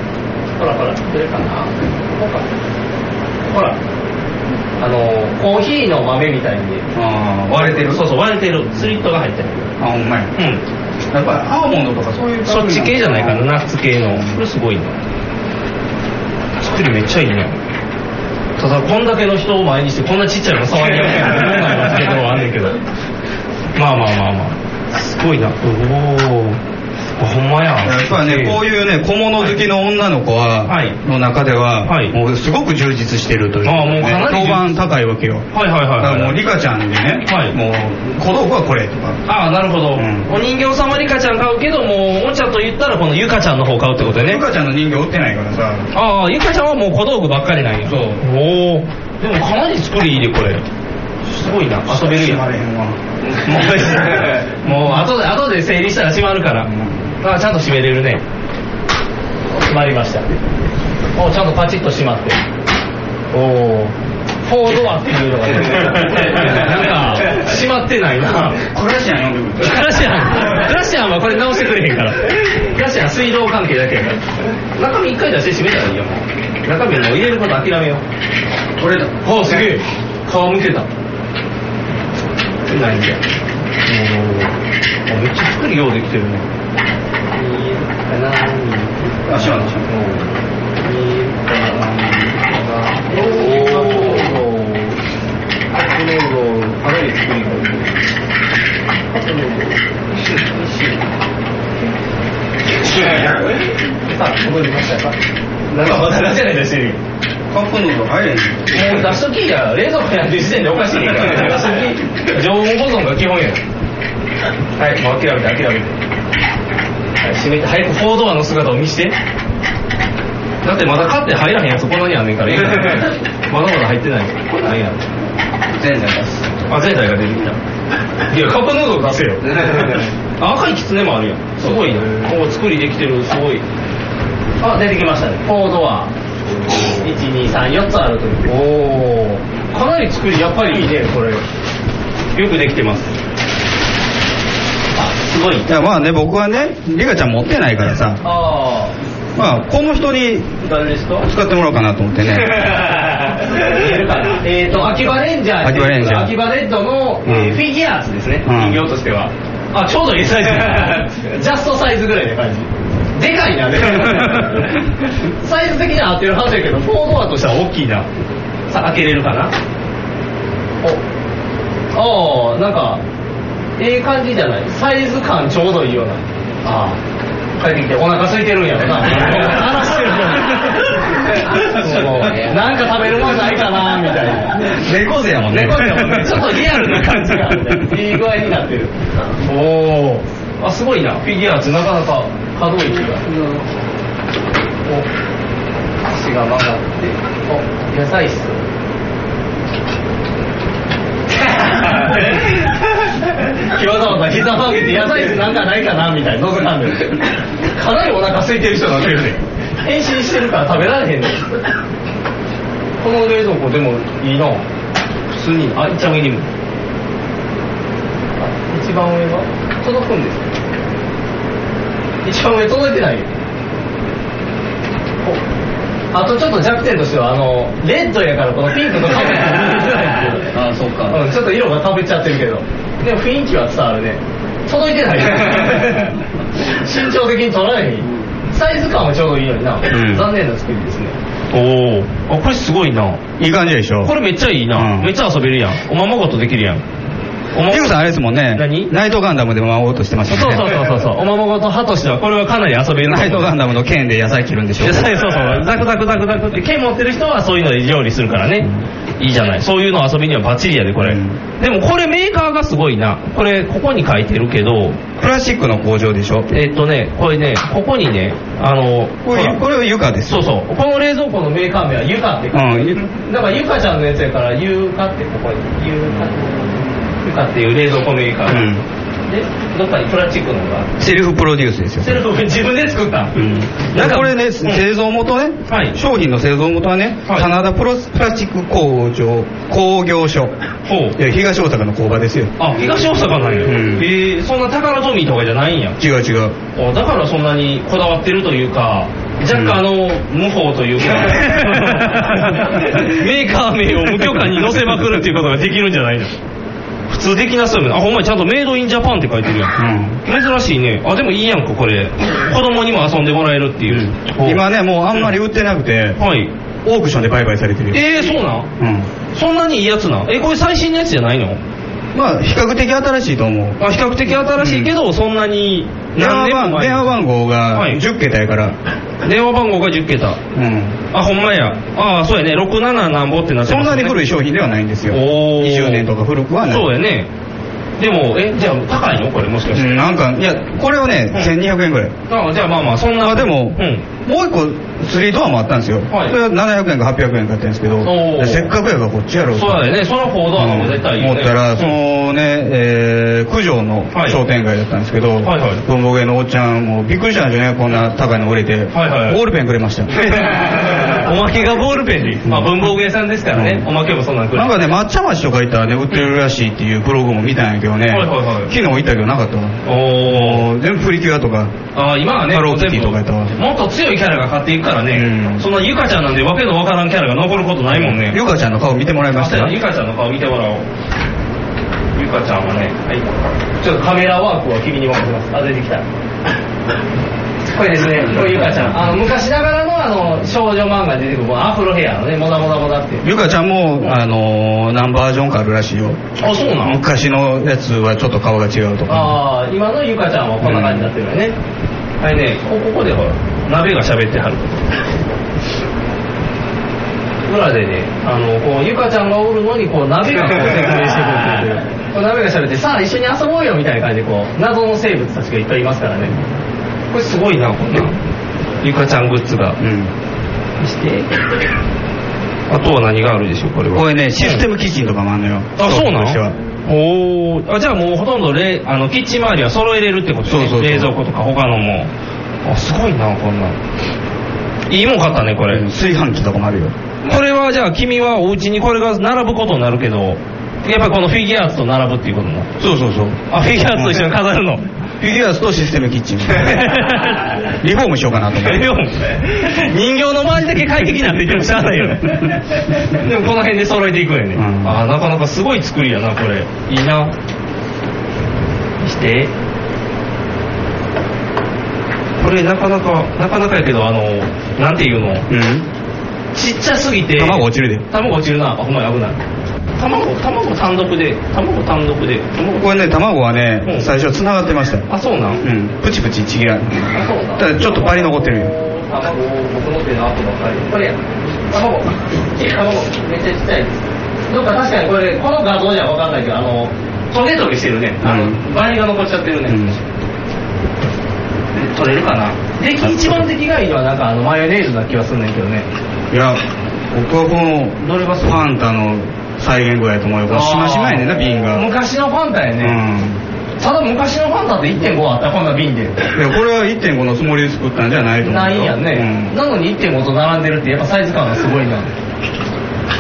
Speaker 3: ほらほらどれかなこうかほらあのコーヒーの豆みたいに
Speaker 2: あー
Speaker 3: 割れてるそうそう割れてるスリットが入ってる
Speaker 2: あほんまや
Speaker 3: うん
Speaker 2: やっぱりアーモンドとかそういう
Speaker 3: そっち系じゃないか
Speaker 2: な
Speaker 3: なナッツ系のこれすごいな作りめっちゃいいねただこんだけの人を前にしてこんなちっちゃいの触りやすいって思わないけどあんねんけどまあまあまあまあすごいなおおほんまや
Speaker 2: やっぱね、こういうね、小物好きの女の子は、の中では、もうすごく充実してるという、
Speaker 3: ああもうかなり充実
Speaker 2: 評判高いわけよ。
Speaker 3: はいはいはい
Speaker 2: だ
Speaker 3: は
Speaker 2: か
Speaker 3: い
Speaker 2: らもう、リカちゃんでね、もう、小道具はこれとか。
Speaker 3: ああなるほど、お人形様リカちゃん買うけどもうおもちゃと言ったらこのゆかちゃんの方買うってことね
Speaker 2: リカちゃんの人形売ってないからさ、
Speaker 3: ああゆかちゃんはもう小道具ばっかりなんやそうおおでもかなり作りいいでこれすごいな遊べるやん
Speaker 2: あれへん わ。
Speaker 3: もう、もう後で、後で整理したら閉まるから。あ、ちゃんと閉めれるね。閉まりました。お、ちゃんとパチッと閉まって。おお。フォードアっていうのがね。なんか、閉まってないな。
Speaker 2: クラシアン呼んでくる。
Speaker 3: クラシアン、クラシアンはあ、これ直してくれへんから。ガシャ水道関係だけやから。中身一回出して閉めたらいいよ。中身もう入れること諦めよう。これだ。あ、すげえ。皮むけた。ないんだよ。おーあめっちゃ作りようできてるね。あ、知らん知らんさあ、戻りましたか。なんかまだ出せない出してるよ。カップヌードル入れんもう出しときや、冷蔵庫やってる時点でおかしいから。出しとき。常温保存が基本や。はい、もう諦めて諦めて。はい、閉めて、早くフォードアの姿を見して。だってまだ買って入らへんやつこんなにあんねんからいいから。 まだまだ入ってない。これ何や。全体出す。あ、全体が出てきた。いや、カップヌードル出せよ。あ赤いキツネもあるやん。すごいね。こう作りできてる、すごい。あ、出てきましたね。フォードア。1、2、3、4つあるという。おお。かなり作り、やっぱりいいね、これ。よくできてます。あ、すごい。
Speaker 2: いやまあね僕はねリカちゃん持ってないからさ
Speaker 3: ああ。
Speaker 2: まあこの人に
Speaker 3: 誰ですか
Speaker 2: 使ってもらおうかなと思ってね
Speaker 3: えっと、秋葉レンジャー
Speaker 2: 秋葉レンジャー
Speaker 3: 秋葉レッドの、
Speaker 2: うん
Speaker 3: えーフィギュアーズですね、
Speaker 2: うん
Speaker 3: 人形としては。あ、ちょうどいいサイズ。 ジャストサイズぐらいな感じ。でかいな、で もサイズ的には合ってるはずやけど、フォードアとしては大きいな。さ、開けれるかなお、ああ、なんか、ええ感じじゃないサイズ感ちょうどいいような。ああ、帰ってきてお腹空いてるんやろな。 話してる そうなんか食べるもんないかなみたいな
Speaker 2: 猫背やもんね
Speaker 3: 猫背やもんねちょっとリアルな感じがあっていい具合になってるおおあすごいなフィギュアーズなかなか可動域が、お足が曲がってお野菜室わざわざ膝曲げて野菜室なんかないかなみたい な覗かんでるかなりお腹空いてる人なんだよね変身してるから食べられへんねんこの冷蔵庫でもいいな普通にあいっちゃん上にもあ一番上は届くんですか一番上届いてないよおあとちょっと弱点としてはあのレッドやからこのピンクのカメラが見えづらいんですよ あそうか、うん、ちょっと色がかぶっちゃってるけどでも雰囲気は伝わるね届いてないよ 身長的に取られへんサイズ感はちょうどいいのにな、
Speaker 2: ん
Speaker 3: 残念な作りですねおおあこれすごいない
Speaker 2: い感じでしょ
Speaker 3: これめっちゃいいな、めっちゃ遊べるやんおままごとできるやんおま
Speaker 2: リカさんあれですもんねナイトガンダムで回おうとしてました
Speaker 3: そう
Speaker 2: もんね
Speaker 3: そうそうそうそうおままごと派としてはこれはかなり遊べる
Speaker 2: ナイトガンダムの剣で野菜切るんでしょ
Speaker 3: 野菜 そうそうザクザクザクザクって剣持ってる人はそういうので料理するからねいいじゃないそういうの遊びにはバッチリやでこれ、でもこれメーカーがすごいなこれここに書いてるけどプラスチックの工場でしょえっとねこれねここにねあの
Speaker 2: これこれは床です
Speaker 3: そうそうこの冷蔵庫のメーカー名はユカって書いてあるだからゆかちゃんのやつやからゆかってここにゆかゆかっていう冷蔵庫メーカーが、でどっかにプラスチックのがあって
Speaker 2: セルフプロデュースですよ
Speaker 3: セルフ自分で作った、
Speaker 2: なんかこれね、製造元ね、商品の製造元はね、カナダプロスプラスチック工場工業所いや東大阪の工場ですよ
Speaker 3: あ東大阪なんや、
Speaker 2: うん
Speaker 3: えーそんな宝トミーとかじゃないんや
Speaker 2: 違う違う
Speaker 3: あだからそんなにこだわってるというか若干あの、無法と いうかメーカー名を無許可に載せまくるっていうことができるんじゃないの普通できなそうやなあほんまにちゃんとメイドインジャパンって書いてるやん、珍しいねあでもいいやんかこれ子供にも遊んでもらえるっていう、
Speaker 2: 今ねもうあんまり売ってなくて、オークションで売買されてるよ
Speaker 3: えー、そうなんそんなにいいやつなんえこれ最新のやつじゃないの
Speaker 2: まあ比較的新しいと思う
Speaker 3: あ比較的新しいけど、そんなに
Speaker 2: 電
Speaker 3: 何年
Speaker 2: 話
Speaker 3: も
Speaker 2: 番
Speaker 3: 前
Speaker 2: 電話番号が10桁やから、
Speaker 3: 電話番号が10桁
Speaker 2: うん
Speaker 3: あほんまやああそうやね67なんぼってなって
Speaker 2: そんなに古い商品ではないんですよ20年とか古くはない
Speaker 3: そうやねでもえじゃあ高いのこれもしかして、
Speaker 2: うんなんかいやこれはね、1200円ぐらい
Speaker 3: あじゃあまあまあそんな
Speaker 2: あでも、もう一個3ドアもあったんですよ、それは700円か800円かってんですけど
Speaker 3: おー
Speaker 2: せっかくやからこっちやろ
Speaker 3: そうだよねそのフォードアの方が絶対いいよね
Speaker 2: 思ったらそのね、えー九条の商店街だったんですけど、文房具屋のおっちゃんもびっくりしたんですよねこんな高いの売れて、ボールペンくれました
Speaker 3: おまけがボールペンに、まあ、文房具屋さんですからね、おまけもそんなんくら
Speaker 2: ないんかね、抹茶町とか行ったらね、売ってるらしいっていうブログも見たんやけどね、昨日行ったけどなかったわ。お全部プリキュアとか、
Speaker 3: あー今はね
Speaker 2: ハローキティとかやったわ。
Speaker 3: もっと強いキャラが勝っていくからね、そんなゆかちゃんなんでわけのわからんキャラが残ることないもんね
Speaker 2: ゆかちゃんの顔見てもらいました
Speaker 3: あゆかちゃんの顔見てもらおうゆかちゃんはね、はい、ちょっとカメラワークは君に任せますあ出てきたこれですねこれゆかちゃんあの昔ながらのあの少女漫画で出てくるアフロヘアのねモダモダモダって
Speaker 2: ゆかちゃんも、あのー、何バージョンかあるらしいよ。
Speaker 3: あそうなの
Speaker 2: 昔のやつはちょっと顔が違うとか。
Speaker 3: ああ今のゆかちゃんはこんな感じになってるよね、はいねこここでほら鍋が喋ってはる裏でねあのこうゆかちゃんがおるのにこう鍋がこう説明してくる っていうこう鍋が喋ってさあ一緒に遊ぼうよみたいな感じでこう謎の生物たちがいっぱいいますからねこれすごいなこんなゆかちゃんグッズがしてあとは何があるでしょうこれは
Speaker 2: これね、システムキッチンとかもあるのよ。
Speaker 3: あそうなの
Speaker 2: ストックとしては
Speaker 3: おーあじゃあもうほとんどれあのキッチン周りは揃えれるってことですね冷蔵庫とか他のもあすごいなこんなんいいもん買ったねこれ、
Speaker 2: 炊飯器とかもあるよ
Speaker 3: これはじゃあ君はお家にこれが並ぶことになるけどやっぱりこのフィギュアーツと並ぶっていうことも
Speaker 2: そうそうそう。
Speaker 3: あフィギュアーツと一緒に飾るの
Speaker 2: フィギュアスとシステムキッ チン。リフォームしようかなと思って。
Speaker 3: リフォーム 人形の周りだけ快適なんて言ってもしゃあないよね でもこの辺で揃えていくんやね、あなかなかすごい作りやなこれいいなしてこれなかなかなかなかやけどあのなんていうの、ちっちゃすぎて
Speaker 2: 卵落ちるで。
Speaker 3: 卵落ちるなあほんまに危ない卵卵単独で卵単独で卵
Speaker 2: これね、卵はね、最初繋がってましたよ。
Speaker 3: あそうなん
Speaker 2: うん。プチプチちぎられてただちょっとパリ残ってるよ。
Speaker 3: 卵僕の手の後のあれこれや卵卵めっちゃちっちゃいですどっか確かにこれこの画像じゃ分かんないけどあのトゲトゲしてるねあのバリが残っちゃってるね、取れるかな出来一番出来がいいのはなんかあのマヨネーズな気はすんねんけどね
Speaker 2: いや、僕はこの、どれがファンタの再現具合やと思うよ。このしましまやねんな、瓶が。
Speaker 3: 昔のファンタやね、ただ昔のファンタって1.5あったこんな瓶で
Speaker 2: いや、これは1.5のつもりで作ったんじゃないと思う。
Speaker 3: ないんやね、なのに1.5と並んでるってやっぱサイズ感がすごいな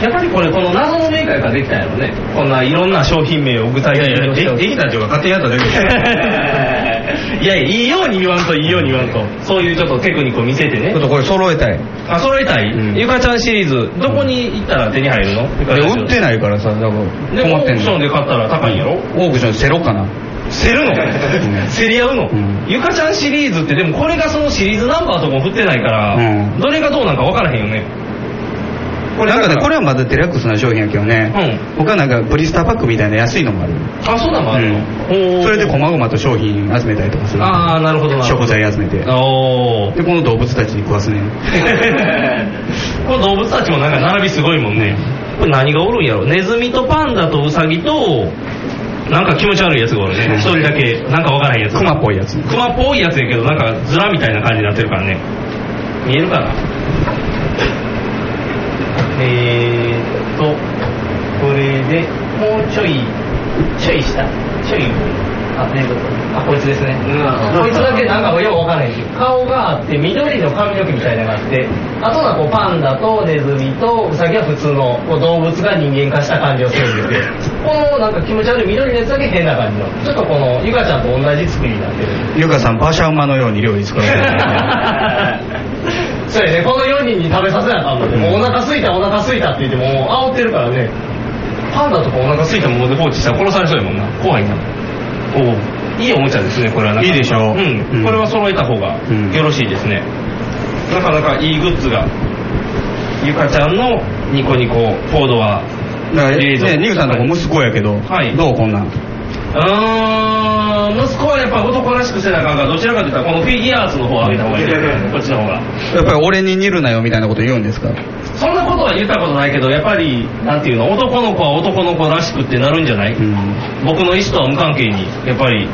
Speaker 3: やっぱりこれこの謎のメーカーができたんやろねこんないろんな 商品名を具体的に
Speaker 2: いやいやでできたっていうか勝手にやっただ け
Speaker 3: けいやいやいいように言わんといいように言わんとそういうちょっとテクニックを見せてね
Speaker 2: ちょっとこれ揃えたい。
Speaker 3: あ揃えたい、ゆかちゃんシリーズどこに行ったら手に入るのゆかちゃんシ
Speaker 2: いや
Speaker 3: リ
Speaker 2: 売
Speaker 3: ー
Speaker 2: っ
Speaker 3: ズ
Speaker 2: てないからさ、だから
Speaker 3: でも
Speaker 2: 困ってん
Speaker 3: オークションで買ったら高いんやろ
Speaker 2: オークションセロかな。
Speaker 3: 競るの競り合うの、ゆかちゃんシリーズってでもこれがそのシリーズナンバーとかも振ってないから、どれがどうなんか分からへんよね
Speaker 2: これなんかね、これはまだテラックスな商品やけどね、他なんかブリスターパックみたいな安いのもある。
Speaker 3: あそうなのあるの、
Speaker 2: うんそれで細々と商品集めたりとかする。
Speaker 3: ああなるほどなるほ
Speaker 2: 食
Speaker 3: ど
Speaker 2: 材集めて。で、こ
Speaker 3: おー
Speaker 2: の動物たちに食わすね。
Speaker 3: この動物たちもなんか並びすごいもんねこれ何がおるんやろネズミとパンダとウサギとなんか気持ち悪いやつがおる ね一人だけなんかわからへんやつ
Speaker 2: クマっぽいやつ。
Speaker 3: クマっぽいやつやけどなんかズラみたいな感じになってるからね見えるかなえーっとこれでもうちょいちょい下ちょいあえーっとあこいつですね、こいつだけなんかよう分からへんし顔があって緑の髪の毛みたいなのがあってあとはこうパンダとネズミとウサギは普通のこう動物が人間化した感じをするんですよこのなんか気持ち悪い緑のやつだけ変な感じのちょっとこのゆかちゃんと同じ作りになってる
Speaker 2: ゆかさん、馬車馬のように料理作ら れてる。
Speaker 3: そうやね、この4人に食べさせなあかんので、もうお腹すいたお腹すいたって言ってもう煽ってるからねパンダとかお腹すいたもので放置したら殺されそうやもんな怖いなおおいいおもちゃですねこれはなんか
Speaker 2: いいでしょう
Speaker 3: うん、これは揃えた方が
Speaker 2: ん
Speaker 3: よろしいですね、なかなかいいグッズがゆかちゃんのニコニココードは
Speaker 2: だから、
Speaker 3: 冷蔵庫
Speaker 2: ね、ニグさんの子息子やけど、どうこんなん。
Speaker 3: うーん息子はやっぱ男らしくせなあかんからどちらかというとこのフィギュアーツの方を上げた方がいいねこっちの方が
Speaker 2: やっぱり俺に似るなよみたいなこと言うんですか
Speaker 3: そんなことは言ったことないけどやっぱりなんていうの男の子は男の子らしくってなるんじゃない、僕の意思とは無関係にやっぱり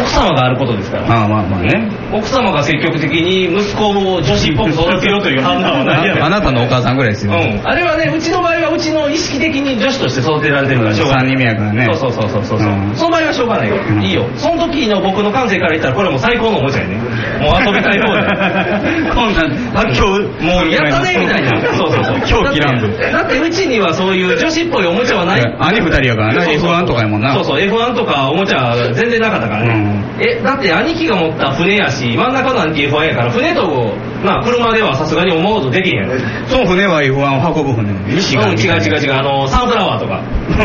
Speaker 3: 奥様があることですから。
Speaker 2: まあまあまあね。
Speaker 3: 奥様が積極的に息子 を女子っぽく育てようという判断はないやろ
Speaker 11: あなたのお母さんぐらいですよ。
Speaker 3: うん、あれはねうちの場合はうちの意識的に女子として育てられてるからしょうがな
Speaker 11: 三
Speaker 3: い
Speaker 11: 人目やからね
Speaker 3: そうそうそうそうそう、
Speaker 11: うん
Speaker 3: その場合はしょうがないよ、いいよその時の僕の感性から言ったらこれはもう最高のおもちゃやねもう遊びたい方だ こんなん
Speaker 11: あ今日もう
Speaker 3: やったねみたいなそうそうそう
Speaker 11: 今日切らんと
Speaker 3: だってだってうちにはそういう女子っぽいおもちゃはない
Speaker 11: 兄二人やからな
Speaker 3: そうそうそう
Speaker 11: F1 とかやもんな
Speaker 3: そうそう F1 とかおもちゃ全然なかったからね、えだって兄貴が持った船やし真ん中の兄貴 F1 やから船とまあ車ではさすがに思うことできへんやろ
Speaker 11: その船は F1 を運ぶ船。西が。
Speaker 3: うん違う違う違う、あの、サンフラワーとか。
Speaker 11: やっぱ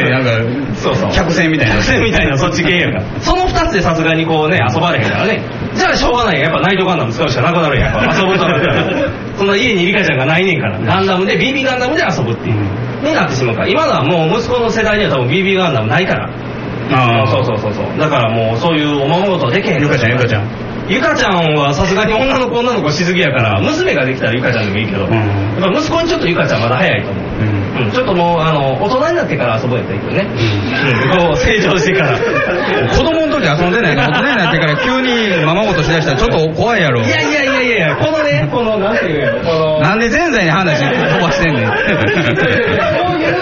Speaker 11: りなんか、
Speaker 3: そうそう。
Speaker 11: 客船みたいな
Speaker 3: 客船みたいな、そっち系やから。その二つでさすがにこうね、遊ばれへんからね。じゃあしょうがないやんやっぱナイトガンダム使うしかなくなるやん。やっぱ遊ぶとなったら。そんな家にリカちゃんがないねんから。ガンダムで、BB ガンダムで遊ぶっていう。になってしまうから。今のはもう息子の世代には多分 BB ガンダムないから。
Speaker 11: あ
Speaker 3: そうそうそうそう。だからもうそういうおままごとはできへん。
Speaker 11: ゆかちゃんゆかちゃん。
Speaker 3: ゆかちゃんはさすがに女の子女の子しすぎやから、娘ができたらゆかちゃんでもいいけど、やっぱ息子にちょっとゆかちゃんまだ早いと思う。うん、ちょっともう、あの、大人になってから遊ぼうやったらいいけどね。うん、こう成長してから。
Speaker 11: 子供の時遊んでないから、大人になってから急にままごとしだしたらちょっと怖いやろ。
Speaker 3: いやいやいやいやいや、このね、この、なんていうやろ、この。
Speaker 11: なんで前世に話飛ば してんねん。
Speaker 3: こういう、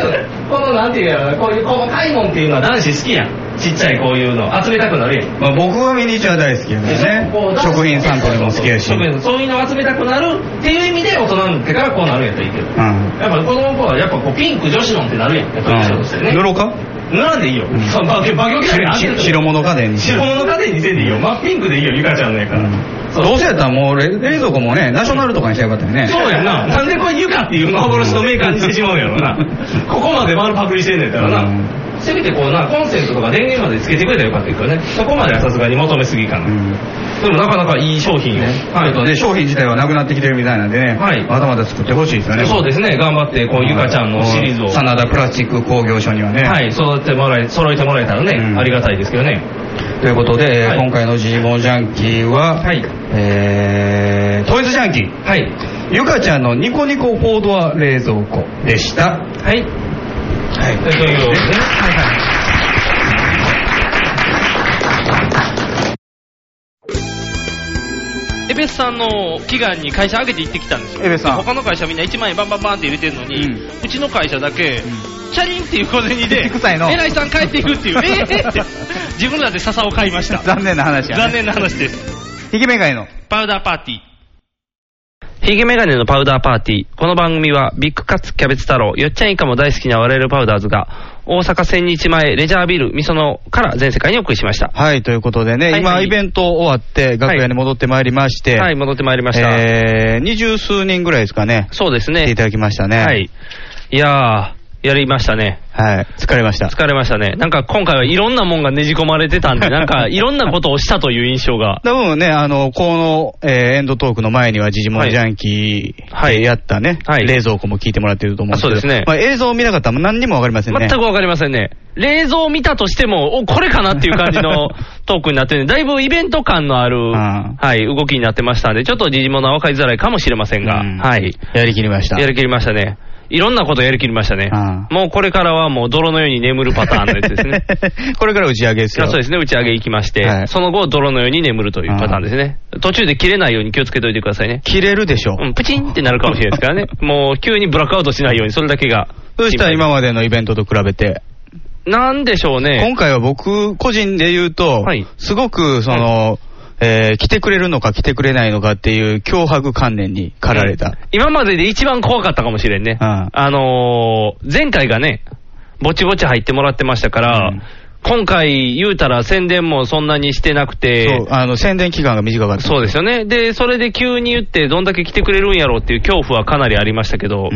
Speaker 3: このなんていうやろな、こういう細かいもんっていうのは男子好きやん。ちっちゃいこういうの集めたくなるやん。
Speaker 11: まあ僕はミニチュア大好きやけどね
Speaker 3: こう。男子
Speaker 11: 食品サンプルも好きやし。
Speaker 3: そういうそういうの集めたくなるっていう意味で大人になってからこうなるんやったらいいけど。
Speaker 11: うん。
Speaker 3: やっぱ子供の頃はやっぱこうピンク女子のんってなるやん。やっぱり女子としてね。
Speaker 11: うん布か
Speaker 3: 塗らんでいいよ。そうバケバケバケバケ
Speaker 11: し白物家電に
Speaker 3: 白物家電にせんでいいよ。真っピンクでいいよ、ゆかちゃんのやから。そう
Speaker 11: どうせやったらもう冷冷蔵庫もね、ナショナルとかにしたらよかったよね。
Speaker 3: そうやん な。なんでこれユカっていう幻のメーカーにしてしまうんやろな。ここまで丸パクリしてんねんからな。せめてこうな、コンセントとか電源までつけてくれたらよかったけどね。そこまではさすがに求めすぎかな。でもなかなかいい商品よ。はい。
Speaker 11: で商品自体はなくなってきてるみたいなんでね、まだまだ作ってほしいですよね。
Speaker 3: そうですね。頑張って、こう、ゆかちゃんのシリーズを。
Speaker 11: 真田プラスチック工業所にはね。
Speaker 3: はい、育ててもらえ、揃えてもらえたらね、ありがたいですけどね。
Speaker 11: ということで、えー今回のジーモンジャンキーは、えートイズジャンキー、
Speaker 3: はい、
Speaker 11: ゆかちゃんのニコニコフォードア冷蔵庫でした。
Speaker 3: はい。はい。ということでね。はいはい。
Speaker 12: エベスさんの祈願に会社上げて行ってきたんですよ。
Speaker 2: エベスさん
Speaker 12: 他の会社みんな1万円バンバンバンって入れてるのに、うちの会社だけ、チャリンっていう小銭で、
Speaker 2: 臭いの
Speaker 12: 偉いさん帰っていくっていう、えー、って、自分らで笹を買いました。
Speaker 2: 残念な話や、
Speaker 12: 残念な話です。
Speaker 2: ひげめがいの。
Speaker 12: パウダーパーティー。
Speaker 13: ヒゲメガネのパウダーパーティー。この番組は、ビッグカツキャベツ太郎、よっちゃんイカも大好きな我々パウダーズが、大阪千日前レジャービルみそのから全世界にお送りしました。
Speaker 2: はい、ということでね、
Speaker 13: はい
Speaker 2: 今、
Speaker 13: はい
Speaker 2: イベント終わって、楽屋に戻ってまいりまして、
Speaker 13: はい、戻ってまいりました。
Speaker 2: えー、二十数人ぐらいですかね。
Speaker 13: そうですね。
Speaker 2: 来ていただきましたね。
Speaker 13: はい。いやー、やりましたね。
Speaker 2: はい、疲れました。
Speaker 13: 疲れましたね。なんか今回はいろんなもんがねじ込まれてたんで、なんかいろんなことをしたという印象が。
Speaker 2: 多分ね、あの、この、えーエンドトークの前には、ジジモンジャンキー、えーやったね、冷蔵庫も聞いてもらってると思うんですけど、
Speaker 13: あそうですね
Speaker 2: まあ、映像を見なかったら何にもわかりませんね。
Speaker 13: 全くわかりませんね。冷蔵を見たとしても、お、これかなっていう感じ のトークになってるんで、だいぶイベント感のある、はい、動きになってましたんで、ちょっと時事物は分かりづらいかもしれませんが、はい。
Speaker 2: やりきりました。
Speaker 13: やりきりましたね。いろんなことやりきりましたね。もうこれからはもう泥のように眠るパターンのやつです ね。
Speaker 2: これから打ち上げですよ。
Speaker 13: そうですね、打ち上げ行きまして、その後泥のように眠るというパターンですね。途中で切れないように気をつけておいてくださいね。
Speaker 2: 切れるでしょ
Speaker 13: うん、プチンってなるかもしれないですから ね。もう急にブラックアウトしないように、それだけが。
Speaker 2: そうしたら今までのイベントと比べて、
Speaker 13: なんでしょうね。
Speaker 2: 今回は僕個人で言うと、すごくその、えー来てくれるのか来てくれないのかっていう脅迫観念に駆られた。
Speaker 13: 今までで一番怖かったかもしれんね。あのー、前回がね、ぼちぼち入ってもらってましたから、今回言うたら宣伝もそんなにしてなくて、
Speaker 2: あの宣伝期間が短かった。
Speaker 13: そうですよね。で、それで急に言ってどんだけ来てくれるんやろうっていう恐怖はかなりありましたけど、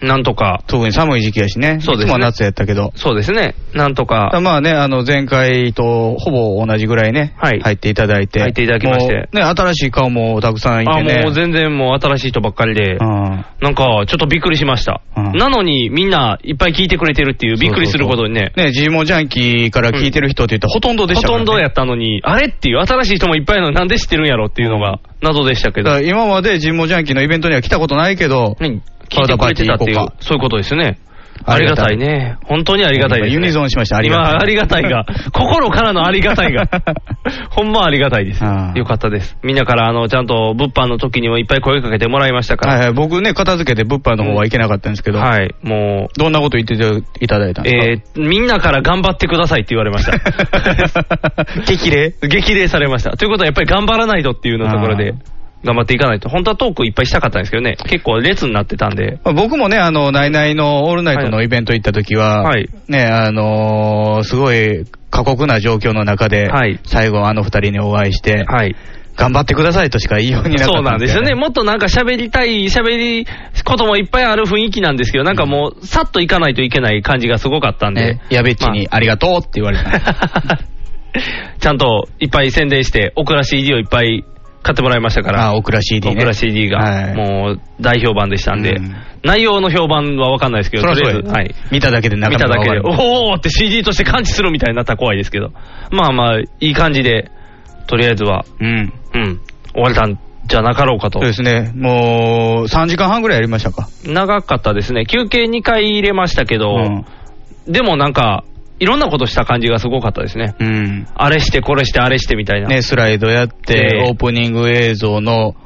Speaker 13: なんとか。
Speaker 2: 特に寒い時期やしね。
Speaker 13: そうですね
Speaker 2: いつもは夏やったけど。
Speaker 13: そうですね。なんとか。
Speaker 2: まあね、あの前回とほぼ同じぐらいね、入っていただいて。
Speaker 13: 入っていただきまして
Speaker 2: もうね、新しい顔もたくさんい
Speaker 13: あ
Speaker 2: てね。
Speaker 13: もう全然もう新しい人ばっかりで、なんかちょっとびっくりしました。なのにみんないっぱい聞いてくれてるっていうびっくりすることにね。
Speaker 2: ね、ジーモンジャンキーから聞いてる人って言ったらほとんどでしたか
Speaker 13: ほ
Speaker 2: ら
Speaker 13: と
Speaker 2: ね
Speaker 13: んどやったのに、あれっていう新しい人もいっぱいいるのになんで知ってるんやろっていうのが謎でしたけど
Speaker 2: だか。ら今までジンモジャンキーのイベントには来たことないけど、
Speaker 13: 聞いてくれてたっていう、そういうことですね。
Speaker 3: ありがたいね。本当にありがたいです、ね。
Speaker 2: ユニゾンしましたありがたい
Speaker 3: 今、ありがたい が。心からのありがたいが。ほんまありがたいです。よかったです。みんなから、あの、ちゃんと物販の時にもいっぱい声かけてもらいましたから。
Speaker 2: はいはい、僕ね、片付けて物販の方はいけなかったんですけど、
Speaker 3: はい、もう。
Speaker 2: どんなこと言っていただいたんです
Speaker 3: え
Speaker 2: か、
Speaker 3: ーみんなから頑張ってくださいって言われまし た。激励激励されました。ということはやっぱり頑張らないとっていうのところで、頑張っていかないと。本当はトークいっぱいしたかったんですけどね、結構列になってたんで。
Speaker 2: まあ僕もね、あの、ナイナイのオールナイトのイベント行った時は、ね、あのーすごい過酷な状況の中で、最後あの二人にお会いして、頑張ってくださいとしか言いようになかった
Speaker 3: そうなんですよね。。もっとなんか喋りたい、喋りこともいっぱいある雰囲気なんですけど、なんかもう、さっと行かないといけない感じがすごかったんで。
Speaker 2: やべっちにありがとうって言われた。
Speaker 3: ちゃんといっぱい宣伝して、オクラ CD をいっぱい買ってもらいましたから。
Speaker 2: オクラ CD ね
Speaker 3: オクラ CD が、もう大評判でしたんで。内容の評判は分かんないですけど、
Speaker 2: そ
Speaker 3: と
Speaker 2: ら
Speaker 3: り
Speaker 2: そう
Speaker 3: あ
Speaker 2: や
Speaker 3: えず、はい、
Speaker 2: 見ただけで中
Speaker 3: 見
Speaker 2: 身
Speaker 3: た
Speaker 2: が
Speaker 3: だ
Speaker 2: 分
Speaker 3: け
Speaker 2: か
Speaker 3: で、
Speaker 2: る
Speaker 3: おーって CD として感知するみたいになったら怖いですけど、まあまあ、いい感じで、とりあえずは、
Speaker 2: うん、
Speaker 3: うん、終われたんじゃなかろうかと
Speaker 2: そう。ですね、もう3時間半ぐらいやりましたか。
Speaker 3: 長かったですね、休憩2回入れましたけど、でもなんか、いろんなことした感じがすごかったですね、
Speaker 2: うん、
Speaker 3: あれして、これして、あれしてみたいな、
Speaker 2: ね、スライドやって、
Speaker 3: ええ
Speaker 2: オープニング映像の、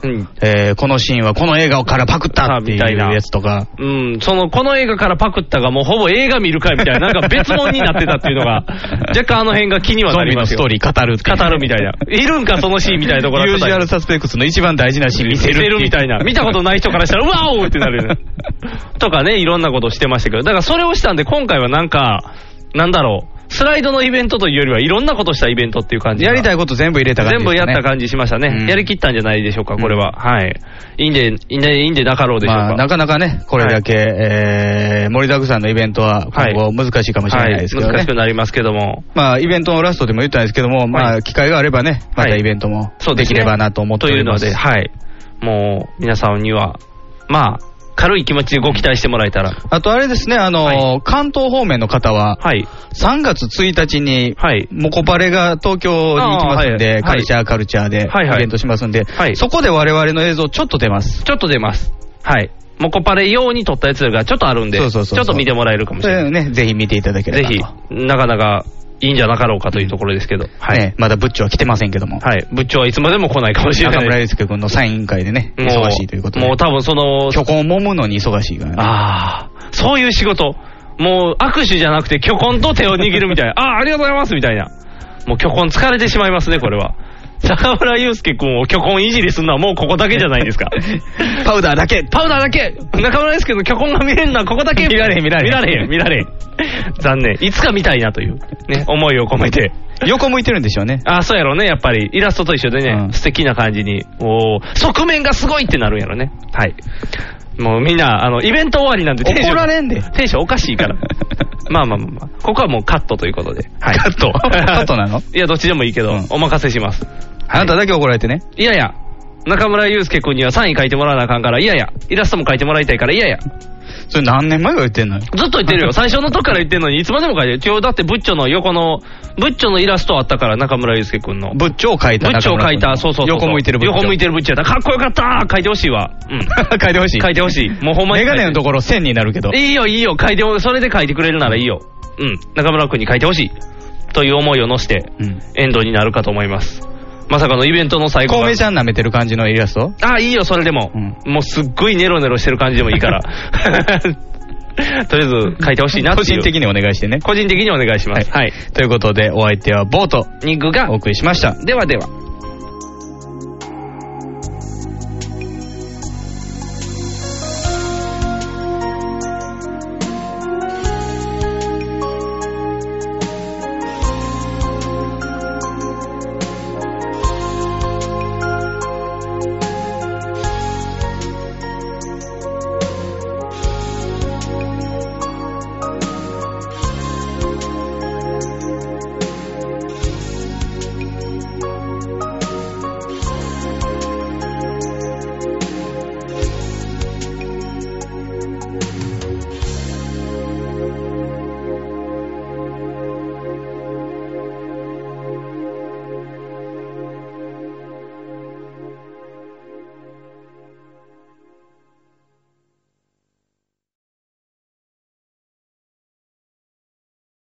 Speaker 2: えーこのシーンはこの映画からパクったっていうやつとか、
Speaker 3: うん、そのこの映画からパクったが、もうほぼ映画見るかみたいな、なんか別物になってたっていうの が、若干あの辺が気にはなりますよ
Speaker 2: ゾンビのストーリー語るっていう
Speaker 3: 語るみたいな、いるんか、そのシーンみたいなところ
Speaker 2: ユ
Speaker 3: だ
Speaker 2: ー
Speaker 3: った
Speaker 2: ジ
Speaker 3: り
Speaker 2: ュアルサスペクツの一番大事なシーン見せるって
Speaker 3: 見
Speaker 2: う
Speaker 3: せるみたいな。見たことない人からしたら、うわおーってなるよね。とかね、いろんなことしてましたけど、だからそれをしたんで、今回はなんか、なんだろう、スライドのイベントというよりは、いろんなことしたイベントっていう感じが。
Speaker 2: やりたいこと全部入れた感じです
Speaker 3: 全
Speaker 2: か
Speaker 3: 部
Speaker 2: ね
Speaker 3: やった感じしましたね。
Speaker 2: うん
Speaker 3: やりきったんじゃないでしょうか、これは。はい。いいんで、いいんで、いいんでなかろうでしょうか。
Speaker 2: まあ、なかなかね、これだけ、えー盛りだくさんのイベントは今後難しいかもしれないですけどね。
Speaker 3: はい、難しくなりますけども。
Speaker 2: まあ、イベントのラストでも言ったんですけども、まあ、機会があればね、またイベントも
Speaker 3: そう
Speaker 2: ですき
Speaker 3: ね
Speaker 2: ればなと思っております。
Speaker 3: というので、はい。もう、皆さんには、まあ、軽い気持ちでご期待してもらえたら。
Speaker 2: あとあれですね、あのー関東方面の方は、3月1日に、モコパレが東京に行きますんで、
Speaker 3: あーはい
Speaker 2: カルチャーカルチャーで
Speaker 3: はいはい
Speaker 2: イベントしますんで、そこで我々の映像ちょっと出ます。
Speaker 3: ちょっと出ます。はい。モコパレ用に撮ったやつがちょっとあるんで、
Speaker 2: そうそうそうそう
Speaker 3: ちょっと見てもらえるかもしれない。
Speaker 2: えーね、ぜひ見ていただければと。
Speaker 3: ぜひ、なかなかいいんじゃなかろうかというところですけど、はい。
Speaker 2: ね、まだブッチは来てませんけども。
Speaker 3: はい。部長はいつまでも来ないかもしれない。
Speaker 2: 中村祐介君のサイン会でね、
Speaker 3: もう
Speaker 2: 忙しいということで。
Speaker 3: もう多分その、
Speaker 2: 虚婚を揉むのに忙しいからね。
Speaker 3: ああ、そういう仕事。もう握手じゃなくて虚婚と手を握るみ たいな。ああ、ありがとうございますみたいな。もう虚婚疲れてしまいますね、これは。中村祐介君を虚婚いじりするのはもうここだけじゃない ですか。
Speaker 2: パウダーだけ
Speaker 3: パウダーだけ中村祐介の虚婚が見れるのはここだけ
Speaker 2: 見られへん見られへん
Speaker 3: 見られへん、見られへん。残念。いつか見たいなという、ね、思いを込めて。
Speaker 2: 横向いてるんでしょうね。
Speaker 3: ああ、そうやろうね、やっぱり。イラストと一緒でね、素敵な感じに。おー側面がすごいってなるんやろね。はい。もうみんな、あの、イベント終わりなんでテンション、
Speaker 2: 怒られんで
Speaker 3: テンションおかしい から。まあまあまあまあ。ここはもうカットということで。はい、カット
Speaker 2: カットなの
Speaker 3: いや、どっちでもいいけど、お任せします。
Speaker 2: あなただけ怒られてね。
Speaker 3: いやいや、中村祐介君にはサイン書いてもらわなあかんから、いやいや、イラストも書いてもらいたいから、いやいや。
Speaker 2: それ何年前から言ってんのよ。
Speaker 3: ずっと言って るよ。最初の時から言ってるのに、いつまでも書いてる。今日だってブッチョの横の、ブッチョのイラストあったから、中村祐介君の。
Speaker 2: ブッチョを書い
Speaker 3: ブッ
Speaker 2: た
Speaker 3: チョを書いた、そうそうそうそう
Speaker 2: 横向いてるブッチョ
Speaker 3: 横向いてるブッチョだ。かっこよかった書いてほしいわ。 うん。
Speaker 2: 書いてほしい。
Speaker 3: 書いてほしい。もうほんまに
Speaker 2: メ
Speaker 3: 書い
Speaker 2: ガ
Speaker 3: て。
Speaker 2: ネのところ線になるけど。
Speaker 3: いいよ、いいよ。書いてほ、それで書いてくれるならいいよ。うん。中村君に書いてほしい。という思いを乗せて、エンドになるかと思います。まさかのイベントの最後が
Speaker 2: 孔明ちゃん舐めてる感じのイラスト
Speaker 3: ああ、いいよ、それでも。もうすっごいネロネロしてる感じでもいい から。とりあえず書いてほしいなって
Speaker 2: 個
Speaker 3: いう
Speaker 2: 人的にお願いしてね。
Speaker 3: 個人的にお願いします。はい。
Speaker 2: ということで、お相手はボート。
Speaker 3: 肉が
Speaker 2: お送りしました。
Speaker 3: ではでは。